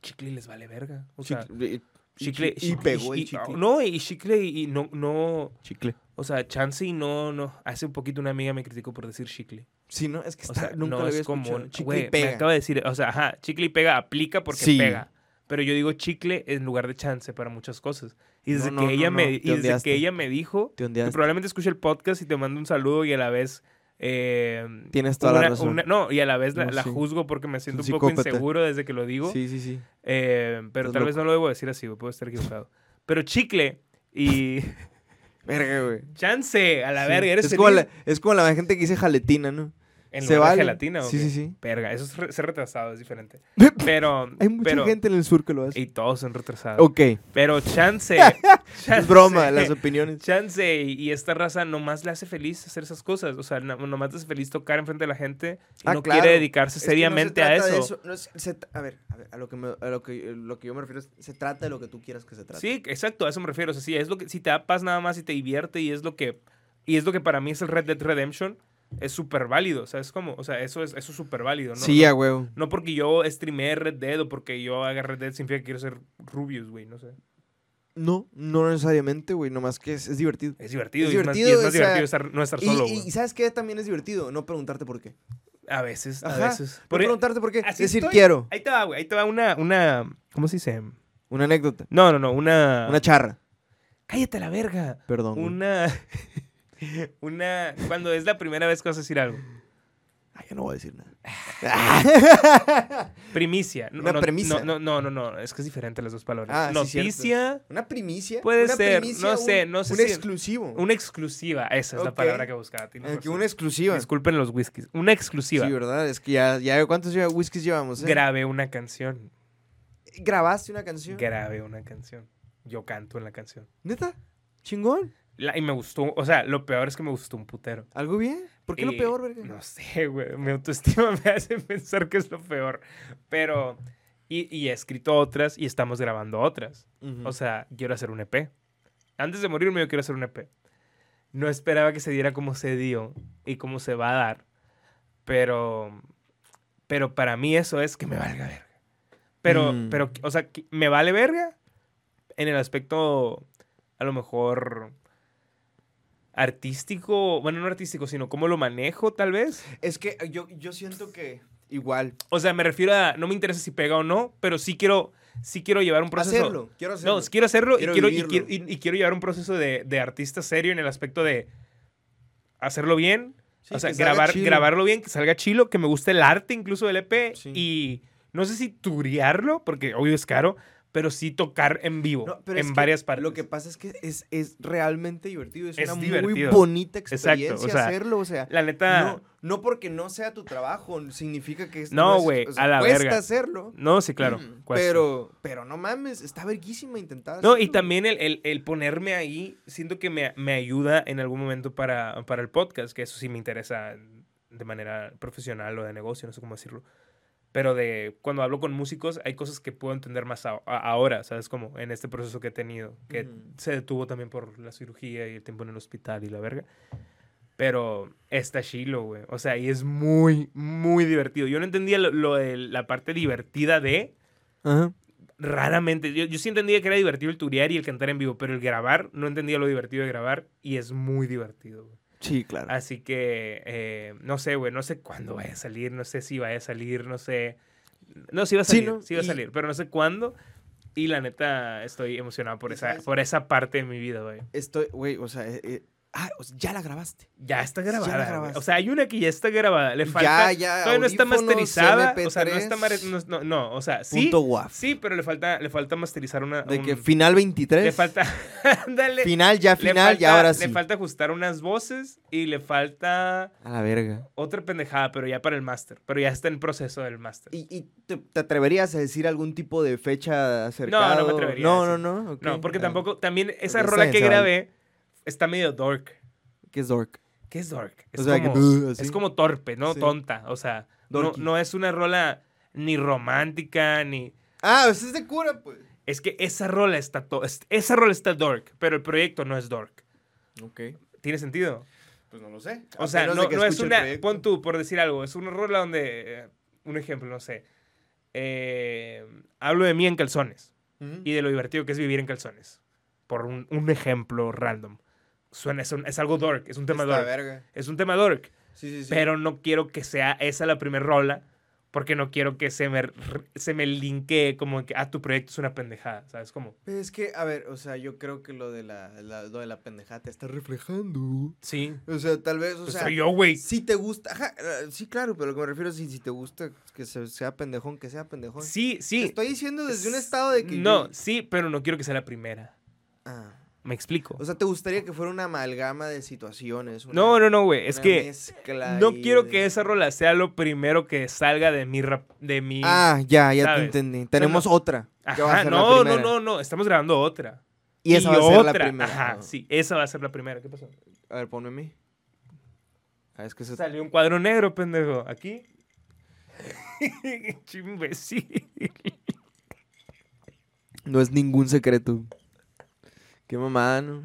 Speaker 1: chicle les vale verga. O sea,
Speaker 2: Chicle-
Speaker 1: chicle...
Speaker 2: y pegó el
Speaker 1: y-
Speaker 2: chicle.
Speaker 1: No, y chicle y y no... no
Speaker 2: Chicle.
Speaker 1: O sea, chance y no, no. Hace un poquito una amiga me criticó por decir chicle.
Speaker 2: Sí, no, es que
Speaker 1: O
Speaker 2: está,
Speaker 1: sea,
Speaker 2: nunca
Speaker 1: no
Speaker 2: lo había
Speaker 1: es
Speaker 2: escuchado.
Speaker 1: común.
Speaker 2: Chicle y
Speaker 1: Güey,
Speaker 2: pega.
Speaker 1: Me acaba de decir, o sea, ajá, chicle y pega aplica porque
Speaker 2: Sí.
Speaker 1: pega. Pero yo digo chicle en lugar de chance para muchas cosas. Y desde,
Speaker 2: No, no,
Speaker 1: que,
Speaker 2: no,
Speaker 1: ella
Speaker 2: no,
Speaker 1: me,
Speaker 2: te
Speaker 1: y desde
Speaker 2: ondeaste.
Speaker 1: que ella me dijo,
Speaker 2: Te
Speaker 1: que
Speaker 2: ondeaste.
Speaker 1: probablemente escuche el podcast y te mando un saludo y a la vez Eh,
Speaker 2: Tienes toda la
Speaker 1: una-
Speaker 2: razón.
Speaker 1: una- no, y a la vez la,
Speaker 2: No,
Speaker 1: la
Speaker 2: sí.
Speaker 1: juzgo porque me siento un
Speaker 2: Es
Speaker 1: poco
Speaker 2: psicópata.
Speaker 1: inseguro desde que lo digo.
Speaker 2: Sí, sí, sí.
Speaker 1: Eh, pero
Speaker 2: Estás
Speaker 1: tal vez no lo debo decir así, puedo estar equivocado. Pero chicle y
Speaker 2: Verga, güey.
Speaker 1: chance, a la
Speaker 2: Sí.
Speaker 1: verga, eres
Speaker 2: es como,
Speaker 1: feliz
Speaker 2: la, es como la gente que dice jaletina, ¿no?
Speaker 1: en
Speaker 2: se
Speaker 1: lugar de
Speaker 2: vale.
Speaker 1: gelatina o
Speaker 2: Sí,
Speaker 1: qué?
Speaker 2: sí, sí.
Speaker 1: Verga, eso es re- ser retrasado, es diferente. Pero
Speaker 2: Hay mucha
Speaker 1: pero-
Speaker 2: gente en el sur que lo hace.
Speaker 1: y todos son retrasados.
Speaker 2: Ok.
Speaker 1: Pero chance, chance-
Speaker 2: Es broma, las opiniones.
Speaker 1: Chance y, y esta raza nomás le hace feliz hacer esas cosas. O sea, no- nomás le hace feliz tocar enfrente de la gente y
Speaker 2: Ah,
Speaker 1: no
Speaker 2: claro.
Speaker 1: quiere dedicarse
Speaker 2: Es que no se
Speaker 1: seriamente a
Speaker 2: trata
Speaker 1: eso.
Speaker 2: de no es- se- a ver, a ver, a lo que, me- a lo que, lo que yo me refiero es, se trata de lo que tú quieras que se trate.
Speaker 1: Sí, exacto, a eso me refiero. O sea, sí, es lo que, si te da paz nada más y te divierte y es lo que, y es lo que para mí es el Red Dead Redemption, es súper válido. O sea, es como, o sea, eso es eso es súper válido. ¿no?
Speaker 2: sí,
Speaker 1: no,
Speaker 2: a huevo.
Speaker 1: no porque yo streameé Red Dead o porque yo haga Red Dead significa que quiero ser Rubius, güey, no sé.
Speaker 2: No, no necesariamente, güey, nomás que es, es divertido.
Speaker 1: Es divertido.
Speaker 2: Es
Speaker 1: y es más- y
Speaker 2: divertido,
Speaker 1: es más
Speaker 2: o sea,
Speaker 1: divertido estar, no estar
Speaker 2: Y,
Speaker 1: solo,
Speaker 2: y-
Speaker 1: güey.
Speaker 2: y ¿sabes qué? También es divertido no preguntarte por qué.
Speaker 1: A veces, a
Speaker 2: Ajá,
Speaker 1: veces.
Speaker 2: No
Speaker 1: Por-
Speaker 2: preguntarte por e qué.
Speaker 1: así
Speaker 2: decir
Speaker 1: estoy.
Speaker 2: quiero.
Speaker 1: Ahí te va, güey, ahí te va una, una, ¿cómo se dice?
Speaker 2: Una anécdota.
Speaker 1: No, no, no, una...
Speaker 2: Una charra.
Speaker 1: Cállate a la verga.
Speaker 2: Perdón. güey.
Speaker 1: Una... Una... Cuando es la primera vez que vas a decir algo.
Speaker 2: Ah, ya no voy a decir nada.
Speaker 1: Primicia. No,
Speaker 2: Una
Speaker 1: no,
Speaker 2: premisa.
Speaker 1: No, no, no, no, no, es que es diferente las dos palabras.
Speaker 2: Ah, sí, cierto.
Speaker 1: Noticia,
Speaker 2: Una primicia.
Speaker 1: Puede
Speaker 2: una
Speaker 1: ser,
Speaker 2: primicia,
Speaker 1: no
Speaker 2: un-
Speaker 1: sé, no sé
Speaker 2: Un
Speaker 1: si-
Speaker 2: exclusivo.
Speaker 1: una exclusiva. Esa es la
Speaker 2: Ok.
Speaker 1: palabra que buscaba. tienes
Speaker 2: Eh, que
Speaker 1: razón.
Speaker 2: una exclusiva.
Speaker 1: Disculpen los whiskies. Una
Speaker 2: Sí,
Speaker 1: exclusiva.
Speaker 2: ¿verdad? Es que ya, ya ¿cuántos lleva- whiskies llevamos? eh?
Speaker 1: Grabé una canción.
Speaker 2: ¿Grabaste una canción?
Speaker 1: Grabé una canción. Yo canto en la canción.
Speaker 2: ¿Neta? ¿Chingón?
Speaker 1: La- y me gustó, o sea, lo peor es que me gustó un putero.
Speaker 2: ¿Algo bien? ¿Por qué lo
Speaker 1: Y-
Speaker 2: peor, verga?
Speaker 1: Eh, No sé, güey. Mi autoestima me hace pensar que es lo peor. Pero. Y, y he escrito otras y estamos grabando otras.
Speaker 2: Ujú.
Speaker 1: O sea, quiero hacer un EP. Antes de morirme, yo quiero hacer un EP. No esperaba que se diera como se dio y como se va a dar. Pero. Pero para mí eso es que me valga verga. Pero,
Speaker 2: Mm.
Speaker 1: pero, o sea, que- me vale verga en el aspecto, a lo mejor, artístico. Bueno, no artístico, sino cómo lo manejo, tal vez.
Speaker 2: es que yo, yo siento que igual.
Speaker 1: O sea, me refiero a, no me interesa si pega o no, pero sí quiero, sí quiero llevar un proceso.
Speaker 2: Hacerlo. Quiero hacerlo.
Speaker 1: No, quiero hacerlo
Speaker 2: Quiero
Speaker 1: y, quiero, y, quiero,
Speaker 2: vivirlo.
Speaker 1: y- y quiero llevar un proceso de, de artista serio en el aspecto de hacerlo bien,
Speaker 2: Sí,
Speaker 1: o sea,
Speaker 2: que salga
Speaker 1: grabar,
Speaker 2: chido.
Speaker 1: grabarlo bien, que salga chilo, que me guste el arte incluso del EP
Speaker 2: Sí.
Speaker 1: y no sé si turearlo, porque obvio es caro, pero sí tocar en vivo,
Speaker 2: No, pero es
Speaker 1: en
Speaker 2: que
Speaker 1: varias partes.
Speaker 2: Lo que pasa es que es, es realmente divertido. Es,
Speaker 1: Es
Speaker 2: una muy
Speaker 1: divertido.
Speaker 2: bonita
Speaker 1: Exacto, o
Speaker 2: experiencia
Speaker 1: sea,
Speaker 2: hacerlo. O sea,
Speaker 1: La neta,
Speaker 2: no, no porque no sea tu trabajo, significa que es-
Speaker 1: No,
Speaker 2: es-
Speaker 1: güey,
Speaker 2: o sea,
Speaker 1: a la
Speaker 2: cuesta
Speaker 1: verga.
Speaker 2: hacerlo.
Speaker 1: no, sí, claro.
Speaker 2: mm,
Speaker 1: cuesta.
Speaker 2: Pero, pero no mames, está verguísima intentar.
Speaker 1: No, y
Speaker 2: hacerlo.
Speaker 1: también el, el- el ponerme ahí, siento que me, me ayuda en algún momento para, para el podcast, que eso sí me interesa de manera profesional o de negocio, no sé cómo decirlo. Pero de cuando hablo con músicos, hay cosas que puedo entender más a- a- ahora, ¿sabes? Como en este proceso que he tenido, que
Speaker 2: Ujú.
Speaker 1: se detuvo también por la cirugía y el tiempo en el hospital y la verga. Pero está chilo, güey. O sea, y es muy, muy divertido. Yo no entendía lo, lo de la parte divertida de
Speaker 2: Ajá.
Speaker 1: raramente. Yo, yo sí entendía que era divertido el turear y el cantar en vivo, pero el grabar, no entendía lo divertido de grabar y es muy divertido. güey.
Speaker 2: Sí, claro.
Speaker 1: Así que, eh, no sé, güey, no sé cuándo vaya a salir, no sé si vaya a salir, no sé. No, sí va a salir,
Speaker 2: Sí,
Speaker 1: sí,
Speaker 2: ¿no?
Speaker 1: va a
Speaker 2: Y-
Speaker 1: salir, pero no sé cuándo. Y la neta, estoy emocionado por
Speaker 2: ¿Y
Speaker 1: esa,
Speaker 2: sabes?
Speaker 1: por esa parte de mi vida, güey.
Speaker 2: Estoy, güey, o sea, eh, eh, ah, o sea, ya la grabaste.
Speaker 1: Ya está
Speaker 2: Ya la
Speaker 1: grabada. güey.
Speaker 2: grabaste.
Speaker 1: o sea, hay una que ya está grabada. Le
Speaker 2: Ya,
Speaker 1: falta.
Speaker 2: ya,
Speaker 1: todavía no está
Speaker 2: audífonos,
Speaker 1: masterizada. O sea, no
Speaker 2: MP3.
Speaker 1: está. mare- No, no, no, o sea, sí.
Speaker 2: Punto guaf.
Speaker 1: Sí, pero le falta, le falta masterizar una.
Speaker 2: De que
Speaker 1: un-
Speaker 2: final 23.
Speaker 1: Le falta. Ándale.
Speaker 2: Final, ya
Speaker 1: Le
Speaker 2: final,
Speaker 1: falta-
Speaker 2: ya ahora sí.
Speaker 1: Le falta ajustar unas voces y le falta
Speaker 2: A la verga.
Speaker 1: otra pendejada, pero ya para el máster. Pero ya está en proceso del máster.
Speaker 2: ¿Y, y te, te atreverías a decir algún tipo de fecha acercada?
Speaker 1: No, no me atrevería
Speaker 2: No,
Speaker 1: a
Speaker 2: no,
Speaker 1: decir.
Speaker 2: no. ok.
Speaker 1: No, porque
Speaker 2: Ah,
Speaker 1: tampoco. También esa
Speaker 2: está
Speaker 1: rola
Speaker 2: bien,
Speaker 1: que
Speaker 2: se vale.
Speaker 1: grabé está medio dork.
Speaker 2: ¿Qué es dork?
Speaker 1: ¿Qué es dork? Es,
Speaker 2: O sea, que,
Speaker 1: como,
Speaker 2: "Buh", así.
Speaker 1: es como torpe, ¿no?
Speaker 2: Sí.
Speaker 1: Tonta. O sea, no,
Speaker 2: Dorky.
Speaker 1: no es una rola ni romántica, ni.
Speaker 2: Ah, pues es de cura, pues.
Speaker 1: Es que esa rola está to- es- esa rola está dork, pero el proyecto no es dork.
Speaker 2: Ok.
Speaker 1: ¿Tiene sentido?
Speaker 2: Pues no lo sé.
Speaker 1: O sea, no, no es una. Pon tú, por decir algo. Es una rola donde. eh, Un ejemplo, no sé. eh, hablo de mí en calzones y de lo divertido que es vivir en calzones. Por un, un ejemplo random. Suena, es, un- es algo dork, es un tema dork.
Speaker 2: verga.
Speaker 1: Es un tema dork,
Speaker 2: Sí, sí, sí.
Speaker 1: pero no quiero que sea esa la primera rola porque no quiero que se me, se me linkee como que, ah, tu proyecto es una pendejada, ¿sabes? Como,
Speaker 2: Es que, a ver, o sea, yo creo que lo de la, la- lo de la pendejada te está reflejando.
Speaker 1: sí,
Speaker 2: O sea, tal vez, o
Speaker 1: pues
Speaker 2: sea,
Speaker 1: soy yo, güey.
Speaker 2: si te gusta, ajá, eh, sí, claro, pero lo que me refiero es si, si te gusta que se- sea pendejón, que sea pendejón.
Speaker 1: Sí,
Speaker 2: Te
Speaker 1: sí.
Speaker 2: estoy diciendo desde un estado de que...
Speaker 1: No,
Speaker 2: yo-
Speaker 1: sí, pero no quiero que sea la primera.
Speaker 2: Ah.
Speaker 1: Me explico.
Speaker 2: O sea, ¿te gustaría que fuera una amalgama de situaciones? una-
Speaker 1: no, no, no, güey. Es
Speaker 2: una
Speaker 1: que
Speaker 2: mezcla
Speaker 1: no
Speaker 2: ahí
Speaker 1: quiero
Speaker 2: de-
Speaker 1: que esa rola sea lo primero que salga de mi... rap- de mi...
Speaker 2: Ah, ya, ya
Speaker 1: ¿sabes?
Speaker 2: te entendí. Tenemos otra. que va a
Speaker 1: Ajá,
Speaker 2: ser la
Speaker 1: no, no,
Speaker 2: primera.
Speaker 1: no, no. Estamos grabando otra.
Speaker 2: Y esa va a ser la
Speaker 1: otra.
Speaker 2: primera. Ah.
Speaker 1: Ajá,
Speaker 2: ¿no?
Speaker 1: sí. Esa va a ser la primera. ¿Qué pasó?
Speaker 2: A ver, ponme a mí. Ah, es que se...
Speaker 1: Salió un cuadro negro, pendejo. Aquí. Che imbécil.
Speaker 2: No es ningún secreto. Qué mamada, ¿no?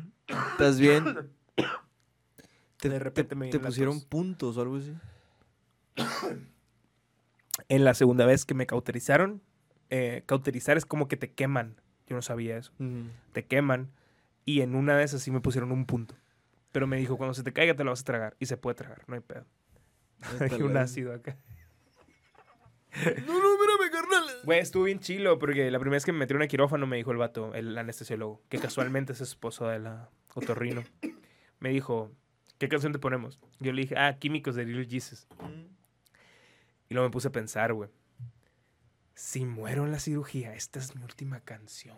Speaker 2: ¿Estás bien? Te,
Speaker 1: De repente
Speaker 2: te-
Speaker 1: me
Speaker 2: te
Speaker 1: dio la
Speaker 2: pusieron
Speaker 1: tos.
Speaker 2: puntos o algo así.
Speaker 1: En la segunda vez que me cauterizaron, eh, cauterizar es como que te queman. Yo no sabía eso. Te queman. Y en una de esas sí me pusieron un punto. Pero me dijo, cuando se te caiga te lo vas a tragar. Y se puede tragar, no hay pedo. Dejé un ácido acá.
Speaker 2: No, no, espérame, carnal.
Speaker 1: Güey, estuvo bien chilo porque la primera vez que me metieron a quirófano me dijo el vato, el anestesiólogo, que casualmente es esposo de la otorrino. Me dijo, ¿qué canción te ponemos? Yo le dije, ah, Químicos de Little Jesus. Y luego me puse a pensar, güey. Si muero en la cirugía, esta es mi última canción.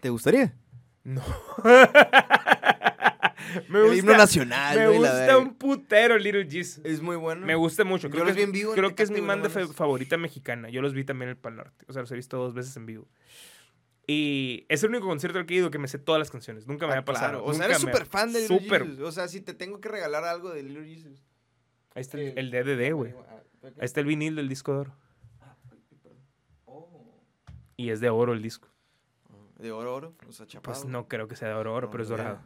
Speaker 2: ¿Te gustaría?
Speaker 1: No. me
Speaker 2: El himno
Speaker 1: gusta,
Speaker 2: nacional,
Speaker 1: me
Speaker 2: ¿no? Y la
Speaker 1: gusta
Speaker 2: verga.
Speaker 1: un putero Little Jesus.
Speaker 2: Es muy bueno.
Speaker 1: Me gusta mucho.
Speaker 2: Yo
Speaker 1: Creo que,
Speaker 2: los vi
Speaker 1: es-
Speaker 2: en vivo en
Speaker 1: creo que es mi
Speaker 2: Tecate, güey, no
Speaker 1: banda fe-
Speaker 2: mames.
Speaker 1: favorita mexicana. Yo los vi también en el Pal Norte. O sea, los he visto dos veces en vivo. Y es el único concierto al que he ido que me sé todas las canciones. Nunca me
Speaker 2: Ah,
Speaker 1: había pasado.
Speaker 2: claro. O
Speaker 1: Nunca
Speaker 2: sea, eres
Speaker 1: me-
Speaker 2: súper fan de Little
Speaker 1: Súper.
Speaker 2: Jesus. O sea, si te tengo que regalar algo de Little Jesus. Este-
Speaker 1: Ahí está el, el DDD, güey. Ahí está el vinil del disco de oro. Y es de oro el disco. Ah,
Speaker 2: De oro, oro. O sea, chapado.
Speaker 1: Pues no creo que sea de oro, oro,
Speaker 2: No,
Speaker 1: pero es
Speaker 2: no, ya.
Speaker 1: dorado.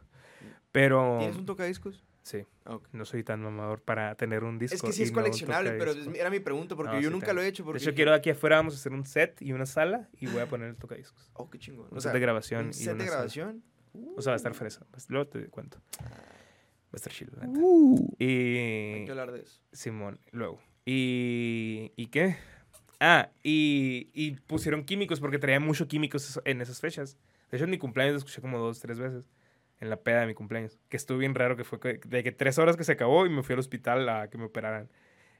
Speaker 1: Pero
Speaker 2: ¿Tienes un tocadiscos?
Speaker 1: sí,
Speaker 2: Ah, ok.
Speaker 1: no soy tan mamador para tener un disco.
Speaker 2: Es que sí es
Speaker 1: y no un
Speaker 2: coleccionable, pero
Speaker 1: tocadiscos.
Speaker 2: es- era mi pregunta porque
Speaker 1: No,
Speaker 2: yo
Speaker 1: sí
Speaker 2: nunca
Speaker 1: tengo.
Speaker 2: lo he hecho. Porque
Speaker 1: De hecho, quiero aquí afuera vamos a hacer un set y una sala y voy a poner el tocadiscos.
Speaker 2: Oh, qué chingón.
Speaker 1: Un
Speaker 2: O
Speaker 1: set
Speaker 2: sea,
Speaker 1: de grabación.
Speaker 2: un
Speaker 1: y
Speaker 2: set
Speaker 1: una
Speaker 2: de
Speaker 1: sala.
Speaker 2: grabación. Uh,
Speaker 1: O sea, va a estar fresa. Pues, Luego te cuento. Va a estar chido, la neta.
Speaker 2: Uh, Hay
Speaker 1: Y.
Speaker 2: que hablar de eso.
Speaker 1: Simón, luego. ¿Y. ¿Y qué? Ah, y, y pusieron químicos porque traía mucho químicos eso- en esas fechas. De hecho, en mi cumpleaños lo escuché como dos, tres veces. En la peda de mi cumpleaños. Que estuvo bien raro, que fue que- de que tres horas que se acabó y me fui al hospital a que me operaran.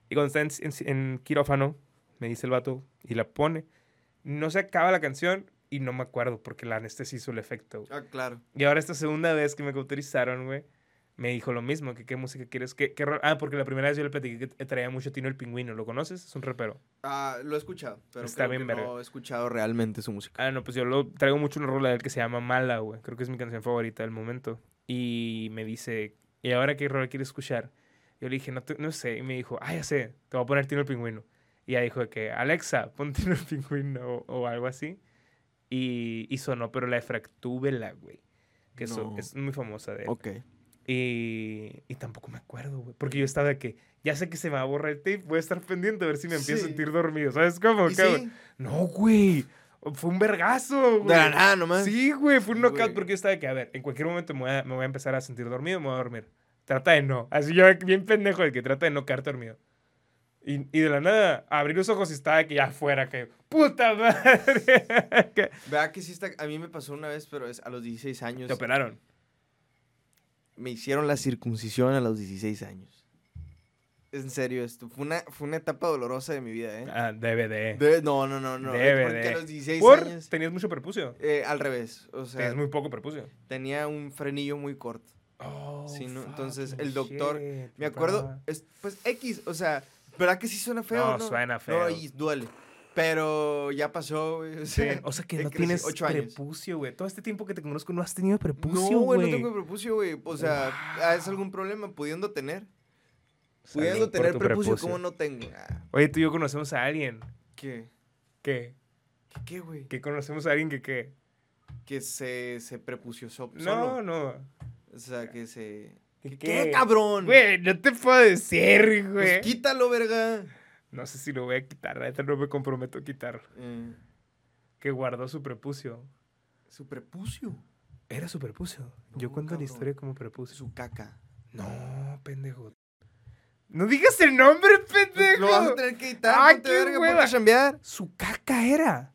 Speaker 1: Y cuando está en, en- en quirófano, me dice el vato y la pone. No se acaba la canción y no me acuerdo porque la anestesia hizo el efecto.
Speaker 2: Ah, claro.
Speaker 1: Y ahora esta segunda vez que me cauterizaron, güey, me dijo lo mismo, que qué música quieres, que qué ro- Ah, porque la primera vez yo le platiqué que traía mucho Tino el Pingüino, ¿lo conoces? Es un rapero.
Speaker 2: Ah, lo he escuchado, pero
Speaker 1: Está
Speaker 2: creo
Speaker 1: bien
Speaker 2: que
Speaker 1: verga.
Speaker 2: no he escuchado realmente su música.
Speaker 1: Ah, no, pues yo lo traigo mucho una rola de él que se llama Mala, güey. Creo que es mi canción favorita del momento. Y me dice, ¿y ahora qué rola quieres escuchar? Yo le dije, no, te- no sé. Y me dijo, ah, ya sé, te voy a poner Tino el Pingüino. Y ya dijo de que, Alexa, pon Tino el Pingüino o, o algo así. Y, y sonó, pero la de Fractúbela, güey. Que eso-
Speaker 2: No.
Speaker 1: es muy famosa de él.
Speaker 2: Ok.
Speaker 1: Y, y tampoco me acuerdo, güey. Porque yo estaba de que, ya sé que se me va a borrar el tape, voy a estar pendiente a ver si me empiezo
Speaker 2: Sí.
Speaker 1: a sentir dormido. ¿Sabes cómo?
Speaker 2: ¿Y
Speaker 1: cabrón?
Speaker 2: sí?
Speaker 1: No, güey. Fue un vergazo,
Speaker 2: De
Speaker 1: güey.
Speaker 2: la nada nomás.
Speaker 1: Sí, güey. Fue un
Speaker 2: Sí,
Speaker 1: knockout
Speaker 2: güey.
Speaker 1: porque yo estaba de que, a ver, en cualquier momento me voy a, me voy a empezar a sentir dormido, me voy a dormir. Trata de no. Así yo, bien pendejo, de que trata de no quedarte dormido. Y, y de la nada, abrí los ojos y estaba de que ya fuera, que puta madre. Que-
Speaker 2: Vea que sí está... A mí me pasó una vez, pero es a los 16 años.
Speaker 1: Te operaron.
Speaker 2: Me hicieron la circuncisión a los 16 años. En serio, esto fue una, fue una etapa dolorosa de mi vida, ¿eh?
Speaker 1: Ah, DVD.
Speaker 2: De- no, no, no, no.
Speaker 1: Debe
Speaker 2: porque
Speaker 1: de.
Speaker 2: a los 16
Speaker 1: ¿Por?
Speaker 2: años...
Speaker 1: Tenías mucho prepucio.
Speaker 2: eh, al revés, o sea,
Speaker 1: Tenías muy poco prepucio.
Speaker 2: tenía un frenillo muy corto.
Speaker 1: Oh,
Speaker 2: Sí, ¿no?
Speaker 1: fuck,
Speaker 2: Entonces,
Speaker 1: no
Speaker 2: el doctor-
Speaker 1: shit,
Speaker 2: Me acuerdo,
Speaker 1: bro.
Speaker 2: es- pues X, o sea, ¿verdad que sí suena feo?
Speaker 1: No, suena feo.
Speaker 2: No, y duele. Pero ya pasó, güey. O
Speaker 1: Sí,
Speaker 2: sea,
Speaker 1: o sea que
Speaker 2: he
Speaker 1: no
Speaker 2: crecido
Speaker 1: tienes
Speaker 2: ocho años.
Speaker 1: prepucio, güey. Todo este tiempo que te conozco no has tenido prepucio,
Speaker 2: No,
Speaker 1: güey.
Speaker 2: güey, no tengo prepucio, güey. O sea, ¿es algún problema pudiendo tener?
Speaker 1: Salud
Speaker 2: Pudiendo
Speaker 1: por
Speaker 2: tener
Speaker 1: tu
Speaker 2: prepucio, ¿cómo no tengo? Ah,
Speaker 1: Oye, tú y yo conocemos a alguien
Speaker 2: ¿Qué?
Speaker 1: que,
Speaker 2: ¿Qué, qué, güey?
Speaker 1: que conocemos a alguien que, que...
Speaker 2: Que se, se prepució so-
Speaker 1: No,
Speaker 2: solo.
Speaker 1: no.
Speaker 2: O sea, que se...
Speaker 1: ¿Que
Speaker 2: ¿Qué,
Speaker 1: qué?
Speaker 2: cabrón?
Speaker 1: Güey, no te puedo decir, güey.
Speaker 2: Pues quítalo, verga.
Speaker 1: no sé si lo voy a quitar, la neta no me comprometo a quitar.
Speaker 2: Eh,
Speaker 1: Que guardó su prepucio.
Speaker 2: su prepucio.
Speaker 1: Era su prepucio.
Speaker 2: No,
Speaker 1: yo cuento
Speaker 2: cabrón.
Speaker 1: la historia como prepucio.
Speaker 2: Su caca.
Speaker 1: No, pendejo. No digas el nombre, pendejo.
Speaker 2: Pues Lo vas a tener que editar.
Speaker 1: ¡Ah,
Speaker 2: ponte
Speaker 1: qué
Speaker 2: verga,
Speaker 1: hueva!
Speaker 2: ponte a chambear.
Speaker 1: Su caca era.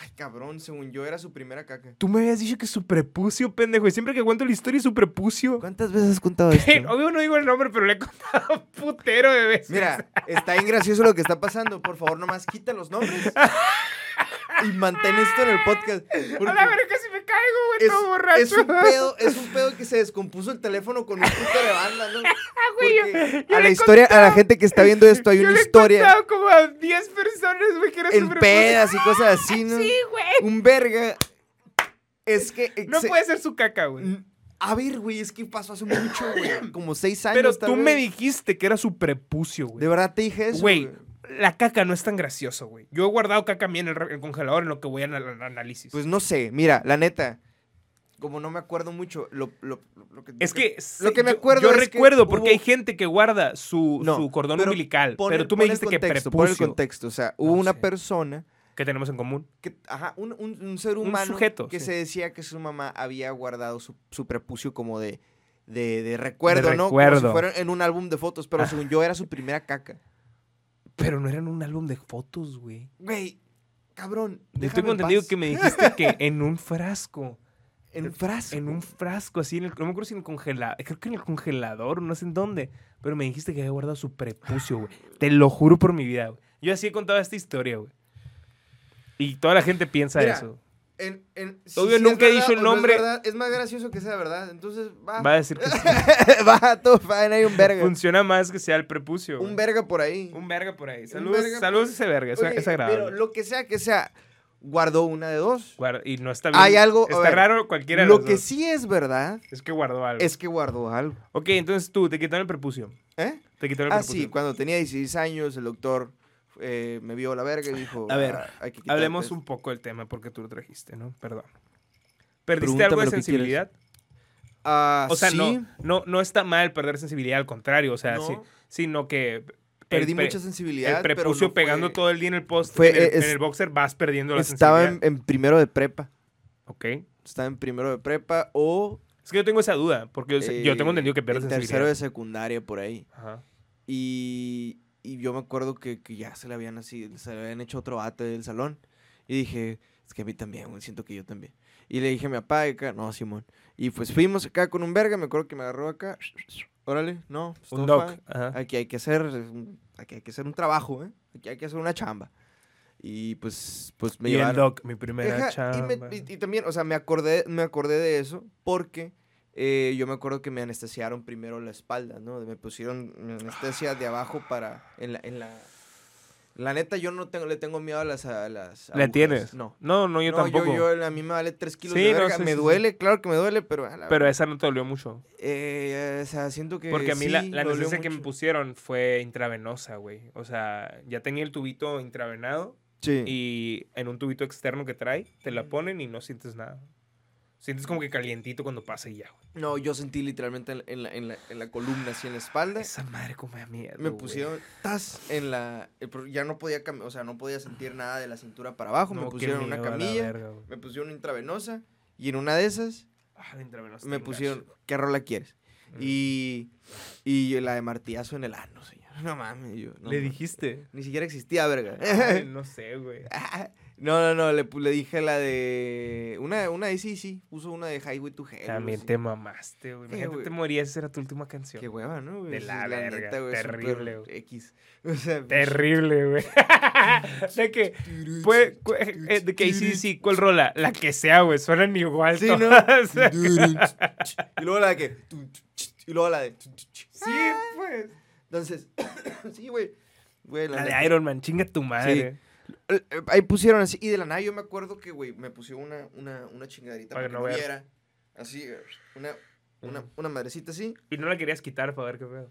Speaker 2: Ay, cabrón, según yo era su primera caca.
Speaker 1: Tú me habías dicho que su prepucio, pendejo. Y siempre que cuento la historia es su prepucio.
Speaker 5: ¿Cuántas veces has contado esto?
Speaker 1: Obvio no digo el nombre, pero le he contado un putero de veces.
Speaker 2: Mira, está bien gracioso lo que está pasando. Por favor, nomás quita los nombres. Y mantén esto en el podcast.
Speaker 1: a
Speaker 2: porque
Speaker 1: la verga, si me caigo, güey,
Speaker 2: es,
Speaker 1: todo borracho.
Speaker 2: es un pedo, es un pedo que se descompuso el teléfono con un puto de banda, ¿no?
Speaker 1: Ah, güey, yo-
Speaker 2: Porque
Speaker 1: yo
Speaker 5: a
Speaker 1: le
Speaker 5: la
Speaker 1: he
Speaker 5: historia, a la gente que está viendo esto, hay
Speaker 1: Yo
Speaker 5: una
Speaker 1: le he
Speaker 5: historia
Speaker 1: contado como a 10 personas, güey, que era
Speaker 5: en
Speaker 1: súper
Speaker 5: pedas y cosas así, ¿no?
Speaker 1: Sí, güey.
Speaker 2: Un verga. Es que.
Speaker 1: No
Speaker 2: se-
Speaker 1: puede ser su caca, güey.
Speaker 2: A ver, güey, es que pasó hace mucho, güey. Como seis años.
Speaker 1: Pero
Speaker 2: tal
Speaker 1: tú me
Speaker 2: vez.
Speaker 1: dijiste que era su prepucio, güey.
Speaker 2: De verdad te dije eso.
Speaker 1: Güey, la caca no es tan gracioso, güey. Yo he guardado caca mía en el, re- el congelador en lo que voy al al- al análisis.
Speaker 2: Pues no sé, mira, la neta. Como no me acuerdo mucho, lo, lo- lo que.
Speaker 1: es
Speaker 2: lo
Speaker 1: que,
Speaker 2: que- lo
Speaker 1: sí,
Speaker 2: que me
Speaker 1: yo-
Speaker 2: acuerdo
Speaker 1: Yo,
Speaker 2: es que
Speaker 1: recuerdo porque
Speaker 2: hubo-
Speaker 1: hay gente que guarda su,
Speaker 2: No,
Speaker 1: su cordón
Speaker 2: pero
Speaker 1: umbilical.
Speaker 2: pon
Speaker 1: pero
Speaker 2: el-
Speaker 1: tú me
Speaker 2: pon el
Speaker 1: dijiste que
Speaker 2: contexto, pon el
Speaker 1: prepucio.
Speaker 2: contexto. O sea, hubo
Speaker 1: No
Speaker 2: una
Speaker 1: sé.
Speaker 2: persona
Speaker 1: que tenemos en común.
Speaker 2: que, ajá, un, un- un ser humano
Speaker 1: sujeto,
Speaker 2: que
Speaker 1: sí.
Speaker 2: se decía que su mamá había guardado su, su prepucio como de, de, de recuerdo,
Speaker 1: De
Speaker 2: ¿no? Como
Speaker 1: recuerdo. Ah.
Speaker 2: si fuera en un álbum de fotos, pero según yo era su primera caca.
Speaker 1: Pero no eran un álbum de fotos, güey.
Speaker 2: Güey, cabrón.
Speaker 1: Yo
Speaker 2: déjame
Speaker 1: tengo
Speaker 2: en
Speaker 1: entendido
Speaker 2: paz.
Speaker 1: que me dijiste que en un frasco.
Speaker 2: En un frasco.
Speaker 1: En un frasco, así en el. No me acuerdo si en el congelador. Creo que en el congelador, no sé en dónde. Pero me dijiste que había guardado su prepucio, güey. Te lo juro por mi vida, güey. Yo así he contado esta historia, güey. Y toda la gente piensa
Speaker 2: Mira,
Speaker 1: eso.
Speaker 2: En, en,
Speaker 1: Obvio, nunca he
Speaker 2: es
Speaker 1: dicho el
Speaker 2: o no es
Speaker 1: nombre.
Speaker 2: verdad, Es, más gracioso que sea verdad. Entonces, va.
Speaker 1: Va a decir que sí.
Speaker 2: va, todo fine, hay un verga.
Speaker 1: funciona más que sea el prepucio. güey.
Speaker 2: Un verga por ahí.
Speaker 1: Un verga por ahí.
Speaker 2: Un
Speaker 1: Saludos,
Speaker 2: verga
Speaker 1: saludos
Speaker 2: por-
Speaker 1: a ese verga. Es,
Speaker 2: Oye,
Speaker 1: es agradable.
Speaker 2: Pero lo que sea que sea, guardó una de dos.
Speaker 1: Guarda- y no está bien.
Speaker 2: Hay algo- a
Speaker 1: Está
Speaker 2: ver,
Speaker 1: raro cualquiera de
Speaker 2: Lo
Speaker 1: los
Speaker 2: que
Speaker 1: dos.
Speaker 2: sí es verdad
Speaker 1: Es que guardó algo.
Speaker 2: es que guardó algo.
Speaker 1: Ok, entonces tú, te quitaron el prepucio.
Speaker 2: ¿Eh?
Speaker 1: Te quitaron el
Speaker 2: Ah,
Speaker 1: prepucio.
Speaker 2: sí, cuando tenía 16 años, el doctor eh, me vio la verga y dijo:
Speaker 1: A ver,
Speaker 2: "Ah, hay que quitarte
Speaker 1: Hablemos
Speaker 2: esto".
Speaker 1: un poco del tema porque tú lo trajiste, ¿no? Perdón. ¿Perdiste algo
Speaker 5: Pregúntame
Speaker 1: de
Speaker 5: lo que
Speaker 1: sensibilidad?
Speaker 2: Ah,
Speaker 1: O sea,
Speaker 2: sí,
Speaker 1: no, no, no está mal perder sensibilidad, al contrario, o sea,
Speaker 2: No.
Speaker 1: sí, sino que el
Speaker 2: Perdí
Speaker 1: pre-
Speaker 2: mucha sensibilidad.
Speaker 1: El
Speaker 2: pero no
Speaker 1: prepucio pegando
Speaker 2: fue-
Speaker 1: todo el día en el post,
Speaker 2: fue,
Speaker 1: en, el,
Speaker 2: eh, es-
Speaker 1: en el boxer, vas perdiendo la
Speaker 2: Estaba en,
Speaker 1: sensibilidad.
Speaker 2: en primero de prepa.
Speaker 1: Ok.
Speaker 2: Estaba en primero de prepa o.
Speaker 1: Es que yo tengo esa duda, porque yo, sé- yo tengo
Speaker 2: eh,
Speaker 1: entendido que pierdes
Speaker 2: en tercero
Speaker 1: sensibilidad.
Speaker 2: de secundaria por ahí.
Speaker 1: Ajá.
Speaker 2: Y, y yo me acuerdo que, que ya se le habían así, se le habían hecho otro bate del salón. Y dije, es que a mí también, güey, siento que yo también. Y le dije a mi papá, y acá, no, Simón. Y pues fuimos acá con un verga, me acuerdo que me agarró acá. Órale, no, pues,
Speaker 1: Un
Speaker 2: todo
Speaker 1: doc.
Speaker 2: fine.
Speaker 1: Ajá.
Speaker 2: Aquí hay que hacer, un- aquí hay que hacer un trabajo, ¿eh? Aquí hay que hacer una chamba. Y pues, pues me
Speaker 1: Y el
Speaker 2: llevaron.
Speaker 1: doc, mi primera
Speaker 2: Deja, y, me-
Speaker 1: chamba.
Speaker 2: y- y también, o sea, me acordé, me acordé de eso porque eh, yo me acuerdo que me anestesiaron primero la espalda, ¿no? Me pusieron anestesia de abajo para... En la, en la, la neta, yo no tengo, le tengo miedo a las... A las
Speaker 1: ¿La
Speaker 2: agujas.
Speaker 1: tienes?
Speaker 2: No.
Speaker 1: No, no, yo
Speaker 2: No,
Speaker 1: tampoco.
Speaker 2: Yo, a mí me vale 3 kilos
Speaker 1: Sí,
Speaker 2: de
Speaker 1: no,
Speaker 2: verga.
Speaker 1: sí, sí,
Speaker 2: me
Speaker 1: sí.
Speaker 2: duele, claro que me duele, pero... a la
Speaker 1: Pero
Speaker 2: verga.
Speaker 1: esa no te dolió mucho.
Speaker 2: Eh, o sea, siento que
Speaker 1: Porque a mí
Speaker 2: sí,
Speaker 1: la, la
Speaker 2: me dolió
Speaker 1: anestesia que me
Speaker 2: mucho.
Speaker 1: pusieron fue intravenosa, güey. O sea, ya tenía el tubito intravenado
Speaker 2: Sí.
Speaker 1: y en un tubito externo que trae, te la ponen y no sientes nada. Sientes como que calientito cuando pasa y ya, güey.
Speaker 2: No, yo sentí literalmente en, en la, en la- en la columna, así en la espalda.
Speaker 1: Esa madre como a mierda.
Speaker 2: Me
Speaker 1: güey.
Speaker 2: pusieron tas en la. eh, pero Ya no podía cam- o sea, no podía sentir nada de la cintura para abajo.
Speaker 1: No,
Speaker 2: me
Speaker 1: qué
Speaker 2: pusieron una
Speaker 1: miedo a la
Speaker 2: camilla,
Speaker 1: verga, güey.
Speaker 2: me pusieron intravenosa y en una de esas
Speaker 1: Ah, la intravenosa
Speaker 2: me
Speaker 1: está bien
Speaker 2: pusieron,
Speaker 1: gacho.
Speaker 2: ¿qué rola quieres?
Speaker 1: Mm.
Speaker 2: Y, y la de martillazo en el ano, señor. No mames, yo. no
Speaker 1: ¿Le
Speaker 2: mames.
Speaker 1: dijiste?
Speaker 2: Ni siquiera existía, verga.
Speaker 1: mm. Ay, no sé, güey.
Speaker 2: no, no, no, le, pu- le dije la de. Una, una de sí, sí, puso una de Highway to Hell. algo
Speaker 1: También
Speaker 2: así.
Speaker 1: te mamaste, güey. Imagínate,
Speaker 2: güey.
Speaker 1: te morías, esa era tu última canción.
Speaker 2: Qué hueva, ¿no? güey?
Speaker 1: De
Speaker 2: Sí,
Speaker 1: la verga,
Speaker 2: súper
Speaker 1: terrible, güey.
Speaker 2: X. O sea,
Speaker 1: Terrible, güey. de que, pues, cu- eh, de que ahí sí, sí, ¿cuál rola? La que sea, güey, suenan igual
Speaker 2: Sí, ¿no?
Speaker 1: todas.
Speaker 2: y luego la de que. Y luego la de.
Speaker 1: sí, pues.
Speaker 2: Entonces, sí, güey. Güey, la
Speaker 1: La
Speaker 2: neta.
Speaker 1: de Iron Man, chinga tu madre.
Speaker 2: Eh, eh, Ahí pusieron así. Y de la nada yo me acuerdo que, güey, me pusieron una, una, una chingadita
Speaker 1: Para
Speaker 2: para,
Speaker 1: que
Speaker 2: que
Speaker 1: no
Speaker 2: no
Speaker 1: veas.
Speaker 2: viera. Así, eh, una, una,
Speaker 1: Ujú.
Speaker 2: una madrecita así.
Speaker 1: Y no la querías quitar para ver qué pedo.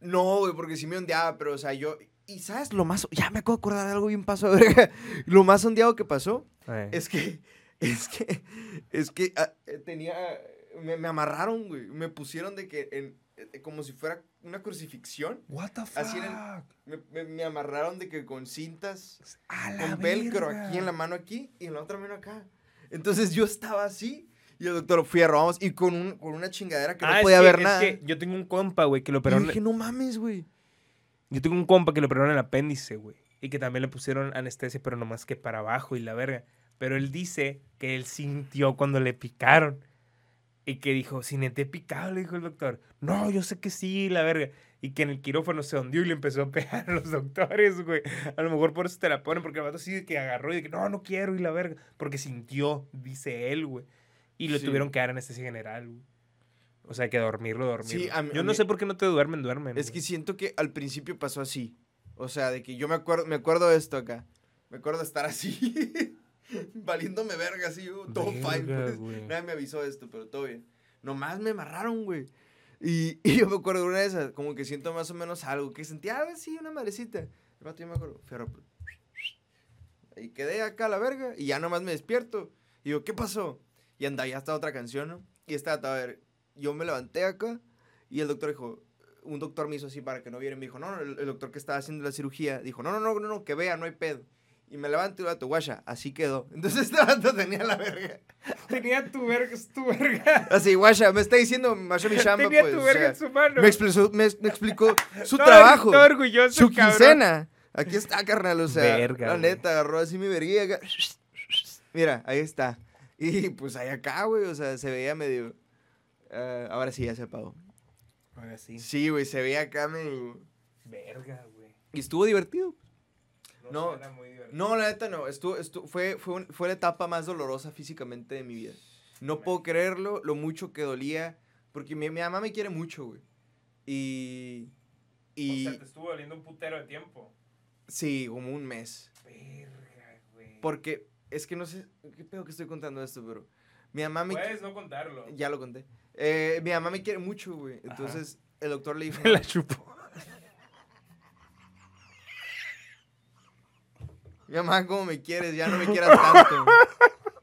Speaker 2: No, güey, porque sí me ondeaba, pero, o sea, yo. Y sabes lo más. Ya me acabo de acordar de algo bien paso de verga. Lo más ondeado que pasó Es que, es que, es que ah, eh, tenía, me, me amarraron, güey. Me pusieron de que, en, eh, como si fuera una crucifixión.
Speaker 1: What the
Speaker 2: así en el- Me, me- me amarraron de que con cintas,
Speaker 1: A la
Speaker 2: con velcro
Speaker 1: verga.
Speaker 2: aquí en la mano aquí y en la otra mano acá. Entonces yo estaba así y el doctor fui a robamos y con, un, con una chingadera que
Speaker 1: Ah,
Speaker 2: no
Speaker 1: es
Speaker 2: podía
Speaker 1: que-
Speaker 2: ver
Speaker 1: es
Speaker 2: nada.
Speaker 1: que yo tengo un compa, güey, que lo
Speaker 2: pero
Speaker 1: operaron.
Speaker 2: dije, no mames, güey.
Speaker 1: Yo tengo un compa que le operaron el apéndice, güey. Y que también le pusieron anestesia, pero nomás que para abajo y la verga. Pero él dice que él sintió cuando le picaron. Y que dijo, sinete picado, le dijo el doctor. No, yo sé que sí, la verga. Y que en el quirófano se hundió y le empezó a pegar a los doctores, güey. A lo mejor por eso te la ponen, porque el vato sí que agarró y de que no, no quiero y la verga. Porque sintió, dice él, güey. Y lo
Speaker 2: Sí.
Speaker 1: tuvieron que dar anestesia general, güey. O sea, que dormirlo, dormirlo.
Speaker 2: Sí, a mí-
Speaker 1: yo
Speaker 2: a
Speaker 1: no
Speaker 2: mí-
Speaker 1: sé por qué no te duermen, duermen.
Speaker 2: Es
Speaker 1: güey.
Speaker 2: que siento que al principio pasó así. O sea, de que yo me acuerdo, me acuerdo de esto acá. Me acuerdo de estar así, valiéndome verga, así, yo, todo
Speaker 1: Verga,
Speaker 2: fine. pues.
Speaker 1: güey.
Speaker 2: Nadie me avisó de esto, pero todo bien. Nomás me amarraron, güey. Y, y yo me acuerdo de una de esas, como que siento más o menos algo, que sentía, ah, sí, una madrecita. El vato, yo me acuerdo, fierro. pues. Y quedé acá a la verga, y ya nomás me despierto. Y digo, ¿qué pasó? Y anda, ya está otra canción, ¿no? Y esta, a ver, yo me levanté acá, y el doctor dijo, un doctor me hizo así para que no vieran, me dijo, no, no, el, el doctor que estaba haciendo la cirugía, dijo, no, no, no, no, no, que vea, no hay pedo. Y me levanto y lo vato, guaya, así quedó. Entonces este vato tenía la verga.
Speaker 1: Tenía tu verga, es tu verga.
Speaker 2: Así, guaya, me está diciendo, Masha mi chamba,
Speaker 1: Tenía
Speaker 2: pues.
Speaker 1: tu
Speaker 2: o
Speaker 1: verga
Speaker 2: sea,
Speaker 1: en su mano.
Speaker 2: me, explicó, me, me explicó su
Speaker 1: No,
Speaker 2: trabajo,
Speaker 1: Está orgulloso,
Speaker 2: su
Speaker 1: cabrón.
Speaker 2: quincena. Aquí está, carnal, o sea,
Speaker 1: Verga,
Speaker 2: la
Speaker 1: güey.
Speaker 2: neta, agarró así mi verguilla. acá. Mira, ahí está. Y pues ahí acá, güey, o sea, se veía medio... ah, ahora sí, ya se apagó.
Speaker 1: Ahora sí.
Speaker 2: Sí, güey, se veía acá medio...
Speaker 1: Verga, güey.
Speaker 2: Y estuvo divertido. No,
Speaker 1: suena muy divertido.
Speaker 2: No, la neta no. Estuvo, estuvo- fue, fue, un- fue la etapa más dolorosa físicamente de mi vida. No puedo creerlo, lo mucho que dolía. Porque mi, mi mamá me quiere mucho, güey. Y. Y.
Speaker 1: O sea, te estuvo doliendo un putero de tiempo.
Speaker 2: sí, como un mes.
Speaker 1: Verga, güey.
Speaker 2: Porque es que no sé. ¿Qué pedo que estoy contando esto, pero. Mi mamá me.
Speaker 1: Puedes no contarlo.
Speaker 2: Ya lo conté. Eh, mi mamá me quiere mucho, güey. Entonces, el doctor le dijo.
Speaker 1: la chupó.
Speaker 2: Mi mamá, ¿cómo me quieres? Ya no me quieras tanto.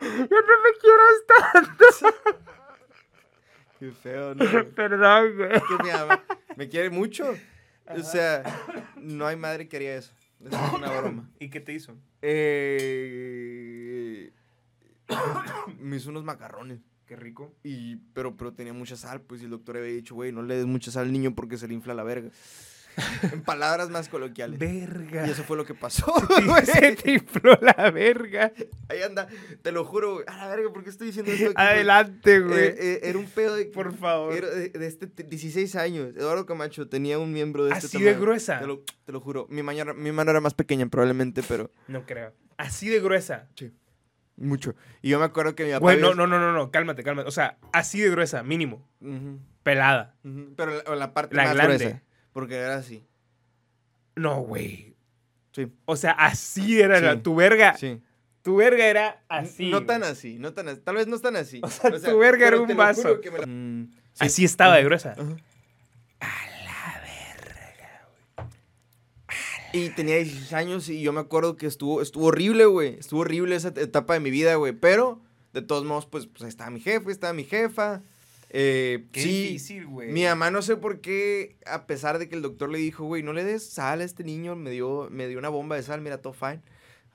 Speaker 1: Yo no me quiero estar.
Speaker 2: Qué feo, ¿no? güey?
Speaker 1: Perdón, güey.
Speaker 2: que mi mamá me quiere mucho. O sea, no hay madre que haría eso. Eso es una broma.
Speaker 1: ¿Y qué te hizo?
Speaker 2: Eh, me hizo unos macarrones.
Speaker 1: Qué rico.
Speaker 2: Y, pero, pero tenía mucha sal, pues, y el doctor había dicho, güey, no le des mucha sal al niño porque se le infla la verga. En palabras más coloquiales.
Speaker 1: Verga.
Speaker 2: Y eso fue lo que pasó,
Speaker 1: Sí, Se
Speaker 2: güey.
Speaker 1: te infló la verga.
Speaker 2: Ahí anda, te lo juro, güey. A la verga, ¿por qué estoy diciendo esto? aquí, güey?
Speaker 1: Adelante, güey.
Speaker 2: Eh, eh, era un pedo de...
Speaker 1: Por favor.
Speaker 2: Era de, de este t- 16 años. Eduardo Camacho tenía un miembro de este
Speaker 1: Así de
Speaker 2: tamaño.
Speaker 1: gruesa.
Speaker 2: Te lo, te lo juro. Mi, mañana- mi mano era más pequeña probablemente, pero
Speaker 1: No creo. Así de gruesa.
Speaker 2: mucho. Y yo me acuerdo que mi papá...
Speaker 1: Güey, no,
Speaker 2: vio-
Speaker 1: no, no, no, no. Cálmate, cálmate. O sea, así de gruesa, mínimo.
Speaker 2: Ujú,
Speaker 1: Pelada.
Speaker 2: ujú. Pero la, la parte
Speaker 1: La
Speaker 2: más
Speaker 1: glande.
Speaker 2: gruesa. Porque era así.
Speaker 1: No, güey.
Speaker 2: Sí.
Speaker 1: O sea, así era la-
Speaker 2: Sí.
Speaker 1: tu verga.
Speaker 2: Sí.
Speaker 1: Tu verga era Ah, así.
Speaker 2: No
Speaker 1: güey.
Speaker 2: tan así, no tan así. Tal vez no tan así. O
Speaker 1: sea, tu verga era
Speaker 2: pero
Speaker 1: un
Speaker 2: te lo juro
Speaker 1: vaso.
Speaker 2: que me la- Mm, sí.
Speaker 1: Así estaba de gruesa.
Speaker 2: Ajá. Y tenía 16 años y yo me acuerdo que estuvo, estuvo horrible, güey. Estuvo horrible esa etapa de mi vida, güey. Pero, de todos modos, pues, pues ahí estaba mi jefe, estaba mi jefa. Eh,
Speaker 1: Qué
Speaker 2: sí,
Speaker 1: difícil, güey.
Speaker 2: mi mamá no sé por qué, a pesar de que el doctor le dijo, güey, no le des sal a este niño, me dio, me dio una bomba de sal, mira, todo fine.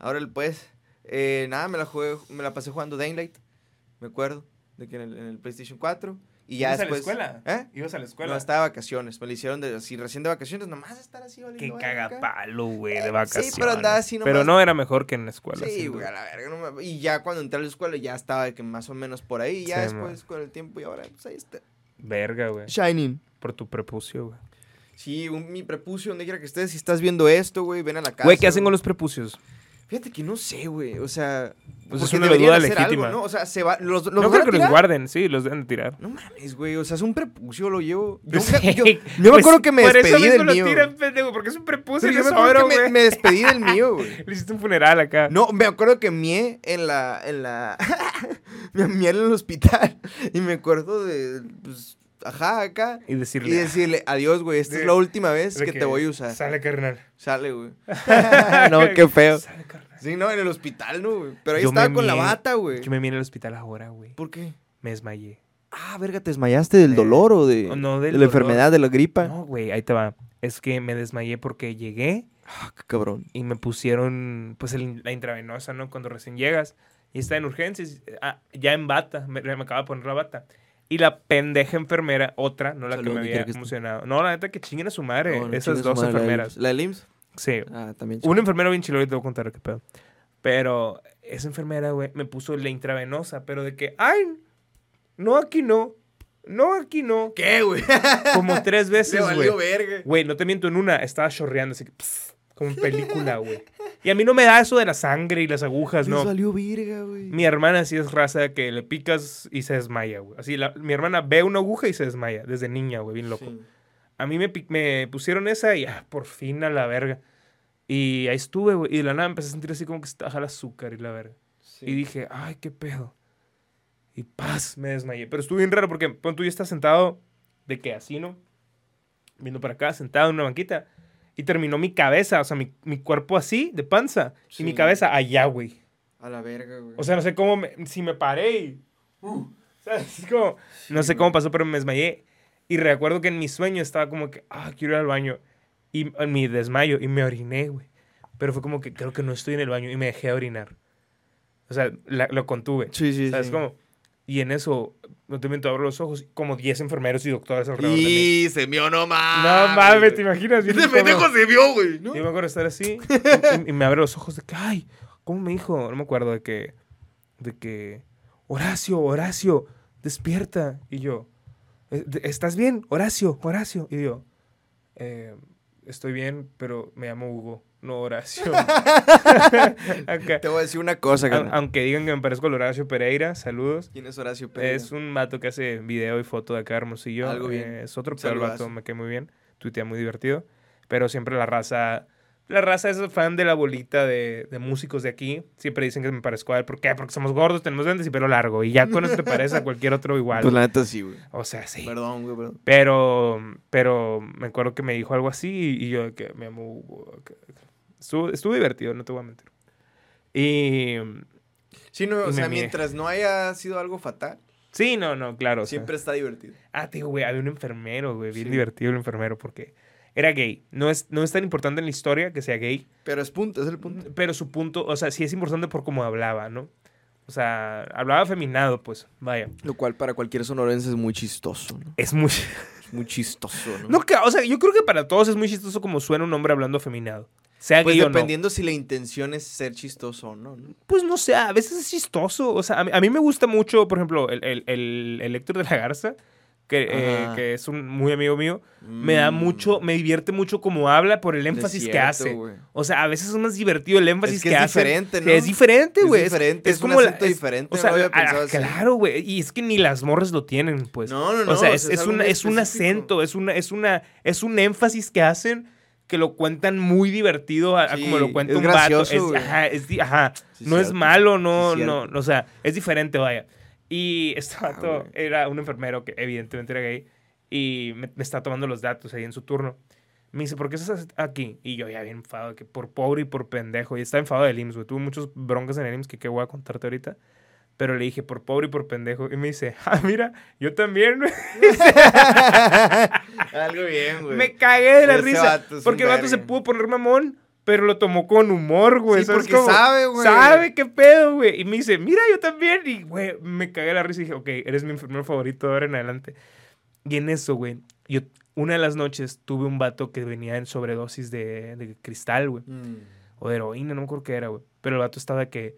Speaker 2: Ahora el pues, eh, nada, me la, jugué, me la pasé jugando Daylight, me acuerdo, de que en el, en el PlayStation 4. Y ya
Speaker 1: ¿Ibas
Speaker 2: después...
Speaker 1: a la escuela?
Speaker 2: ¿Eh?
Speaker 1: ¿Ibas a la escuela?
Speaker 2: No, estaba de vacaciones, me lo hicieron de, así recién de vacaciones, nomás estar así valiendo
Speaker 1: Qué
Speaker 2: verga acá.
Speaker 1: cagapalo, güey, de
Speaker 2: Eh, sí,
Speaker 1: vacaciones.
Speaker 2: pero andaba así nomás.
Speaker 1: Pero no era mejor que en la escuela.
Speaker 2: Sí,
Speaker 1: sin
Speaker 2: güey,
Speaker 1: duda.
Speaker 2: a la verga. no me- y ya cuando entré a la escuela ya estaba de que más o menos por ahí. Y ya
Speaker 1: Sí,
Speaker 2: después con el tiempo y ahora, pues ahí está.
Speaker 1: Verga, güey.
Speaker 2: Shining.
Speaker 1: Por tu prepucio, güey.
Speaker 2: Sí, un- mi prepucio, donde quiera que estés, si estás viendo esto, güey, ven a la casa.
Speaker 1: Güey, ¿qué hacen con los prepucios?
Speaker 2: Fíjate que no sé, güey. O sea,
Speaker 1: Pues es
Speaker 2: porque
Speaker 1: una
Speaker 2: deberían
Speaker 1: duda
Speaker 2: hacer algo,
Speaker 1: legítima.
Speaker 2: ¿no? O sea, se va, los, los
Speaker 1: no
Speaker 2: van
Speaker 1: creo
Speaker 2: a
Speaker 1: que los
Speaker 2: tirar.
Speaker 1: guarden, sí, los deben de tirar.
Speaker 2: No mames, güey. O sea, es un prepucio, lo llevo. Yo,
Speaker 1: Sí.
Speaker 2: yo- yo me
Speaker 1: Pues,
Speaker 2: acuerdo que me
Speaker 1: por
Speaker 2: despedí
Speaker 1: eso
Speaker 2: del
Speaker 1: mismo lo
Speaker 2: mío.
Speaker 1: tiran, pues pendejo, porque es un prepucio
Speaker 2: Pero
Speaker 1: y
Speaker 2: yo
Speaker 1: es
Speaker 2: me acuerdo
Speaker 1: oro,
Speaker 2: que me,
Speaker 1: güey.
Speaker 2: me despedí del mío, güey.
Speaker 1: Le hiciste un funeral acá.
Speaker 2: No, me acuerdo que mié en la. En la me mié en el hospital. Y me acuerdo de. Pues, ajá, acá.
Speaker 1: Y decirle.
Speaker 2: Y decirle, adiós, güey. Esta
Speaker 1: De-
Speaker 2: es la última vez
Speaker 1: de
Speaker 2: que, te voy a usar.
Speaker 1: Sale, carnal.
Speaker 2: Sale, güey. no, qué feo.
Speaker 1: Sale, carnal.
Speaker 2: Sí, no, en el hospital, no, güey. Pero ahí
Speaker 1: Yo me
Speaker 2: estaba con la
Speaker 1: mié-
Speaker 2: bata, güey.
Speaker 1: Yo me vi en el hospital ahora, güey.
Speaker 2: ¿Por qué?
Speaker 1: Me desmayé.
Speaker 2: Ah, verga, ¿te desmayaste del dolor o de,
Speaker 1: no,
Speaker 2: de
Speaker 1: del
Speaker 2: la
Speaker 1: dolor.
Speaker 2: enfermedad, de la gripa?
Speaker 1: No, güey, ahí te va. Es que me desmayé porque llegué
Speaker 2: Ah, qué cabrón.
Speaker 1: y me pusieron, pues, el- la intravenosa, ¿no? Cuando recién llegas. Y está en urgencias, ah, ya en bata, me, me acaba de poner la bata. Y la pendeja enfermera, otra, no la
Speaker 2: Saludos,
Speaker 1: que
Speaker 2: ni
Speaker 1: me
Speaker 2: quiero
Speaker 1: había
Speaker 2: que esté.
Speaker 1: emocionado. No, la neta que chinguen a su madre.
Speaker 2: No, no
Speaker 1: Esas
Speaker 2: chingues,
Speaker 1: dos
Speaker 2: madre, la del
Speaker 1: enfermeras.
Speaker 2: IMSS. ¿La del IMSS?
Speaker 1: Sí.
Speaker 2: Ah, también.
Speaker 1: Un enfermero bien chilo, ahorita te voy a contar qué pedo. Pero esa enfermera, güey, me puso la intravenosa, pero de que, ay, no aquí no, no aquí no.
Speaker 3: ¿Qué, güey?
Speaker 1: Como tres
Speaker 3: Se
Speaker 1: veces, güey.
Speaker 3: valió verga.
Speaker 1: Güey, no te miento, en una estaba chorreando, así que, pss, como en película, güey. Y a mí no me da eso de la sangre y las agujas,
Speaker 2: Les
Speaker 1: no.
Speaker 2: valió virga, güey.
Speaker 1: Mi hermana sí es raza que le picas y se desmaya, güey. Así, la- mi hermana ve una aguja y se desmaya, desde niña, güey, bien loco.
Speaker 3: Sí.
Speaker 1: A mí me, pi- me pusieron esa y ah, por fin a la verga. Y ahí estuve, güey. Y de la nada empecé a sentir así como que se te baja el azúcar y la verga. Y dije, ay, qué pedo. Y paz, me desmayé. Pero estuvo bien raro porque pon tú ya estás sentado de que así, ¿no? Viendo para acá, sentado en una banquita. Y terminó mi cabeza, o sea, mi, mi cuerpo así, de panza. Y mi
Speaker 3: Sí.
Speaker 1: cabeza allá, güey.
Speaker 3: A la verga, güey.
Speaker 1: O sea, no sé cómo, me- si me paré y... uh, ¿sabes? Es como, no sé
Speaker 3: güey.
Speaker 1: cómo pasó, pero me desmayé. Y recuerdo que en mi sueño estaba como que, ah, quiero ir al baño. Y en mi desmayo, y me oriné, güey. Pero fue como que creo que no estoy en el baño y me dejé orinar. O sea, la- lo contuve.
Speaker 2: Sí, sí,
Speaker 1: ¿Sabes
Speaker 2: sí.
Speaker 1: cómo? Y en eso, no te miento, abro los ojos, como 10 enfermeros y doctores alrededor de mí.
Speaker 3: Y se vio
Speaker 1: No
Speaker 3: no mames.
Speaker 1: mames, ¿te
Speaker 3: güey.
Speaker 1: imaginas? Bien
Speaker 3: Este
Speaker 1: incómodo.
Speaker 3: pendejo se vio, güey. ¿no?
Speaker 1: Yo me acuerdo estar así y, y me abre los ojos de que, ay, ¿cómo me dijo? No me acuerdo de que, de que, Horacio, Horacio, despierta. Y yo, "Eh, de- ¿estás bien? Horacio, Horacio. Y yo, "Eh, estoy bien, pero me llamo Hugo, no Horacio. Acá.
Speaker 2: Te voy a decir una cosa,
Speaker 1: Au-
Speaker 2: carnal.
Speaker 1: Aunque digan que me parezco al Horacio Pereira, saludos.
Speaker 2: ¿Quién es Horacio Pérez?
Speaker 1: Es un mato que hace video y foto de acá, Hermosillo.
Speaker 2: Algo bien.
Speaker 1: Eh, es otro pero el
Speaker 2: Saludazo.
Speaker 1: vato me cae muy bien. Tuitea muy divertido. Pero siempre la raza. La raza es fan de la bolita de, de músicos de aquí. Siempre dicen que me parezco a él. ¿Por qué? Porque somos gordos, tenemos lentes y pelo largo. Y ya con eso te parece a cualquier otro igual.
Speaker 2: Pues la neta sí, güey.
Speaker 1: O sea, sí.
Speaker 2: Perdón, güey, perdón.
Speaker 1: Pero, pero me acuerdo que me dijo algo así y, y yo de que me amo. Hugo, que- que- Estuvo, estuvo divertido, no te voy a mentir. Y
Speaker 2: Sí, no,
Speaker 1: Y
Speaker 2: o
Speaker 1: me
Speaker 2: sea,
Speaker 1: miré.
Speaker 2: mientras no haya sido algo fatal,
Speaker 1: sí, no, no, claro. o sea.
Speaker 2: siempre está divertido.
Speaker 1: Ah, te digo, güey, había un enfermero, güey, bien
Speaker 2: Sí.
Speaker 1: divertido el enfermero porque era gay. No es, no es tan importante en la historia que sea gay,
Speaker 2: Pero es punto, es el punto.
Speaker 1: pero su punto, o sea, sí es importante por cómo hablaba, ¿no? O sea, hablaba afeminado, pues, vaya.
Speaker 2: Lo cual para cualquier sonorense es muy chistoso, ¿no?
Speaker 1: Es muy...
Speaker 2: Es muy chistoso, ¿no?
Speaker 1: No, que- o sea, yo creo que para todos es muy chistoso como suena un hombre hablando afeminado. Sea
Speaker 2: pues
Speaker 1: gay o no.
Speaker 2: dependiendo si la intención es ser chistoso o no, ¿no?
Speaker 1: Pues no sé, a veces es chistoso. O sea, a mí, a mí me gusta mucho, por ejemplo, el, el, el- el Héctor de la Garza, que, eh,
Speaker 2: Ajá.
Speaker 1: que es un muy amigo mío. Me
Speaker 2: Mm.
Speaker 1: da mucho, me divierte mucho como habla por el énfasis que hace. O sea, a veces es más divertido el énfasis
Speaker 2: Es que es
Speaker 1: hacen.
Speaker 2: diferente, ¿no?
Speaker 1: Es diferente,
Speaker 2: Es
Speaker 1: güey.
Speaker 2: diferente, es un acento diferente,
Speaker 1: O
Speaker 2: no
Speaker 1: sea,
Speaker 2: lo había
Speaker 1: ah,
Speaker 2: pensado así.
Speaker 1: claro, güey. Y es que ni las morras lo tienen, pues.
Speaker 2: No, no, no,
Speaker 1: O sea,
Speaker 2: o
Speaker 1: es,
Speaker 2: sea, es
Speaker 1: es
Speaker 2: algo
Speaker 1: una-
Speaker 2: muy
Speaker 1: es un
Speaker 2: específico.
Speaker 1: acento, es una, es una, es un énfasis que hacen que lo cuentan muy divertido a, a
Speaker 2: Sí,
Speaker 1: como lo cuenta
Speaker 2: es
Speaker 1: un
Speaker 2: gracioso,
Speaker 1: vato. Es-
Speaker 2: güey.
Speaker 1: ajá, es di- ajá.
Speaker 2: Sí,
Speaker 1: no es
Speaker 2: cierto.
Speaker 1: malo, no,
Speaker 2: Sí,
Speaker 1: no,
Speaker 2: cierto. Ah,
Speaker 1: o sea, es diferente, vaya. Y este vato
Speaker 2: güey.
Speaker 1: era un enfermero que evidentemente era gay y me, me está tomando los datos ahí en su turno. Me dice, ¿por qué estás aquí? Y yo ya bien enfadado, que por pobre y por pendejo. Y estaba enfadado del IMSS, güey. Tuve muchos broncas en el IMSS que qué voy a contarte ahorita. Pero le dije, por pobre y por pendejo. Y me dice, ah, mira, yo también, güey.
Speaker 2: Algo bien, güey.
Speaker 1: Me cagué de la
Speaker 2: Ese
Speaker 1: risa.
Speaker 2: vato es un
Speaker 1: porque el vato se
Speaker 2: verga.
Speaker 1: pudo poner mamón, pero lo tomó con humor, güey.
Speaker 2: Sí,
Speaker 1: ¿sabes
Speaker 2: porque pues, sabe, güey.
Speaker 1: Sabe qué pedo, güey. Y me dice, mira, yo también. Y, güey, me cagué de la risa y dije, ok, eres mi enfermero favorito de ahora en adelante. Y en eso, güey, yo una de las noches tuve un vato que venía en sobredosis de, de cristal, güey.
Speaker 2: Mm.
Speaker 1: O de heroína, no me acuerdo qué era, güey. Pero el vato estaba de que...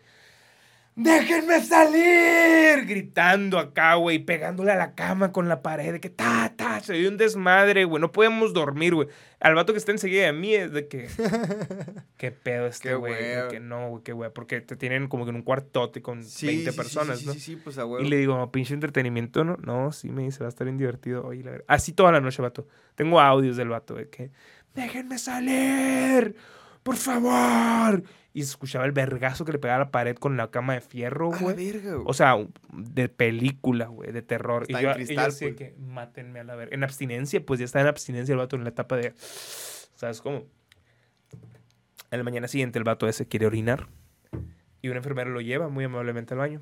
Speaker 1: ¡Déjenme salir! Gritando acá, güey, pegándole a la cama con la pared, de que ta, ta, se dio un desmadre, güey, no podemos dormir, güey. Al vato que está enseguida de mí es de que, ¿qué pedo este
Speaker 2: Qué
Speaker 1: güey? De
Speaker 2: hueva.
Speaker 1: Que no, güey, qué güey, porque te tienen como que en un cuartote con 20 personas,
Speaker 2: sí,
Speaker 1: ¿no?
Speaker 2: Sí, sí, pues a
Speaker 1: Y le digo, no, pinche entretenimiento, ¿no? No, sí, me dice, va a estar bien divertido. Oye, la verdad. Así toda la noche, vato. Tengo audios del vato de que, déjenme salir, por favor. Y se escuchaba el vergazo que le pegaba a la pared con la cama de fierro,
Speaker 2: A la
Speaker 1: güey.
Speaker 2: verga, güey.
Speaker 1: O sea, un- de película, güey, de terror.
Speaker 2: Está
Speaker 1: y yo,
Speaker 2: en
Speaker 1: y yo
Speaker 2: cristal,
Speaker 1: así de
Speaker 2: pues.
Speaker 1: que, mátenme a la verga. En abstinencia, pues ya está en abstinencia el vato en la etapa de, ¿sabes cómo? A la mañana siguiente el vato ese quiere orinar y un enfermero lo lleva muy amablemente al baño.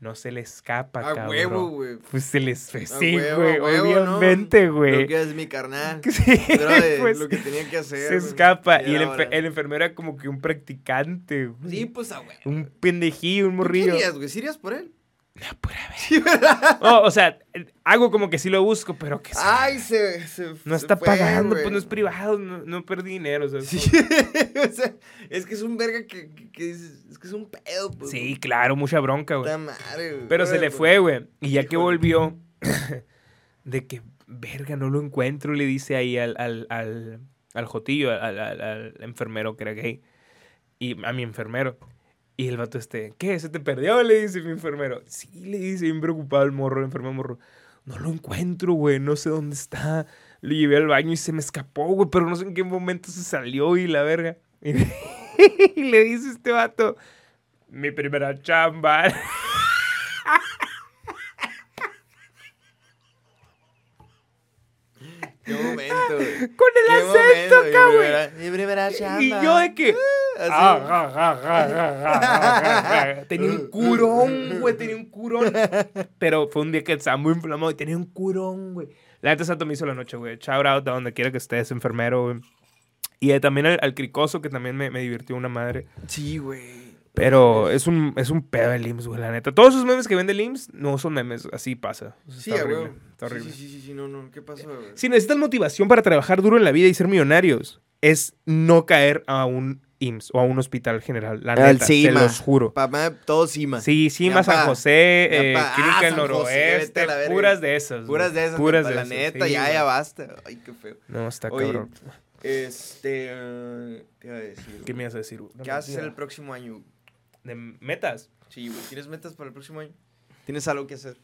Speaker 1: No se le escapa,
Speaker 2: a
Speaker 1: cabrón.
Speaker 2: huevo, güey.
Speaker 1: Pues se les fue.
Speaker 2: A
Speaker 1: Sí,
Speaker 2: huevo,
Speaker 1: güey.
Speaker 2: a huevo, ¿no?
Speaker 1: Obviamente,
Speaker 2: Lo
Speaker 1: güey.
Speaker 2: que es mi carnal.
Speaker 1: Sí,
Speaker 2: Era de
Speaker 1: pues,
Speaker 2: lo que tenía que hacer.
Speaker 1: se
Speaker 2: güey.
Speaker 1: escapa.
Speaker 2: Ya
Speaker 1: Y el,
Speaker 2: era
Speaker 1: enfer-
Speaker 2: hora.
Speaker 1: el enfermero era como que un practicante, güey.
Speaker 2: Sí, pues a huevo.
Speaker 1: Un pendejillo, un
Speaker 2: ¿Tú qué
Speaker 1: morrillo.
Speaker 2: irías, güey? ¿Sí irías por él?
Speaker 1: La pura verga. No, o sea, hago como que sí lo busco, pero que sí.
Speaker 3: Ay, se, se-
Speaker 1: no
Speaker 3: se
Speaker 1: está
Speaker 3: fue,
Speaker 1: pagando,
Speaker 3: güey.
Speaker 1: pues no es privado, no, no perdí dinero. o sea, es
Speaker 3: Sí,
Speaker 1: como-
Speaker 3: o sea, es que es un verga que, que- que dices, es que es un pedo, pues.
Speaker 1: Sí, claro, mucha bronca, güey.
Speaker 3: Puta madre, güey.
Speaker 1: Pero se
Speaker 3: Órale,
Speaker 1: le
Speaker 3: pues.
Speaker 1: fue, güey. Y ya que
Speaker 3: Híjole.
Speaker 1: volvió, de que, verga, no lo encuentro, le dice ahí al, al, al, al jotillo, al, al- al enfermero que era gay. Y a mi enfermero. Y el vato este, ¿qué? ¿Se te perdió? Le dice mi enfermero. Sí, le dice, bien preocupado el morro, el enfermo morro. No lo encuentro, güey, no sé dónde está. Lo llevé al baño y se me escapó, güey, pero no sé en qué momento se salió y la verga. Y, le dice este vato, mi primera chamba.
Speaker 3: Qué momento, güey.
Speaker 1: Con el
Speaker 3: Qué
Speaker 1: acento
Speaker 3: momento,
Speaker 1: acá,
Speaker 3: mi
Speaker 1: güey.
Speaker 3: primera- Mi primera chamba.
Speaker 1: Y yo de que...
Speaker 3: Así.
Speaker 1: ah, ah, ah, ah, ah, ah, ah. Tenía un curón, güey, tenía un curón. Pero fue un día que estaba muy inflamado y tenía un curón, güey. La neta santo me hizo la noche, güey. Shout out a donde quiera que estés, enfermero, güey. Y eh, también al, al cricoso, que también me, me divirtió una madre.
Speaker 3: Sí, güey.
Speaker 1: Pero es un, es un pedo el IMSS, güey, la neta. Todos esos memes que vende el IMSS no son memes, así pasa. O sea,
Speaker 3: Sí,
Speaker 1: está
Speaker 3: a
Speaker 1: horrible.
Speaker 3: huevo.
Speaker 1: Está horrible.
Speaker 3: Sí, sí, sí, sí, no, no. ¿Qué pasó, güey?
Speaker 1: Si necesitan motivación para trabajar duro en la vida y ser millonarios, es no caer a un IMSS o a un hospital general. La
Speaker 2: Al
Speaker 1: neta, te
Speaker 2: CIMA.
Speaker 1: los juro.
Speaker 2: Papá, todo cima.
Speaker 1: Sí, sí, más San
Speaker 2: pa.
Speaker 1: José, eh,
Speaker 2: Ya pa. Ah,
Speaker 1: Clínica del
Speaker 2: San José, vete
Speaker 1: Noroeste,
Speaker 2: a la verga.
Speaker 1: puras de esas. güey.
Speaker 2: Puras de esas,
Speaker 1: Puras
Speaker 2: papá,
Speaker 1: de
Speaker 2: la
Speaker 1: esas,
Speaker 2: neta,
Speaker 1: sí,
Speaker 2: ya,
Speaker 1: güey.
Speaker 2: ya basta. Ay, qué feo.
Speaker 1: No, está
Speaker 2: Oye,
Speaker 1: cabrón.
Speaker 3: Este. eh, ¿Qué iba a decir?
Speaker 1: ¿Qué
Speaker 3: güey?
Speaker 1: me vas a decir? güey?
Speaker 3: ¿Qué vas a hacer el próximo año?
Speaker 1: ¿De metas?
Speaker 3: Sí, güey. ¿Tienes metas para el próximo año? ¿Tienes algo que hacer?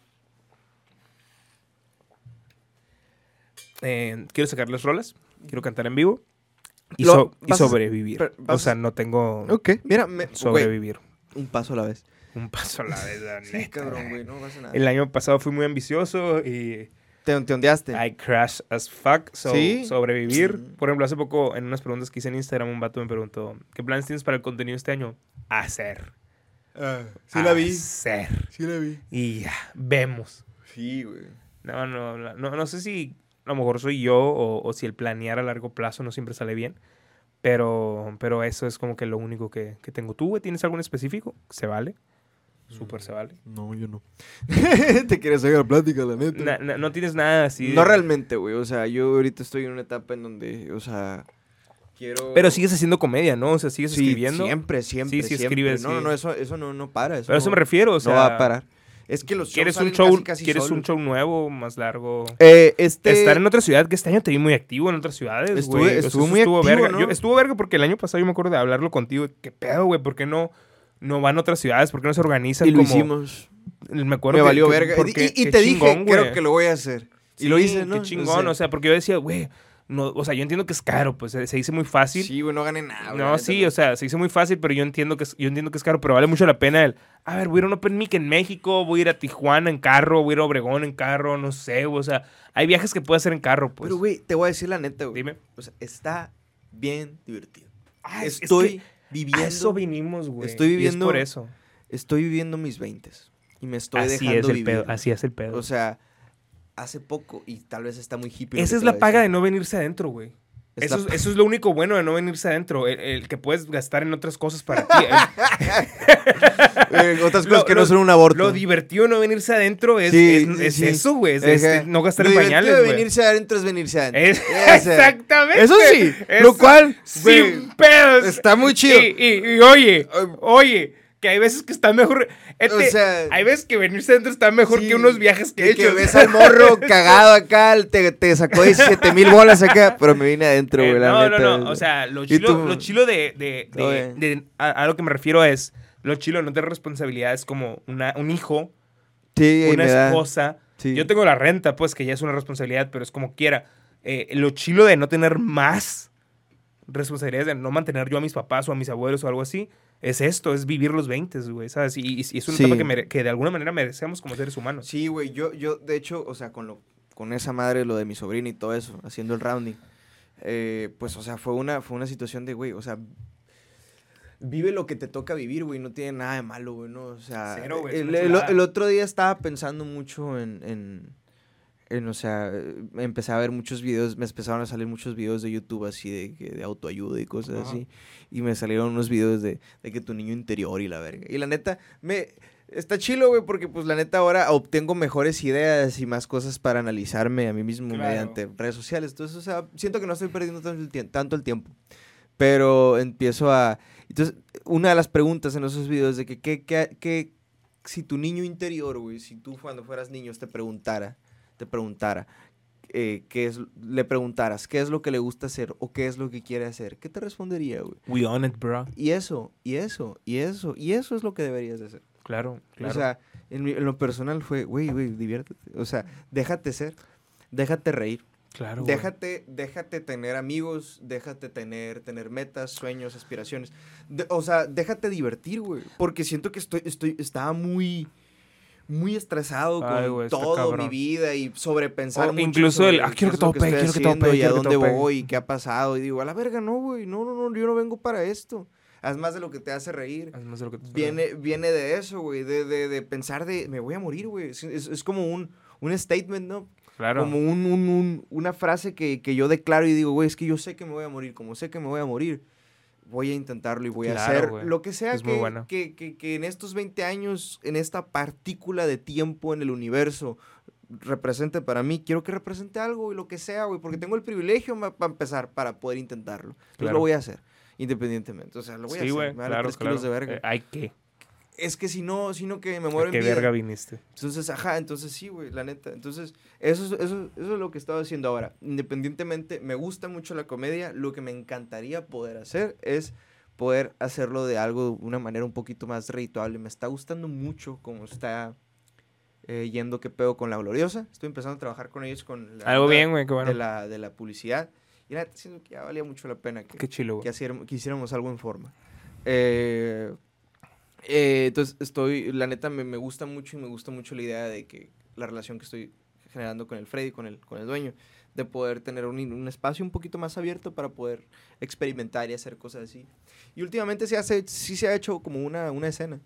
Speaker 1: Eh, quiero sacar las rolas, quiero cantar en vivo y,
Speaker 2: Lo-
Speaker 1: so- y
Speaker 2: vas a-
Speaker 1: sobrevivir.
Speaker 2: pero
Speaker 1: o
Speaker 2: vas a-
Speaker 1: sea, no tengo
Speaker 2: Ok, mira, me- güey,
Speaker 1: sobrevivir.
Speaker 2: un paso a la vez.
Speaker 1: Un paso a la vez, la
Speaker 3: Sí,
Speaker 1: neta.
Speaker 3: cabrón, güey. No pasa nada.
Speaker 1: El año pasado fui muy ambicioso y
Speaker 2: Te, te ondeaste.
Speaker 1: I crash as fuck. So,
Speaker 2: Este. ¿Sí?
Speaker 1: sobrevivir.
Speaker 2: Mm.
Speaker 1: Por ejemplo, hace poco en unas preguntas que hice en Instagram, un vato me preguntó: ¿Qué planes tienes para el contenido este año? Hacer.
Speaker 2: Ah,
Speaker 1: Hacer.
Speaker 2: sí la vi.
Speaker 1: Y ya, vemos.
Speaker 3: Sí, güey.
Speaker 1: No, no, no, no, no sé si a lo mejor soy yo o, o si el planear a largo plazo no siempre sale bien. Pero, pero eso es como que lo único que, que tengo. ¿Tú, güey, tienes algo en específico? Se vale. Súper se vale.
Speaker 2: No, yo no. te quieres sacar plática, la neta.
Speaker 1: Na- na- no tienes nada así. de-
Speaker 2: No realmente, güey. O sea, yo ahorita estoy en una etapa en donde, o sea...
Speaker 3: Quiero.
Speaker 1: Pero sigues haciendo comedia, ¿no? O sea, sigues
Speaker 2: sí,
Speaker 1: escribiendo.
Speaker 2: Siempre, siempre,
Speaker 1: Sí, sí,
Speaker 2: siempre.
Speaker 1: escribes,
Speaker 2: No, no,
Speaker 1: sí.
Speaker 2: no, eso, eso no, no para. Eso
Speaker 1: Pero a eso me refiero, o sea.
Speaker 2: no va a parar. Es que los shows
Speaker 1: ¿Quieres un
Speaker 2: salen
Speaker 1: show,
Speaker 2: casi, casi
Speaker 1: ¿quieres un
Speaker 2: solos.
Speaker 1: show nuevo, más largo?
Speaker 2: Eh, este...
Speaker 1: Estar en otra ciudad, que este año te vi muy activo en otras ciudades, güey. O
Speaker 2: Estuve-
Speaker 1: sea,
Speaker 2: estuve
Speaker 1: eso
Speaker 2: muy
Speaker 1: estuvo
Speaker 2: activo,
Speaker 1: verga.
Speaker 2: ¿no?
Speaker 1: Yo- estuvo verga porque el año pasado yo me acuerdo de hablarlo contigo. ¿Qué pedo, güey? ¿Por qué no, no van a otras ciudades? ¿Por qué no se organizan
Speaker 2: Y lo
Speaker 1: como-
Speaker 2: hicimos.
Speaker 1: Me acuerdo
Speaker 2: Me
Speaker 1: que-
Speaker 2: valió
Speaker 1: que-
Speaker 2: verga.
Speaker 1: porque-
Speaker 2: Y- Y,
Speaker 1: qué
Speaker 2: te
Speaker 1: chingón,
Speaker 2: dije,
Speaker 1: güey.
Speaker 2: creo que lo voy a hacer. Y lo
Speaker 1: Sí,
Speaker 2: hice, ¿no?
Speaker 1: Qué chingón, o sea, porque yo decía, güey, no, o sea, yo entiendo que es caro, pues se se dice muy fácil.
Speaker 2: Sí, güey, no gané nada. güey, la
Speaker 1: Ah, No,
Speaker 2: neta,
Speaker 1: sí, o sea, se hizo muy fácil, pero yo entiendo que es, yo entiendo que es caro, pero vale mucho la pena el, a ver, voy a ir a un Open Mic en México, voy a ir a Tijuana en carro, voy a ir a Obregón en carro, no sé, o sea, hay viajes que puedo hacer en carro, pues.
Speaker 2: Pero, güey, te voy a decir la neta, güey.
Speaker 1: dime.
Speaker 2: O sea, está bien divertido.
Speaker 1: Ah, es- es
Speaker 2: Estoy
Speaker 1: que a
Speaker 2: viviendo...
Speaker 1: eso vinimos, güey.
Speaker 2: estoy
Speaker 1: y
Speaker 2: viviendo-
Speaker 1: es por eso.
Speaker 2: Estoy viviendo mis veintes. Y me estoy
Speaker 1: así
Speaker 2: dejando
Speaker 1: es el
Speaker 2: vivir.
Speaker 1: pedo,
Speaker 2: güey.
Speaker 1: así es el pedo.
Speaker 2: O sea, hace poco y tal vez está muy hippie. lo que
Speaker 1: Esa es
Speaker 2: te
Speaker 1: la
Speaker 2: voy a
Speaker 1: paga de
Speaker 2: decir.
Speaker 1: no venirse adentro, güey.
Speaker 2: Es
Speaker 1: Eso,
Speaker 2: la
Speaker 1: es-
Speaker 2: pa-
Speaker 1: eso es lo único bueno de no venirse adentro, el, el que puedes gastar en otras cosas para ti. El-
Speaker 2: Eh, otras
Speaker 1: Lo-
Speaker 2: cosas que
Speaker 1: lo-
Speaker 2: no son un aborto.
Speaker 1: Lo divertido de no venirse adentro es,
Speaker 2: Sí,
Speaker 1: es-
Speaker 2: sí,
Speaker 1: es
Speaker 2: sí.
Speaker 1: eso, güey. es-
Speaker 2: Ajá.
Speaker 1: es no gastar
Speaker 2: Lo
Speaker 1: en
Speaker 2: divertido
Speaker 1: pañales,
Speaker 2: de
Speaker 1: güey.
Speaker 2: venirse adentro es venirse adentro.
Speaker 1: Es-
Speaker 2: Ese.
Speaker 1: exactamente.
Speaker 2: Eso sí.
Speaker 1: Eso-
Speaker 2: lo cual,
Speaker 1: Sin
Speaker 2: güey,
Speaker 1: pedos.
Speaker 2: está muy chido.
Speaker 1: y, y- y oye,
Speaker 2: Um,
Speaker 1: oye, que hay veces que está mejor. este,
Speaker 2: sea,
Speaker 1: hay veces que venirse adentro está mejor
Speaker 2: Sí,
Speaker 1: que unos viajes que Eh, he
Speaker 2: de
Speaker 1: hecho.
Speaker 2: ves al morro cagado acá, el te, te sacó 17 mil bolas acá, pero me vine adentro,
Speaker 1: Eh,
Speaker 2: güey. la
Speaker 1: no, no,
Speaker 2: neta,
Speaker 1: no.
Speaker 2: güey.
Speaker 1: O sea, lo
Speaker 2: ¿Y
Speaker 1: chilo,
Speaker 2: tú?
Speaker 1: lo chilo de. de-
Speaker 2: Todo
Speaker 1: de-
Speaker 2: bien.
Speaker 1: de- a, a lo que me refiero es. Lo chilo de no tener responsabilidades como una, un hijo,
Speaker 2: sí,
Speaker 1: una
Speaker 2: me da-
Speaker 1: esposa.
Speaker 2: sí.
Speaker 1: Yo tengo la renta, pues, que ya es una responsabilidad, pero es como quiera. Eh, lo chilo de no tener más responsabilidades, de no mantener yo a mis papás o a mis abuelos o algo así, es esto, es vivir los 20, güey, ¿sabes? Y, y- y es una
Speaker 2: Sí.
Speaker 1: etapa que, mere- que de alguna manera merecemos como seres humanos.
Speaker 2: Sí, güey, yo, yo, de hecho, o sea, con lo, con esa madre, lo de mi sobrina y todo eso, haciendo el rounding, eh, pues, o sea, fue una, fue una situación de, güey, o sea, vive lo que te toca vivir, güey, no tiene nada de malo, güey, no, o sea,
Speaker 1: Cero, güey, es
Speaker 2: el,
Speaker 1: una
Speaker 2: el-
Speaker 1: chulada.
Speaker 2: el otro día estaba pensando mucho en, en, en, o sea, eh, empecé a ver muchos videos, me empezaron a salir muchos videos de YouTube así de, que- de autoayuda y cosas
Speaker 1: Ajá.
Speaker 2: así, y me salieron unos videos de, de que tu niño interior y la verga, y la neta, me... Está chilo, güey, porque pues la neta ahora obtengo mejores ideas y más cosas para analizarme a mí mismo
Speaker 1: Claro.
Speaker 2: mediante redes sociales. Entonces, o sea, siento que no estoy perdiendo tanto el, tiem- tanto el tiempo. Pero empiezo a... Entonces, una de las preguntas en esos videos de que, ¿qué, qué, qué- si tu niño interior, güey, si tú cuando fueras niño te preguntara, te preguntara, eh, qué es, le preguntaras qué es lo que le gusta hacer o qué es lo que quiere hacer, ¿qué te respondería, güey?
Speaker 1: We on it, bro.
Speaker 2: Y eso, y eso, y eso, y eso es lo que deberías de hacer.
Speaker 1: Claro, claro.
Speaker 2: O sea, en, mi- en lo personal fue, güey, güey, diviértete. O sea, déjate ser, déjate reír,
Speaker 1: claro. güey.
Speaker 2: déjate, déjate tener amigos, déjate tener, tener metas, sueños, aspiraciones. De- o sea, déjate divertir, güey. Porque siento que estoy, estoy, estaba muy, muy estresado
Speaker 1: Ay,
Speaker 2: con
Speaker 1: güey, está
Speaker 2: todo mi
Speaker 1: cabrón.
Speaker 2: vida y sobrepensar
Speaker 1: O
Speaker 2: mucho
Speaker 1: incluso
Speaker 2: sobre
Speaker 1: el, ah,
Speaker 2: qué
Speaker 1: quiero que
Speaker 2: es
Speaker 1: todo
Speaker 2: lo
Speaker 1: pegue,
Speaker 2: estoy
Speaker 1: quiero que todo
Speaker 2: haciendo
Speaker 1: pegue,
Speaker 2: y a
Speaker 1: quiero que
Speaker 2: dónde
Speaker 1: todo pegue.
Speaker 2: voy y qué ha pasado. Y digo, a la verga, no, güey, no, no, no, yo no vengo para esto. Haz más de lo que te hace reír.
Speaker 1: Hazme lo que te-
Speaker 2: Viene, viene de eso, güey, de, de, de pensar de me voy a morir, güey. Es, es- es como un, un statement, ¿no?
Speaker 1: Claro.
Speaker 2: Como un, un- un- una frase que, que yo declaro y digo, güey, es que yo sé que me voy a morir, como sé que me voy a morir, voy a intentarlo y voy a
Speaker 1: Claro,
Speaker 2: hacer
Speaker 1: güey.
Speaker 2: lo que sea
Speaker 1: Es muy
Speaker 2: que,
Speaker 1: buena.
Speaker 2: que, que- que en estos 20 años, en esta partícula de tiempo en el universo represente para mí, quiero que represente algo y lo que sea, güey, porque tengo el privilegio para empezar, para poder intentarlo. Entonces
Speaker 1: Claro.
Speaker 2: lo voy a hacer, independientemente. O sea, lo voy
Speaker 1: sí,
Speaker 2: a
Speaker 1: güey,
Speaker 2: hacer. me vale
Speaker 1: claro,
Speaker 2: tres kilos
Speaker 1: claro.
Speaker 2: de verga
Speaker 1: Eh, Ay, ¿qué?
Speaker 2: es que si no, sino que me
Speaker 1: ¿A
Speaker 2: muero en
Speaker 1: qué
Speaker 2: vida.
Speaker 1: verga viniste?
Speaker 2: Entonces, ajá, entonces sí, güey, la neta. Entonces, eso es, eso, eso es lo que estaba haciendo ahora. Independientemente, me gusta mucho la comedia. Lo que me encantaría poder hacer es poder hacerlo de algo, de una manera un poquito más redituable. Me está gustando mucho como está eh, yendo que pedo con La Gloriosa. Estoy empezando a trabajar con ellos con la
Speaker 1: Algo
Speaker 2: onda
Speaker 1: bien, güey, qué bueno.
Speaker 2: de, la, de la publicidad. Y la neta, siento que ya valía mucho la pena que,
Speaker 1: Qué chilo, güey.
Speaker 2: que, hacier- que hiciéramos algo en forma. Eh, eh, entonces, estoy, la neta, me, me gusta mucho y me gusta mucho la idea de que la relación que estoy generando con el Freddy, con el, con el dueño, de poder tener un, un espacio un poquito más abierto para poder experimentar y hacer cosas así. Y últimamente se hace, sí se ha hecho como una, una escena.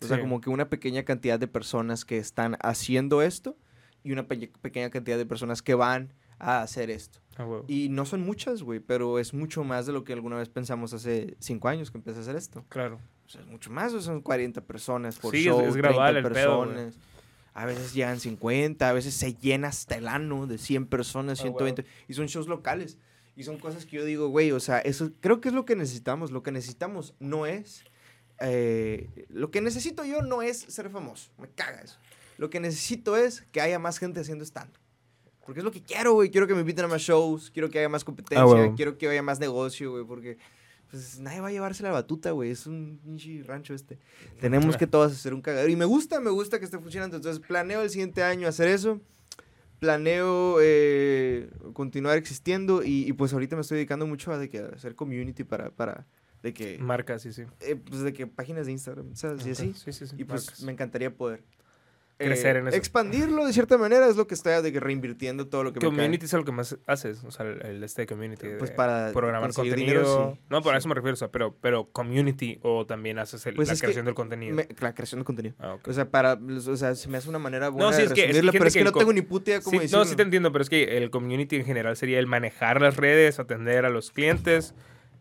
Speaker 2: O sea,
Speaker 1: Sí.
Speaker 2: como que una pequeña cantidad de personas que están haciendo esto y una pe- pequeña cantidad de personas que van a hacer esto.
Speaker 1: Ah, güey.
Speaker 2: Y no son muchas, güey, pero es mucho más de lo que alguna vez pensamos hace cinco años que empecé a hacer esto.
Speaker 1: Claro.
Speaker 2: O sea, es mucho más, o sea, son 40 personas por
Speaker 1: Sí, es-
Speaker 2: show,
Speaker 1: es grabar
Speaker 2: 30
Speaker 1: el pedo, güey.
Speaker 2: personas. a veces llegan 50, a veces se llena hasta el ano de 100 personas,
Speaker 1: Ah, huevo.
Speaker 2: 120. Y son shows locales. Y son cosas que yo digo, güey, o sea, eso creo que es lo que necesitamos. Lo que necesitamos no es... eh, lo que necesito yo no es ser famoso. Me caga eso. Lo que necesito es que haya más gente haciendo stand porque es lo que quiero, güey. Quiero que me inviten a más shows, quiero que haya más competencia,
Speaker 1: Ah, huevo.
Speaker 2: quiero que haya más negocio, güey, porque pues nadie va a llevarse la batuta, güey. Es un pinche rancho este. Tenemos que todos hacer un cagadero. Y me gusta, me gusta que esté funcionando. Entonces planeo el siguiente año hacer eso. Planeo eh, continuar existiendo y, y, pues ahorita me estoy dedicando mucho a, de que, a hacer community para, para de que,
Speaker 1: Marca, sí, sí.
Speaker 2: eh, pues, de que páginas de Instagram, ¿sabes? Y
Speaker 1: Ok,
Speaker 2: así.
Speaker 1: Sí, sí, sí.
Speaker 2: Y pues
Speaker 1: marcas.
Speaker 2: me encantaría poder eh,
Speaker 1: Crecer en eso.
Speaker 2: Expandirlo de cierta manera es lo que estoy de que reinvirtiendo todo lo que
Speaker 1: Community es lo que más haces, o sea, el, el este de community.
Speaker 2: me cae.
Speaker 1: de
Speaker 2: Pues para
Speaker 1: programar
Speaker 2: conseguir
Speaker 1: contenido.
Speaker 2: dinero, sí.
Speaker 1: No, para
Speaker 2: Sí.
Speaker 1: eso me refiero, o sea, pero, pero community o también haces el-
Speaker 2: Pues
Speaker 1: la
Speaker 2: es que
Speaker 1: creación del contenido.
Speaker 2: Me- pues la creación de contenido.
Speaker 1: Ah, ok.
Speaker 2: O sea, para, o sea, se me hace una manera buena
Speaker 1: sí,
Speaker 2: de
Speaker 1: es que- es que
Speaker 2: resumirlo,
Speaker 1: gente
Speaker 2: pero es que,
Speaker 1: que
Speaker 2: no
Speaker 1: co-
Speaker 2: tengo ni puta idea cómo
Speaker 1: Sí,
Speaker 2: decirlo.
Speaker 1: no, sí te entiendo, pero es que el community en general sería el manejar las redes, atender a los clientes,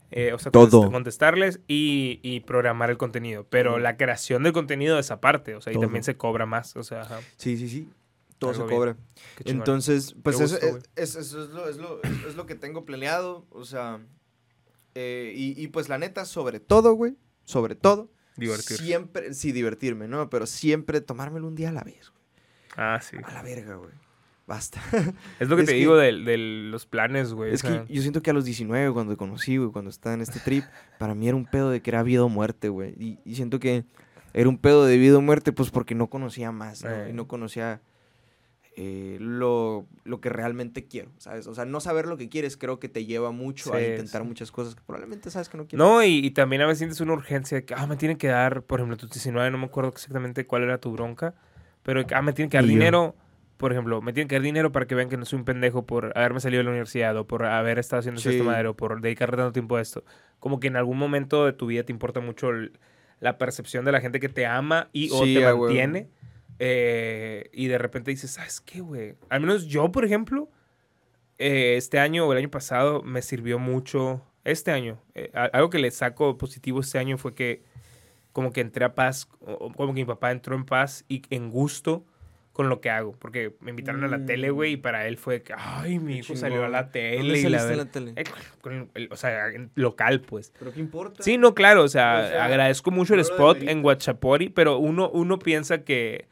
Speaker 1: eh, o sea,
Speaker 3: Todo.
Speaker 1: contest- contestarles y, y programar el contenido. Pero
Speaker 2: Ujú.
Speaker 1: la creación del contenido es aparte, o sea, y
Speaker 2: Todo.
Speaker 1: también se cobra más, o sea, ajá,
Speaker 2: Sí, sí, sí. Todo
Speaker 1: Algo
Speaker 2: se
Speaker 1: bien.
Speaker 2: cobra.
Speaker 1: qué chingón.
Speaker 2: Entonces, pues eso,
Speaker 1: gusto,
Speaker 2: es,
Speaker 1: güey.
Speaker 2: es- eso es, lo, es, lo, es lo que tengo planeado. O sea, eh, y, y pues la neta, sobre todo, güey, sobre todo,
Speaker 1: Divertir.
Speaker 2: siempre, sí, divertirme, ¿no? Pero siempre tomármelo un día a la vez, güey.
Speaker 1: Ah, sí.
Speaker 2: A la verga, güey. Basta.
Speaker 1: Es lo que
Speaker 2: es
Speaker 1: te
Speaker 2: que-
Speaker 1: digo del- de, los planes, güey.
Speaker 2: Es
Speaker 1: o sea,
Speaker 2: que yo siento que a los 19, cuando te conocí, güey, cuando estaba en este trip, para mí era un pedo de que era vida o muerte, güey. Y, y siento que era un pedo de vida o muerte, pues porque no conocía más, ¿no?
Speaker 1: Eh.
Speaker 2: Y no conocía eh, lo, lo que realmente quiero, ¿sabes? O sea, no saber lo que quieres creo que te lleva mucho a
Speaker 1: Sí,
Speaker 2: intentar
Speaker 1: sí.
Speaker 2: muchas cosas que probablemente sabes que no quieres.
Speaker 1: No, y, y también a veces sientes una urgencia de que, ah, me tienen que dar, por ejemplo, tus 19, no me acuerdo exactamente cuál era tu bronca, pero que, ah, me tienen que dar
Speaker 2: Ni yo.
Speaker 1: dinero, por ejemplo, me tienen que dar dinero para que vean que no soy un pendejo por haberme salido de la universidad o por haber estado haciendo
Speaker 2: Sí.
Speaker 1: esto madero, por dedicar tanto tiempo a esto. Como que en algún momento de tu vida te importa mucho el- la percepción de la gente que te ama y o
Speaker 2: Sí,
Speaker 1: te
Speaker 2: a huevo.
Speaker 1: mantiene. eh, y de repente dices, ¿sabes qué, güey? Al menos yo, por ejemplo, eh, este año o el año pasado me sirvió mucho. Este año, eh, a- algo que le saco positivo este año fue que como que entré a paz, o- o como que mi papá entró en paz y en gusto con lo que hago, porque me invitaron a la tele, güey, y para él fue que, ay, mi hijo salió a la tele.
Speaker 2: Mm. ¿Dónde
Speaker 1: y la
Speaker 2: saliste en
Speaker 1: ver-
Speaker 2: la tele?
Speaker 1: Eh, con el- o sea, en local, pues.
Speaker 3: Pero qué importa.
Speaker 1: Sí, no, claro, o sea,
Speaker 3: O sea,
Speaker 1: agradezco mucho el
Speaker 3: no lo
Speaker 1: spot
Speaker 3: demerito.
Speaker 1: en Guachapori, pero uno, uno piensa que,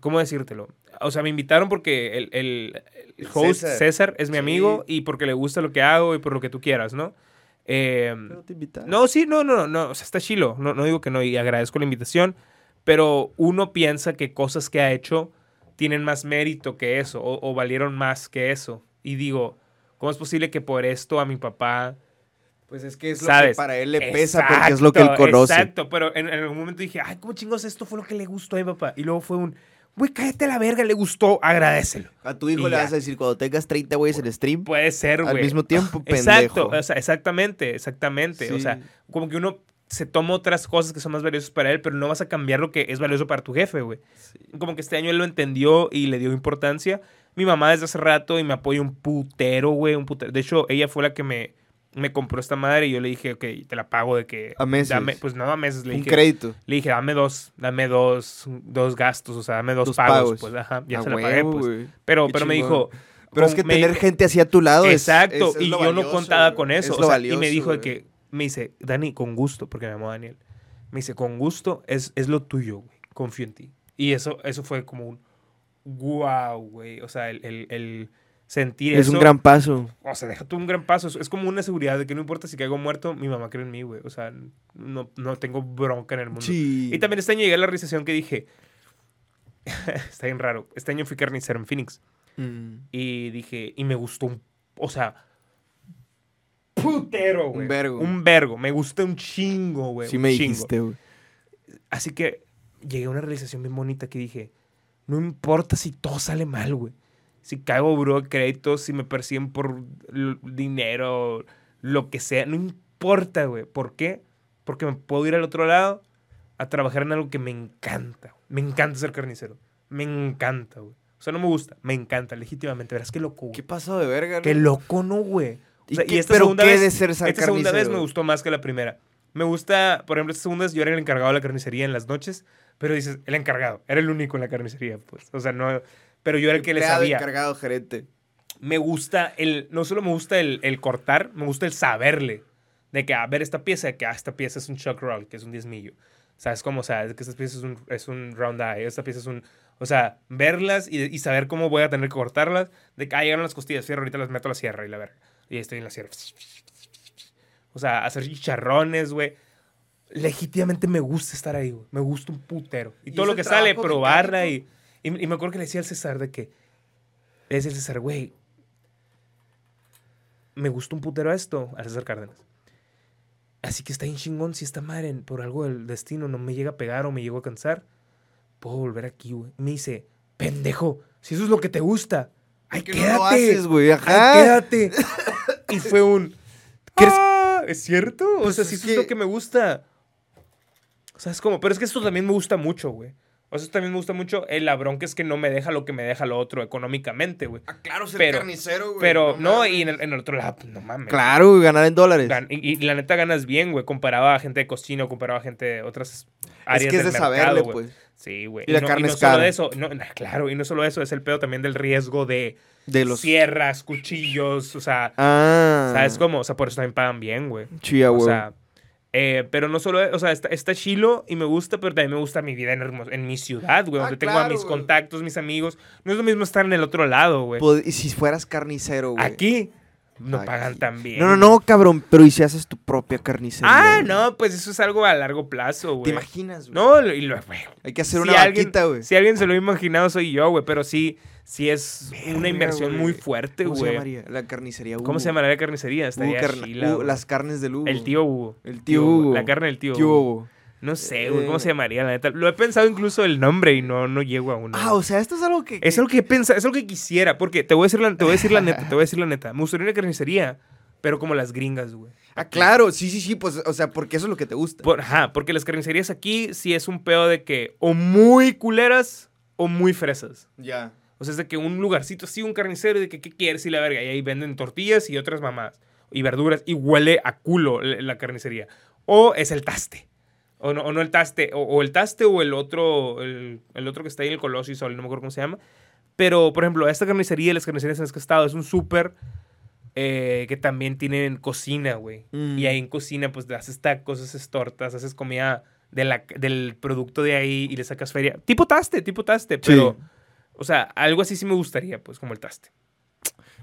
Speaker 1: ¿cómo decírtelo? O sea, me invitaron porque el, el- el
Speaker 3: El
Speaker 1: host
Speaker 3: César.
Speaker 1: César, es mi
Speaker 3: Sí.
Speaker 1: amigo y porque le gusta lo que hago y por lo que tú quieras, ¿no? Eh,
Speaker 2: Pero te invitaron.
Speaker 1: no, sí, no, no, no, o sea, está chilo, no, no digo que no y agradezco la invitación, pero uno piensa que cosas que ha hecho tienen más mérito que eso o, o valieron más que eso. Y digo, ¿cómo es posible que por esto a mi papá...
Speaker 3: Pues es que es lo
Speaker 1: ¿Sabes?
Speaker 3: que para él le pesa porque es
Speaker 1: Exacto,
Speaker 3: lo que él conoce.
Speaker 1: Exacto, pero en, en algún momento dije, ay, ¿cómo chingos esto fue lo que le gustó a mi papá? Y luego fue un, güey, cállate a la verga, le gustó, agradecelo.
Speaker 2: A tu hijo
Speaker 1: Y
Speaker 2: le
Speaker 1: ya.
Speaker 2: vas a decir cuando tengas 30 güeyes en stream
Speaker 1: Puede ser, güey.
Speaker 2: al mismo tiempo, pendejo.
Speaker 1: Exacto, o sea, exactamente, exactamente. O
Speaker 2: Sí.
Speaker 1: sea, como que uno se toma otras cosas que son más valiosas para él, pero no vas a cambiar lo que es valioso para tu jefe, güey. Como que este año él lo entendió y le dio importancia. Mi mamá desde hace rato y me apoya un putero, güey, un putero. De hecho, ella fue la que me, me compró esta madre y yo le dije, ok, te la pago de que...
Speaker 2: A meses.
Speaker 1: dame- pues no, a meses. Le
Speaker 2: Un
Speaker 1: dije,
Speaker 2: crédito.
Speaker 1: le dije, dame dos, dame dos, dos gastos, o sea, dame dos,
Speaker 2: Dos
Speaker 1: pagos,
Speaker 2: pagos.
Speaker 1: Pues, ajá, ya
Speaker 2: A
Speaker 1: se la
Speaker 2: huevo,
Speaker 1: pagué, pues.
Speaker 2: güey.
Speaker 1: Pero,
Speaker 2: Qué
Speaker 1: pero me
Speaker 2: chingón.
Speaker 1: dijo...
Speaker 2: Pero es
Speaker 1: con-
Speaker 2: que
Speaker 1: me-
Speaker 2: tener gente así a tu lado Ah, es-
Speaker 1: Exacto,
Speaker 2: es- es
Speaker 1: y
Speaker 2: lo
Speaker 1: yo no
Speaker 2: valioso,
Speaker 1: contaba
Speaker 2: güey.
Speaker 1: con eso.
Speaker 2: Es
Speaker 1: o
Speaker 2: lo
Speaker 1: sea, y me
Speaker 2: valioso,
Speaker 1: dijo de
Speaker 2: güey.
Speaker 1: que, me dice, Dani, con gusto, porque me llamó Daniel. Me dice, con gusto, es, es lo tuyo, güey. Confío en ti. Y eso, eso fue como un wow, güey. O sea, el, el- el sentir
Speaker 2: Es
Speaker 1: eso.
Speaker 2: un gran paso.
Speaker 1: O sea, déjate un gran paso. Es, es como una seguridad de que no importa si caigo muerto, mi mamá cree en mí, güey. O sea, no, no tengo bronca en el mundo.
Speaker 2: Sí.
Speaker 1: Y también este año llegué a la realización que dije, está bien raro. Este año fui carnicero en Phoenix.
Speaker 2: Mm.
Speaker 1: Y dije, y me gustó un, o sea, putero, güey.
Speaker 2: vergo.
Speaker 1: Un vergo. Me gusta un chingo, güey.
Speaker 2: Sí
Speaker 1: un
Speaker 2: me
Speaker 1: chingo.
Speaker 2: dijiste, güey.
Speaker 1: Así que llegué a una realización bien bonita que dije, no importa si todo sale mal, güey. Si cago bro de créditos, si me persiguen por l- dinero, lo que sea, no importa, güey. ¿Por qué? Porque me puedo ir al otro lado a trabajar en algo que me encanta. Me encanta ser carnicero. Me encanta, güey. O sea, no me gusta, me encanta, legítimamente. Verás qué loco, güey.
Speaker 2: ¿Qué pasado de verga,
Speaker 1: Qué loco, ¿no, güey? O
Speaker 2: ¿Y
Speaker 1: sea, y,
Speaker 2: qué-
Speaker 1: esta
Speaker 2: pero
Speaker 1: segunda
Speaker 2: qué
Speaker 1: vez,
Speaker 2: de ser
Speaker 1: esta
Speaker 2: sal-
Speaker 1: segunda vez
Speaker 2: carnicero?
Speaker 1: me gustó más que la primera. Me gusta, por ejemplo, esta segunda vez yo era el encargado de la carnicería en las noches, pero dices, el encargado, era el único en la carnicería, pues. O sea, no, pero yo era el que le
Speaker 2: Empleado,
Speaker 1: sabía.
Speaker 2: encargado, gerente.
Speaker 1: Me gusta el, no solo me gusta el, el cortar, me gusta el saberle. De que, a ver, esta pieza, que ah, esta pieza es un chuck roll, que es un diezmillo. ¿Sabes cómo? O sea, es que esta pieza es un, es un round eye, esta pieza es un... O sea, verlas y, y saber cómo voy a tener que cortarlas. De que, ah, llegaron las costillas, fierro, ahorita las meto a la sierra y la verga. Y ahí estoy en la sierra. O sea, hacer chicharrones, güey. Legítimamente me gusta estar ahí, güey. Me gusta un putero. Y,
Speaker 3: Y
Speaker 1: todo
Speaker 3: es
Speaker 1: lo
Speaker 3: el
Speaker 1: que sale,
Speaker 3: trabajo
Speaker 1: probarla y, y... y me acuerdo que le decía al César de que... Le decía al César, güey, me gusta un putero esto, al César Cárdenas. Así que está bien chingón si esta madre por algo del destino no me llega a pegar o me llegó a cansar. Puedo volver aquí, güey. Me dice, pendejo, si eso es lo que te gusta, ay,
Speaker 2: ¿Qué
Speaker 1: quédate.
Speaker 2: no lo haces, güey?
Speaker 1: ay,
Speaker 2: Ajá.
Speaker 1: quédate. y fue un,
Speaker 2: ¿Crees-
Speaker 1: "Ah, ¿Es cierto? O sea,
Speaker 2: pues es
Speaker 1: si eso es lo
Speaker 2: que-
Speaker 1: que me gusta. O sea, es como, pero es que esto también me gusta mucho, güey. O sea, esto también me gusta mucho. El labrón que es que no me deja lo que me deja lo otro económicamente, güey.
Speaker 3: Ah, claro, ser
Speaker 1: Pero-
Speaker 3: carnicero, güey.
Speaker 1: Pero, no,
Speaker 3: mames.
Speaker 1: y en el, en el otro lado, pues, no mames.
Speaker 2: Claro, güey, ganar en dólares.
Speaker 1: Gan- y, y la neta ganas bien, güey. Comparaba a gente de cocino, comparaba a gente de otras áreas
Speaker 2: es que es de
Speaker 1: del mercado,
Speaker 2: saberle,
Speaker 1: güey.
Speaker 2: pues.
Speaker 1: Sí, güey.
Speaker 2: Y la
Speaker 1: no,
Speaker 2: carne
Speaker 1: no
Speaker 2: es
Speaker 1: solo
Speaker 2: cara.
Speaker 1: eso, no, na- claro, y no solo eso, es el pedo también del riesgo de,
Speaker 2: De los.
Speaker 1: sierras, cuchillos, o sea,
Speaker 2: Ah.
Speaker 1: ¿sabes cómo? O sea, por eso también pagan bien, güey.
Speaker 2: Chía,
Speaker 1: O
Speaker 2: güey.
Speaker 1: sea, eh, pero no solo, o sea, está, está chilo y me gusta, pero también me gusta mi vida en, Hermos- en mi ciudad, güey,
Speaker 3: Ah,
Speaker 1: donde tengo a
Speaker 3: claro,
Speaker 1: mis
Speaker 3: güey.
Speaker 1: contactos, mis amigos. No es lo mismo estar en el otro lado, güey.
Speaker 2: Pod- y si fueras carnicero, Pues, güey.
Speaker 1: pues, Aquí no pagan
Speaker 2: Aquí.
Speaker 1: tan bien.
Speaker 2: No, no, no, cabrón. Pero ¿y si haces tu propia carnicería?
Speaker 1: Ah,
Speaker 2: güey?
Speaker 1: no, pues eso es algo a largo plazo,
Speaker 2: ¿Te
Speaker 1: güey.
Speaker 2: imaginas, güey?
Speaker 1: No, lo- y lo, güey,
Speaker 2: Hay que
Speaker 1: si
Speaker 2: hacer una
Speaker 1: alguien-
Speaker 2: vaquita, güey.
Speaker 1: Si alguien se lo ha imaginado, soy yo, güey. Pero sí, sí es
Speaker 2: Verga,
Speaker 1: una inversión
Speaker 2: güey.
Speaker 1: muy fuerte,
Speaker 2: ¿Cómo se
Speaker 1: güey.
Speaker 2: llamaría? La carnicería Hugo.
Speaker 1: ¿Cómo se llama la carnicería?
Speaker 2: Hugo
Speaker 1: Estaría
Speaker 2: carna-
Speaker 1: chila,
Speaker 2: Hugo-
Speaker 1: güey.
Speaker 2: las carnes del Hugo.
Speaker 1: El tío Hugo.
Speaker 2: El tío Hugo.
Speaker 1: La carne del tío,
Speaker 2: Tío
Speaker 1: Hugo.
Speaker 2: Hugo.
Speaker 1: No sé, güey. ¿Cómo
Speaker 2: Eh.
Speaker 1: se llamaría? La neta. Lo he pensado incluso el nombre y no, no llego a uno.
Speaker 2: Ah, o sea, esto es algo que.
Speaker 1: Es algo que pensa, es algo que quisiera. Porque te voy a decir la, te voy a decir la neta, te voy a decir la neta. Me gustaría una carnicería, pero como las gringas, güey.
Speaker 2: Ah, claro, sí, sí, sí, pues, o sea, porque eso es lo que te gusta.
Speaker 1: Por- ajá, porque las carnicerías aquí sí es un pedo de que o muy culeras o muy fresas.
Speaker 2: Ya.
Speaker 1: O sea, es de que un lugarcito así, un carnicero, y de que qué quieres y la verga. Y ahí venden tortillas y otras mamás. Y verduras. Y huele a culo la, la carnicería. O es el taste. O no, o no el Taste, o, o el Taste o el otro, el, el otro que está ahí en el Colosio, no me acuerdo cómo se llama. Pero, por ejemplo, esta carnicería, las carnicerías en las que he estado, es un súper eh, que también tienen cocina, güey.
Speaker 2: Mm.
Speaker 1: Y ahí en cocina, pues, haces tacos, haces tortas, haces comida de la- del producto de ahí y le sacas feria. Tipo taste, tipo taste,
Speaker 2: Sí.
Speaker 1: pero... O sea, algo así sí me gustaría, pues, como el taste.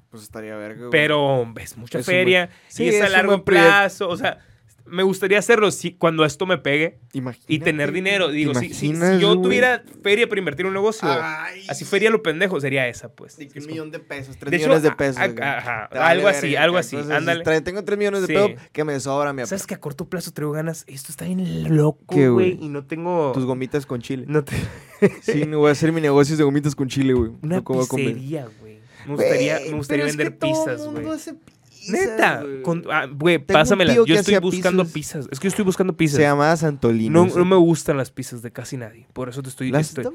Speaker 2: Pues estaría verga, güey.
Speaker 1: Pero es mucha
Speaker 2: Es un
Speaker 1: feria
Speaker 2: sí,
Speaker 1: y es,
Speaker 2: es
Speaker 1: a
Speaker 2: un
Speaker 1: largo
Speaker 2: buen proyecto.
Speaker 1: plazo. O sea, me gustaría hacerlo si, cuando esto me pegue
Speaker 2: Imagínate,
Speaker 1: y tener
Speaker 2: güey.
Speaker 1: dinero. Digo,
Speaker 2: ¿Te
Speaker 1: si, si- si
Speaker 2: imaginas,
Speaker 1: yo
Speaker 2: güey?
Speaker 1: tuviera feria para invertir en un negocio,
Speaker 2: Ay,
Speaker 1: así feria lo pendejo, sería esa, pues.
Speaker 2: de que
Speaker 1: Es
Speaker 2: un
Speaker 1: como-
Speaker 2: millón de pesos, tres
Speaker 1: De hecho,
Speaker 2: millones de
Speaker 1: a-
Speaker 2: pesos.
Speaker 1: a-
Speaker 2: güey.
Speaker 1: ajá,
Speaker 2: Te vale
Speaker 1: algo así,
Speaker 2: verga,
Speaker 1: algo así,
Speaker 2: entonces,
Speaker 1: ándale.
Speaker 2: tra- Tengo tres millones de
Speaker 1: Sí.
Speaker 2: pesos que me sobra, mi
Speaker 1: ¿Sabes
Speaker 2: aparte.
Speaker 1: que a corto plazo traigo ganas? Esto está bien loco,
Speaker 2: ¿Qué, güey?
Speaker 1: güey. Y no tengo...
Speaker 2: Tus gomitas con chile.
Speaker 1: no te-
Speaker 2: Sí, me voy a hacer mi negocio de gomitas con chile, güey.
Speaker 1: Una
Speaker 2: Nunca voy a comer.
Speaker 1: pizzería, güey. Me gustaría, me gustaría vender pizzas, güey. Neta, con- ah, güey,
Speaker 2: un
Speaker 1: pásamela.
Speaker 2: tío que
Speaker 1: Yo estoy
Speaker 2: hacía
Speaker 1: buscando
Speaker 2: pizzas.
Speaker 1: pizzas. Es que yo estoy buscando
Speaker 2: Se
Speaker 1: pizzas.
Speaker 2: llamaba Santolino.
Speaker 1: No, no me gustan las pizzas de casi nadie. Por eso te estoy... estoy-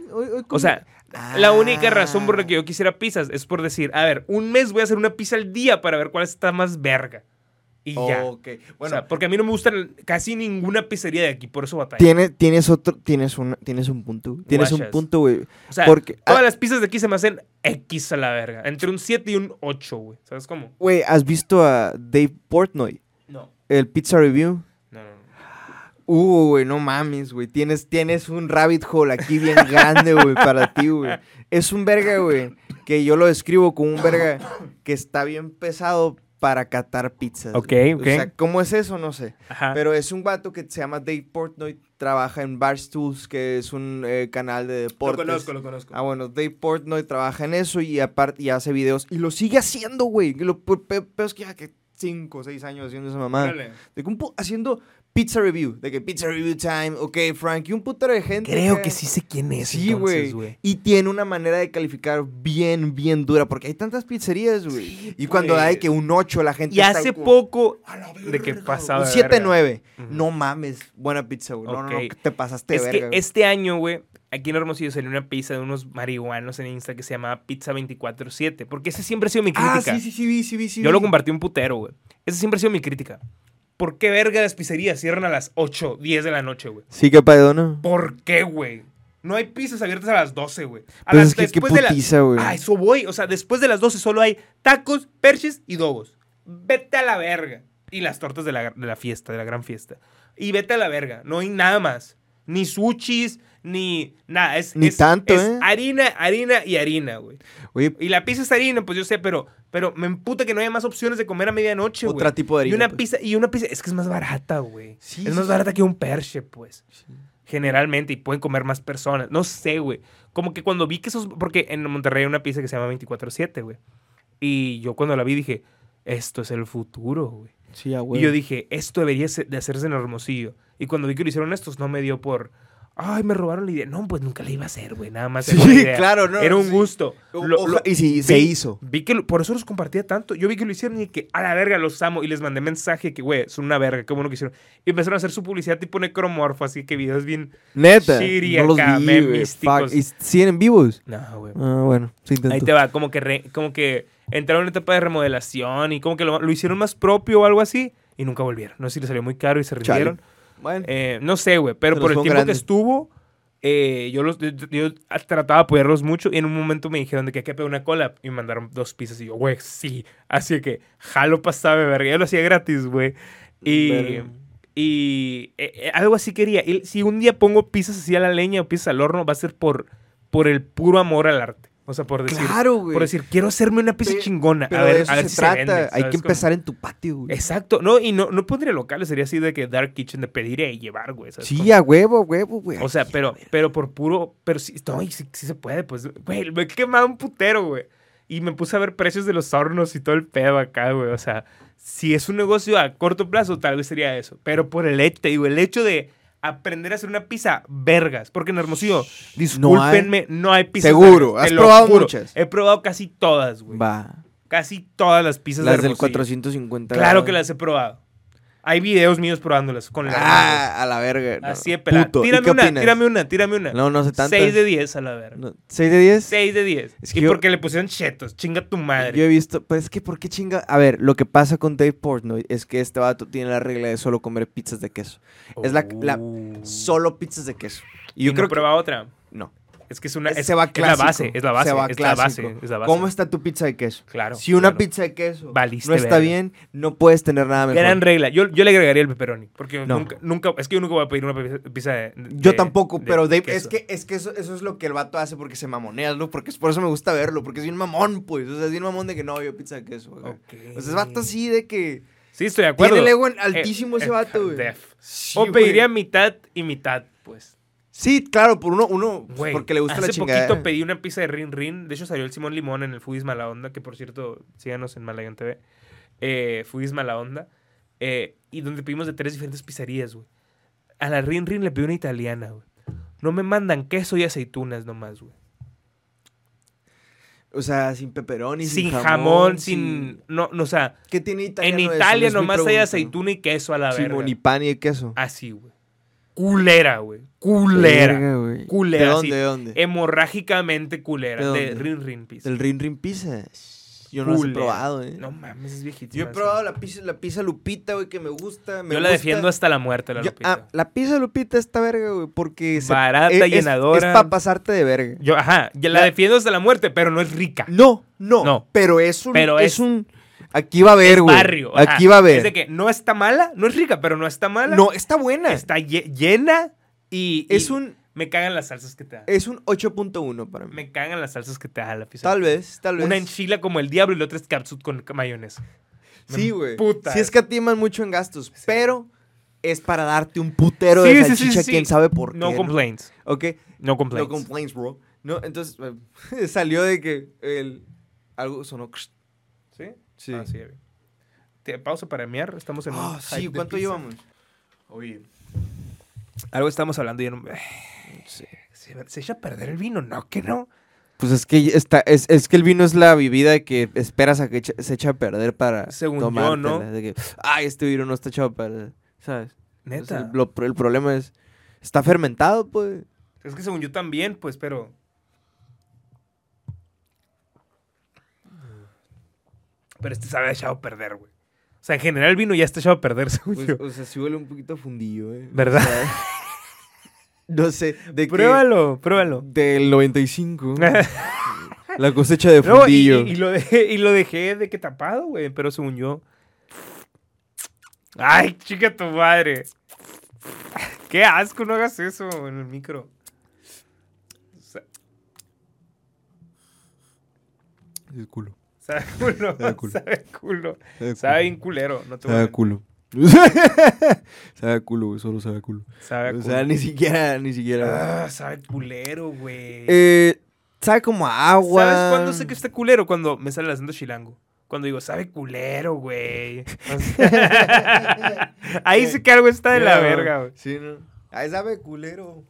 Speaker 1: O sea,
Speaker 2: Ah.
Speaker 1: la única razón por la que yo quisiera pizzas es por decir, a ver, un mes voy a hacer una pizza al día para ver cuál está más verga. Y ya.
Speaker 2: Ok.
Speaker 1: O
Speaker 2: Bueno,
Speaker 1: sea, porque a mí no me gustan casi ninguna pizzería de aquí, por eso batalla.
Speaker 2: tienes, tienes otro, tienes un, tienes un punto. güey. Tienes un
Speaker 1: Guachas.
Speaker 2: punto, güey.
Speaker 1: o sea,
Speaker 2: porque- ah,
Speaker 1: todas las pizzas de aquí se me hacen X a la verga. Entre un 7 y un 8, güey. ¿Sabes cómo?
Speaker 2: Güey, ¿has visto a Dave Portnoy?
Speaker 1: No.
Speaker 2: El Pizza Review.
Speaker 1: No, no, no.
Speaker 2: Uh, güey, no mames, güey. Tienes, tienes un rabbit hole aquí bien grande, güey, para ti, güey. Es un verga, güey, que yo lo describo como un verga que está bien pesado para catar pizzas.
Speaker 1: Ok,
Speaker 2: güey.
Speaker 1: ok.
Speaker 2: O sea, ¿cómo es eso? No sé.
Speaker 1: Ajá.
Speaker 2: Pero es un vato que se llama Dave Portnoy, trabaja en Barstools, que es un eh, canal de
Speaker 1: lo
Speaker 2: deportes.
Speaker 1: conozco, lo conozco.
Speaker 2: Ah, bueno, Dave Portnoy trabaja en eso y aparte y hace videos. Y lo sigue haciendo, güey. Lo pe- pe- peor es que ya que cinco o seis años haciendo esa mamada.
Speaker 1: Órale.
Speaker 2: De que un pu- haciendo pizza review. De que pizza review time, ok, Frank. Y un putero de gente.
Speaker 1: Creo
Speaker 2: acá.
Speaker 1: que sí sé quién es.
Speaker 2: Sí,
Speaker 1: entonces,
Speaker 2: güey. Y tiene una manera de calificar bien, bien dura. Porque hay tantas pizzerías, güey. y cuando
Speaker 1: pues.
Speaker 2: hay que un 8, la gente.
Speaker 1: Y
Speaker 2: está
Speaker 1: hace
Speaker 2: como-
Speaker 1: poco
Speaker 2: "A la verga,
Speaker 1: de que
Speaker 2: güey".
Speaker 1: pasaba.
Speaker 2: Un
Speaker 1: de
Speaker 2: 7-9.
Speaker 1: verga. Ujú.
Speaker 2: No mames. Buena pizza, güey. No, no, no.
Speaker 1: Ok.
Speaker 2: Te pasaste de
Speaker 1: es
Speaker 2: verga.
Speaker 1: que
Speaker 2: güey.
Speaker 1: este año, güey, aquí en Hermosillo salió una pizza de unos marihuanos en Insta que se llamaba Pizza 24-7. Porque esa siempre ha sido mi
Speaker 2: Ah,
Speaker 1: crítica.
Speaker 2: sí, sí, sí, vi, sí, vi, sí.
Speaker 1: Yo lo
Speaker 2: vi.
Speaker 1: compartí un putero, güey. Esa siempre ha sido mi crítica. ¿Por qué verga las pizzerías cierran a las 8, 10 de la noche, güey?
Speaker 2: Sí, que pedona.
Speaker 1: ¿Por qué, güey? No hay pizzas abiertas a las 12, güey. A
Speaker 2: Pues
Speaker 1: las
Speaker 2: es que qué
Speaker 1: después de la-
Speaker 2: putiza, güey.
Speaker 1: Ah, eso voy. O sea, después de las 12 solo hay tacos, perches y dogos. Vete a la verga. Y las tortas de la, de la fiesta, de la gran fiesta. Y vete a la verga. No hay nada más. Ni sushis, ni nada. Es,
Speaker 2: Ni
Speaker 1: es-
Speaker 2: tanto,
Speaker 1: es
Speaker 2: ¿eh?
Speaker 1: harina, harina y harina, güey.
Speaker 2: Oye,
Speaker 1: Y la pizza es harina, pues yo sé, pero, pero me emputa que no haya más opciones de comer a medianoche, güey.
Speaker 2: otro tipo de harina.
Speaker 1: Y una
Speaker 2: pues.
Speaker 1: pizza, y una pizza, es que es más barata, güey.
Speaker 2: Sí,
Speaker 1: es
Speaker 2: sí,
Speaker 1: más
Speaker 2: sí.
Speaker 1: barata que un perche, pues.
Speaker 2: Sí.
Speaker 1: Generalmente, y pueden comer más personas. No sé, güey. Como que cuando vi que esos. Porque en Monterrey hay una pizza que se llama 24-7, güey. Y yo cuando la vi dije, esto es el futuro, güey.
Speaker 2: Sí, a
Speaker 1: Y yo dije, esto debería se- de hacerse en Hermosillo. Y cuando vi que lo hicieron estos, no me dio por. Ay, me robaron la idea. No, pues nunca la iba a hacer, güey. Nada más. era una
Speaker 2: Sí,
Speaker 1: idea.
Speaker 2: claro, no.
Speaker 1: Era un
Speaker 2: sí.
Speaker 1: gusto.
Speaker 2: O-
Speaker 1: Lo-
Speaker 2: oja-
Speaker 1: lo-
Speaker 2: y sí, se
Speaker 1: vi-
Speaker 2: hizo.
Speaker 1: Vi que lo- por eso los compartía tanto. Yo vi que lo hicieron y que a la verga los amo. Y les mandé mensaje que, güey, son una verga, qué bueno que hicieron. Y empezaron a hacer su publicidad tipo necromorfo, así que videos bien.
Speaker 2: Neta.
Speaker 1: Shiri
Speaker 2: no los
Speaker 1: acá,
Speaker 2: vi,
Speaker 1: memes
Speaker 2: güey.
Speaker 1: místicos.
Speaker 2: Fuck. ¿Y siguen vivos?
Speaker 1: No, güey.
Speaker 2: Ah, bueno. Se intentó.
Speaker 1: Ahí te va, como que, re- como que entraron en una etapa de remodelación y como que lo, lo hicieron más propio o algo así. Y nunca volvieron. No sé si les salió muy caro y se
Speaker 2: Chale.
Speaker 1: rindieron.
Speaker 2: Bueno.
Speaker 1: Eh, no sé, güey, pero
Speaker 2: Se
Speaker 1: por el
Speaker 2: los fue
Speaker 1: tiempo
Speaker 2: grande.
Speaker 1: que estuvo, eh, yo, los, yo, yo trataba de apoyarlos mucho y en un momento me dijeron de que hay que pedir una cola y me mandaron dos pizzas y yo, güey, sí. Así que jalo pasaba de verga. Yo lo hacía gratis, güey. Y,
Speaker 2: Verga.
Speaker 1: y eh, eh, algo así quería. Y si un día pongo pizzas así a la leña o pizzas al horno, va a ser por, por el puro amor al arte. O sea, por decir,
Speaker 2: claro, güey.
Speaker 1: por decir quiero hacerme una pizza
Speaker 2: Pe-
Speaker 1: chingona.
Speaker 2: Pero
Speaker 1: a ver,
Speaker 2: de eso
Speaker 1: a ver
Speaker 2: se
Speaker 1: si
Speaker 2: trata.
Speaker 1: se vende.
Speaker 2: Hay
Speaker 1: ¿sabes
Speaker 2: que
Speaker 1: cómo?
Speaker 2: empezar en tu patio, güey.
Speaker 1: Exacto, no, y no, no pondría locales, sería así de que Dark Kitchen de pedir y llevar, güey. ¿sabes cómo?
Speaker 2: Sí, a huevo, a huevo, güey.
Speaker 1: O sea, pero, pero por puro. Pero sí, no, y sí, sí se puede, pues. Güey, me he quemado un putero, güey. Y me puse a ver precios de los hornos y todo el pedo acá, güey. O sea, si es un negocio a corto plazo, tal vez sería eso. Pero por el hecho, te digo, el hecho de aprender a hacer una pizza, vergas. Porque en Hermosillo, discúlpenme, no hay, pizzas.
Speaker 2: Seguro,
Speaker 1: vergas,
Speaker 2: has
Speaker 1: te lo
Speaker 2: probado
Speaker 1: juro.
Speaker 2: muchas.
Speaker 1: He probado casi todas, güey.
Speaker 2: Va.
Speaker 1: Casi todas las pizzas de
Speaker 2: Las del
Speaker 1: Hermosillo.
Speaker 2: 450.
Speaker 1: Claro que las he probado. Hay videos míos probándolas con la mano.
Speaker 2: Ah, a la verga. no.
Speaker 1: Así de pelada.
Speaker 2: Puto. ¿Y
Speaker 1: Tírame
Speaker 2: qué
Speaker 1: una,
Speaker 2: opinas?
Speaker 1: tírame una, tírame una.
Speaker 2: No, no sé tanto.
Speaker 1: 6 de 10 a la verga.
Speaker 2: 6 de 10.
Speaker 1: 6 de 10.
Speaker 2: Es que
Speaker 1: y
Speaker 2: yo-
Speaker 1: porque le pusieron chetos, chinga tu madre.
Speaker 2: Yo he visto, pues es que ¿por qué chinga? A ver, lo que pasa con Dave Portnoy es que este vato tiene la regla de solo comer pizzas de queso. es la- la-
Speaker 1: Oh.
Speaker 2: Solo pizzas de queso. Y
Speaker 1: Y
Speaker 2: yo creo
Speaker 1: no prueba otra.
Speaker 2: que no.
Speaker 1: Es que es una.
Speaker 2: Ese
Speaker 1: Es,
Speaker 2: va
Speaker 1: es la
Speaker 2: clásico.
Speaker 1: base, es la base.
Speaker 2: Se va
Speaker 1: es, la base
Speaker 2: clásico.
Speaker 1: es la base.
Speaker 2: ¿Cómo está tu pizza de queso?
Speaker 1: Claro.
Speaker 2: si una
Speaker 1: claro.
Speaker 2: pizza de queso
Speaker 1: Valiste
Speaker 2: no está
Speaker 1: verga.
Speaker 2: bien, no puedes tener nada mejor.
Speaker 1: Gran regla. Yo, yo le agregaría el pepperoni. Porque
Speaker 2: No.
Speaker 1: nunca, nunca. Es que yo nunca voy a pedir una pe- pizza de.
Speaker 2: Yo
Speaker 1: de-
Speaker 2: tampoco,
Speaker 1: de
Speaker 2: pero Dave, es
Speaker 1: queso.
Speaker 2: que, es que eso, eso es lo que el vato hace porque se mamonea, ¿no? Porque es, por eso me gusta verlo, porque es bien mamón, pues. O sea, es bien mamón de que no, yo pizza de queso. güey.
Speaker 1: Ok.
Speaker 2: O sea, es vato así de que
Speaker 1: Sí, estoy de acuerdo.
Speaker 2: tiene el ego en-
Speaker 1: Eh,
Speaker 2: altísimo
Speaker 1: eh,
Speaker 2: ese vato, güey.
Speaker 1: def.
Speaker 2: Sí,
Speaker 1: O
Speaker 2: güey.
Speaker 1: pediría mitad y mitad, pues.
Speaker 2: Sí, claro, por uno, uno pues,
Speaker 1: Güey,
Speaker 2: porque le gusta la
Speaker 1: hace
Speaker 2: chingada.
Speaker 1: poquito pedí una pizza de Rin Rin. De hecho, salió el Simón Limón en el Foodies Mala Onda, que por cierto, síganos en Malayón TV. Eh, Foodies Mala Onda. eh, y donde pedimos de tres diferentes pizzerías, güey. A la Rin Rin le pedí una italiana, güey. No me mandan queso y aceitunas nomás, güey.
Speaker 2: O sea, sin peperoni,
Speaker 1: Sin
Speaker 2: sin,
Speaker 1: jamón, sin... No, no, o sea,
Speaker 2: ¿Qué tiene Italia?
Speaker 1: en Italia nomás hay aceituna y queso a la
Speaker 2: Sin
Speaker 1: verga.
Speaker 2: ni pan y queso.
Speaker 1: Así, güey. Culera, güey. Culera.
Speaker 2: Verga, güey.
Speaker 1: Culera,
Speaker 2: ¿De
Speaker 1: sí. Eh,
Speaker 2: dónde? ¿De dónde?
Speaker 1: Hemorrágicamente culera.
Speaker 2: ¿De
Speaker 1: De,
Speaker 2: dónde?
Speaker 1: Rin Rin Pizza.
Speaker 2: Del Rin Rin Pizza. Yo no lo he
Speaker 1: Culera.
Speaker 2: probado, eh.
Speaker 1: No mames, es viejísimo.
Speaker 2: Yo he probado la pizza, la pizza Lupita, güey, que me gusta. me
Speaker 1: Ah, Yo la
Speaker 2: gusta.
Speaker 1: defiendo hasta la muerte, la
Speaker 2: Yo-
Speaker 1: Lupita.
Speaker 2: ah, la pizza Lupita está verga, güey, porque se-
Speaker 1: Barata,
Speaker 2: es- es- Es,
Speaker 1: llenadora.
Speaker 2: para pasarte de verga.
Speaker 1: Yo, ajá, ya la,
Speaker 2: La-
Speaker 1: defiendo hasta la muerte, pero no es rica.
Speaker 2: No, no,
Speaker 1: No.
Speaker 2: Pero es un,
Speaker 1: Pero
Speaker 2: es,
Speaker 1: es-
Speaker 2: un, aquí va a haber, güey.
Speaker 1: Barrio. ajá.
Speaker 2: Aquí va a
Speaker 1: Es de
Speaker 2: haber.
Speaker 1: que no está mala, no es rica, pero no está mala.
Speaker 2: No, está buena.
Speaker 1: Está lle- llena y, y
Speaker 2: es un,
Speaker 1: Me cagan las salsas que te da.
Speaker 2: es un 8.1 para mí.
Speaker 1: Me cagan las salsas que te da la pizza.
Speaker 2: Tal vez, tal vez.
Speaker 1: Una enchila como el diablo y la otra es capsut con mayonesa. Me
Speaker 2: Sí, güey.
Speaker 1: emputa
Speaker 2: Sí
Speaker 1: eso.
Speaker 2: escatiman mucho en gastos, pero es para darte un putero
Speaker 1: Sí,
Speaker 2: de
Speaker 1: sí, sí,
Speaker 2: salchicha,
Speaker 1: sí.
Speaker 2: quién sabe por qué.
Speaker 1: No complaints.
Speaker 2: Ok,
Speaker 1: No
Speaker 2: no
Speaker 1: complaints.
Speaker 2: complaints, bro. No, entonces eh, salió de que el algo sonó.
Speaker 1: ¿Sí?
Speaker 2: Sí.
Speaker 1: Ah, sí, ya vi. Te- pausa para mear. Estamos en. un
Speaker 2: Ah,
Speaker 1: hype
Speaker 2: sí,
Speaker 1: de
Speaker 2: ¿cuánto
Speaker 1: pizza.
Speaker 2: llevamos? Oye,
Speaker 1: Algo estamos hablando y yo no. ¿Se, se echa a perder el vino, ¿no? ¿Que no?
Speaker 2: pues es que está es, es que el vino es la bebida que esperas a que eche- se eche a perder para
Speaker 1: Según yo,
Speaker 2: tomártela,
Speaker 1: ¿no?
Speaker 2: de que, ay, este vino no está echado a perder, ¿sabes? Entonces,
Speaker 1: Neta.
Speaker 2: el, lo- el problema es está fermentado, pues.
Speaker 1: Es que según yo también, pues, pero. Pero este sabe echado a perder, güey. O sea, en general el vino ya está echado a perder, según
Speaker 2: Pues,
Speaker 1: yo.
Speaker 2: o sea, sí huele un poquito a fundillo, ¿eh?
Speaker 1: ¿Verdad?
Speaker 2: O sea, no sé. De que-
Speaker 1: Pruébalo, pruébalo.
Speaker 2: del 95. la cosecha de
Speaker 1: No, y- y,
Speaker 2: fundillo.
Speaker 1: y lo dejé, y lo dejé de que tapado, güey. Pero según yo. Ay, chica tu madre. Qué asco, no hagas eso en el micro. O sea,
Speaker 2: El culo.
Speaker 1: Sabe a culo,
Speaker 2: Sabe a culo.
Speaker 1: sabe a culo.
Speaker 2: Sabe a
Speaker 1: Sabe bien culero, no te voy a
Speaker 2: Sabe a
Speaker 1: mentir.
Speaker 2: culo. sabe a culo, güey, solo sabe a culo.
Speaker 1: Sabe a
Speaker 2: O
Speaker 1: culo.
Speaker 2: sea, ni siquiera, ni siquiera.
Speaker 1: Ah, sabe culero, güey.
Speaker 2: Eh, sabe como a agua.
Speaker 1: ¿Sabes cuándo sé que está culero? Cuando me sale el acento chilango. Cuando digo, sabe culero, güey. O sea, Ahí sí que algo está de la
Speaker 2: No,
Speaker 1: verga, güey. Ah.
Speaker 2: Sí, no. Ay, sabe culero.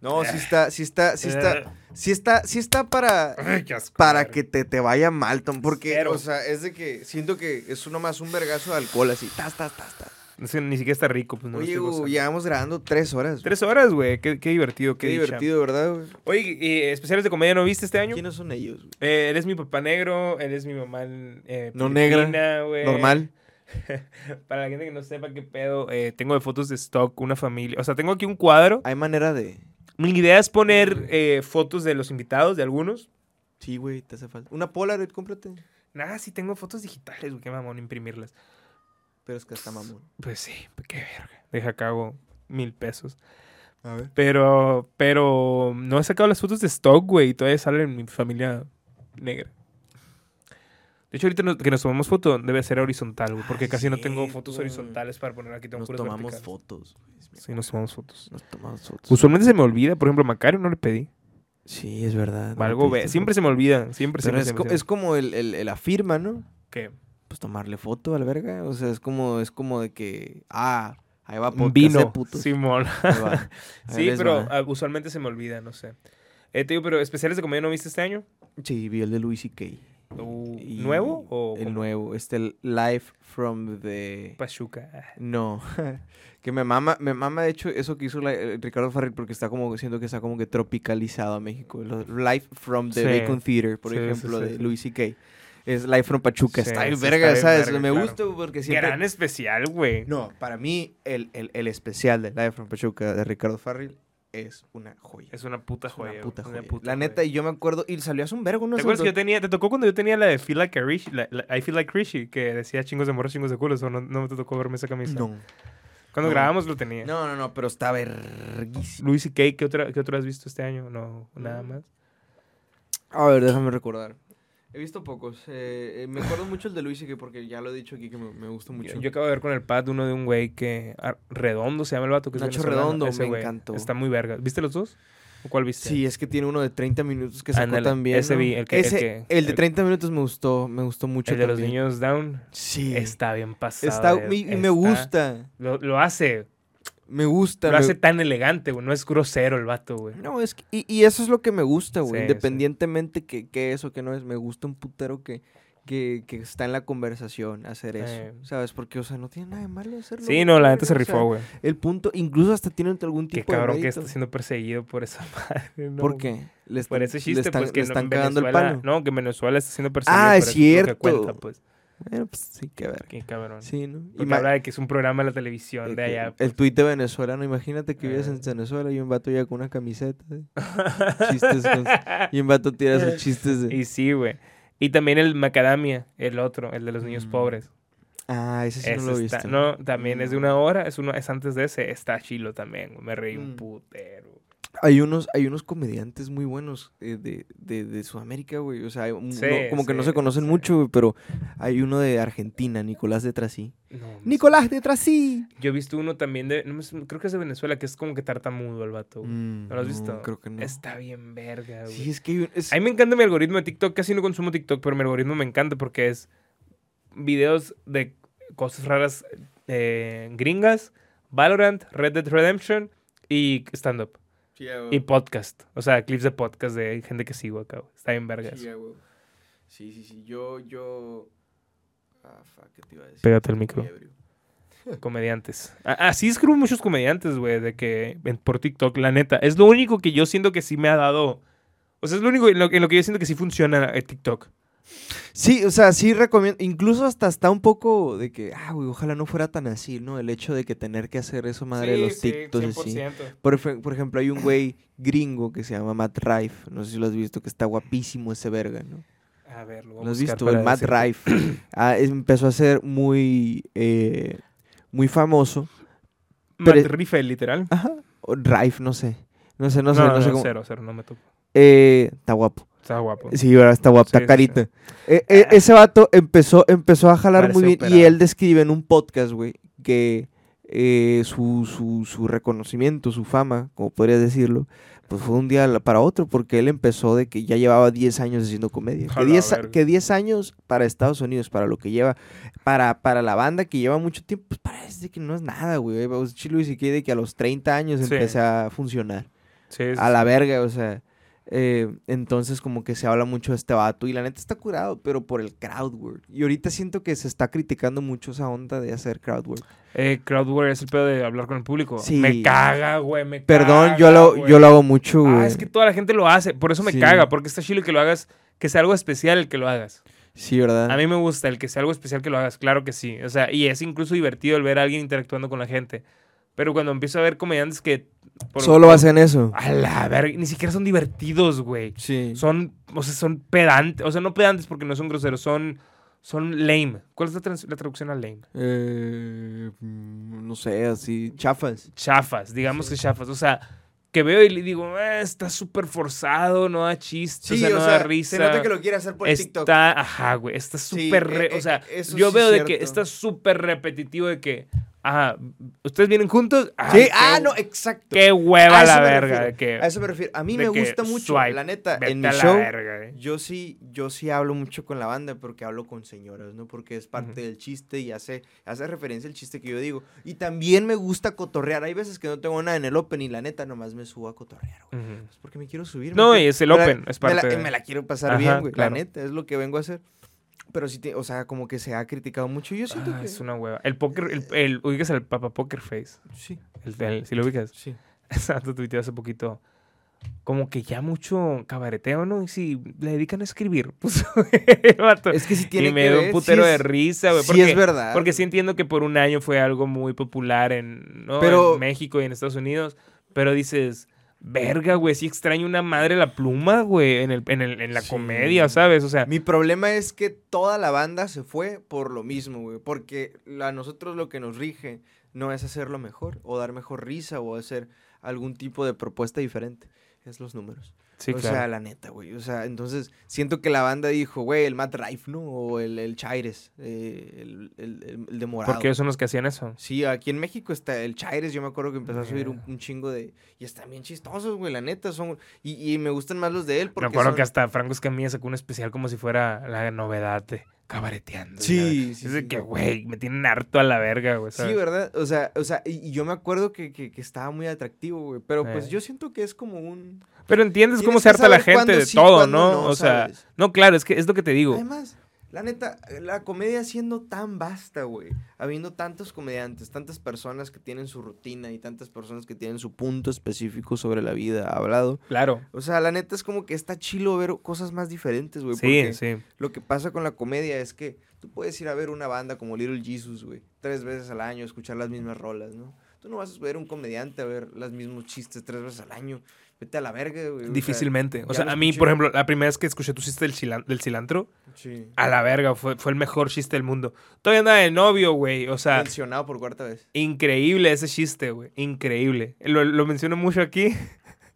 Speaker 2: No, sí está, sí está, sí está, sí está, sí está para,
Speaker 1: Ay, qué asco,
Speaker 2: para
Speaker 1: madre.
Speaker 2: que te, te vaya mal, Tom. Porque,
Speaker 1: Ah. Cero.
Speaker 2: o sea, es de que siento que es uno más un vergazo de alcohol así. Tas, tas, tas, tas.
Speaker 1: Es que ni siquiera está rico, pues no lo
Speaker 2: Oye,
Speaker 1: estoy
Speaker 2: Hugo,
Speaker 1: gozando.
Speaker 2: llevamos grabando tres horas.
Speaker 1: Tres horas, güey. Qué, qué divertido, qué,
Speaker 2: Qué
Speaker 1: dicha.
Speaker 2: divertido, ¿verdad? güey?
Speaker 1: Oye, eh, ¿especiales de comedia no viste este año?
Speaker 2: ¿Quiénes son ellos? güey?
Speaker 1: Eh, eres mi papá negro, eres mi mamá. eh,
Speaker 2: No negra,
Speaker 1: filipina, güey.
Speaker 2: Normal.
Speaker 1: Para la gente que no sepa qué pedo, eh, tengo de fotos de stock, una familia. O sea, tengo aquí un cuadro.
Speaker 2: Hay manera de.
Speaker 1: Mi idea es poner eh, fotos de los invitados, de algunos.
Speaker 2: Sí, güey, te hace falta. Una Polaroid, cómprate.
Speaker 1: Nada, sí tengo fotos digitales, güey, qué mamón imprimirlas.
Speaker 2: Pero es que está mamón.
Speaker 1: Pues sí, pues qué verga. Deja cago mil pesos.
Speaker 2: A ver.
Speaker 1: Pero, pero no he sacado las fotos de stock, güey, y todavía sale en mi familia negra. De hecho, ahorita nos- que nos tomamos foto debe ser horizontal, güey, porque
Speaker 2: Ah,
Speaker 1: casi no tengo fotos
Speaker 2: cierto.
Speaker 1: horizontales para poner aquí. Tengo
Speaker 2: Nos
Speaker 1: puras
Speaker 2: tomamos
Speaker 1: verticales.
Speaker 2: fotos. güey.
Speaker 1: Sí, nos tomamos fotos.
Speaker 2: Nos tomamos fotos.
Speaker 1: Usualmente se me olvida, por ejemplo, a Macario no le pedí.
Speaker 2: Sí, es verdad. no
Speaker 1: Algo,
Speaker 2: te
Speaker 1: ve-
Speaker 2: diste
Speaker 1: siempre
Speaker 2: cuenta.
Speaker 1: se me olvida, siempre,
Speaker 2: Pero
Speaker 1: siempre,
Speaker 2: es,
Speaker 1: siempre,
Speaker 2: co-
Speaker 1: siempre.
Speaker 2: es como el, el, el afirma, ¿no?
Speaker 1: ¿Qué?
Speaker 2: Pues tomarle foto a la verga. O sea, es como, es como de que. Ah, ahí va
Speaker 1: Un
Speaker 2: podcast de
Speaker 1: vino,
Speaker 2: putos.
Speaker 1: Simón.
Speaker 2: Ahí va. Ahí
Speaker 1: Sí,
Speaker 2: les
Speaker 1: pero
Speaker 2: va.
Speaker 1: ah, usualmente se me olvida, no sé. Eh, te digo, pero especiales de comedia no viste este año.
Speaker 2: Sí, vi el de Luis y Kay.
Speaker 1: Uh,
Speaker 2: Y-
Speaker 1: ¿Nuevo o
Speaker 2: El
Speaker 1: cómo?
Speaker 2: nuevo, este el Live from the...
Speaker 1: Pachuca?
Speaker 2: No, que me mama, me mama de hecho eso que hizo la- eh, Ricardo Farril porque está como, siento que está como que tropicalizado a México. Los Live from the
Speaker 1: Sí.
Speaker 2: Bacon Theater, por
Speaker 1: Sí, sí,
Speaker 2: ejemplo,
Speaker 1: sí,
Speaker 2: de
Speaker 1: sí.
Speaker 2: Louis C.K. Es Live from Pachuca.
Speaker 1: Sí,
Speaker 2: está bien
Speaker 1: sí, está
Speaker 2: verga,
Speaker 1: bien
Speaker 2: ¿sabes?
Speaker 1: verga,
Speaker 2: me
Speaker 1: claro.
Speaker 2: gusta porque siempre...
Speaker 1: Gran especial, güey.
Speaker 2: No, para mí el, el- el especial de Live from Pachuca de Ricardo Farril es una joya.
Speaker 1: Es una puta
Speaker 2: Es una
Speaker 1: joya. güey,
Speaker 2: puta
Speaker 1: una
Speaker 2: joya.
Speaker 1: puta
Speaker 2: la neta,
Speaker 1: joya.
Speaker 2: y yo me acuerdo, y salió hace un vergo, ¿no?
Speaker 1: ¿Te
Speaker 2: Hace
Speaker 1: acuerdas que yo
Speaker 2: dos-
Speaker 1: tenía, te tocó cuando yo tenía la de Feel Like a Rishi, la, la- I Feel Like Rishi, que decía chingos de morros, chingos de culos, o no, no te tocó verme esa camisa?
Speaker 2: No.
Speaker 1: Cuando
Speaker 2: no.
Speaker 1: grabamos lo tenía.
Speaker 2: no, no, no, pero está verguísimo.
Speaker 1: Luis y Kay, ¿qué otra, ¿qué otra has visto este año? No,
Speaker 2: Mm,
Speaker 1: nada más.
Speaker 2: A ver, déjame recordar.
Speaker 3: He visto pocos. eh, eh, me acuerdo mucho el de Luis y que porque ya lo he dicho aquí que me, me gusta mucho.
Speaker 1: Yo, yo acabo de ver con el pad uno de un güey que. ah, Redondo se llama el vato que es
Speaker 2: Nacho
Speaker 1: venezolano,
Speaker 2: Redondo,
Speaker 1: ese
Speaker 2: me
Speaker 1: güey.
Speaker 2: encantó.
Speaker 1: Está muy verga. ¿Viste los dos? ¿O cuál viste?
Speaker 2: Sí, es que tiene uno de 30 minutos que sacó
Speaker 1: Ándale,
Speaker 2: también.
Speaker 1: ese
Speaker 2: ¿no?
Speaker 1: vi, el que- el
Speaker 2: Ese-
Speaker 1: que-
Speaker 2: el de
Speaker 1: el-
Speaker 2: 30 minutos me gustó, me gustó mucho.
Speaker 1: El de los
Speaker 2: también.
Speaker 1: niños Down.
Speaker 2: Sí.
Speaker 1: Está bien pasado.
Speaker 2: Está-
Speaker 1: de-
Speaker 2: me, y me
Speaker 1: está-
Speaker 2: gusta,
Speaker 1: Lo, lo hace.
Speaker 2: me gusta.
Speaker 1: Lo
Speaker 2: me-
Speaker 1: hace tan elegante, güey. No es grosero el vato, güey.
Speaker 2: No, es que- y, y eso es lo que me gusta, güey.
Speaker 1: Sí, sí.
Speaker 2: Independientemente que, que eso, que no es, me gusta un putero que, que, que está en la conversación hacer eso.
Speaker 1: Eh.
Speaker 2: ¿Sabes? Porque, o sea, no tiene nada de malo hacerlo.
Speaker 1: Sí,
Speaker 2: güey,
Speaker 1: no, la
Speaker 2: verga,
Speaker 1: neta se
Speaker 2: o sea,
Speaker 1: rifó, güey.
Speaker 2: El punto, incluso hasta tiene algún
Speaker 1: Qué
Speaker 2: tipo
Speaker 1: cabrón
Speaker 2: de
Speaker 1: que
Speaker 2: mérito.
Speaker 1: está siendo perseguido por esa madre. No,
Speaker 2: ¿Por qué? Le
Speaker 1: Por
Speaker 2: están-
Speaker 1: ese
Speaker 2: le
Speaker 1: chiste,
Speaker 2: están-
Speaker 1: pues que
Speaker 2: le están
Speaker 1: no,
Speaker 2: cagando el
Speaker 1: Venezuela-
Speaker 2: palo.
Speaker 1: No, que Venezuela está siendo perseguido.
Speaker 2: Ah,
Speaker 1: por
Speaker 2: es
Speaker 1: eso, lo que
Speaker 2: cierto.
Speaker 1: cuenta, pues.
Speaker 2: Bueno, pues sí, qué verga.
Speaker 1: Qué cabrón.
Speaker 2: Sí, ¿no?
Speaker 1: Porque
Speaker 2: Ima-
Speaker 1: habla de que es un programa de la
Speaker 2: de
Speaker 1: televisión de
Speaker 2: que
Speaker 1: allá. pues.
Speaker 2: El tuit de venezolano, imagínate que vives
Speaker 1: Eh.
Speaker 2: en Venezuela y un vato llega con una camiseta. ¿eh? chistes con- Y un vato tira sus chistes de...
Speaker 1: pues. Y sí, güey. Y también el Macadamia, el otro, el de los niños
Speaker 2: Mm,
Speaker 1: pobres.
Speaker 2: Ah, ese sí
Speaker 1: Ese
Speaker 2: no lo
Speaker 1: está-
Speaker 2: viste.
Speaker 1: no, también es de
Speaker 2: No.
Speaker 1: una hora, es, uno, es antes de ese, está chilo también. güey. Me reí un
Speaker 2: Mm.
Speaker 1: putero.
Speaker 2: Hay unos, hay unos comediantes muy buenos eh, de, de, de Sudamérica, güey. O sea, hay un-
Speaker 1: Sí,
Speaker 2: no- como que no
Speaker 1: sí,
Speaker 2: se conocen
Speaker 1: sí.
Speaker 2: mucho, güey, pero hay uno de Argentina, Nicolás de Trasí.
Speaker 1: No, me-
Speaker 2: ¡Nicolás de Trasí!
Speaker 1: Yo he visto uno también de, no me su- creo que es de Venezuela, que es como que tartamudo el vato. güey.
Speaker 2: Mm,
Speaker 1: ¿No lo has visto?
Speaker 2: Creo que no.
Speaker 1: Está bien verga, güey.
Speaker 2: Sí, es que hay un- es-
Speaker 1: A mí me encanta mi algoritmo de TikTok. Casi no consumo TikTok, pero mi algoritmo me encanta porque es videos de cosas raras eh, gringas, Valorant, Red Dead Redemption y stand-up.
Speaker 3: Sí, ya, güey.
Speaker 1: Y podcast. O sea, clips de podcast de gente que sigo acá. güey. Está bien verga
Speaker 3: Sí,
Speaker 1: eso.
Speaker 3: ya, güey. sí, sí, sí. Yo, yo. Ah, fuck, ¿qué te iba a decir?
Speaker 1: Pégate al micro.
Speaker 3: Estoy ebrio.
Speaker 1: Comediantes. A- Así escribo muchos comediantes, güey, de que en- por TikTok, la neta. Es lo único que yo siento que sí me ha dado. O sea, es lo único en lo, en lo que yo siento que sí funciona eh, TikTok.
Speaker 2: Sí, o sea, sí recomiendo. Incluso hasta está un poco de que, ah, güey, ojalá no fuera tan así, ¿no? El hecho de que tener que hacer eso, madre, de los TikToks así. Por, efe- por ejemplo, hay un güey gringo que se llama Matt Rife. No sé si lo has visto, que está guapísimo ese verga, ¿no?
Speaker 1: A ver, lo voy a
Speaker 2: ¿Lo has
Speaker 1: buscar
Speaker 2: visto?
Speaker 1: para
Speaker 2: El Matt
Speaker 1: decirte.
Speaker 2: Rife. Ah, es- empezó a ser muy, eh, muy famoso.
Speaker 1: Matt
Speaker 2: Pero-
Speaker 1: Rife, literal.
Speaker 2: Ajá. O Rife, no sé. No sé, no
Speaker 1: No,
Speaker 2: sé,
Speaker 1: no,
Speaker 2: no, sé cómo.
Speaker 1: cero, cero, no me topo.
Speaker 2: Eh, está guapo.
Speaker 1: Está guapo.
Speaker 2: Sí, ¿verdad? está guapo,
Speaker 1: Sí,
Speaker 2: está
Speaker 1: sí, sí.
Speaker 2: carita. Eh, eh, ese vato empezó, empezó a jalar
Speaker 1: Parece
Speaker 2: muy bien. Y
Speaker 1: operado.
Speaker 2: él describe en un podcast, güey, que eh, su, su, su reconocimiento, su fama, como podrías decirlo, pues fue un día la- para otro, porque él empezó de que ya llevaba 10 años haciendo comedia.
Speaker 1: A
Speaker 2: Que
Speaker 1: la
Speaker 2: 10, a-
Speaker 1: verga.
Speaker 2: que 10 años para Estados Unidos, para lo que lleva, para, para la banda que lleva mucho tiempo, pues parece que no es nada, güey. Chilo y que de que a los 30 años
Speaker 1: Sí.
Speaker 2: empecé a funcionar
Speaker 1: Sí, sí,
Speaker 2: a la
Speaker 1: sí.
Speaker 2: verga, o sea. eh, entonces como que se habla mucho de este vato y la neta está curado, pero por el crowd work. Y ahorita siento que se está criticando mucho esa onda de hacer crowd work.
Speaker 1: Eh, Crowdware es el pedo de hablar con el público.
Speaker 2: Sí.
Speaker 1: Me caga, güey, me
Speaker 2: Perdón,
Speaker 1: caga,
Speaker 2: yo, lo,
Speaker 1: güey.
Speaker 2: yo lo hago mucho, Ah, güey.
Speaker 1: Ah, es que toda la gente lo hace. Por eso me
Speaker 2: Sí.
Speaker 1: caga, porque está chido que lo hagas, que sea algo especial el que lo hagas.
Speaker 2: Sí, ¿verdad?
Speaker 1: A mí me gusta el que sea algo especial que lo hagas, claro que sí. O sea, y es incluso divertido el ver a alguien interactuando con la gente. Pero cuando empiezo a ver comediantes que... por-
Speaker 2: Solo hacen eso.
Speaker 1: A la verga, ni siquiera son divertidos, güey.
Speaker 2: Sí.
Speaker 1: Son, o sea, son pedantes. O sea, no pedantes porque no son groseros, son, son lame. ¿Cuál es la, trans- la traducción a lame?
Speaker 2: Eh, mm, no sé, así, chafas.
Speaker 1: Chafas, digamos que chafas. O sea, que veo y le digo, "Ah, está súper forzado, no da chiste, o sea, no da risa.
Speaker 3: Se nota que lo quiere hacer por
Speaker 1: está,
Speaker 3: TikTok.
Speaker 1: ajá, güey, está
Speaker 3: Sí,
Speaker 1: súper,
Speaker 2: e,
Speaker 3: eh,
Speaker 1: re-
Speaker 3: eh,
Speaker 1: o sea,
Speaker 3: eso
Speaker 1: yo
Speaker 3: sí
Speaker 1: veo
Speaker 3: es
Speaker 1: de que
Speaker 3: cierto.
Speaker 1: está súper repetitivo de que, Ah, ¿ustedes vienen juntos? Ah,
Speaker 2: sí,
Speaker 1: qué-
Speaker 2: ah, no, exacto.
Speaker 1: Qué hueva
Speaker 2: A eso
Speaker 1: la
Speaker 2: me
Speaker 1: verga.
Speaker 2: refiero,
Speaker 1: de que,
Speaker 2: A eso me refiero. A mí
Speaker 1: de
Speaker 2: me
Speaker 1: que
Speaker 2: gusta mucho,
Speaker 1: swipe,
Speaker 2: la neta,
Speaker 1: vete
Speaker 2: en mi
Speaker 1: a la
Speaker 2: show.
Speaker 1: verga, eh.
Speaker 2: Yo sí, yo sí hablo mucho con la banda porque hablo con señoras, ¿no? Porque es parte
Speaker 1: Ujú.
Speaker 2: del chiste y hace, hace referencia al chiste que yo digo. Y también me gusta cotorrear. Hay veces que no tengo nada en el open y la neta nomás me subo a cotorrear, güey.
Speaker 1: Ujú.
Speaker 2: Es porque me quiero subir. me
Speaker 1: No,
Speaker 2: quiero-
Speaker 1: y es el
Speaker 2: me la-
Speaker 1: open, es parte
Speaker 2: Me la,
Speaker 1: de-
Speaker 2: me la quiero pasar
Speaker 1: Ajá,
Speaker 2: bien, güey.
Speaker 1: claro.
Speaker 2: La neta, es lo que vengo a hacer. Pero sí, te- o sea, como que se ha criticado mucho. Yo siento
Speaker 1: Ah,
Speaker 2: que...
Speaker 1: es una hueva. El poker, el, el, ubicas el Papa Poker Face.
Speaker 2: Sí,
Speaker 1: El, del- si lo ubicas.
Speaker 2: sí.
Speaker 1: Exacto, tuiteé hace poquito. Como que ya mucho cabareteo, ¿no? Y si le dedican a escribir, puso el vato.
Speaker 2: Es que si tiene
Speaker 1: Y me
Speaker 2: que
Speaker 1: dio
Speaker 2: ver,
Speaker 1: un
Speaker 2: sí
Speaker 1: putero de
Speaker 2: es-
Speaker 1: risa, güey.
Speaker 2: sí
Speaker 1: porque-
Speaker 2: es verdad.
Speaker 1: Porque sí entiendo que por un año fue algo muy popular en, ¿no?
Speaker 2: Pero-
Speaker 1: en México y en Estados Unidos. Pero dices, verga, güey, sí extraño una madre la pluma, güey, en, el, en, el- en la
Speaker 2: Sí.
Speaker 1: comedia, ¿sabes? O sea,
Speaker 2: Mi problema es que toda la banda se fue por lo mismo, güey. Porque a nosotros lo que nos rige no es hacerlo mejor, o dar mejor risa, o hacer algún tipo de propuesta diferente. Es los números.
Speaker 1: sí,
Speaker 2: o
Speaker 1: claro.
Speaker 2: sea, la neta, güey. O sea, entonces siento que la banda dijo, güey, el Matt Rife, ¿no? O el, el Chaires, eh, el, el- el- el de Morado.
Speaker 1: porque ellos son los que hacían eso.
Speaker 2: Sí, aquí en México está el Chaires, yo me acuerdo que empezó a subir un,
Speaker 1: Yeah.
Speaker 2: un chingo de... Y están bien chistosos, güey, la neta, son... Y, y me gustan más los de él
Speaker 1: Me
Speaker 2: porque
Speaker 1: acuerdo
Speaker 2: son-
Speaker 1: que hasta Franco Escamilla sacó un especial como si fuera la novedad de cabareteando.
Speaker 2: Sí, sí,
Speaker 1: Es de
Speaker 2: sí.
Speaker 1: que, güey, me tienen harto a la verga, güey.
Speaker 2: Sí,
Speaker 1: ¿sabes?
Speaker 2: ¿verdad? O sea, o sea, y, y yo me acuerdo que, que- que estaba muy atractivo, güey. Pero pues
Speaker 1: Eh.
Speaker 2: yo siento que es como un.
Speaker 1: Pero entiendes cómo
Speaker 2: Tienes
Speaker 1: se
Speaker 2: que
Speaker 1: harta la
Speaker 2: saber
Speaker 1: gente
Speaker 2: cuándo
Speaker 1: de
Speaker 2: sí,
Speaker 1: todo,
Speaker 2: cuándo
Speaker 1: ¿no?
Speaker 2: no,
Speaker 1: o sea,
Speaker 2: ¿sabes?
Speaker 1: no, claro, es que es lo que te digo.
Speaker 2: Además, la neta, la comedia siendo tan vasta, güey. Habiendo tantos comediantes, tantas personas que tienen su rutina y tantas personas que tienen su punto específico sobre la vida hablado.
Speaker 1: claro.
Speaker 2: O sea, la neta es como que está chilo ver cosas más diferentes, güey.
Speaker 1: Sí,
Speaker 2: porque-
Speaker 1: sí.
Speaker 2: Lo que pasa con la comedia es que tú puedes ir a ver una banda como Little Jesus, güey, tres veces al año, escuchar las mismas rolas, ¿no? Tú no vas a ver un comediante a ver los mismos chistes tres veces al año. Vete a la verga, güey. o sea,
Speaker 1: Difícilmente. O
Speaker 2: ya
Speaker 1: sea,
Speaker 2: lo
Speaker 1: a mí,
Speaker 2: escuché.
Speaker 1: por ejemplo, la primera vez que escuché tu chiste del, chilan- del cilantro,
Speaker 2: sí.
Speaker 1: a la verga, fue, fue el mejor chiste del mundo. Todavía andaba de novio, güey. O sea,
Speaker 2: Mencionado por cuarta vez.
Speaker 1: increíble ese chiste, güey. Increíble. Lo, lo menciono mucho aquí.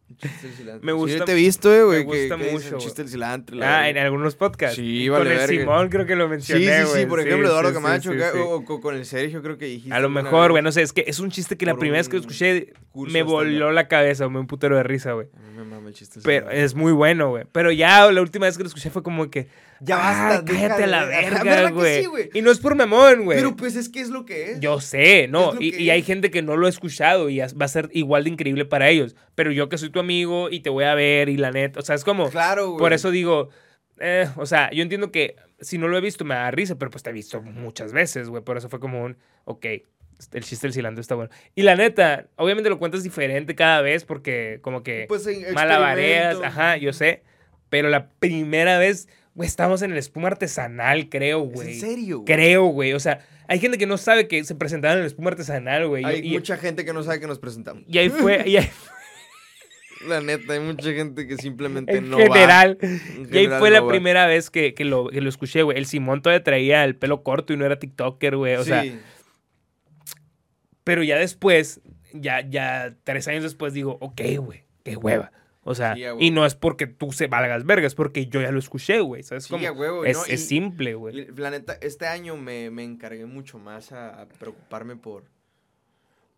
Speaker 2: Un chiste del cilantro.
Speaker 1: Me
Speaker 2: Sí,
Speaker 1: gusta-
Speaker 2: te he visto, eh, güey.
Speaker 1: me
Speaker 2: que-
Speaker 1: gusta
Speaker 2: que dices,
Speaker 1: mucho,
Speaker 2: "El chiste del cilantro. la
Speaker 1: Ah, en
Speaker 2: verga".
Speaker 1: algunos podcasts.
Speaker 2: Sí,
Speaker 1: Y
Speaker 2: vale
Speaker 1: Con el
Speaker 2: verga.
Speaker 1: Simón creo que lo mencioné,
Speaker 2: sí, sí, sí.
Speaker 1: güey.
Speaker 2: Por ejemplo, Eduardo
Speaker 1: sí, sí,
Speaker 2: Camacho.
Speaker 1: sí,
Speaker 2: acá,
Speaker 1: sí.
Speaker 2: O, o con el Sergio, creo que dijiste.
Speaker 1: A lo
Speaker 2: una
Speaker 1: mejor,
Speaker 2: vez.
Speaker 1: güey, no sé, es que es un chiste que la
Speaker 2: Por
Speaker 1: primera vez que
Speaker 2: un
Speaker 1: escuché
Speaker 2: curso
Speaker 1: me
Speaker 2: de
Speaker 1: voló
Speaker 2: stand-up.
Speaker 1: la cabeza, me un putero de risa, güey.
Speaker 2: A mí me mama el chiste del
Speaker 1: Pero
Speaker 2: cilantro.
Speaker 1: es muy bueno, güey. Pero ya la última vez que lo escuché fue como que.
Speaker 2: Ya
Speaker 1: "Ah,
Speaker 2: basta,
Speaker 1: cállate a
Speaker 2: déjalo,
Speaker 1: la
Speaker 2: güey". Ajá,
Speaker 1: verga,
Speaker 2: ¿verdad que
Speaker 1: güey.
Speaker 2: sí, güey?
Speaker 1: y no es por mamón, güey.
Speaker 2: Pero pues es que es lo que es.
Speaker 1: Yo sé, ¿no?
Speaker 2: Es lo
Speaker 1: Y,
Speaker 2: que
Speaker 1: y hay
Speaker 2: es.
Speaker 1: gente que no lo ha escuchado y as- va a ser igual de increíble para ellos. Pero yo que soy tu amigo y te voy a ver y la neta. O sea, es como.
Speaker 2: Claro, güey.
Speaker 1: Por eso digo, eh, o sea, yo entiendo que si no lo he visto me da risa, pero pues te he visto muchas veces, güey. Por eso fue como un, ok, el chiste del cilantro está bueno. Y la neta, obviamente lo cuentas diferente cada vez porque como que
Speaker 2: Pues en
Speaker 1: malabareas,
Speaker 2: experimento.
Speaker 1: ajá, yo sé. Pero la primera vez, güey, estábamos en el espuma artesanal, creo,
Speaker 2: ¿Es
Speaker 1: güey.
Speaker 2: en serio? güey?
Speaker 1: Creo, güey. O sea, hay gente que no sabe que se presentaban en el espuma artesanal, güey.
Speaker 2: Hay
Speaker 1: Y- y-
Speaker 2: mucha gente que no sabe que nos presentamos.
Speaker 1: y ahí fue, y ahí
Speaker 2: La neta, hay mucha gente que simplemente
Speaker 1: en
Speaker 2: no
Speaker 1: general.
Speaker 2: va. En
Speaker 1: Y ahí
Speaker 2: general
Speaker 1: fue
Speaker 2: no
Speaker 1: la
Speaker 2: va.
Speaker 1: primera vez que, que lo, que lo escuché, güey. El Simón todavía traía el pelo corto y no era TikToker, güey. O sea,
Speaker 2: Sí.
Speaker 1: pero ya después, ya, ya tres años después digo, ok, güey, qué hueva. O sea,
Speaker 2: Sí, a huevo.
Speaker 1: y no es porque tú se valgas vergas, porque yo ya lo escuché, güey. ¿Sabes
Speaker 2: Sí,
Speaker 1: cómo?
Speaker 2: a huevo,
Speaker 1: es,
Speaker 2: ¿no?
Speaker 1: es
Speaker 2: Y-
Speaker 1: simple, güey.
Speaker 2: Y La neta, este año me, me encargué mucho más a, a preocuparme por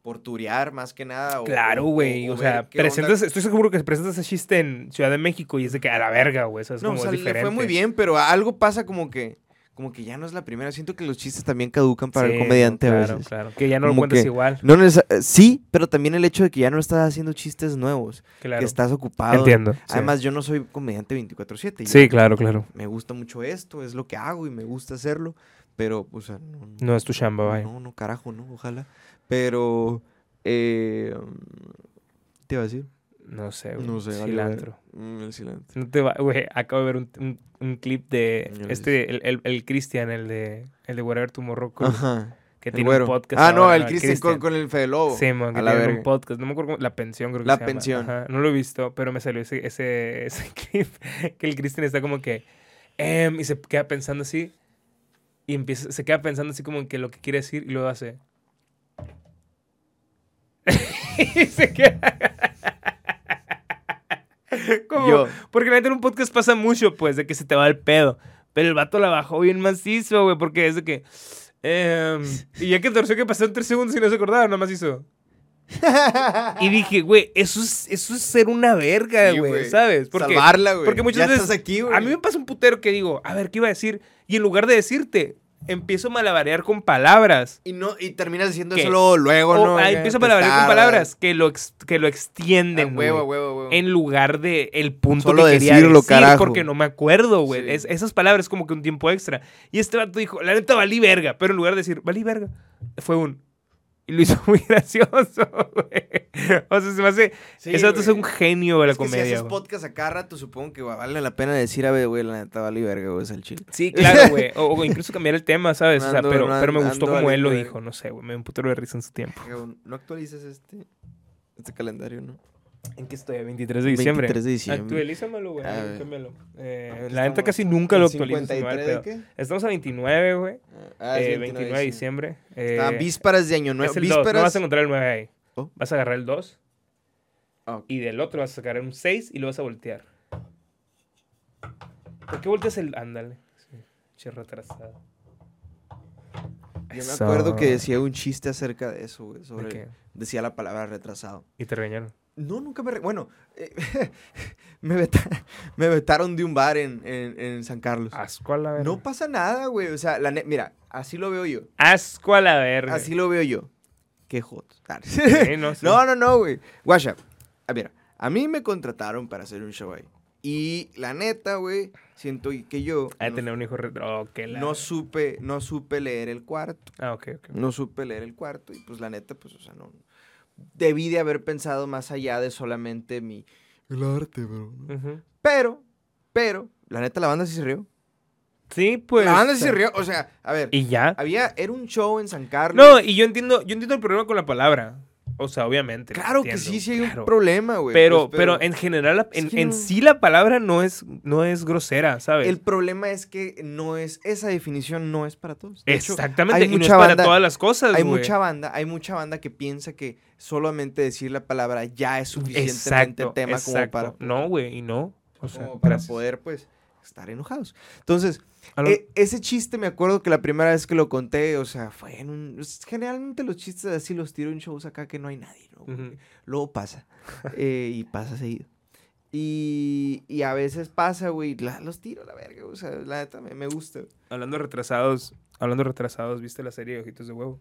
Speaker 2: por turear más que nada. o-
Speaker 1: Claro,
Speaker 2: o-
Speaker 1: güey. O,
Speaker 2: ver
Speaker 1: sea,
Speaker 2: qué onda.
Speaker 1: presentas, estoy seguro que presentas ese chiste en Ciudad de México y es de que a la verga, güey. ¿Sabes
Speaker 2: No, o
Speaker 1: cómo?
Speaker 2: sea,
Speaker 1: es
Speaker 2: le
Speaker 1: diferente.
Speaker 2: fue muy bien, pero algo pasa como que como que ya no es la primera. Siento que los chistes también caducan para
Speaker 1: Sí,
Speaker 2: el
Speaker 1: no,
Speaker 2: comediante
Speaker 1: claro,
Speaker 2: a veces.
Speaker 1: Claro, que ya no lo
Speaker 2: Como
Speaker 1: cuentas
Speaker 2: que-
Speaker 1: igual.
Speaker 2: No neces- eh, sí, pero también el hecho de que ya no estás haciendo chistes nuevos,
Speaker 1: Claro.
Speaker 2: que estás ocupado.
Speaker 1: Entiendo. sí.
Speaker 2: Además, yo no soy comediante 24/7. yo
Speaker 1: sí, claro, claro.
Speaker 2: me gusta mucho esto, es lo que hago y me gusta hacerlo, pero, o sea, no, no,
Speaker 1: No es tu chamba, vaya.
Speaker 2: no, no, carajo, no, ojalá. Pero, eh, ¿te iba a decir?
Speaker 1: No sé, güey.
Speaker 2: No sé, valió
Speaker 1: Eh, Cilantro.
Speaker 2: ver- mm, el cilantro.
Speaker 1: No te va, güey. Acabo de ver un, un- un clip de
Speaker 2: Ya lo
Speaker 1: este, el, el, el Cristian, el de, el de Whatever Tomorrow, creo,
Speaker 2: Ajá.
Speaker 1: que
Speaker 2: el
Speaker 1: tiene
Speaker 2: güero.
Speaker 1: un podcast.
Speaker 2: Ah, no,
Speaker 1: ahora,
Speaker 2: el Cristian con, con el Fede Lobo.
Speaker 1: Sí, man, que
Speaker 2: a la
Speaker 1: tiene un
Speaker 2: verga.
Speaker 1: podcast. No me acuerdo cómo- La Pensión, creo que
Speaker 2: La
Speaker 1: se llama.
Speaker 2: Pensión.
Speaker 1: Ajá, No lo he visto, pero me salió ese, ese, ese clip que el Cristian está como que. "Em", y se queda pensando así. Y empieza, se queda pensando así como en que lo que quiere decir y luego hace. y se queda. como,
Speaker 2: Yo.
Speaker 1: porque la neta en un podcast pasa mucho, pues, de que se te va el pedo. Pero el vato la bajó bien macizo, güey, porque es de que. Em, y ya que torció que pasaron tres segundos y no se acordaba, nomás hizo. y dije, güey, eso es, eso es ser una verga,
Speaker 2: Sí,
Speaker 1: güey,
Speaker 2: güey.
Speaker 1: ¿sabes? Porque,
Speaker 2: Salvarla, güey.
Speaker 1: porque muchas
Speaker 2: Ya
Speaker 1: veces
Speaker 2: estás aquí, güey.
Speaker 1: a mí me pasa un putero que digo, a ver, ¿qué iba a decir? Y en lugar de decirte, empiezo a malabarear con palabras.
Speaker 2: Y, no, y terminas diciendo
Speaker 1: ¿Qué?
Speaker 2: eso luego, luego,
Speaker 1: O,
Speaker 2: Oh, ¿no?
Speaker 1: ah,
Speaker 2: Ya
Speaker 1: empiezo a
Speaker 2: te
Speaker 1: malabarear con
Speaker 2: tardas.
Speaker 1: palabras que lo, ex- que lo
Speaker 2: Ah,
Speaker 1: extienden, güey.
Speaker 2: huevo, huevo, huevo.
Speaker 1: En lugar de el punto
Speaker 6: Solo
Speaker 1: que quería
Speaker 6: decirlo,
Speaker 1: decir,
Speaker 6: carajo.
Speaker 1: porque no me acuerdo, güey.
Speaker 2: Sí.
Speaker 1: Es- esas palabras como que un tiempo extra. Y este vato dijo, la neta valí verga, pero en lugar de decir, valí verga, fue un... Y lo hizo muy gracioso, güey. O sea, se me hace...
Speaker 2: Sí,
Speaker 1: ese vato es
Speaker 2: güey.
Speaker 1: un genio de la
Speaker 2: Es que
Speaker 1: comedia,
Speaker 2: Si haces
Speaker 1: güey.
Speaker 2: podcast a cada rato, supongo que güey, vale la pena decir, a ver, güey, la neta, vale verga, güey, es el chile.
Speaker 1: Sí, claro, güey. O, o incluso cambiar el tema, ¿sabes? O sea,
Speaker 2: Ando-
Speaker 1: pero, pero me
Speaker 2: ando
Speaker 1: gustó como él lo
Speaker 2: valiendo,
Speaker 1: dijo. No sé, güey. Me dio un putero de risa en su tiempo.
Speaker 2: No actualices este, este calendario, ¿no?
Speaker 1: ¿En qué estoy? 23 de diciembre.
Speaker 2: 23 de diciembre. Ah,
Speaker 1: Actualízamelo, güey.
Speaker 2: A ver.
Speaker 1: Cámbialo. Eh,
Speaker 2: Aquí
Speaker 1: la neta
Speaker 2: estamos.
Speaker 1: casi nunca lo
Speaker 2: ¿El
Speaker 1: actualizo. se me va el
Speaker 2: 53 de
Speaker 1: pedo.
Speaker 2: qué?
Speaker 1: Estamos a 29, güey.
Speaker 2: Ah,
Speaker 1: Eh,
Speaker 2: es
Speaker 1: 29 de
Speaker 2: diciembre.
Speaker 1: diciembre.
Speaker 2: Está
Speaker 1: Eh,
Speaker 2: vísperas de año nuevo.
Speaker 1: es el 2. No
Speaker 2: vísperas.
Speaker 1: vas a encontrar el 9 ahí.
Speaker 2: Oh.
Speaker 1: Vas a agarrar el 2
Speaker 2: Ah, ok.
Speaker 1: y del otro vas a sacar un 6 y lo vas a voltear. ¿Por qué volteas el...? Ándale. Sí. Che retrasado.
Speaker 2: Yo me
Speaker 1: Eso.
Speaker 2: acuerdo que decía un chiste acerca de eso, güey. Sobre,
Speaker 1: ¿De qué?
Speaker 2: Decía la palabra retrasado.
Speaker 1: Y te regañaron.
Speaker 2: No, nunca me... re- Bueno, eh, me, veta- me vetaron de un bar en, en- en San Carlos.
Speaker 1: Asco a la verga.
Speaker 2: Pues, No pasa nada, güey. O sea, la ne- mira, así lo veo yo.
Speaker 1: Asco a la verga.
Speaker 2: Así lo veo yo. Qué hot. Ah,
Speaker 1: Sí, no, sí.
Speaker 2: No, no, no, güey. Guasha, a ver, a mí me contrataron para hacer un show ahí. Y la neta, güey, siento que yo
Speaker 1: Ha de
Speaker 2: no,
Speaker 1: tener un hijo retro. Oh, que la...
Speaker 2: no supe, no supe leer el cuarto.
Speaker 1: Ah, ok, ok.
Speaker 2: No supe leer el cuarto y pues la neta, pues, o sea, no. Debí de haber pensado más allá de solamente mi... El arte, bro.
Speaker 1: Ujú.
Speaker 2: Pero, pero, la neta, la banda sí se rió.
Speaker 1: Sí, pues.
Speaker 2: la banda Ah, sí se rió. O sea, a ver,
Speaker 1: ¿Y ya?
Speaker 2: había, era un show en San Carlos.
Speaker 1: No, y yo entiendo, yo entiendo el problema con la palabra. O sea, obviamente. lo
Speaker 2: Claro que
Speaker 1: entiendo,
Speaker 2: sí, sí hay un
Speaker 1: claro.
Speaker 2: problema, güey.
Speaker 1: Pero,
Speaker 2: pues,
Speaker 1: pero en general, la- en,
Speaker 2: Sí,
Speaker 1: en
Speaker 2: no.
Speaker 1: sí la palabra no es, no es grosera, ¿sabes?
Speaker 2: El problema es que no es, esa definición no es para todos. De hecho,
Speaker 1: Exactamente,
Speaker 2: hay
Speaker 1: y no es
Speaker 2: mucha
Speaker 1: para
Speaker 2: banda-
Speaker 1: todas las cosas,
Speaker 2: hay
Speaker 1: güey.
Speaker 2: mucha banda, hay mucha banda que piensa que solamente decir la palabra ya es suficientemente
Speaker 1: Exacto,
Speaker 2: tema
Speaker 1: exacto.
Speaker 2: como para,
Speaker 1: No, güey, y no. O sea,
Speaker 2: como para
Speaker 1: gracias.
Speaker 2: poder, pues, estar enojados. Entonces,
Speaker 1: A lo-
Speaker 2: e- ese chiste me acuerdo que la primera vez que lo conté, o sea, fue en un... es- Generalmente los chistes así los tiro en shows acá que no hay nadie, ¿no?
Speaker 1: Ujú.
Speaker 2: Luego pasa. eh, y pasa seguido. Y, y a veces pasa, güey, la- los tiro a la verga, o sea, la neta me, me gusta.
Speaker 1: Hablando de retrasados, hablando de retrasados, ¿viste la serie de Ojitos de Huevo?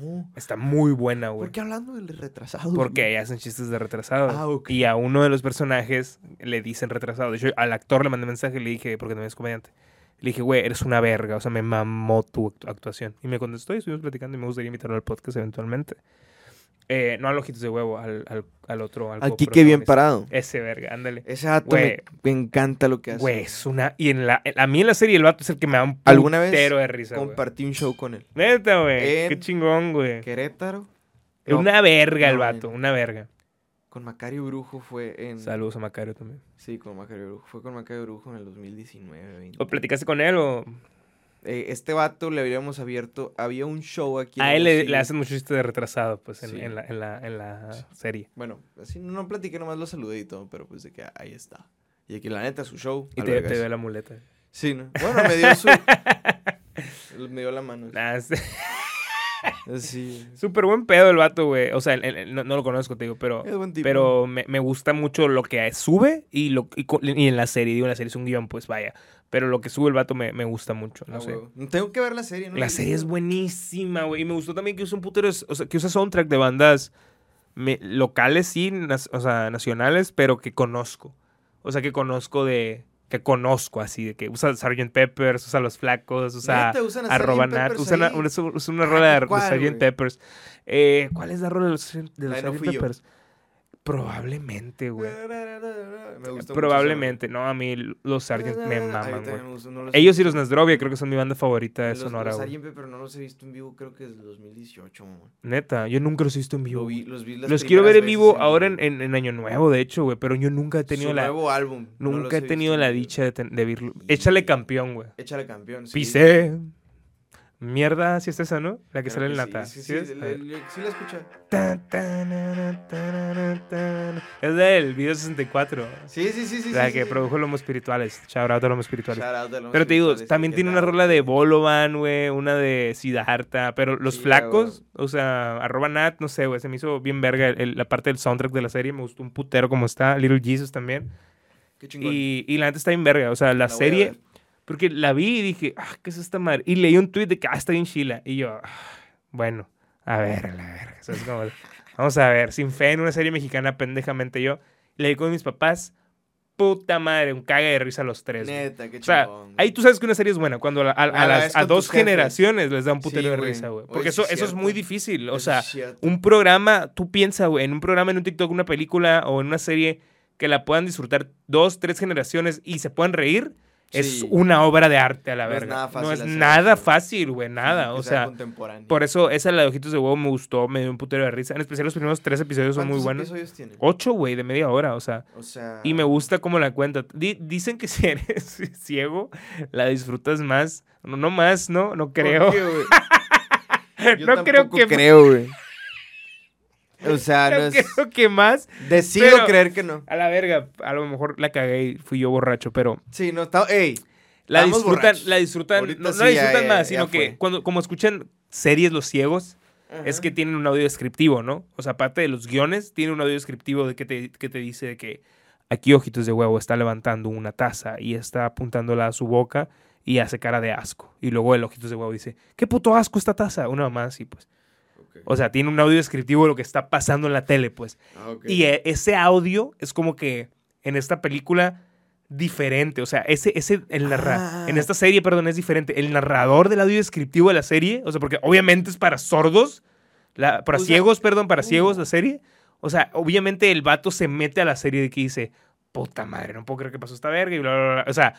Speaker 2: No,
Speaker 1: Está muy buena, güey.
Speaker 2: ¿Por qué hablando del retrasado?
Speaker 1: Porque
Speaker 2: güey?
Speaker 1: ahí hacen chistes de retrasados.
Speaker 2: Ah, ok.
Speaker 1: Y a uno de los personajes le dicen retrasado. De hecho, al actor le mandé mensaje y le dije, porque también es comediante. Le dije, güey, eres una verga. O sea, me mamó tu act- actuación. Y me contestó y estuvimos platicando y me gustaría invitarlo al podcast eventualmente. Eh, no al ojitos de huevo, al, al, al otro. Al
Speaker 2: Aquí qué bien
Speaker 1: coprotagonista.
Speaker 2: parado.
Speaker 1: Ese verga, ándale.
Speaker 2: Ese vato
Speaker 1: Güey.
Speaker 2: me, me encanta lo que hace.
Speaker 1: Güey, es una. Y en la, en- a mí en la serie el vato es el que me da un
Speaker 2: ¿Alguna vez
Speaker 1: putero de risa. güey.
Speaker 2: Compartí un show con él.
Speaker 1: Neta, güey.
Speaker 2: en-
Speaker 1: Qué chingón, güey.
Speaker 2: Querétaro.
Speaker 1: Es Una verga el
Speaker 2: No, Mm.
Speaker 1: vato,
Speaker 2: en-
Speaker 1: una verga.
Speaker 2: Con Macario Brujo fue en...
Speaker 1: Saludos a Macario también.
Speaker 2: Sí, con Macario Brujo. Fue con Macario Brujo en el 2019. 20.
Speaker 1: ¿O platicaste con él o
Speaker 2: Eh, este vato le habíamos abierto... Había un show aquí. en
Speaker 1: A él le, le
Speaker 2: Hermosillo.
Speaker 1: hacen mucho chiste de retrasado, pues, en,
Speaker 2: Sí.
Speaker 1: en la, en la- en la
Speaker 2: Sí.
Speaker 1: serie.
Speaker 2: Bueno, así no platiqué, nomás lo saludé y todo, pero pues de que ahí está. Y aquí la neta, su show.
Speaker 1: Y
Speaker 2: al
Speaker 1: te,
Speaker 2: vergas.
Speaker 1: te dio la muleta.
Speaker 2: Sí, ¿no? Bueno, me dio su... me dio la mano.
Speaker 1: Nah, es-
Speaker 2: Sí.
Speaker 1: Súper buen pedo el vato, güey. O sea, el- el- el- no, no lo conozco, te digo, pero...
Speaker 2: Es buen tipo.
Speaker 1: Pero me, me gusta mucho lo que sube y, lo, y, co- y en la serie, digo, en la serie es un guión, pues vaya. Pero lo que sube el vato me, me gusta mucho, no
Speaker 2: Ah,
Speaker 1: sé.
Speaker 2: huevo. Tengo que ver la serie, ¿no?
Speaker 1: La serie es buenísima, güey. Y me gustó también que usa un putero, de- o sea, que usa soundtrack de bandas me- locales, sí, nas- o sea, nacionales, pero que conozco. O sea, que conozco de. Que conozco así, de que usa Sgt. Peppers, usa Los Flacos, usa
Speaker 2: Neta, usan a Sgt.
Speaker 1: arroba Nat,
Speaker 2: Peppers
Speaker 1: usa una,
Speaker 2: ahí. Ah,
Speaker 1: una- usa- usa una rola de, de
Speaker 2: ¿cuál,
Speaker 1: Sgt.
Speaker 2: güey?
Speaker 1: Peppers. Eh, ¿Cuál es la rola de los, Sgt. de los
Speaker 2: La de No
Speaker 1: Sgt.
Speaker 2: Fui Yo. Eh,
Speaker 1: Peppers? Probablemente, güey.
Speaker 2: Me gusta
Speaker 1: Probablemente, no, a mí los Sgt.
Speaker 2: Ah,
Speaker 1: me maman, güey. Ellos y
Speaker 2: sí
Speaker 1: los Nasdrovia creo que son mi banda favorita de Sonora,
Speaker 2: Los
Speaker 1: güey.
Speaker 2: Sargent Pepper no los he visto en vivo, creo que desde 2018, mamá.
Speaker 1: Neta, yo nunca los he visto en vivo.
Speaker 2: Lo
Speaker 1: güey.
Speaker 2: vi- los vi las
Speaker 1: Los quiero ver en
Speaker 2: primeras
Speaker 1: vivo
Speaker 2: veces
Speaker 1: ahora en, en- en Año Nuevo, de hecho, güey. Pero yo nunca he tenido
Speaker 2: su
Speaker 1: la.
Speaker 2: nuevo álbum. no los
Speaker 1: nunca he
Speaker 2: visto
Speaker 1: tenido
Speaker 2: en
Speaker 1: la
Speaker 2: vivo.
Speaker 1: dicha de, ten- de verlo. Échale campeón, güey.
Speaker 2: Échale campeón. sí.
Speaker 1: Pisé. Mierda, si es esa, ¿no? La que
Speaker 2: Creo
Speaker 1: sale en
Speaker 2: que
Speaker 1: lata.
Speaker 2: Sí, sí,
Speaker 1: ¿Sí es?
Speaker 2: sí,
Speaker 1: A
Speaker 2: le-
Speaker 1: ver.
Speaker 2: le- sí la escucha.
Speaker 1: Tan, tanana, tanana, tanana. Es del video 64.
Speaker 2: Sí, sí, sí, sí.
Speaker 1: la
Speaker 2: sí,
Speaker 1: que
Speaker 2: sí.
Speaker 1: produjo Lomos Espirituales. Shout out a Lomos Espirituales.
Speaker 2: Shout out a los
Speaker 1: Pero te digo,
Speaker 2: espirituales,
Speaker 1: también
Speaker 2: que
Speaker 1: tiene una
Speaker 2: nada.
Speaker 1: rola de Bolovan, güey, una de Siddhartha, pero los
Speaker 2: Sí,
Speaker 1: flacos, o sea, arroba Nat, no sé, güey, se me hizo bien verga el- el- la parte del soundtrack de la serie, me gustó un putero como está, Little Jesus también.
Speaker 2: Qué chingón.
Speaker 1: Y, y la neta está bien verga, o sea, la,
Speaker 2: La voy a
Speaker 1: serie,
Speaker 2: ver.
Speaker 1: porque la vi y dije, ah, ¿qué es esta madre? Y leí un tweet de que, ah, está bien chila, y yo, "Ah, bueno, a ver, a la verga, o sea, es como, vamos a ver, sin fe en una serie mexicana, pendejamente yo, leí con mis papás, puta madre, un caga de risa a los tres. güey.
Speaker 2: Neta, qué
Speaker 1: O sea,
Speaker 2: chingón.
Speaker 1: ahí tú sabes que una serie es buena cuando a, la- a- a
Speaker 2: Ah, la
Speaker 1: las,
Speaker 2: ves
Speaker 1: a
Speaker 2: con
Speaker 1: dos
Speaker 2: tus jefes.
Speaker 1: generaciones les da un putero
Speaker 2: Sí,
Speaker 1: de
Speaker 2: güey.
Speaker 1: risa, güey.
Speaker 2: Oye,
Speaker 1: Porque
Speaker 2: sí
Speaker 1: eso,
Speaker 2: es
Speaker 1: eso es
Speaker 2: cierto.
Speaker 1: muy difícil. O
Speaker 2: Eso
Speaker 1: sea,
Speaker 2: es cierto.
Speaker 1: un programa, tú piensas, güey, en un programa, en un TikTok, una película o en una serie que la puedan disfrutar dos, tres generaciones y se puedan reír, es
Speaker 2: Sí.
Speaker 1: una obra de arte a la
Speaker 2: No es
Speaker 1: verga.
Speaker 2: nada fácil
Speaker 1: no es
Speaker 2: hacer
Speaker 1: nada
Speaker 2: eso.
Speaker 1: fácil, güey, nada.
Speaker 2: Que
Speaker 1: o sea,
Speaker 2: contemporáneo.
Speaker 1: por eso esa la de Ojitos de Huevo me gustó, me dio un putero de risa. En especial los primeros tres episodios son muy
Speaker 2: ¿Cuántos
Speaker 1: buenos.
Speaker 2: episodios tiene?
Speaker 1: Ocho, güey, de media hora, o sea.
Speaker 2: O sea,
Speaker 1: Y me gusta cómo la cuenta. Di- dicen que si eres ciego, la disfrutas más. No, no más, ¿no? No creo.
Speaker 2: ¿por qué, güey? Yo
Speaker 1: no creo
Speaker 2: tampoco
Speaker 1: que,
Speaker 2: creo, güey. O sea,
Speaker 1: no
Speaker 2: no es
Speaker 1: creo que más.
Speaker 2: decido
Speaker 1: pero-
Speaker 2: creer que no.
Speaker 1: A la verga, a lo mejor la cagué y fui yo borracho, pero
Speaker 2: Sí, no está, ey,
Speaker 1: la
Speaker 2: Estamos
Speaker 1: disfrutan,
Speaker 2: borrachos.
Speaker 1: la disfrutan,
Speaker 2: Ahorita
Speaker 1: no, no
Speaker 2: sí,
Speaker 1: la disfrutan
Speaker 2: ya,
Speaker 1: más,
Speaker 2: ya,
Speaker 1: sino
Speaker 2: ya
Speaker 1: que
Speaker 2: fue.
Speaker 1: cuando como escuchan series los ciegos, es que tienen un audio descriptivo, ¿no? O sea, aparte de los guiones, tiene un audio descriptivo de que te, que te dice de que aquí Ojitos de Huevo está levantando una taza y está apuntándola a su boca y hace cara de asco. Y luego el Ojitos de Huevo dice, ¿qué puto asco esta taza? Una mamá así, pues. O sea, tiene un audio descriptivo de lo que está pasando en la tele, pues.
Speaker 2: Ah,
Speaker 1: Y eh, ese audio es como que en esta película diferente, o sea, ese, ese, el narra
Speaker 2: Ah.
Speaker 1: en esta serie, perdón, es diferente. El narrador del audio descriptivo de la serie, o sea, porque obviamente es para sordos, la, para
Speaker 2: O sea,
Speaker 1: ciegos, perdón, para ciegos
Speaker 2: ¿cómo?
Speaker 1: la serie. O sea, obviamente el vato se mete a la serie de que dice, puta madre, no puedo creer que pasó esta verga y bla, bla, bla. O sea,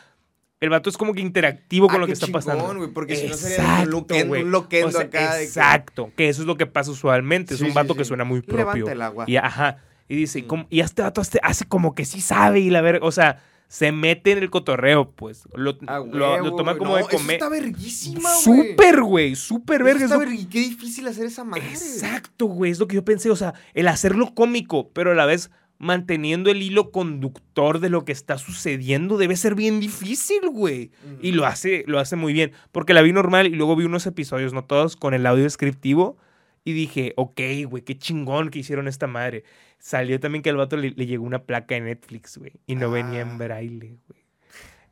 Speaker 1: el vato es como que interactivo con lo que está pasando.
Speaker 2: Ah, güey, porque si no sería
Speaker 1: Exacto,
Speaker 2: un loquendo,
Speaker 1: güey.
Speaker 2: un loquendo
Speaker 1: O sea,
Speaker 2: acá de que-
Speaker 1: exacto, que... eso es lo que pasa usualmente. Es
Speaker 2: Sí,
Speaker 1: un
Speaker 2: sí,
Speaker 1: vato
Speaker 2: sí.
Speaker 1: que suena muy propio.
Speaker 2: Levanta el agua.
Speaker 1: Y ajá. Y dice,
Speaker 2: Mm.
Speaker 1: como- y este vato hace, hace como que sí sabe y la verga. O sea, se mete en el cotorreo, pues. Lo,
Speaker 2: Ah,
Speaker 1: lo-
Speaker 2: güey,
Speaker 1: lo
Speaker 2: güey,
Speaker 1: toma
Speaker 2: güey.
Speaker 1: como
Speaker 2: No,
Speaker 1: de
Speaker 2: eso
Speaker 1: comer.
Speaker 2: está verguísima, güey.
Speaker 1: Súper, güey. Súper
Speaker 2: Eso
Speaker 1: verga. Es
Speaker 2: está
Speaker 1: lo-
Speaker 2: vergui- Qué difícil hacer esa madre.
Speaker 1: Exacto, güey. Es lo que yo pensé. O sea, el hacerlo cómico, pero a la vez manteniendo el hilo conductor de lo que está sucediendo debe ser bien difícil, güey.
Speaker 2: Ujú.
Speaker 1: Y lo hace, lo hace muy bien. Porque la vi normal y luego vi unos episodios, no todos, con el audio descriptivo. Y dije, ok, güey, qué chingón que hicieron esta madre. Salió también que al vato le, le llegó una placa en Netflix, güey. Y no venía en
Speaker 2: Ah.
Speaker 1: braille, güey.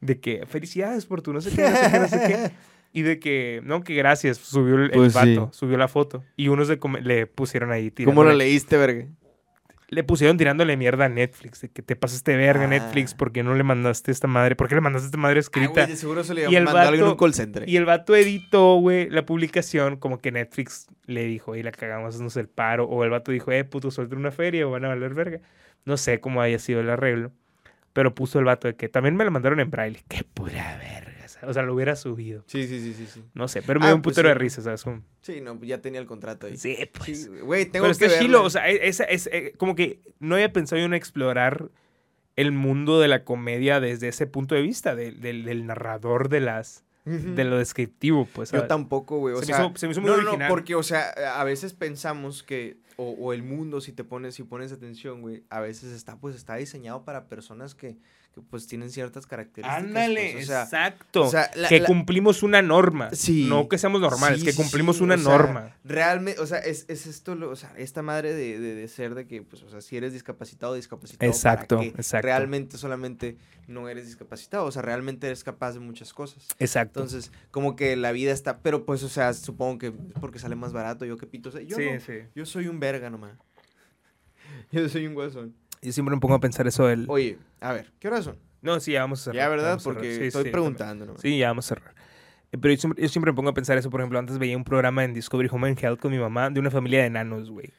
Speaker 1: De que, felicidades por tu no sé qué, no sé qué, no sé qué. Y de que, no, que gracias. Subió el, el
Speaker 7: Pues sí.
Speaker 1: vato, subió la foto. Y unos de come- le pusieron ahí.
Speaker 7: ¿Cómo lo
Speaker 1: tirándole-
Speaker 7: leíste, verga?
Speaker 1: le pusieron tirándole mierda a Netflix, de que te pasaste verga
Speaker 2: Ah.
Speaker 1: Netflix, ¿por qué no le mandaste esta madre? ¿Por qué le mandaste esta madre
Speaker 2: Ah,
Speaker 1: escrita?
Speaker 2: güey, de seguro se le
Speaker 1: Y el
Speaker 2: mandó
Speaker 1: vato-
Speaker 2: algo en un call center.
Speaker 1: y el vato editó, güey, la publicación, como que Netflix le dijo, y la cagamos, haznos el paro, o el vato dijo, eh, puto, suelta una feria o van a valer verga. No sé cómo haya sido el arreglo, pero puso el vato de que también me la mandaron en braille, qué pura verga, ¿sabes? o sea, lo hubiera subido.
Speaker 2: Sí, sí, sí, sí, sí.
Speaker 1: No sé, pero me
Speaker 2: Ah,
Speaker 1: dio un
Speaker 2: pues
Speaker 1: putero
Speaker 2: sí.
Speaker 1: de risa, ¿sabes? Un-
Speaker 2: Sí, no, ya tenía el contrato ahí.
Speaker 1: Sí, pues.
Speaker 2: Sí, güey, tengo
Speaker 1: Pero
Speaker 2: que
Speaker 1: está
Speaker 2: verla.
Speaker 1: chilo, o sea, e- esa- es, eh, como que no había pensado yo en explorar el mundo de la comedia desde ese punto de vista, del- del- del narrador de las
Speaker 2: eh. Ujú.
Speaker 1: de lo descriptivo, pues.
Speaker 2: Yo
Speaker 1: ¿sabes?
Speaker 2: tampoco, güey. O
Speaker 1: Se me
Speaker 2: sea,
Speaker 1: hizo- se me hizo muy
Speaker 2: no,
Speaker 1: original.
Speaker 2: no, porque, o sea, a veces pensamos que, o, o el mundo, si te pones, si pones atención, güey, a veces está, pues, está diseñado para personas que, que, pues, tienen ciertas características.
Speaker 1: Ándale,
Speaker 2: pues, o sea,
Speaker 1: exacto.
Speaker 2: o sea, la-
Speaker 1: que
Speaker 2: la-
Speaker 1: cumplimos una norma.
Speaker 2: Sí.
Speaker 1: No que seamos normales,
Speaker 2: Sí,
Speaker 1: que
Speaker 2: sí,
Speaker 1: cumplimos
Speaker 2: sí,
Speaker 1: una
Speaker 2: o sea,
Speaker 1: norma.
Speaker 2: realmente, o sea, es, es esto, lo- o sea, esta madre de, de- de ser de que, pues, o sea, si eres discapacitado, discapacitado. para
Speaker 1: Exacto,
Speaker 2: que
Speaker 1: exacto.
Speaker 2: Realmente solamente no eres discapacitado, o sea, realmente eres capaz de muchas cosas.
Speaker 1: Exacto.
Speaker 2: Entonces, como que la vida está, pero pues, o sea, supongo que es porque sale más barato, yo qué pito, sé. yo
Speaker 1: sí,
Speaker 2: no,
Speaker 1: sí.
Speaker 2: Yo soy un verga nomás. Yo soy un guasón.
Speaker 1: Yo siempre me pongo a pensar eso del.
Speaker 2: Oye, a ver, ¿qué horas son?
Speaker 1: No, sí, ya vamos a cerrar.
Speaker 2: Ya, ¿verdad?
Speaker 1: vamos a cerrar.
Speaker 2: Porque
Speaker 1: Sí,
Speaker 2: estoy
Speaker 1: sí,
Speaker 2: preguntando nomás.
Speaker 1: también. Sí, ya vamos a cerrar. Eh, Pero yo siempre, yo siempre me pongo a pensar eso. Por ejemplo, antes veía un programa en Discovery Home and Health con mi mamá de una familia de enanos, güey.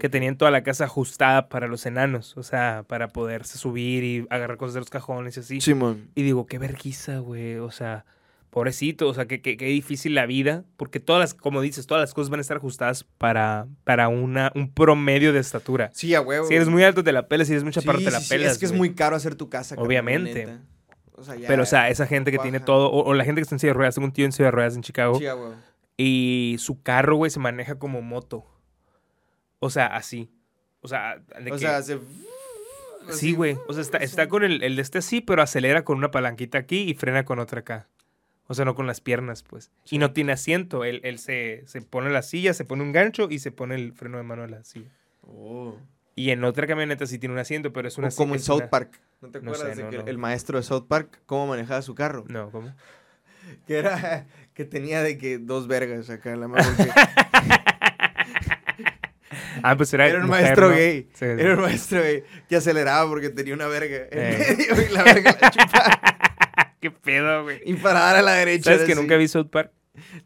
Speaker 1: Que tenían toda la casa ajustada para los enanos. O sea, para poderse subir y agarrar cosas de los cajones y así.
Speaker 7: Simón.
Speaker 1: Y digo, qué vergüenza, güey. O sea, pobrecito, o sea, qué, qué- qué difícil la vida. Porque todas las, como dices, todas las cosas van a estar ajustadas para, para una, un promedio de estatura.
Speaker 2: Sí, a huevo.
Speaker 1: Si eres muy alto, te la pelas. Si eres muy
Speaker 2: Sí,
Speaker 1: chaparro, te la
Speaker 2: sí, sí,
Speaker 1: pelas.
Speaker 2: Es que es
Speaker 1: güey.
Speaker 2: muy caro hacer tu casa. cabrón,
Speaker 1: Obviamente.
Speaker 2: la neta. O sea, ya.
Speaker 1: Pero, o sea, esa gente que tiene
Speaker 2: baja.
Speaker 1: todo, o, o la gente que está en silla de ruedas, tengo un tío en silla de ruedas en Chicago,
Speaker 2: Sí, a huevo.
Speaker 1: Y su carro, güey, se maneja como moto. O sea, así. O sea, de
Speaker 3: O
Speaker 1: que-
Speaker 3: sea, hace...
Speaker 1: sí, güey. O sea, está, está con el, el de este así, pero acelera con una palanquita aquí y frena con otra acá. O sea, no con las piernas, pues. Y no tiene asiento. Él, él se, se pone la silla, se pone un gancho y se pone el freno de mano a la silla.
Speaker 3: Oh.
Speaker 1: Y en otra camioneta sí tiene un asiento, pero es una...
Speaker 2: O como en
Speaker 1: es
Speaker 2: South
Speaker 1: una-
Speaker 2: Park.
Speaker 3: ¿No te
Speaker 1: No sé,
Speaker 3: acuerdas de
Speaker 1: no,
Speaker 3: que el-
Speaker 1: no. Mm.
Speaker 3: el
Speaker 2: El maestro de South Park, cómo manejaba su carro.
Speaker 1: No, ¿cómo?
Speaker 2: Que era que tenía de que dos vergas acá en la mano. porque
Speaker 1: Ah, pues era...
Speaker 2: Era un
Speaker 1: mujer,
Speaker 2: maestro
Speaker 1: ¿no?
Speaker 2: gay.
Speaker 1: Sí, sí.
Speaker 2: Era un maestro güey, que aceleraba porque tenía una verga en
Speaker 1: Eh.
Speaker 2: medio y la verga la chupaba
Speaker 1: Qué pedo, güey.
Speaker 2: y paraba a la derecha.
Speaker 1: ¿Sabes
Speaker 2: era
Speaker 1: que
Speaker 2: así.
Speaker 1: nunca vi South Park?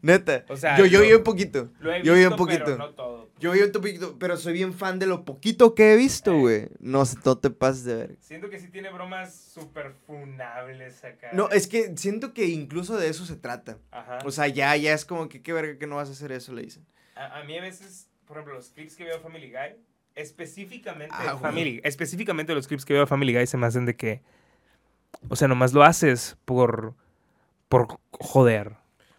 Speaker 2: Neta.
Speaker 1: O sea,
Speaker 2: yo, yo
Speaker 1: lo-
Speaker 2: vi un poquito. Yo vi un poquito.
Speaker 1: todo.
Speaker 2: Yo vi un poquito, pero soy bien fan de lo poquito que he
Speaker 1: Eh.
Speaker 2: visto, güey. No, sé, no te pases de verga.
Speaker 1: Siento que sí tiene bromas súper funables acá.
Speaker 2: No, eh, es que siento que incluso de eso se trata.
Speaker 1: Ajá.
Speaker 2: O sea, ya, ya es como que qué verga que no vas a hacer eso, le dicen.
Speaker 1: A, a mí a veces, por ejemplo, los clips que veo de Family Guy, específicamente,
Speaker 2: Ah, güey.
Speaker 1: Family, específicamente los clips que veo de Family Guy se me hacen de que, o sea, nomás lo haces por, por joder.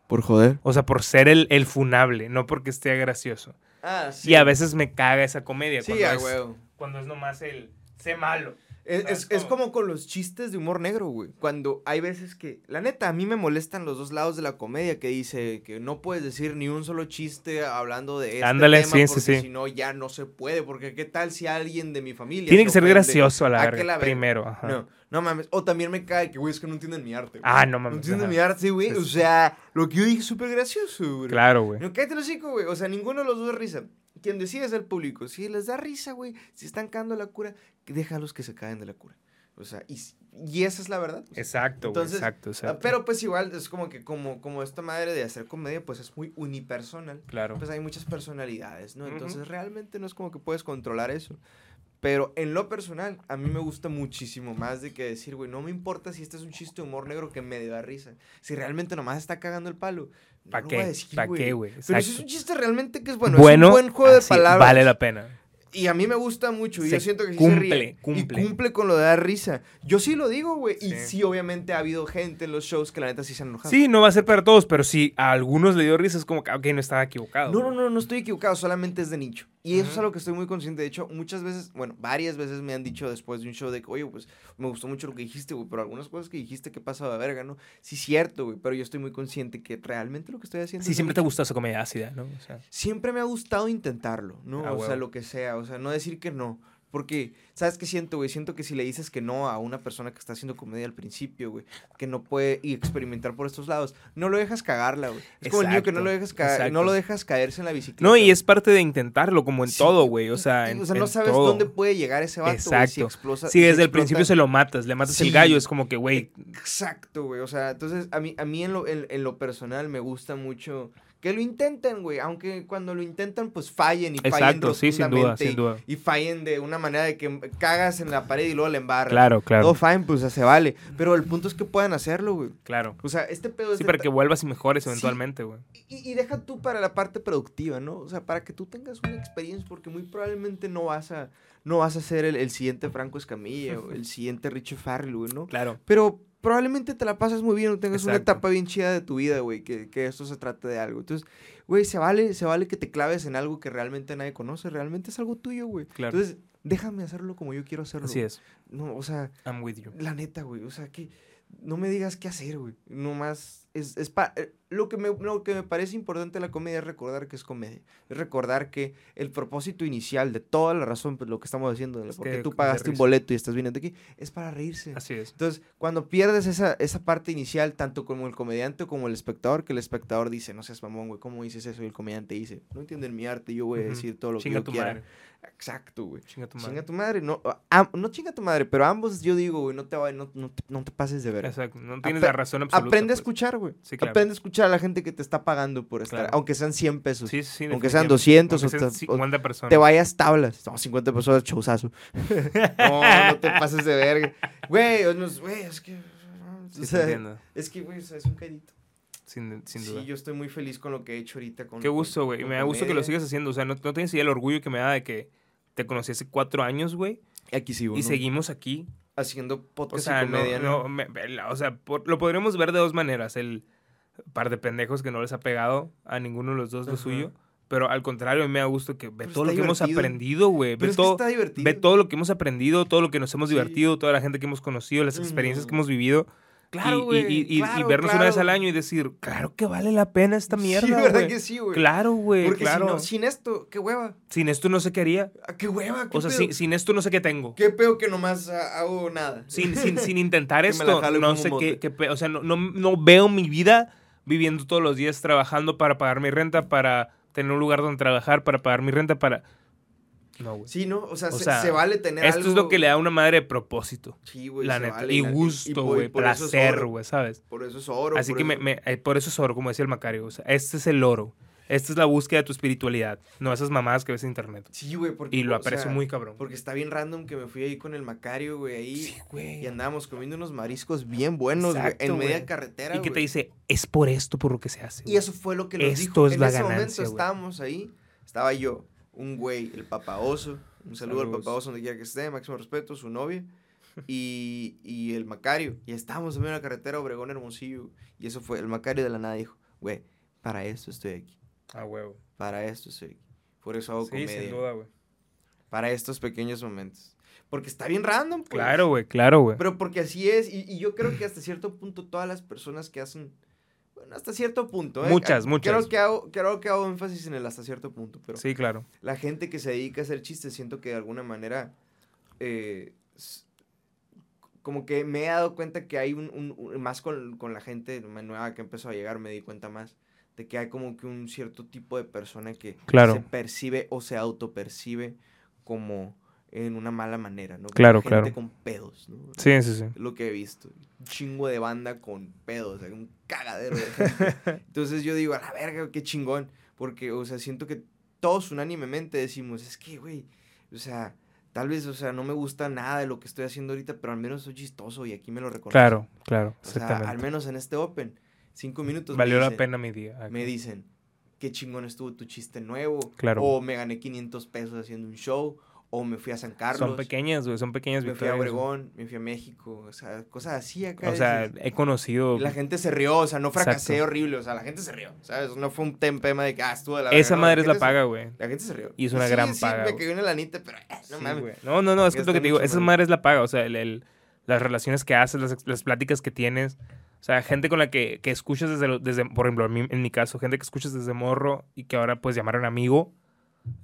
Speaker 2: Por joder.
Speaker 1: O sea, por ser el, el funable, no porque esté gracioso.
Speaker 2: Ah,
Speaker 1: Y a veces me caga esa comedia
Speaker 2: Sí,
Speaker 1: cuando,
Speaker 2: a
Speaker 1: es,
Speaker 2: huevo.
Speaker 1: cuando es nomás el sé malo.
Speaker 2: Es,
Speaker 1: sea,
Speaker 2: es-
Speaker 1: es
Speaker 2: es como con los chistes de humor negro, güey. Cuando hay veces que, la neta, a mí me molestan los dos lados de la comedia que dice que no puedes decir ni un solo chiste hablando de este
Speaker 1: Ándale,
Speaker 2: tema
Speaker 1: sí, sí,
Speaker 2: porque
Speaker 1: sí.
Speaker 2: si no ya no se puede, porque qué tal si alguien de mi familia
Speaker 1: Tiene
Speaker 2: se
Speaker 1: que ser
Speaker 2: ofende?
Speaker 1: gracioso a la
Speaker 2: ¿A
Speaker 1: verga,
Speaker 2: qué la verga?
Speaker 1: primero. ajá.
Speaker 2: No, no mames. O también me cae que, güey, es que no entienden mi arte. güey.
Speaker 1: Ah, no
Speaker 2: no
Speaker 1: mames.
Speaker 2: entienden
Speaker 1: ajá.
Speaker 2: mi arte, güey.
Speaker 1: Sí,
Speaker 2: O
Speaker 1: sí.
Speaker 2: sea, lo que yo dije es súper gracioso, güey.
Speaker 1: Claro, güey.
Speaker 2: No, cállate los chicos, güey. O sea, ninguno de los dos risa. Quien decide es el público. Si les da risa, güey, si están cagando la cura, déjalos que se caen de la cura. O sea, y, s- y esa es la verdad. o sea.
Speaker 1: Exacto, güey.
Speaker 2: Entonces,
Speaker 1: Exacto, exacto.
Speaker 2: Pero pues igual es como que como, como esta madre de hacer comedia, pues es muy unipersonal.
Speaker 1: Claro.
Speaker 2: Pues hay muchas personalidades, ¿no?
Speaker 1: Ujú.
Speaker 2: Entonces realmente no es como que puedes controlar eso. Pero en lo personal, a mí me gusta muchísimo más de que decir, güey, no me importa si este es un chiste de humor negro que me da risa. Si realmente nomás está cagando el palo. no
Speaker 1: ¿Para
Speaker 2: lo voy a
Speaker 1: qué?
Speaker 2: decir,
Speaker 1: ¿Para qué, güey?
Speaker 2: pero ese es
Speaker 1: Exacto.
Speaker 2: un chiste realmente que es bueno. es un buen juego de
Speaker 1: así,
Speaker 2: palabras.
Speaker 1: Vale la pena.
Speaker 2: Y a mí me gusta mucho. Y
Speaker 1: Se
Speaker 2: yo siento que sí
Speaker 1: cumple,
Speaker 2: se ríe.
Speaker 1: cumple.
Speaker 2: Y cumple con lo de dar risa. Yo sí lo digo, güey. Y
Speaker 1: Sí.
Speaker 2: sí, obviamente ha habido gente en los shows que la neta sí se han enojado.
Speaker 1: Sí, no va a ser para todos, pero si a algunos le dio risa, es como que, ok, no estaba equivocado.
Speaker 2: No, no, no, no estoy equivocado, solamente es de nicho. Y eso es
Speaker 1: Ujú.
Speaker 2: algo que estoy muy consciente. De hecho, muchas veces, bueno, varias veces me han dicho después de un show de que, oye, pues me gustó mucho lo que dijiste, güey, pero algunas cosas que dijiste que pasaba de verga, ¿no? Sí, cierto, güey, pero yo estoy muy consciente que realmente lo que estoy haciendo.
Speaker 1: Sí,
Speaker 2: es de
Speaker 1: siempre te
Speaker 2: nicho.
Speaker 1: gustó esa comedia ácida, ¿no? O sea,
Speaker 2: Siempre me ha gustado intentarlo, ¿no?
Speaker 1: Ah,
Speaker 2: o sea,
Speaker 1: huevo.
Speaker 2: lo que sea, o sea, no decir que no. Porque, ¿sabes qué siento, güey? Siento que si le dices que no a una persona que está haciendo comedia al principio, güey, que no puede y experimentar por estos lados, no lo dejas cagarla, güey. Es como el niño que no lo dejas
Speaker 1: Exacto,
Speaker 2: caer, no
Speaker 1: exacto.
Speaker 2: lo dejas caerse en la bicicleta.
Speaker 1: no, y
Speaker 2: güey.
Speaker 1: es parte de intentarlo, como en
Speaker 2: Sí,
Speaker 1: todo, güey. O sea,
Speaker 2: Y,
Speaker 1: en,
Speaker 2: o sea, no
Speaker 1: en
Speaker 2: sabes
Speaker 1: todo.
Speaker 2: dónde puede llegar ese vato, güey, si
Speaker 1: Exacto.
Speaker 2: explosa-
Speaker 1: Si
Speaker 2: si
Speaker 1: desde el
Speaker 2: explota-
Speaker 1: principio se lo matas, le matas el
Speaker 2: Sí. Eh,
Speaker 1: gallo, es como que, güey,
Speaker 2: Exacto, güey. O sea, entonces a mí, a mí en, lo, en, en lo personal me gusta mucho que lo intenten, güey. Aunque cuando lo intentan, pues fallen y fallen
Speaker 1: exacto, sí, sin duda,
Speaker 2: rotundamente
Speaker 1: sin
Speaker 2: y-
Speaker 1: duda.
Speaker 2: Y fallen de una manera de que cagas en la pared y luego la embarras.
Speaker 1: Claro, claro,
Speaker 2: Todo fine, pues o sea, se vale. Pero el punto es que puedan hacerlo, güey.
Speaker 1: claro.
Speaker 2: O sea, este pedo es
Speaker 1: Sí,
Speaker 2: de
Speaker 1: para
Speaker 2: ta-
Speaker 1: que vuelvas y mejores
Speaker 2: Sí.
Speaker 1: eventualmente, güey.
Speaker 2: Y, y deja tú para la parte productiva, ¿no? O sea, para que tú tengas una experiencia, porque muy probablemente no vas a, no vas a ser el, el siguiente Franco Escamilla o el siguiente Richie Farrell, güey, ¿no?
Speaker 1: Claro.
Speaker 2: Pero probablemente te la pasas muy bien o tengas una
Speaker 1: Exacto.
Speaker 2: etapa bien chida de tu vida, güey, que, que esto se trate de algo. Entonces, güey, se vale, se vale que te claves en algo que realmente nadie conoce, realmente es algo tuyo, güey.
Speaker 1: Claro.
Speaker 2: Entonces, déjame hacerlo como yo quiero hacerlo.
Speaker 1: Así
Speaker 2: güey.
Speaker 1: es.
Speaker 2: No, o sea,
Speaker 1: I'm with you.
Speaker 2: la neta, güey. O sea, que no me digas qué hacer, güey. Nomás es, es pa- eh, lo, que me, lo que me parece importante de la comedia es recordar que es comedia. Es recordar que el propósito inicial de toda la razón, pues lo que estamos haciendo,
Speaker 1: Es
Speaker 2: porque
Speaker 1: que
Speaker 2: tú
Speaker 1: de
Speaker 2: pagaste un
Speaker 1: risa.
Speaker 2: boleto y estás viniendo aquí, es para reírse.
Speaker 1: Así es.
Speaker 2: Entonces, cuando pierdes esa, esa parte inicial, tanto como el comediante como el espectador, que el espectador dice, no seas mamón, güey, ¿cómo dices eso? Y el comediante dice, no entienden mi arte, yo voy a
Speaker 1: Ujú.
Speaker 2: decir todo lo
Speaker 1: Chinga
Speaker 2: que yo
Speaker 1: tu
Speaker 2: quiera.
Speaker 1: madre.
Speaker 2: Exacto, güey.
Speaker 1: Chinga tu
Speaker 2: Chinga
Speaker 1: madre.
Speaker 2: tu madre, no, ah, am- no chinga tu madre, pero ambos yo digo, güey, no te, va- no, no te, no te pases de ver.
Speaker 1: Exacto. No tienes
Speaker 2: Apre-
Speaker 1: la razón absoluta.
Speaker 2: Aprende a
Speaker 1: pues.
Speaker 2: escuchar, güey.
Speaker 1: Sí, claro.
Speaker 2: Aprende a escuchar a la gente que te está pagando por estar,
Speaker 1: Claro.
Speaker 2: aunque sean 100 pesos.
Speaker 1: Sí, sí, sí,
Speaker 2: Aunque sean
Speaker 1: definitivamente.
Speaker 2: 200 o
Speaker 1: Aunque sean
Speaker 2: ta- o
Speaker 1: 50 personas.
Speaker 2: Te vayas tablas. No, 50 pesos, chousazo. no, no te pases de verga. Güey, o nos- güey, es que...
Speaker 1: Sí,
Speaker 2: o
Speaker 1: te
Speaker 2: sea,
Speaker 1: entiendo,
Speaker 2: es que, güey, o sea, es un caidito.
Speaker 1: Sin, sin duda.
Speaker 2: Sí, yo estoy muy feliz con lo que he hecho ahorita. Con,
Speaker 1: Qué gusto,
Speaker 2: con-
Speaker 1: güey.
Speaker 2: con
Speaker 1: Me da gusto que lo
Speaker 2: comedia.
Speaker 1: sigas haciendo. O sea, no, no tienes idea el orgullo que me da de que te conocí hace cuatro años, güey.
Speaker 2: Aquí sigo.
Speaker 1: Y
Speaker 2: ¿no?
Speaker 1: seguimos aquí.
Speaker 2: Haciendo
Speaker 1: O
Speaker 2: podcast
Speaker 1: sea,
Speaker 2: y Pues comedia.
Speaker 1: no, no, me- me- la- o sea por- lo podremos ver de dos maneras. El par de pendejos que no les ha pegado a ninguno de los dos lo suyo. Pero al contrario, a mí me da gusto que ve
Speaker 2: Pero
Speaker 1: todo lo que
Speaker 2: está
Speaker 1: hemos
Speaker 2: divertido.
Speaker 1: aprendido, güey.
Speaker 2: Pero
Speaker 1: Ve,
Speaker 2: es que
Speaker 1: todo-
Speaker 2: está divertido.
Speaker 1: ve todo lo que hemos aprendido, todo lo que nos hemos
Speaker 2: Sí.
Speaker 1: divertido, toda la gente que hemos conocido, las experiencias que
Speaker 2: Ujú.
Speaker 1: hemos vivido.
Speaker 2: Claro,
Speaker 1: y, y-
Speaker 2: güey,
Speaker 1: y- y- y
Speaker 2: claro,
Speaker 1: vernos una vez
Speaker 2: claro.
Speaker 1: al año y decir, claro que vale la pena esta mierda,
Speaker 2: Sí,
Speaker 1: güey.
Speaker 2: ¿verdad que sí, güey?
Speaker 1: Claro, güey,
Speaker 2: Porque si
Speaker 1: claro.
Speaker 2: no- sin esto, qué hueva.
Speaker 1: Sin esto no sé qué haría.
Speaker 2: Ah, Qué hueva, qué
Speaker 1: O sea,
Speaker 2: pedo.
Speaker 1: sin, sin esto no sé qué tengo.
Speaker 2: Qué pedo que nomás ah, hago nada.
Speaker 1: Sin, sin, sin intentar
Speaker 2: Que me la
Speaker 1: esto,
Speaker 2: jalo
Speaker 1: no
Speaker 2: como
Speaker 1: sé qué,
Speaker 2: mote.
Speaker 1: qué pe- O sea, no, no, no veo mi vida viviendo todos los días trabajando para pagar mi renta, para tener un lugar donde trabajar, para pagar mi renta, para... No, güey.
Speaker 2: Sí, ¿no? O sea,
Speaker 1: O
Speaker 2: se,
Speaker 1: sea,
Speaker 2: se vale tener
Speaker 1: Esto
Speaker 2: algo.
Speaker 1: es lo que le da a una madre de propósito.
Speaker 2: Sí, güey,
Speaker 1: la
Speaker 2: se
Speaker 1: neta.
Speaker 2: vale,
Speaker 1: y
Speaker 2: la-
Speaker 1: gusto,
Speaker 2: por-
Speaker 1: güey.
Speaker 2: por eso es
Speaker 1: Placer,
Speaker 2: oro,
Speaker 1: güey, ¿sabes?
Speaker 2: Por eso es oro.
Speaker 1: Así
Speaker 2: por
Speaker 1: que me,
Speaker 2: eso-
Speaker 1: me- eh, por eso es oro, como decía el Macario. O sea, este es el oro. Esta es la búsqueda de tu espiritualidad. No esas mamadas que ves en internet.
Speaker 2: Sí, güey, porque.
Speaker 1: Y lo
Speaker 2: o sea,
Speaker 1: aprecio muy cabrón.
Speaker 2: Porque está bien random que me fui ahí con el Macario, güey, ahí.
Speaker 1: Sí, güey.
Speaker 2: Y andábamos comiendo unos mariscos bien buenos, güey,
Speaker 1: Exacto,
Speaker 2: en media
Speaker 1: güey.
Speaker 2: carretera,
Speaker 1: Y que te
Speaker 2: güey.
Speaker 1: dice, es por esto por lo que se hace.
Speaker 2: Y
Speaker 1: güey".
Speaker 2: eso fue lo que nos
Speaker 1: Esto
Speaker 2: dijo.
Speaker 1: es
Speaker 2: en
Speaker 1: la
Speaker 2: ese
Speaker 1: ganancia,
Speaker 2: momento
Speaker 1: güey.
Speaker 2: estábamos ahí. Estaba yo, un güey, el papá oso. Un saludo al
Speaker 1: Saludos.
Speaker 2: papá oso donde quiera que esté, máximo respeto, su novia. Y, y el Macario. Y estábamos en medio de la carretera Obregón Hermosillo. Y eso fue, el Macario de la nada dijo, güey, para esto estoy aquí.
Speaker 1: A huevo.
Speaker 2: Para esto estoy aquí. Por eso hago
Speaker 1: Sí, sin
Speaker 2: comedia.
Speaker 1: duda, güey.
Speaker 2: Para estos pequeños momentos. Porque está bien random, pues.
Speaker 1: Claro, güey, claro, güey.
Speaker 2: Pero porque así es, y, y yo creo que hasta cierto punto todas las personas que hacen, bueno, hasta cierto punto, ¿eh?
Speaker 1: Muchas,
Speaker 2: Ah,
Speaker 1: muchas.
Speaker 2: Creo que, hago, creo que hago énfasis en el hasta cierto punto, pero
Speaker 1: Sí, claro.
Speaker 2: la gente que se dedica a hacer chistes siento que de alguna manera, eh, s- como que me he dado cuenta que hay un, un- un- más con, con la gente nueva que empezó a llegar, me di cuenta más de que hay como que un cierto tipo de persona que
Speaker 1: Claro.
Speaker 2: se percibe o se autopercibe como en una mala manera, ¿no? Como
Speaker 1: Claro,
Speaker 2: gente
Speaker 1: claro.
Speaker 2: con pedos, ¿no?
Speaker 1: Sí, sí, sí.
Speaker 2: lo que he visto. Un chingo de banda con pedos, o sea, un cagadero de gente. Entonces yo digo, a la verga, qué chingón. Porque, o sea, siento que todos unánimemente decimos, es que, güey, o sea, tal vez, o sea, no me gusta nada de lo que estoy haciendo ahorita, pero al menos soy chistoso y aquí me lo reconocen.
Speaker 1: Claro, claro.
Speaker 2: O sea, al
Speaker 1: Exactamente.
Speaker 2: menos en este Open, cinco minutos. me
Speaker 1: Valió la
Speaker 2: dicen-
Speaker 1: pena mi día.
Speaker 2: Me dicen, qué chingón estuvo tu chiste nuevo.
Speaker 1: Claro.
Speaker 2: O me gané 500 pesos haciendo un show. O me fui a San Carlos.
Speaker 1: Son pequeñas, güey. Son pequeñas
Speaker 2: Me fui a
Speaker 1: victorias. güey.
Speaker 2: Obregón, me fui a México, o sea, cosas así acá.
Speaker 1: O sea,
Speaker 2: dices.
Speaker 1: he conocido.
Speaker 2: Y la gente se rió, o sea, no fracasé
Speaker 1: Exacto.
Speaker 2: horrible, o sea, la gente se rió, ¿sabes? No fue un tem- tema de que, ah, estuvo de la verga,
Speaker 1: Esa
Speaker 2: no,
Speaker 1: madre es la
Speaker 2: gente se-
Speaker 1: paga, güey.
Speaker 2: La gente se rió.
Speaker 1: Y es una
Speaker 2: Sí,
Speaker 1: gran
Speaker 2: sí,
Speaker 1: paga,
Speaker 2: me
Speaker 1: güey.
Speaker 2: cayó una lanita, pero, eh, no
Speaker 1: Sí,
Speaker 2: mames.
Speaker 1: güey. No, no, no, es que es lo
Speaker 2: Gasté
Speaker 1: que te digo,
Speaker 2: mucho
Speaker 1: esa
Speaker 2: madre.
Speaker 1: madre es la paga, o sea, el- el- las relaciones que haces, las, ex- las pláticas que tienes, o sea, gente con la que, que escuchas desde, lo- desde por ejemplo, a mí- en mi caso, gente que escuchas desde morro y que ahora pues llamaron amigo,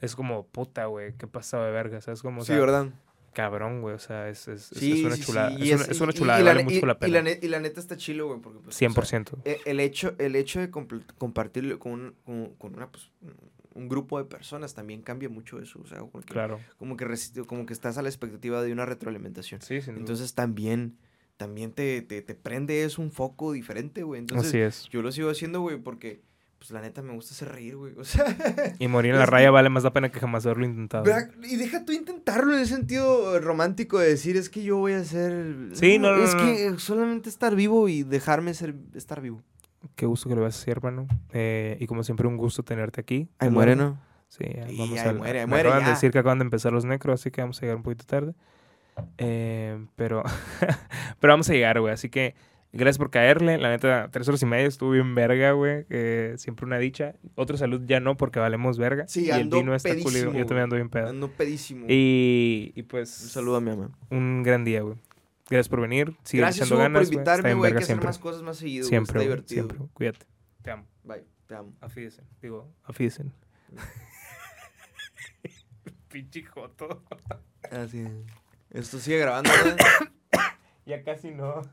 Speaker 1: es como, puta, güey, qué pasado de verga, ¿sabes? Como, o
Speaker 2: sí,
Speaker 1: sea,
Speaker 2: ¿verdad?
Speaker 1: cabrón, güey, o sea, es, es, es-
Speaker 2: Sí,
Speaker 1: es una
Speaker 2: sí, sí,
Speaker 1: chulada,
Speaker 2: y
Speaker 1: es, una, es una
Speaker 2: y-
Speaker 1: chulada,
Speaker 2: y
Speaker 1: vale
Speaker 2: ne-
Speaker 1: mucho
Speaker 2: y-
Speaker 1: la
Speaker 2: Y
Speaker 1: pena,
Speaker 2: la, ne- y la neta está chilo, güey, porque... pues, o sea,
Speaker 1: 100%.
Speaker 2: e- el, hecho, el hecho de compl- compartirlo con, un- con, con una, pues, un grupo de personas también cambia mucho eso, o sea, porque
Speaker 1: Claro.
Speaker 2: como, que resi- como que estás a la expectativa de una retroalimentación.
Speaker 1: Sí, sin duda.
Speaker 2: Entonces también, también te, te, te prende es un foco diferente, güey. Entonces,
Speaker 1: Así es.
Speaker 2: yo lo sigo haciendo, güey, porque, pues la neta me gusta hacer reír, güey. O sea,
Speaker 1: Y morir en la
Speaker 2: es que-
Speaker 1: raya vale más la pena que jamás haberlo intentado.
Speaker 2: ¿verdad? y deja tú intentarlo en el sentido romántico de decir, es que yo voy a ser.
Speaker 1: Sí, no, no,
Speaker 2: Es
Speaker 1: no,
Speaker 2: que solamente estar vivo y dejarme ser, estar vivo.
Speaker 1: Qué gusto que lo vas a hacer, hermano. Eh, y como siempre, un gusto tenerte aquí.
Speaker 2: Ay,
Speaker 1: Eduardo.
Speaker 2: Moreno.
Speaker 1: Sí, ya,
Speaker 2: Sí,
Speaker 1: vamos
Speaker 2: ahí
Speaker 1: a
Speaker 2: muere, ahí
Speaker 1: me
Speaker 2: muere,
Speaker 1: acaban de
Speaker 2: ya.
Speaker 1: decir que acaban de empezar los necros, así que vamos a llegar un poquito tarde. Eh, pero, pero vamos a llegar, güey. Así que gracias por caerle. La neta, tres horas y media estuvo bien verga, güey. eh, siempre una dicha. Otro salud ya no, porque valemos verga.
Speaker 2: Sí,
Speaker 1: y el
Speaker 2: ando
Speaker 1: vino está culido. Yo
Speaker 2: pedísimo, güey.
Speaker 1: también ando bien pedo.
Speaker 2: Ando pedísimo.
Speaker 1: Y, y
Speaker 2: Un
Speaker 1: pues,
Speaker 2: saludo a mi mamá.
Speaker 1: un gran día, güey. Gracias por venir. Sigue
Speaker 2: Gracias,
Speaker 1: echando
Speaker 2: Hugo,
Speaker 1: ganas,
Speaker 2: por
Speaker 1: güey. Está
Speaker 2: invitarme,
Speaker 1: bien
Speaker 2: güey. Hay
Speaker 1: verga
Speaker 2: que hacer
Speaker 1: siempre.
Speaker 2: más cosas más seguido. güey,
Speaker 1: siempre,
Speaker 2: Está
Speaker 1: güey,
Speaker 2: divertido.
Speaker 1: siempre. Cuídate. Te amo.
Speaker 2: Bye, te amo.
Speaker 1: Afídesen. Digo, afídesen. Pinche joto.
Speaker 2: Así es. Esto sigue grabando, ¿verdad?
Speaker 1: Ya casi no.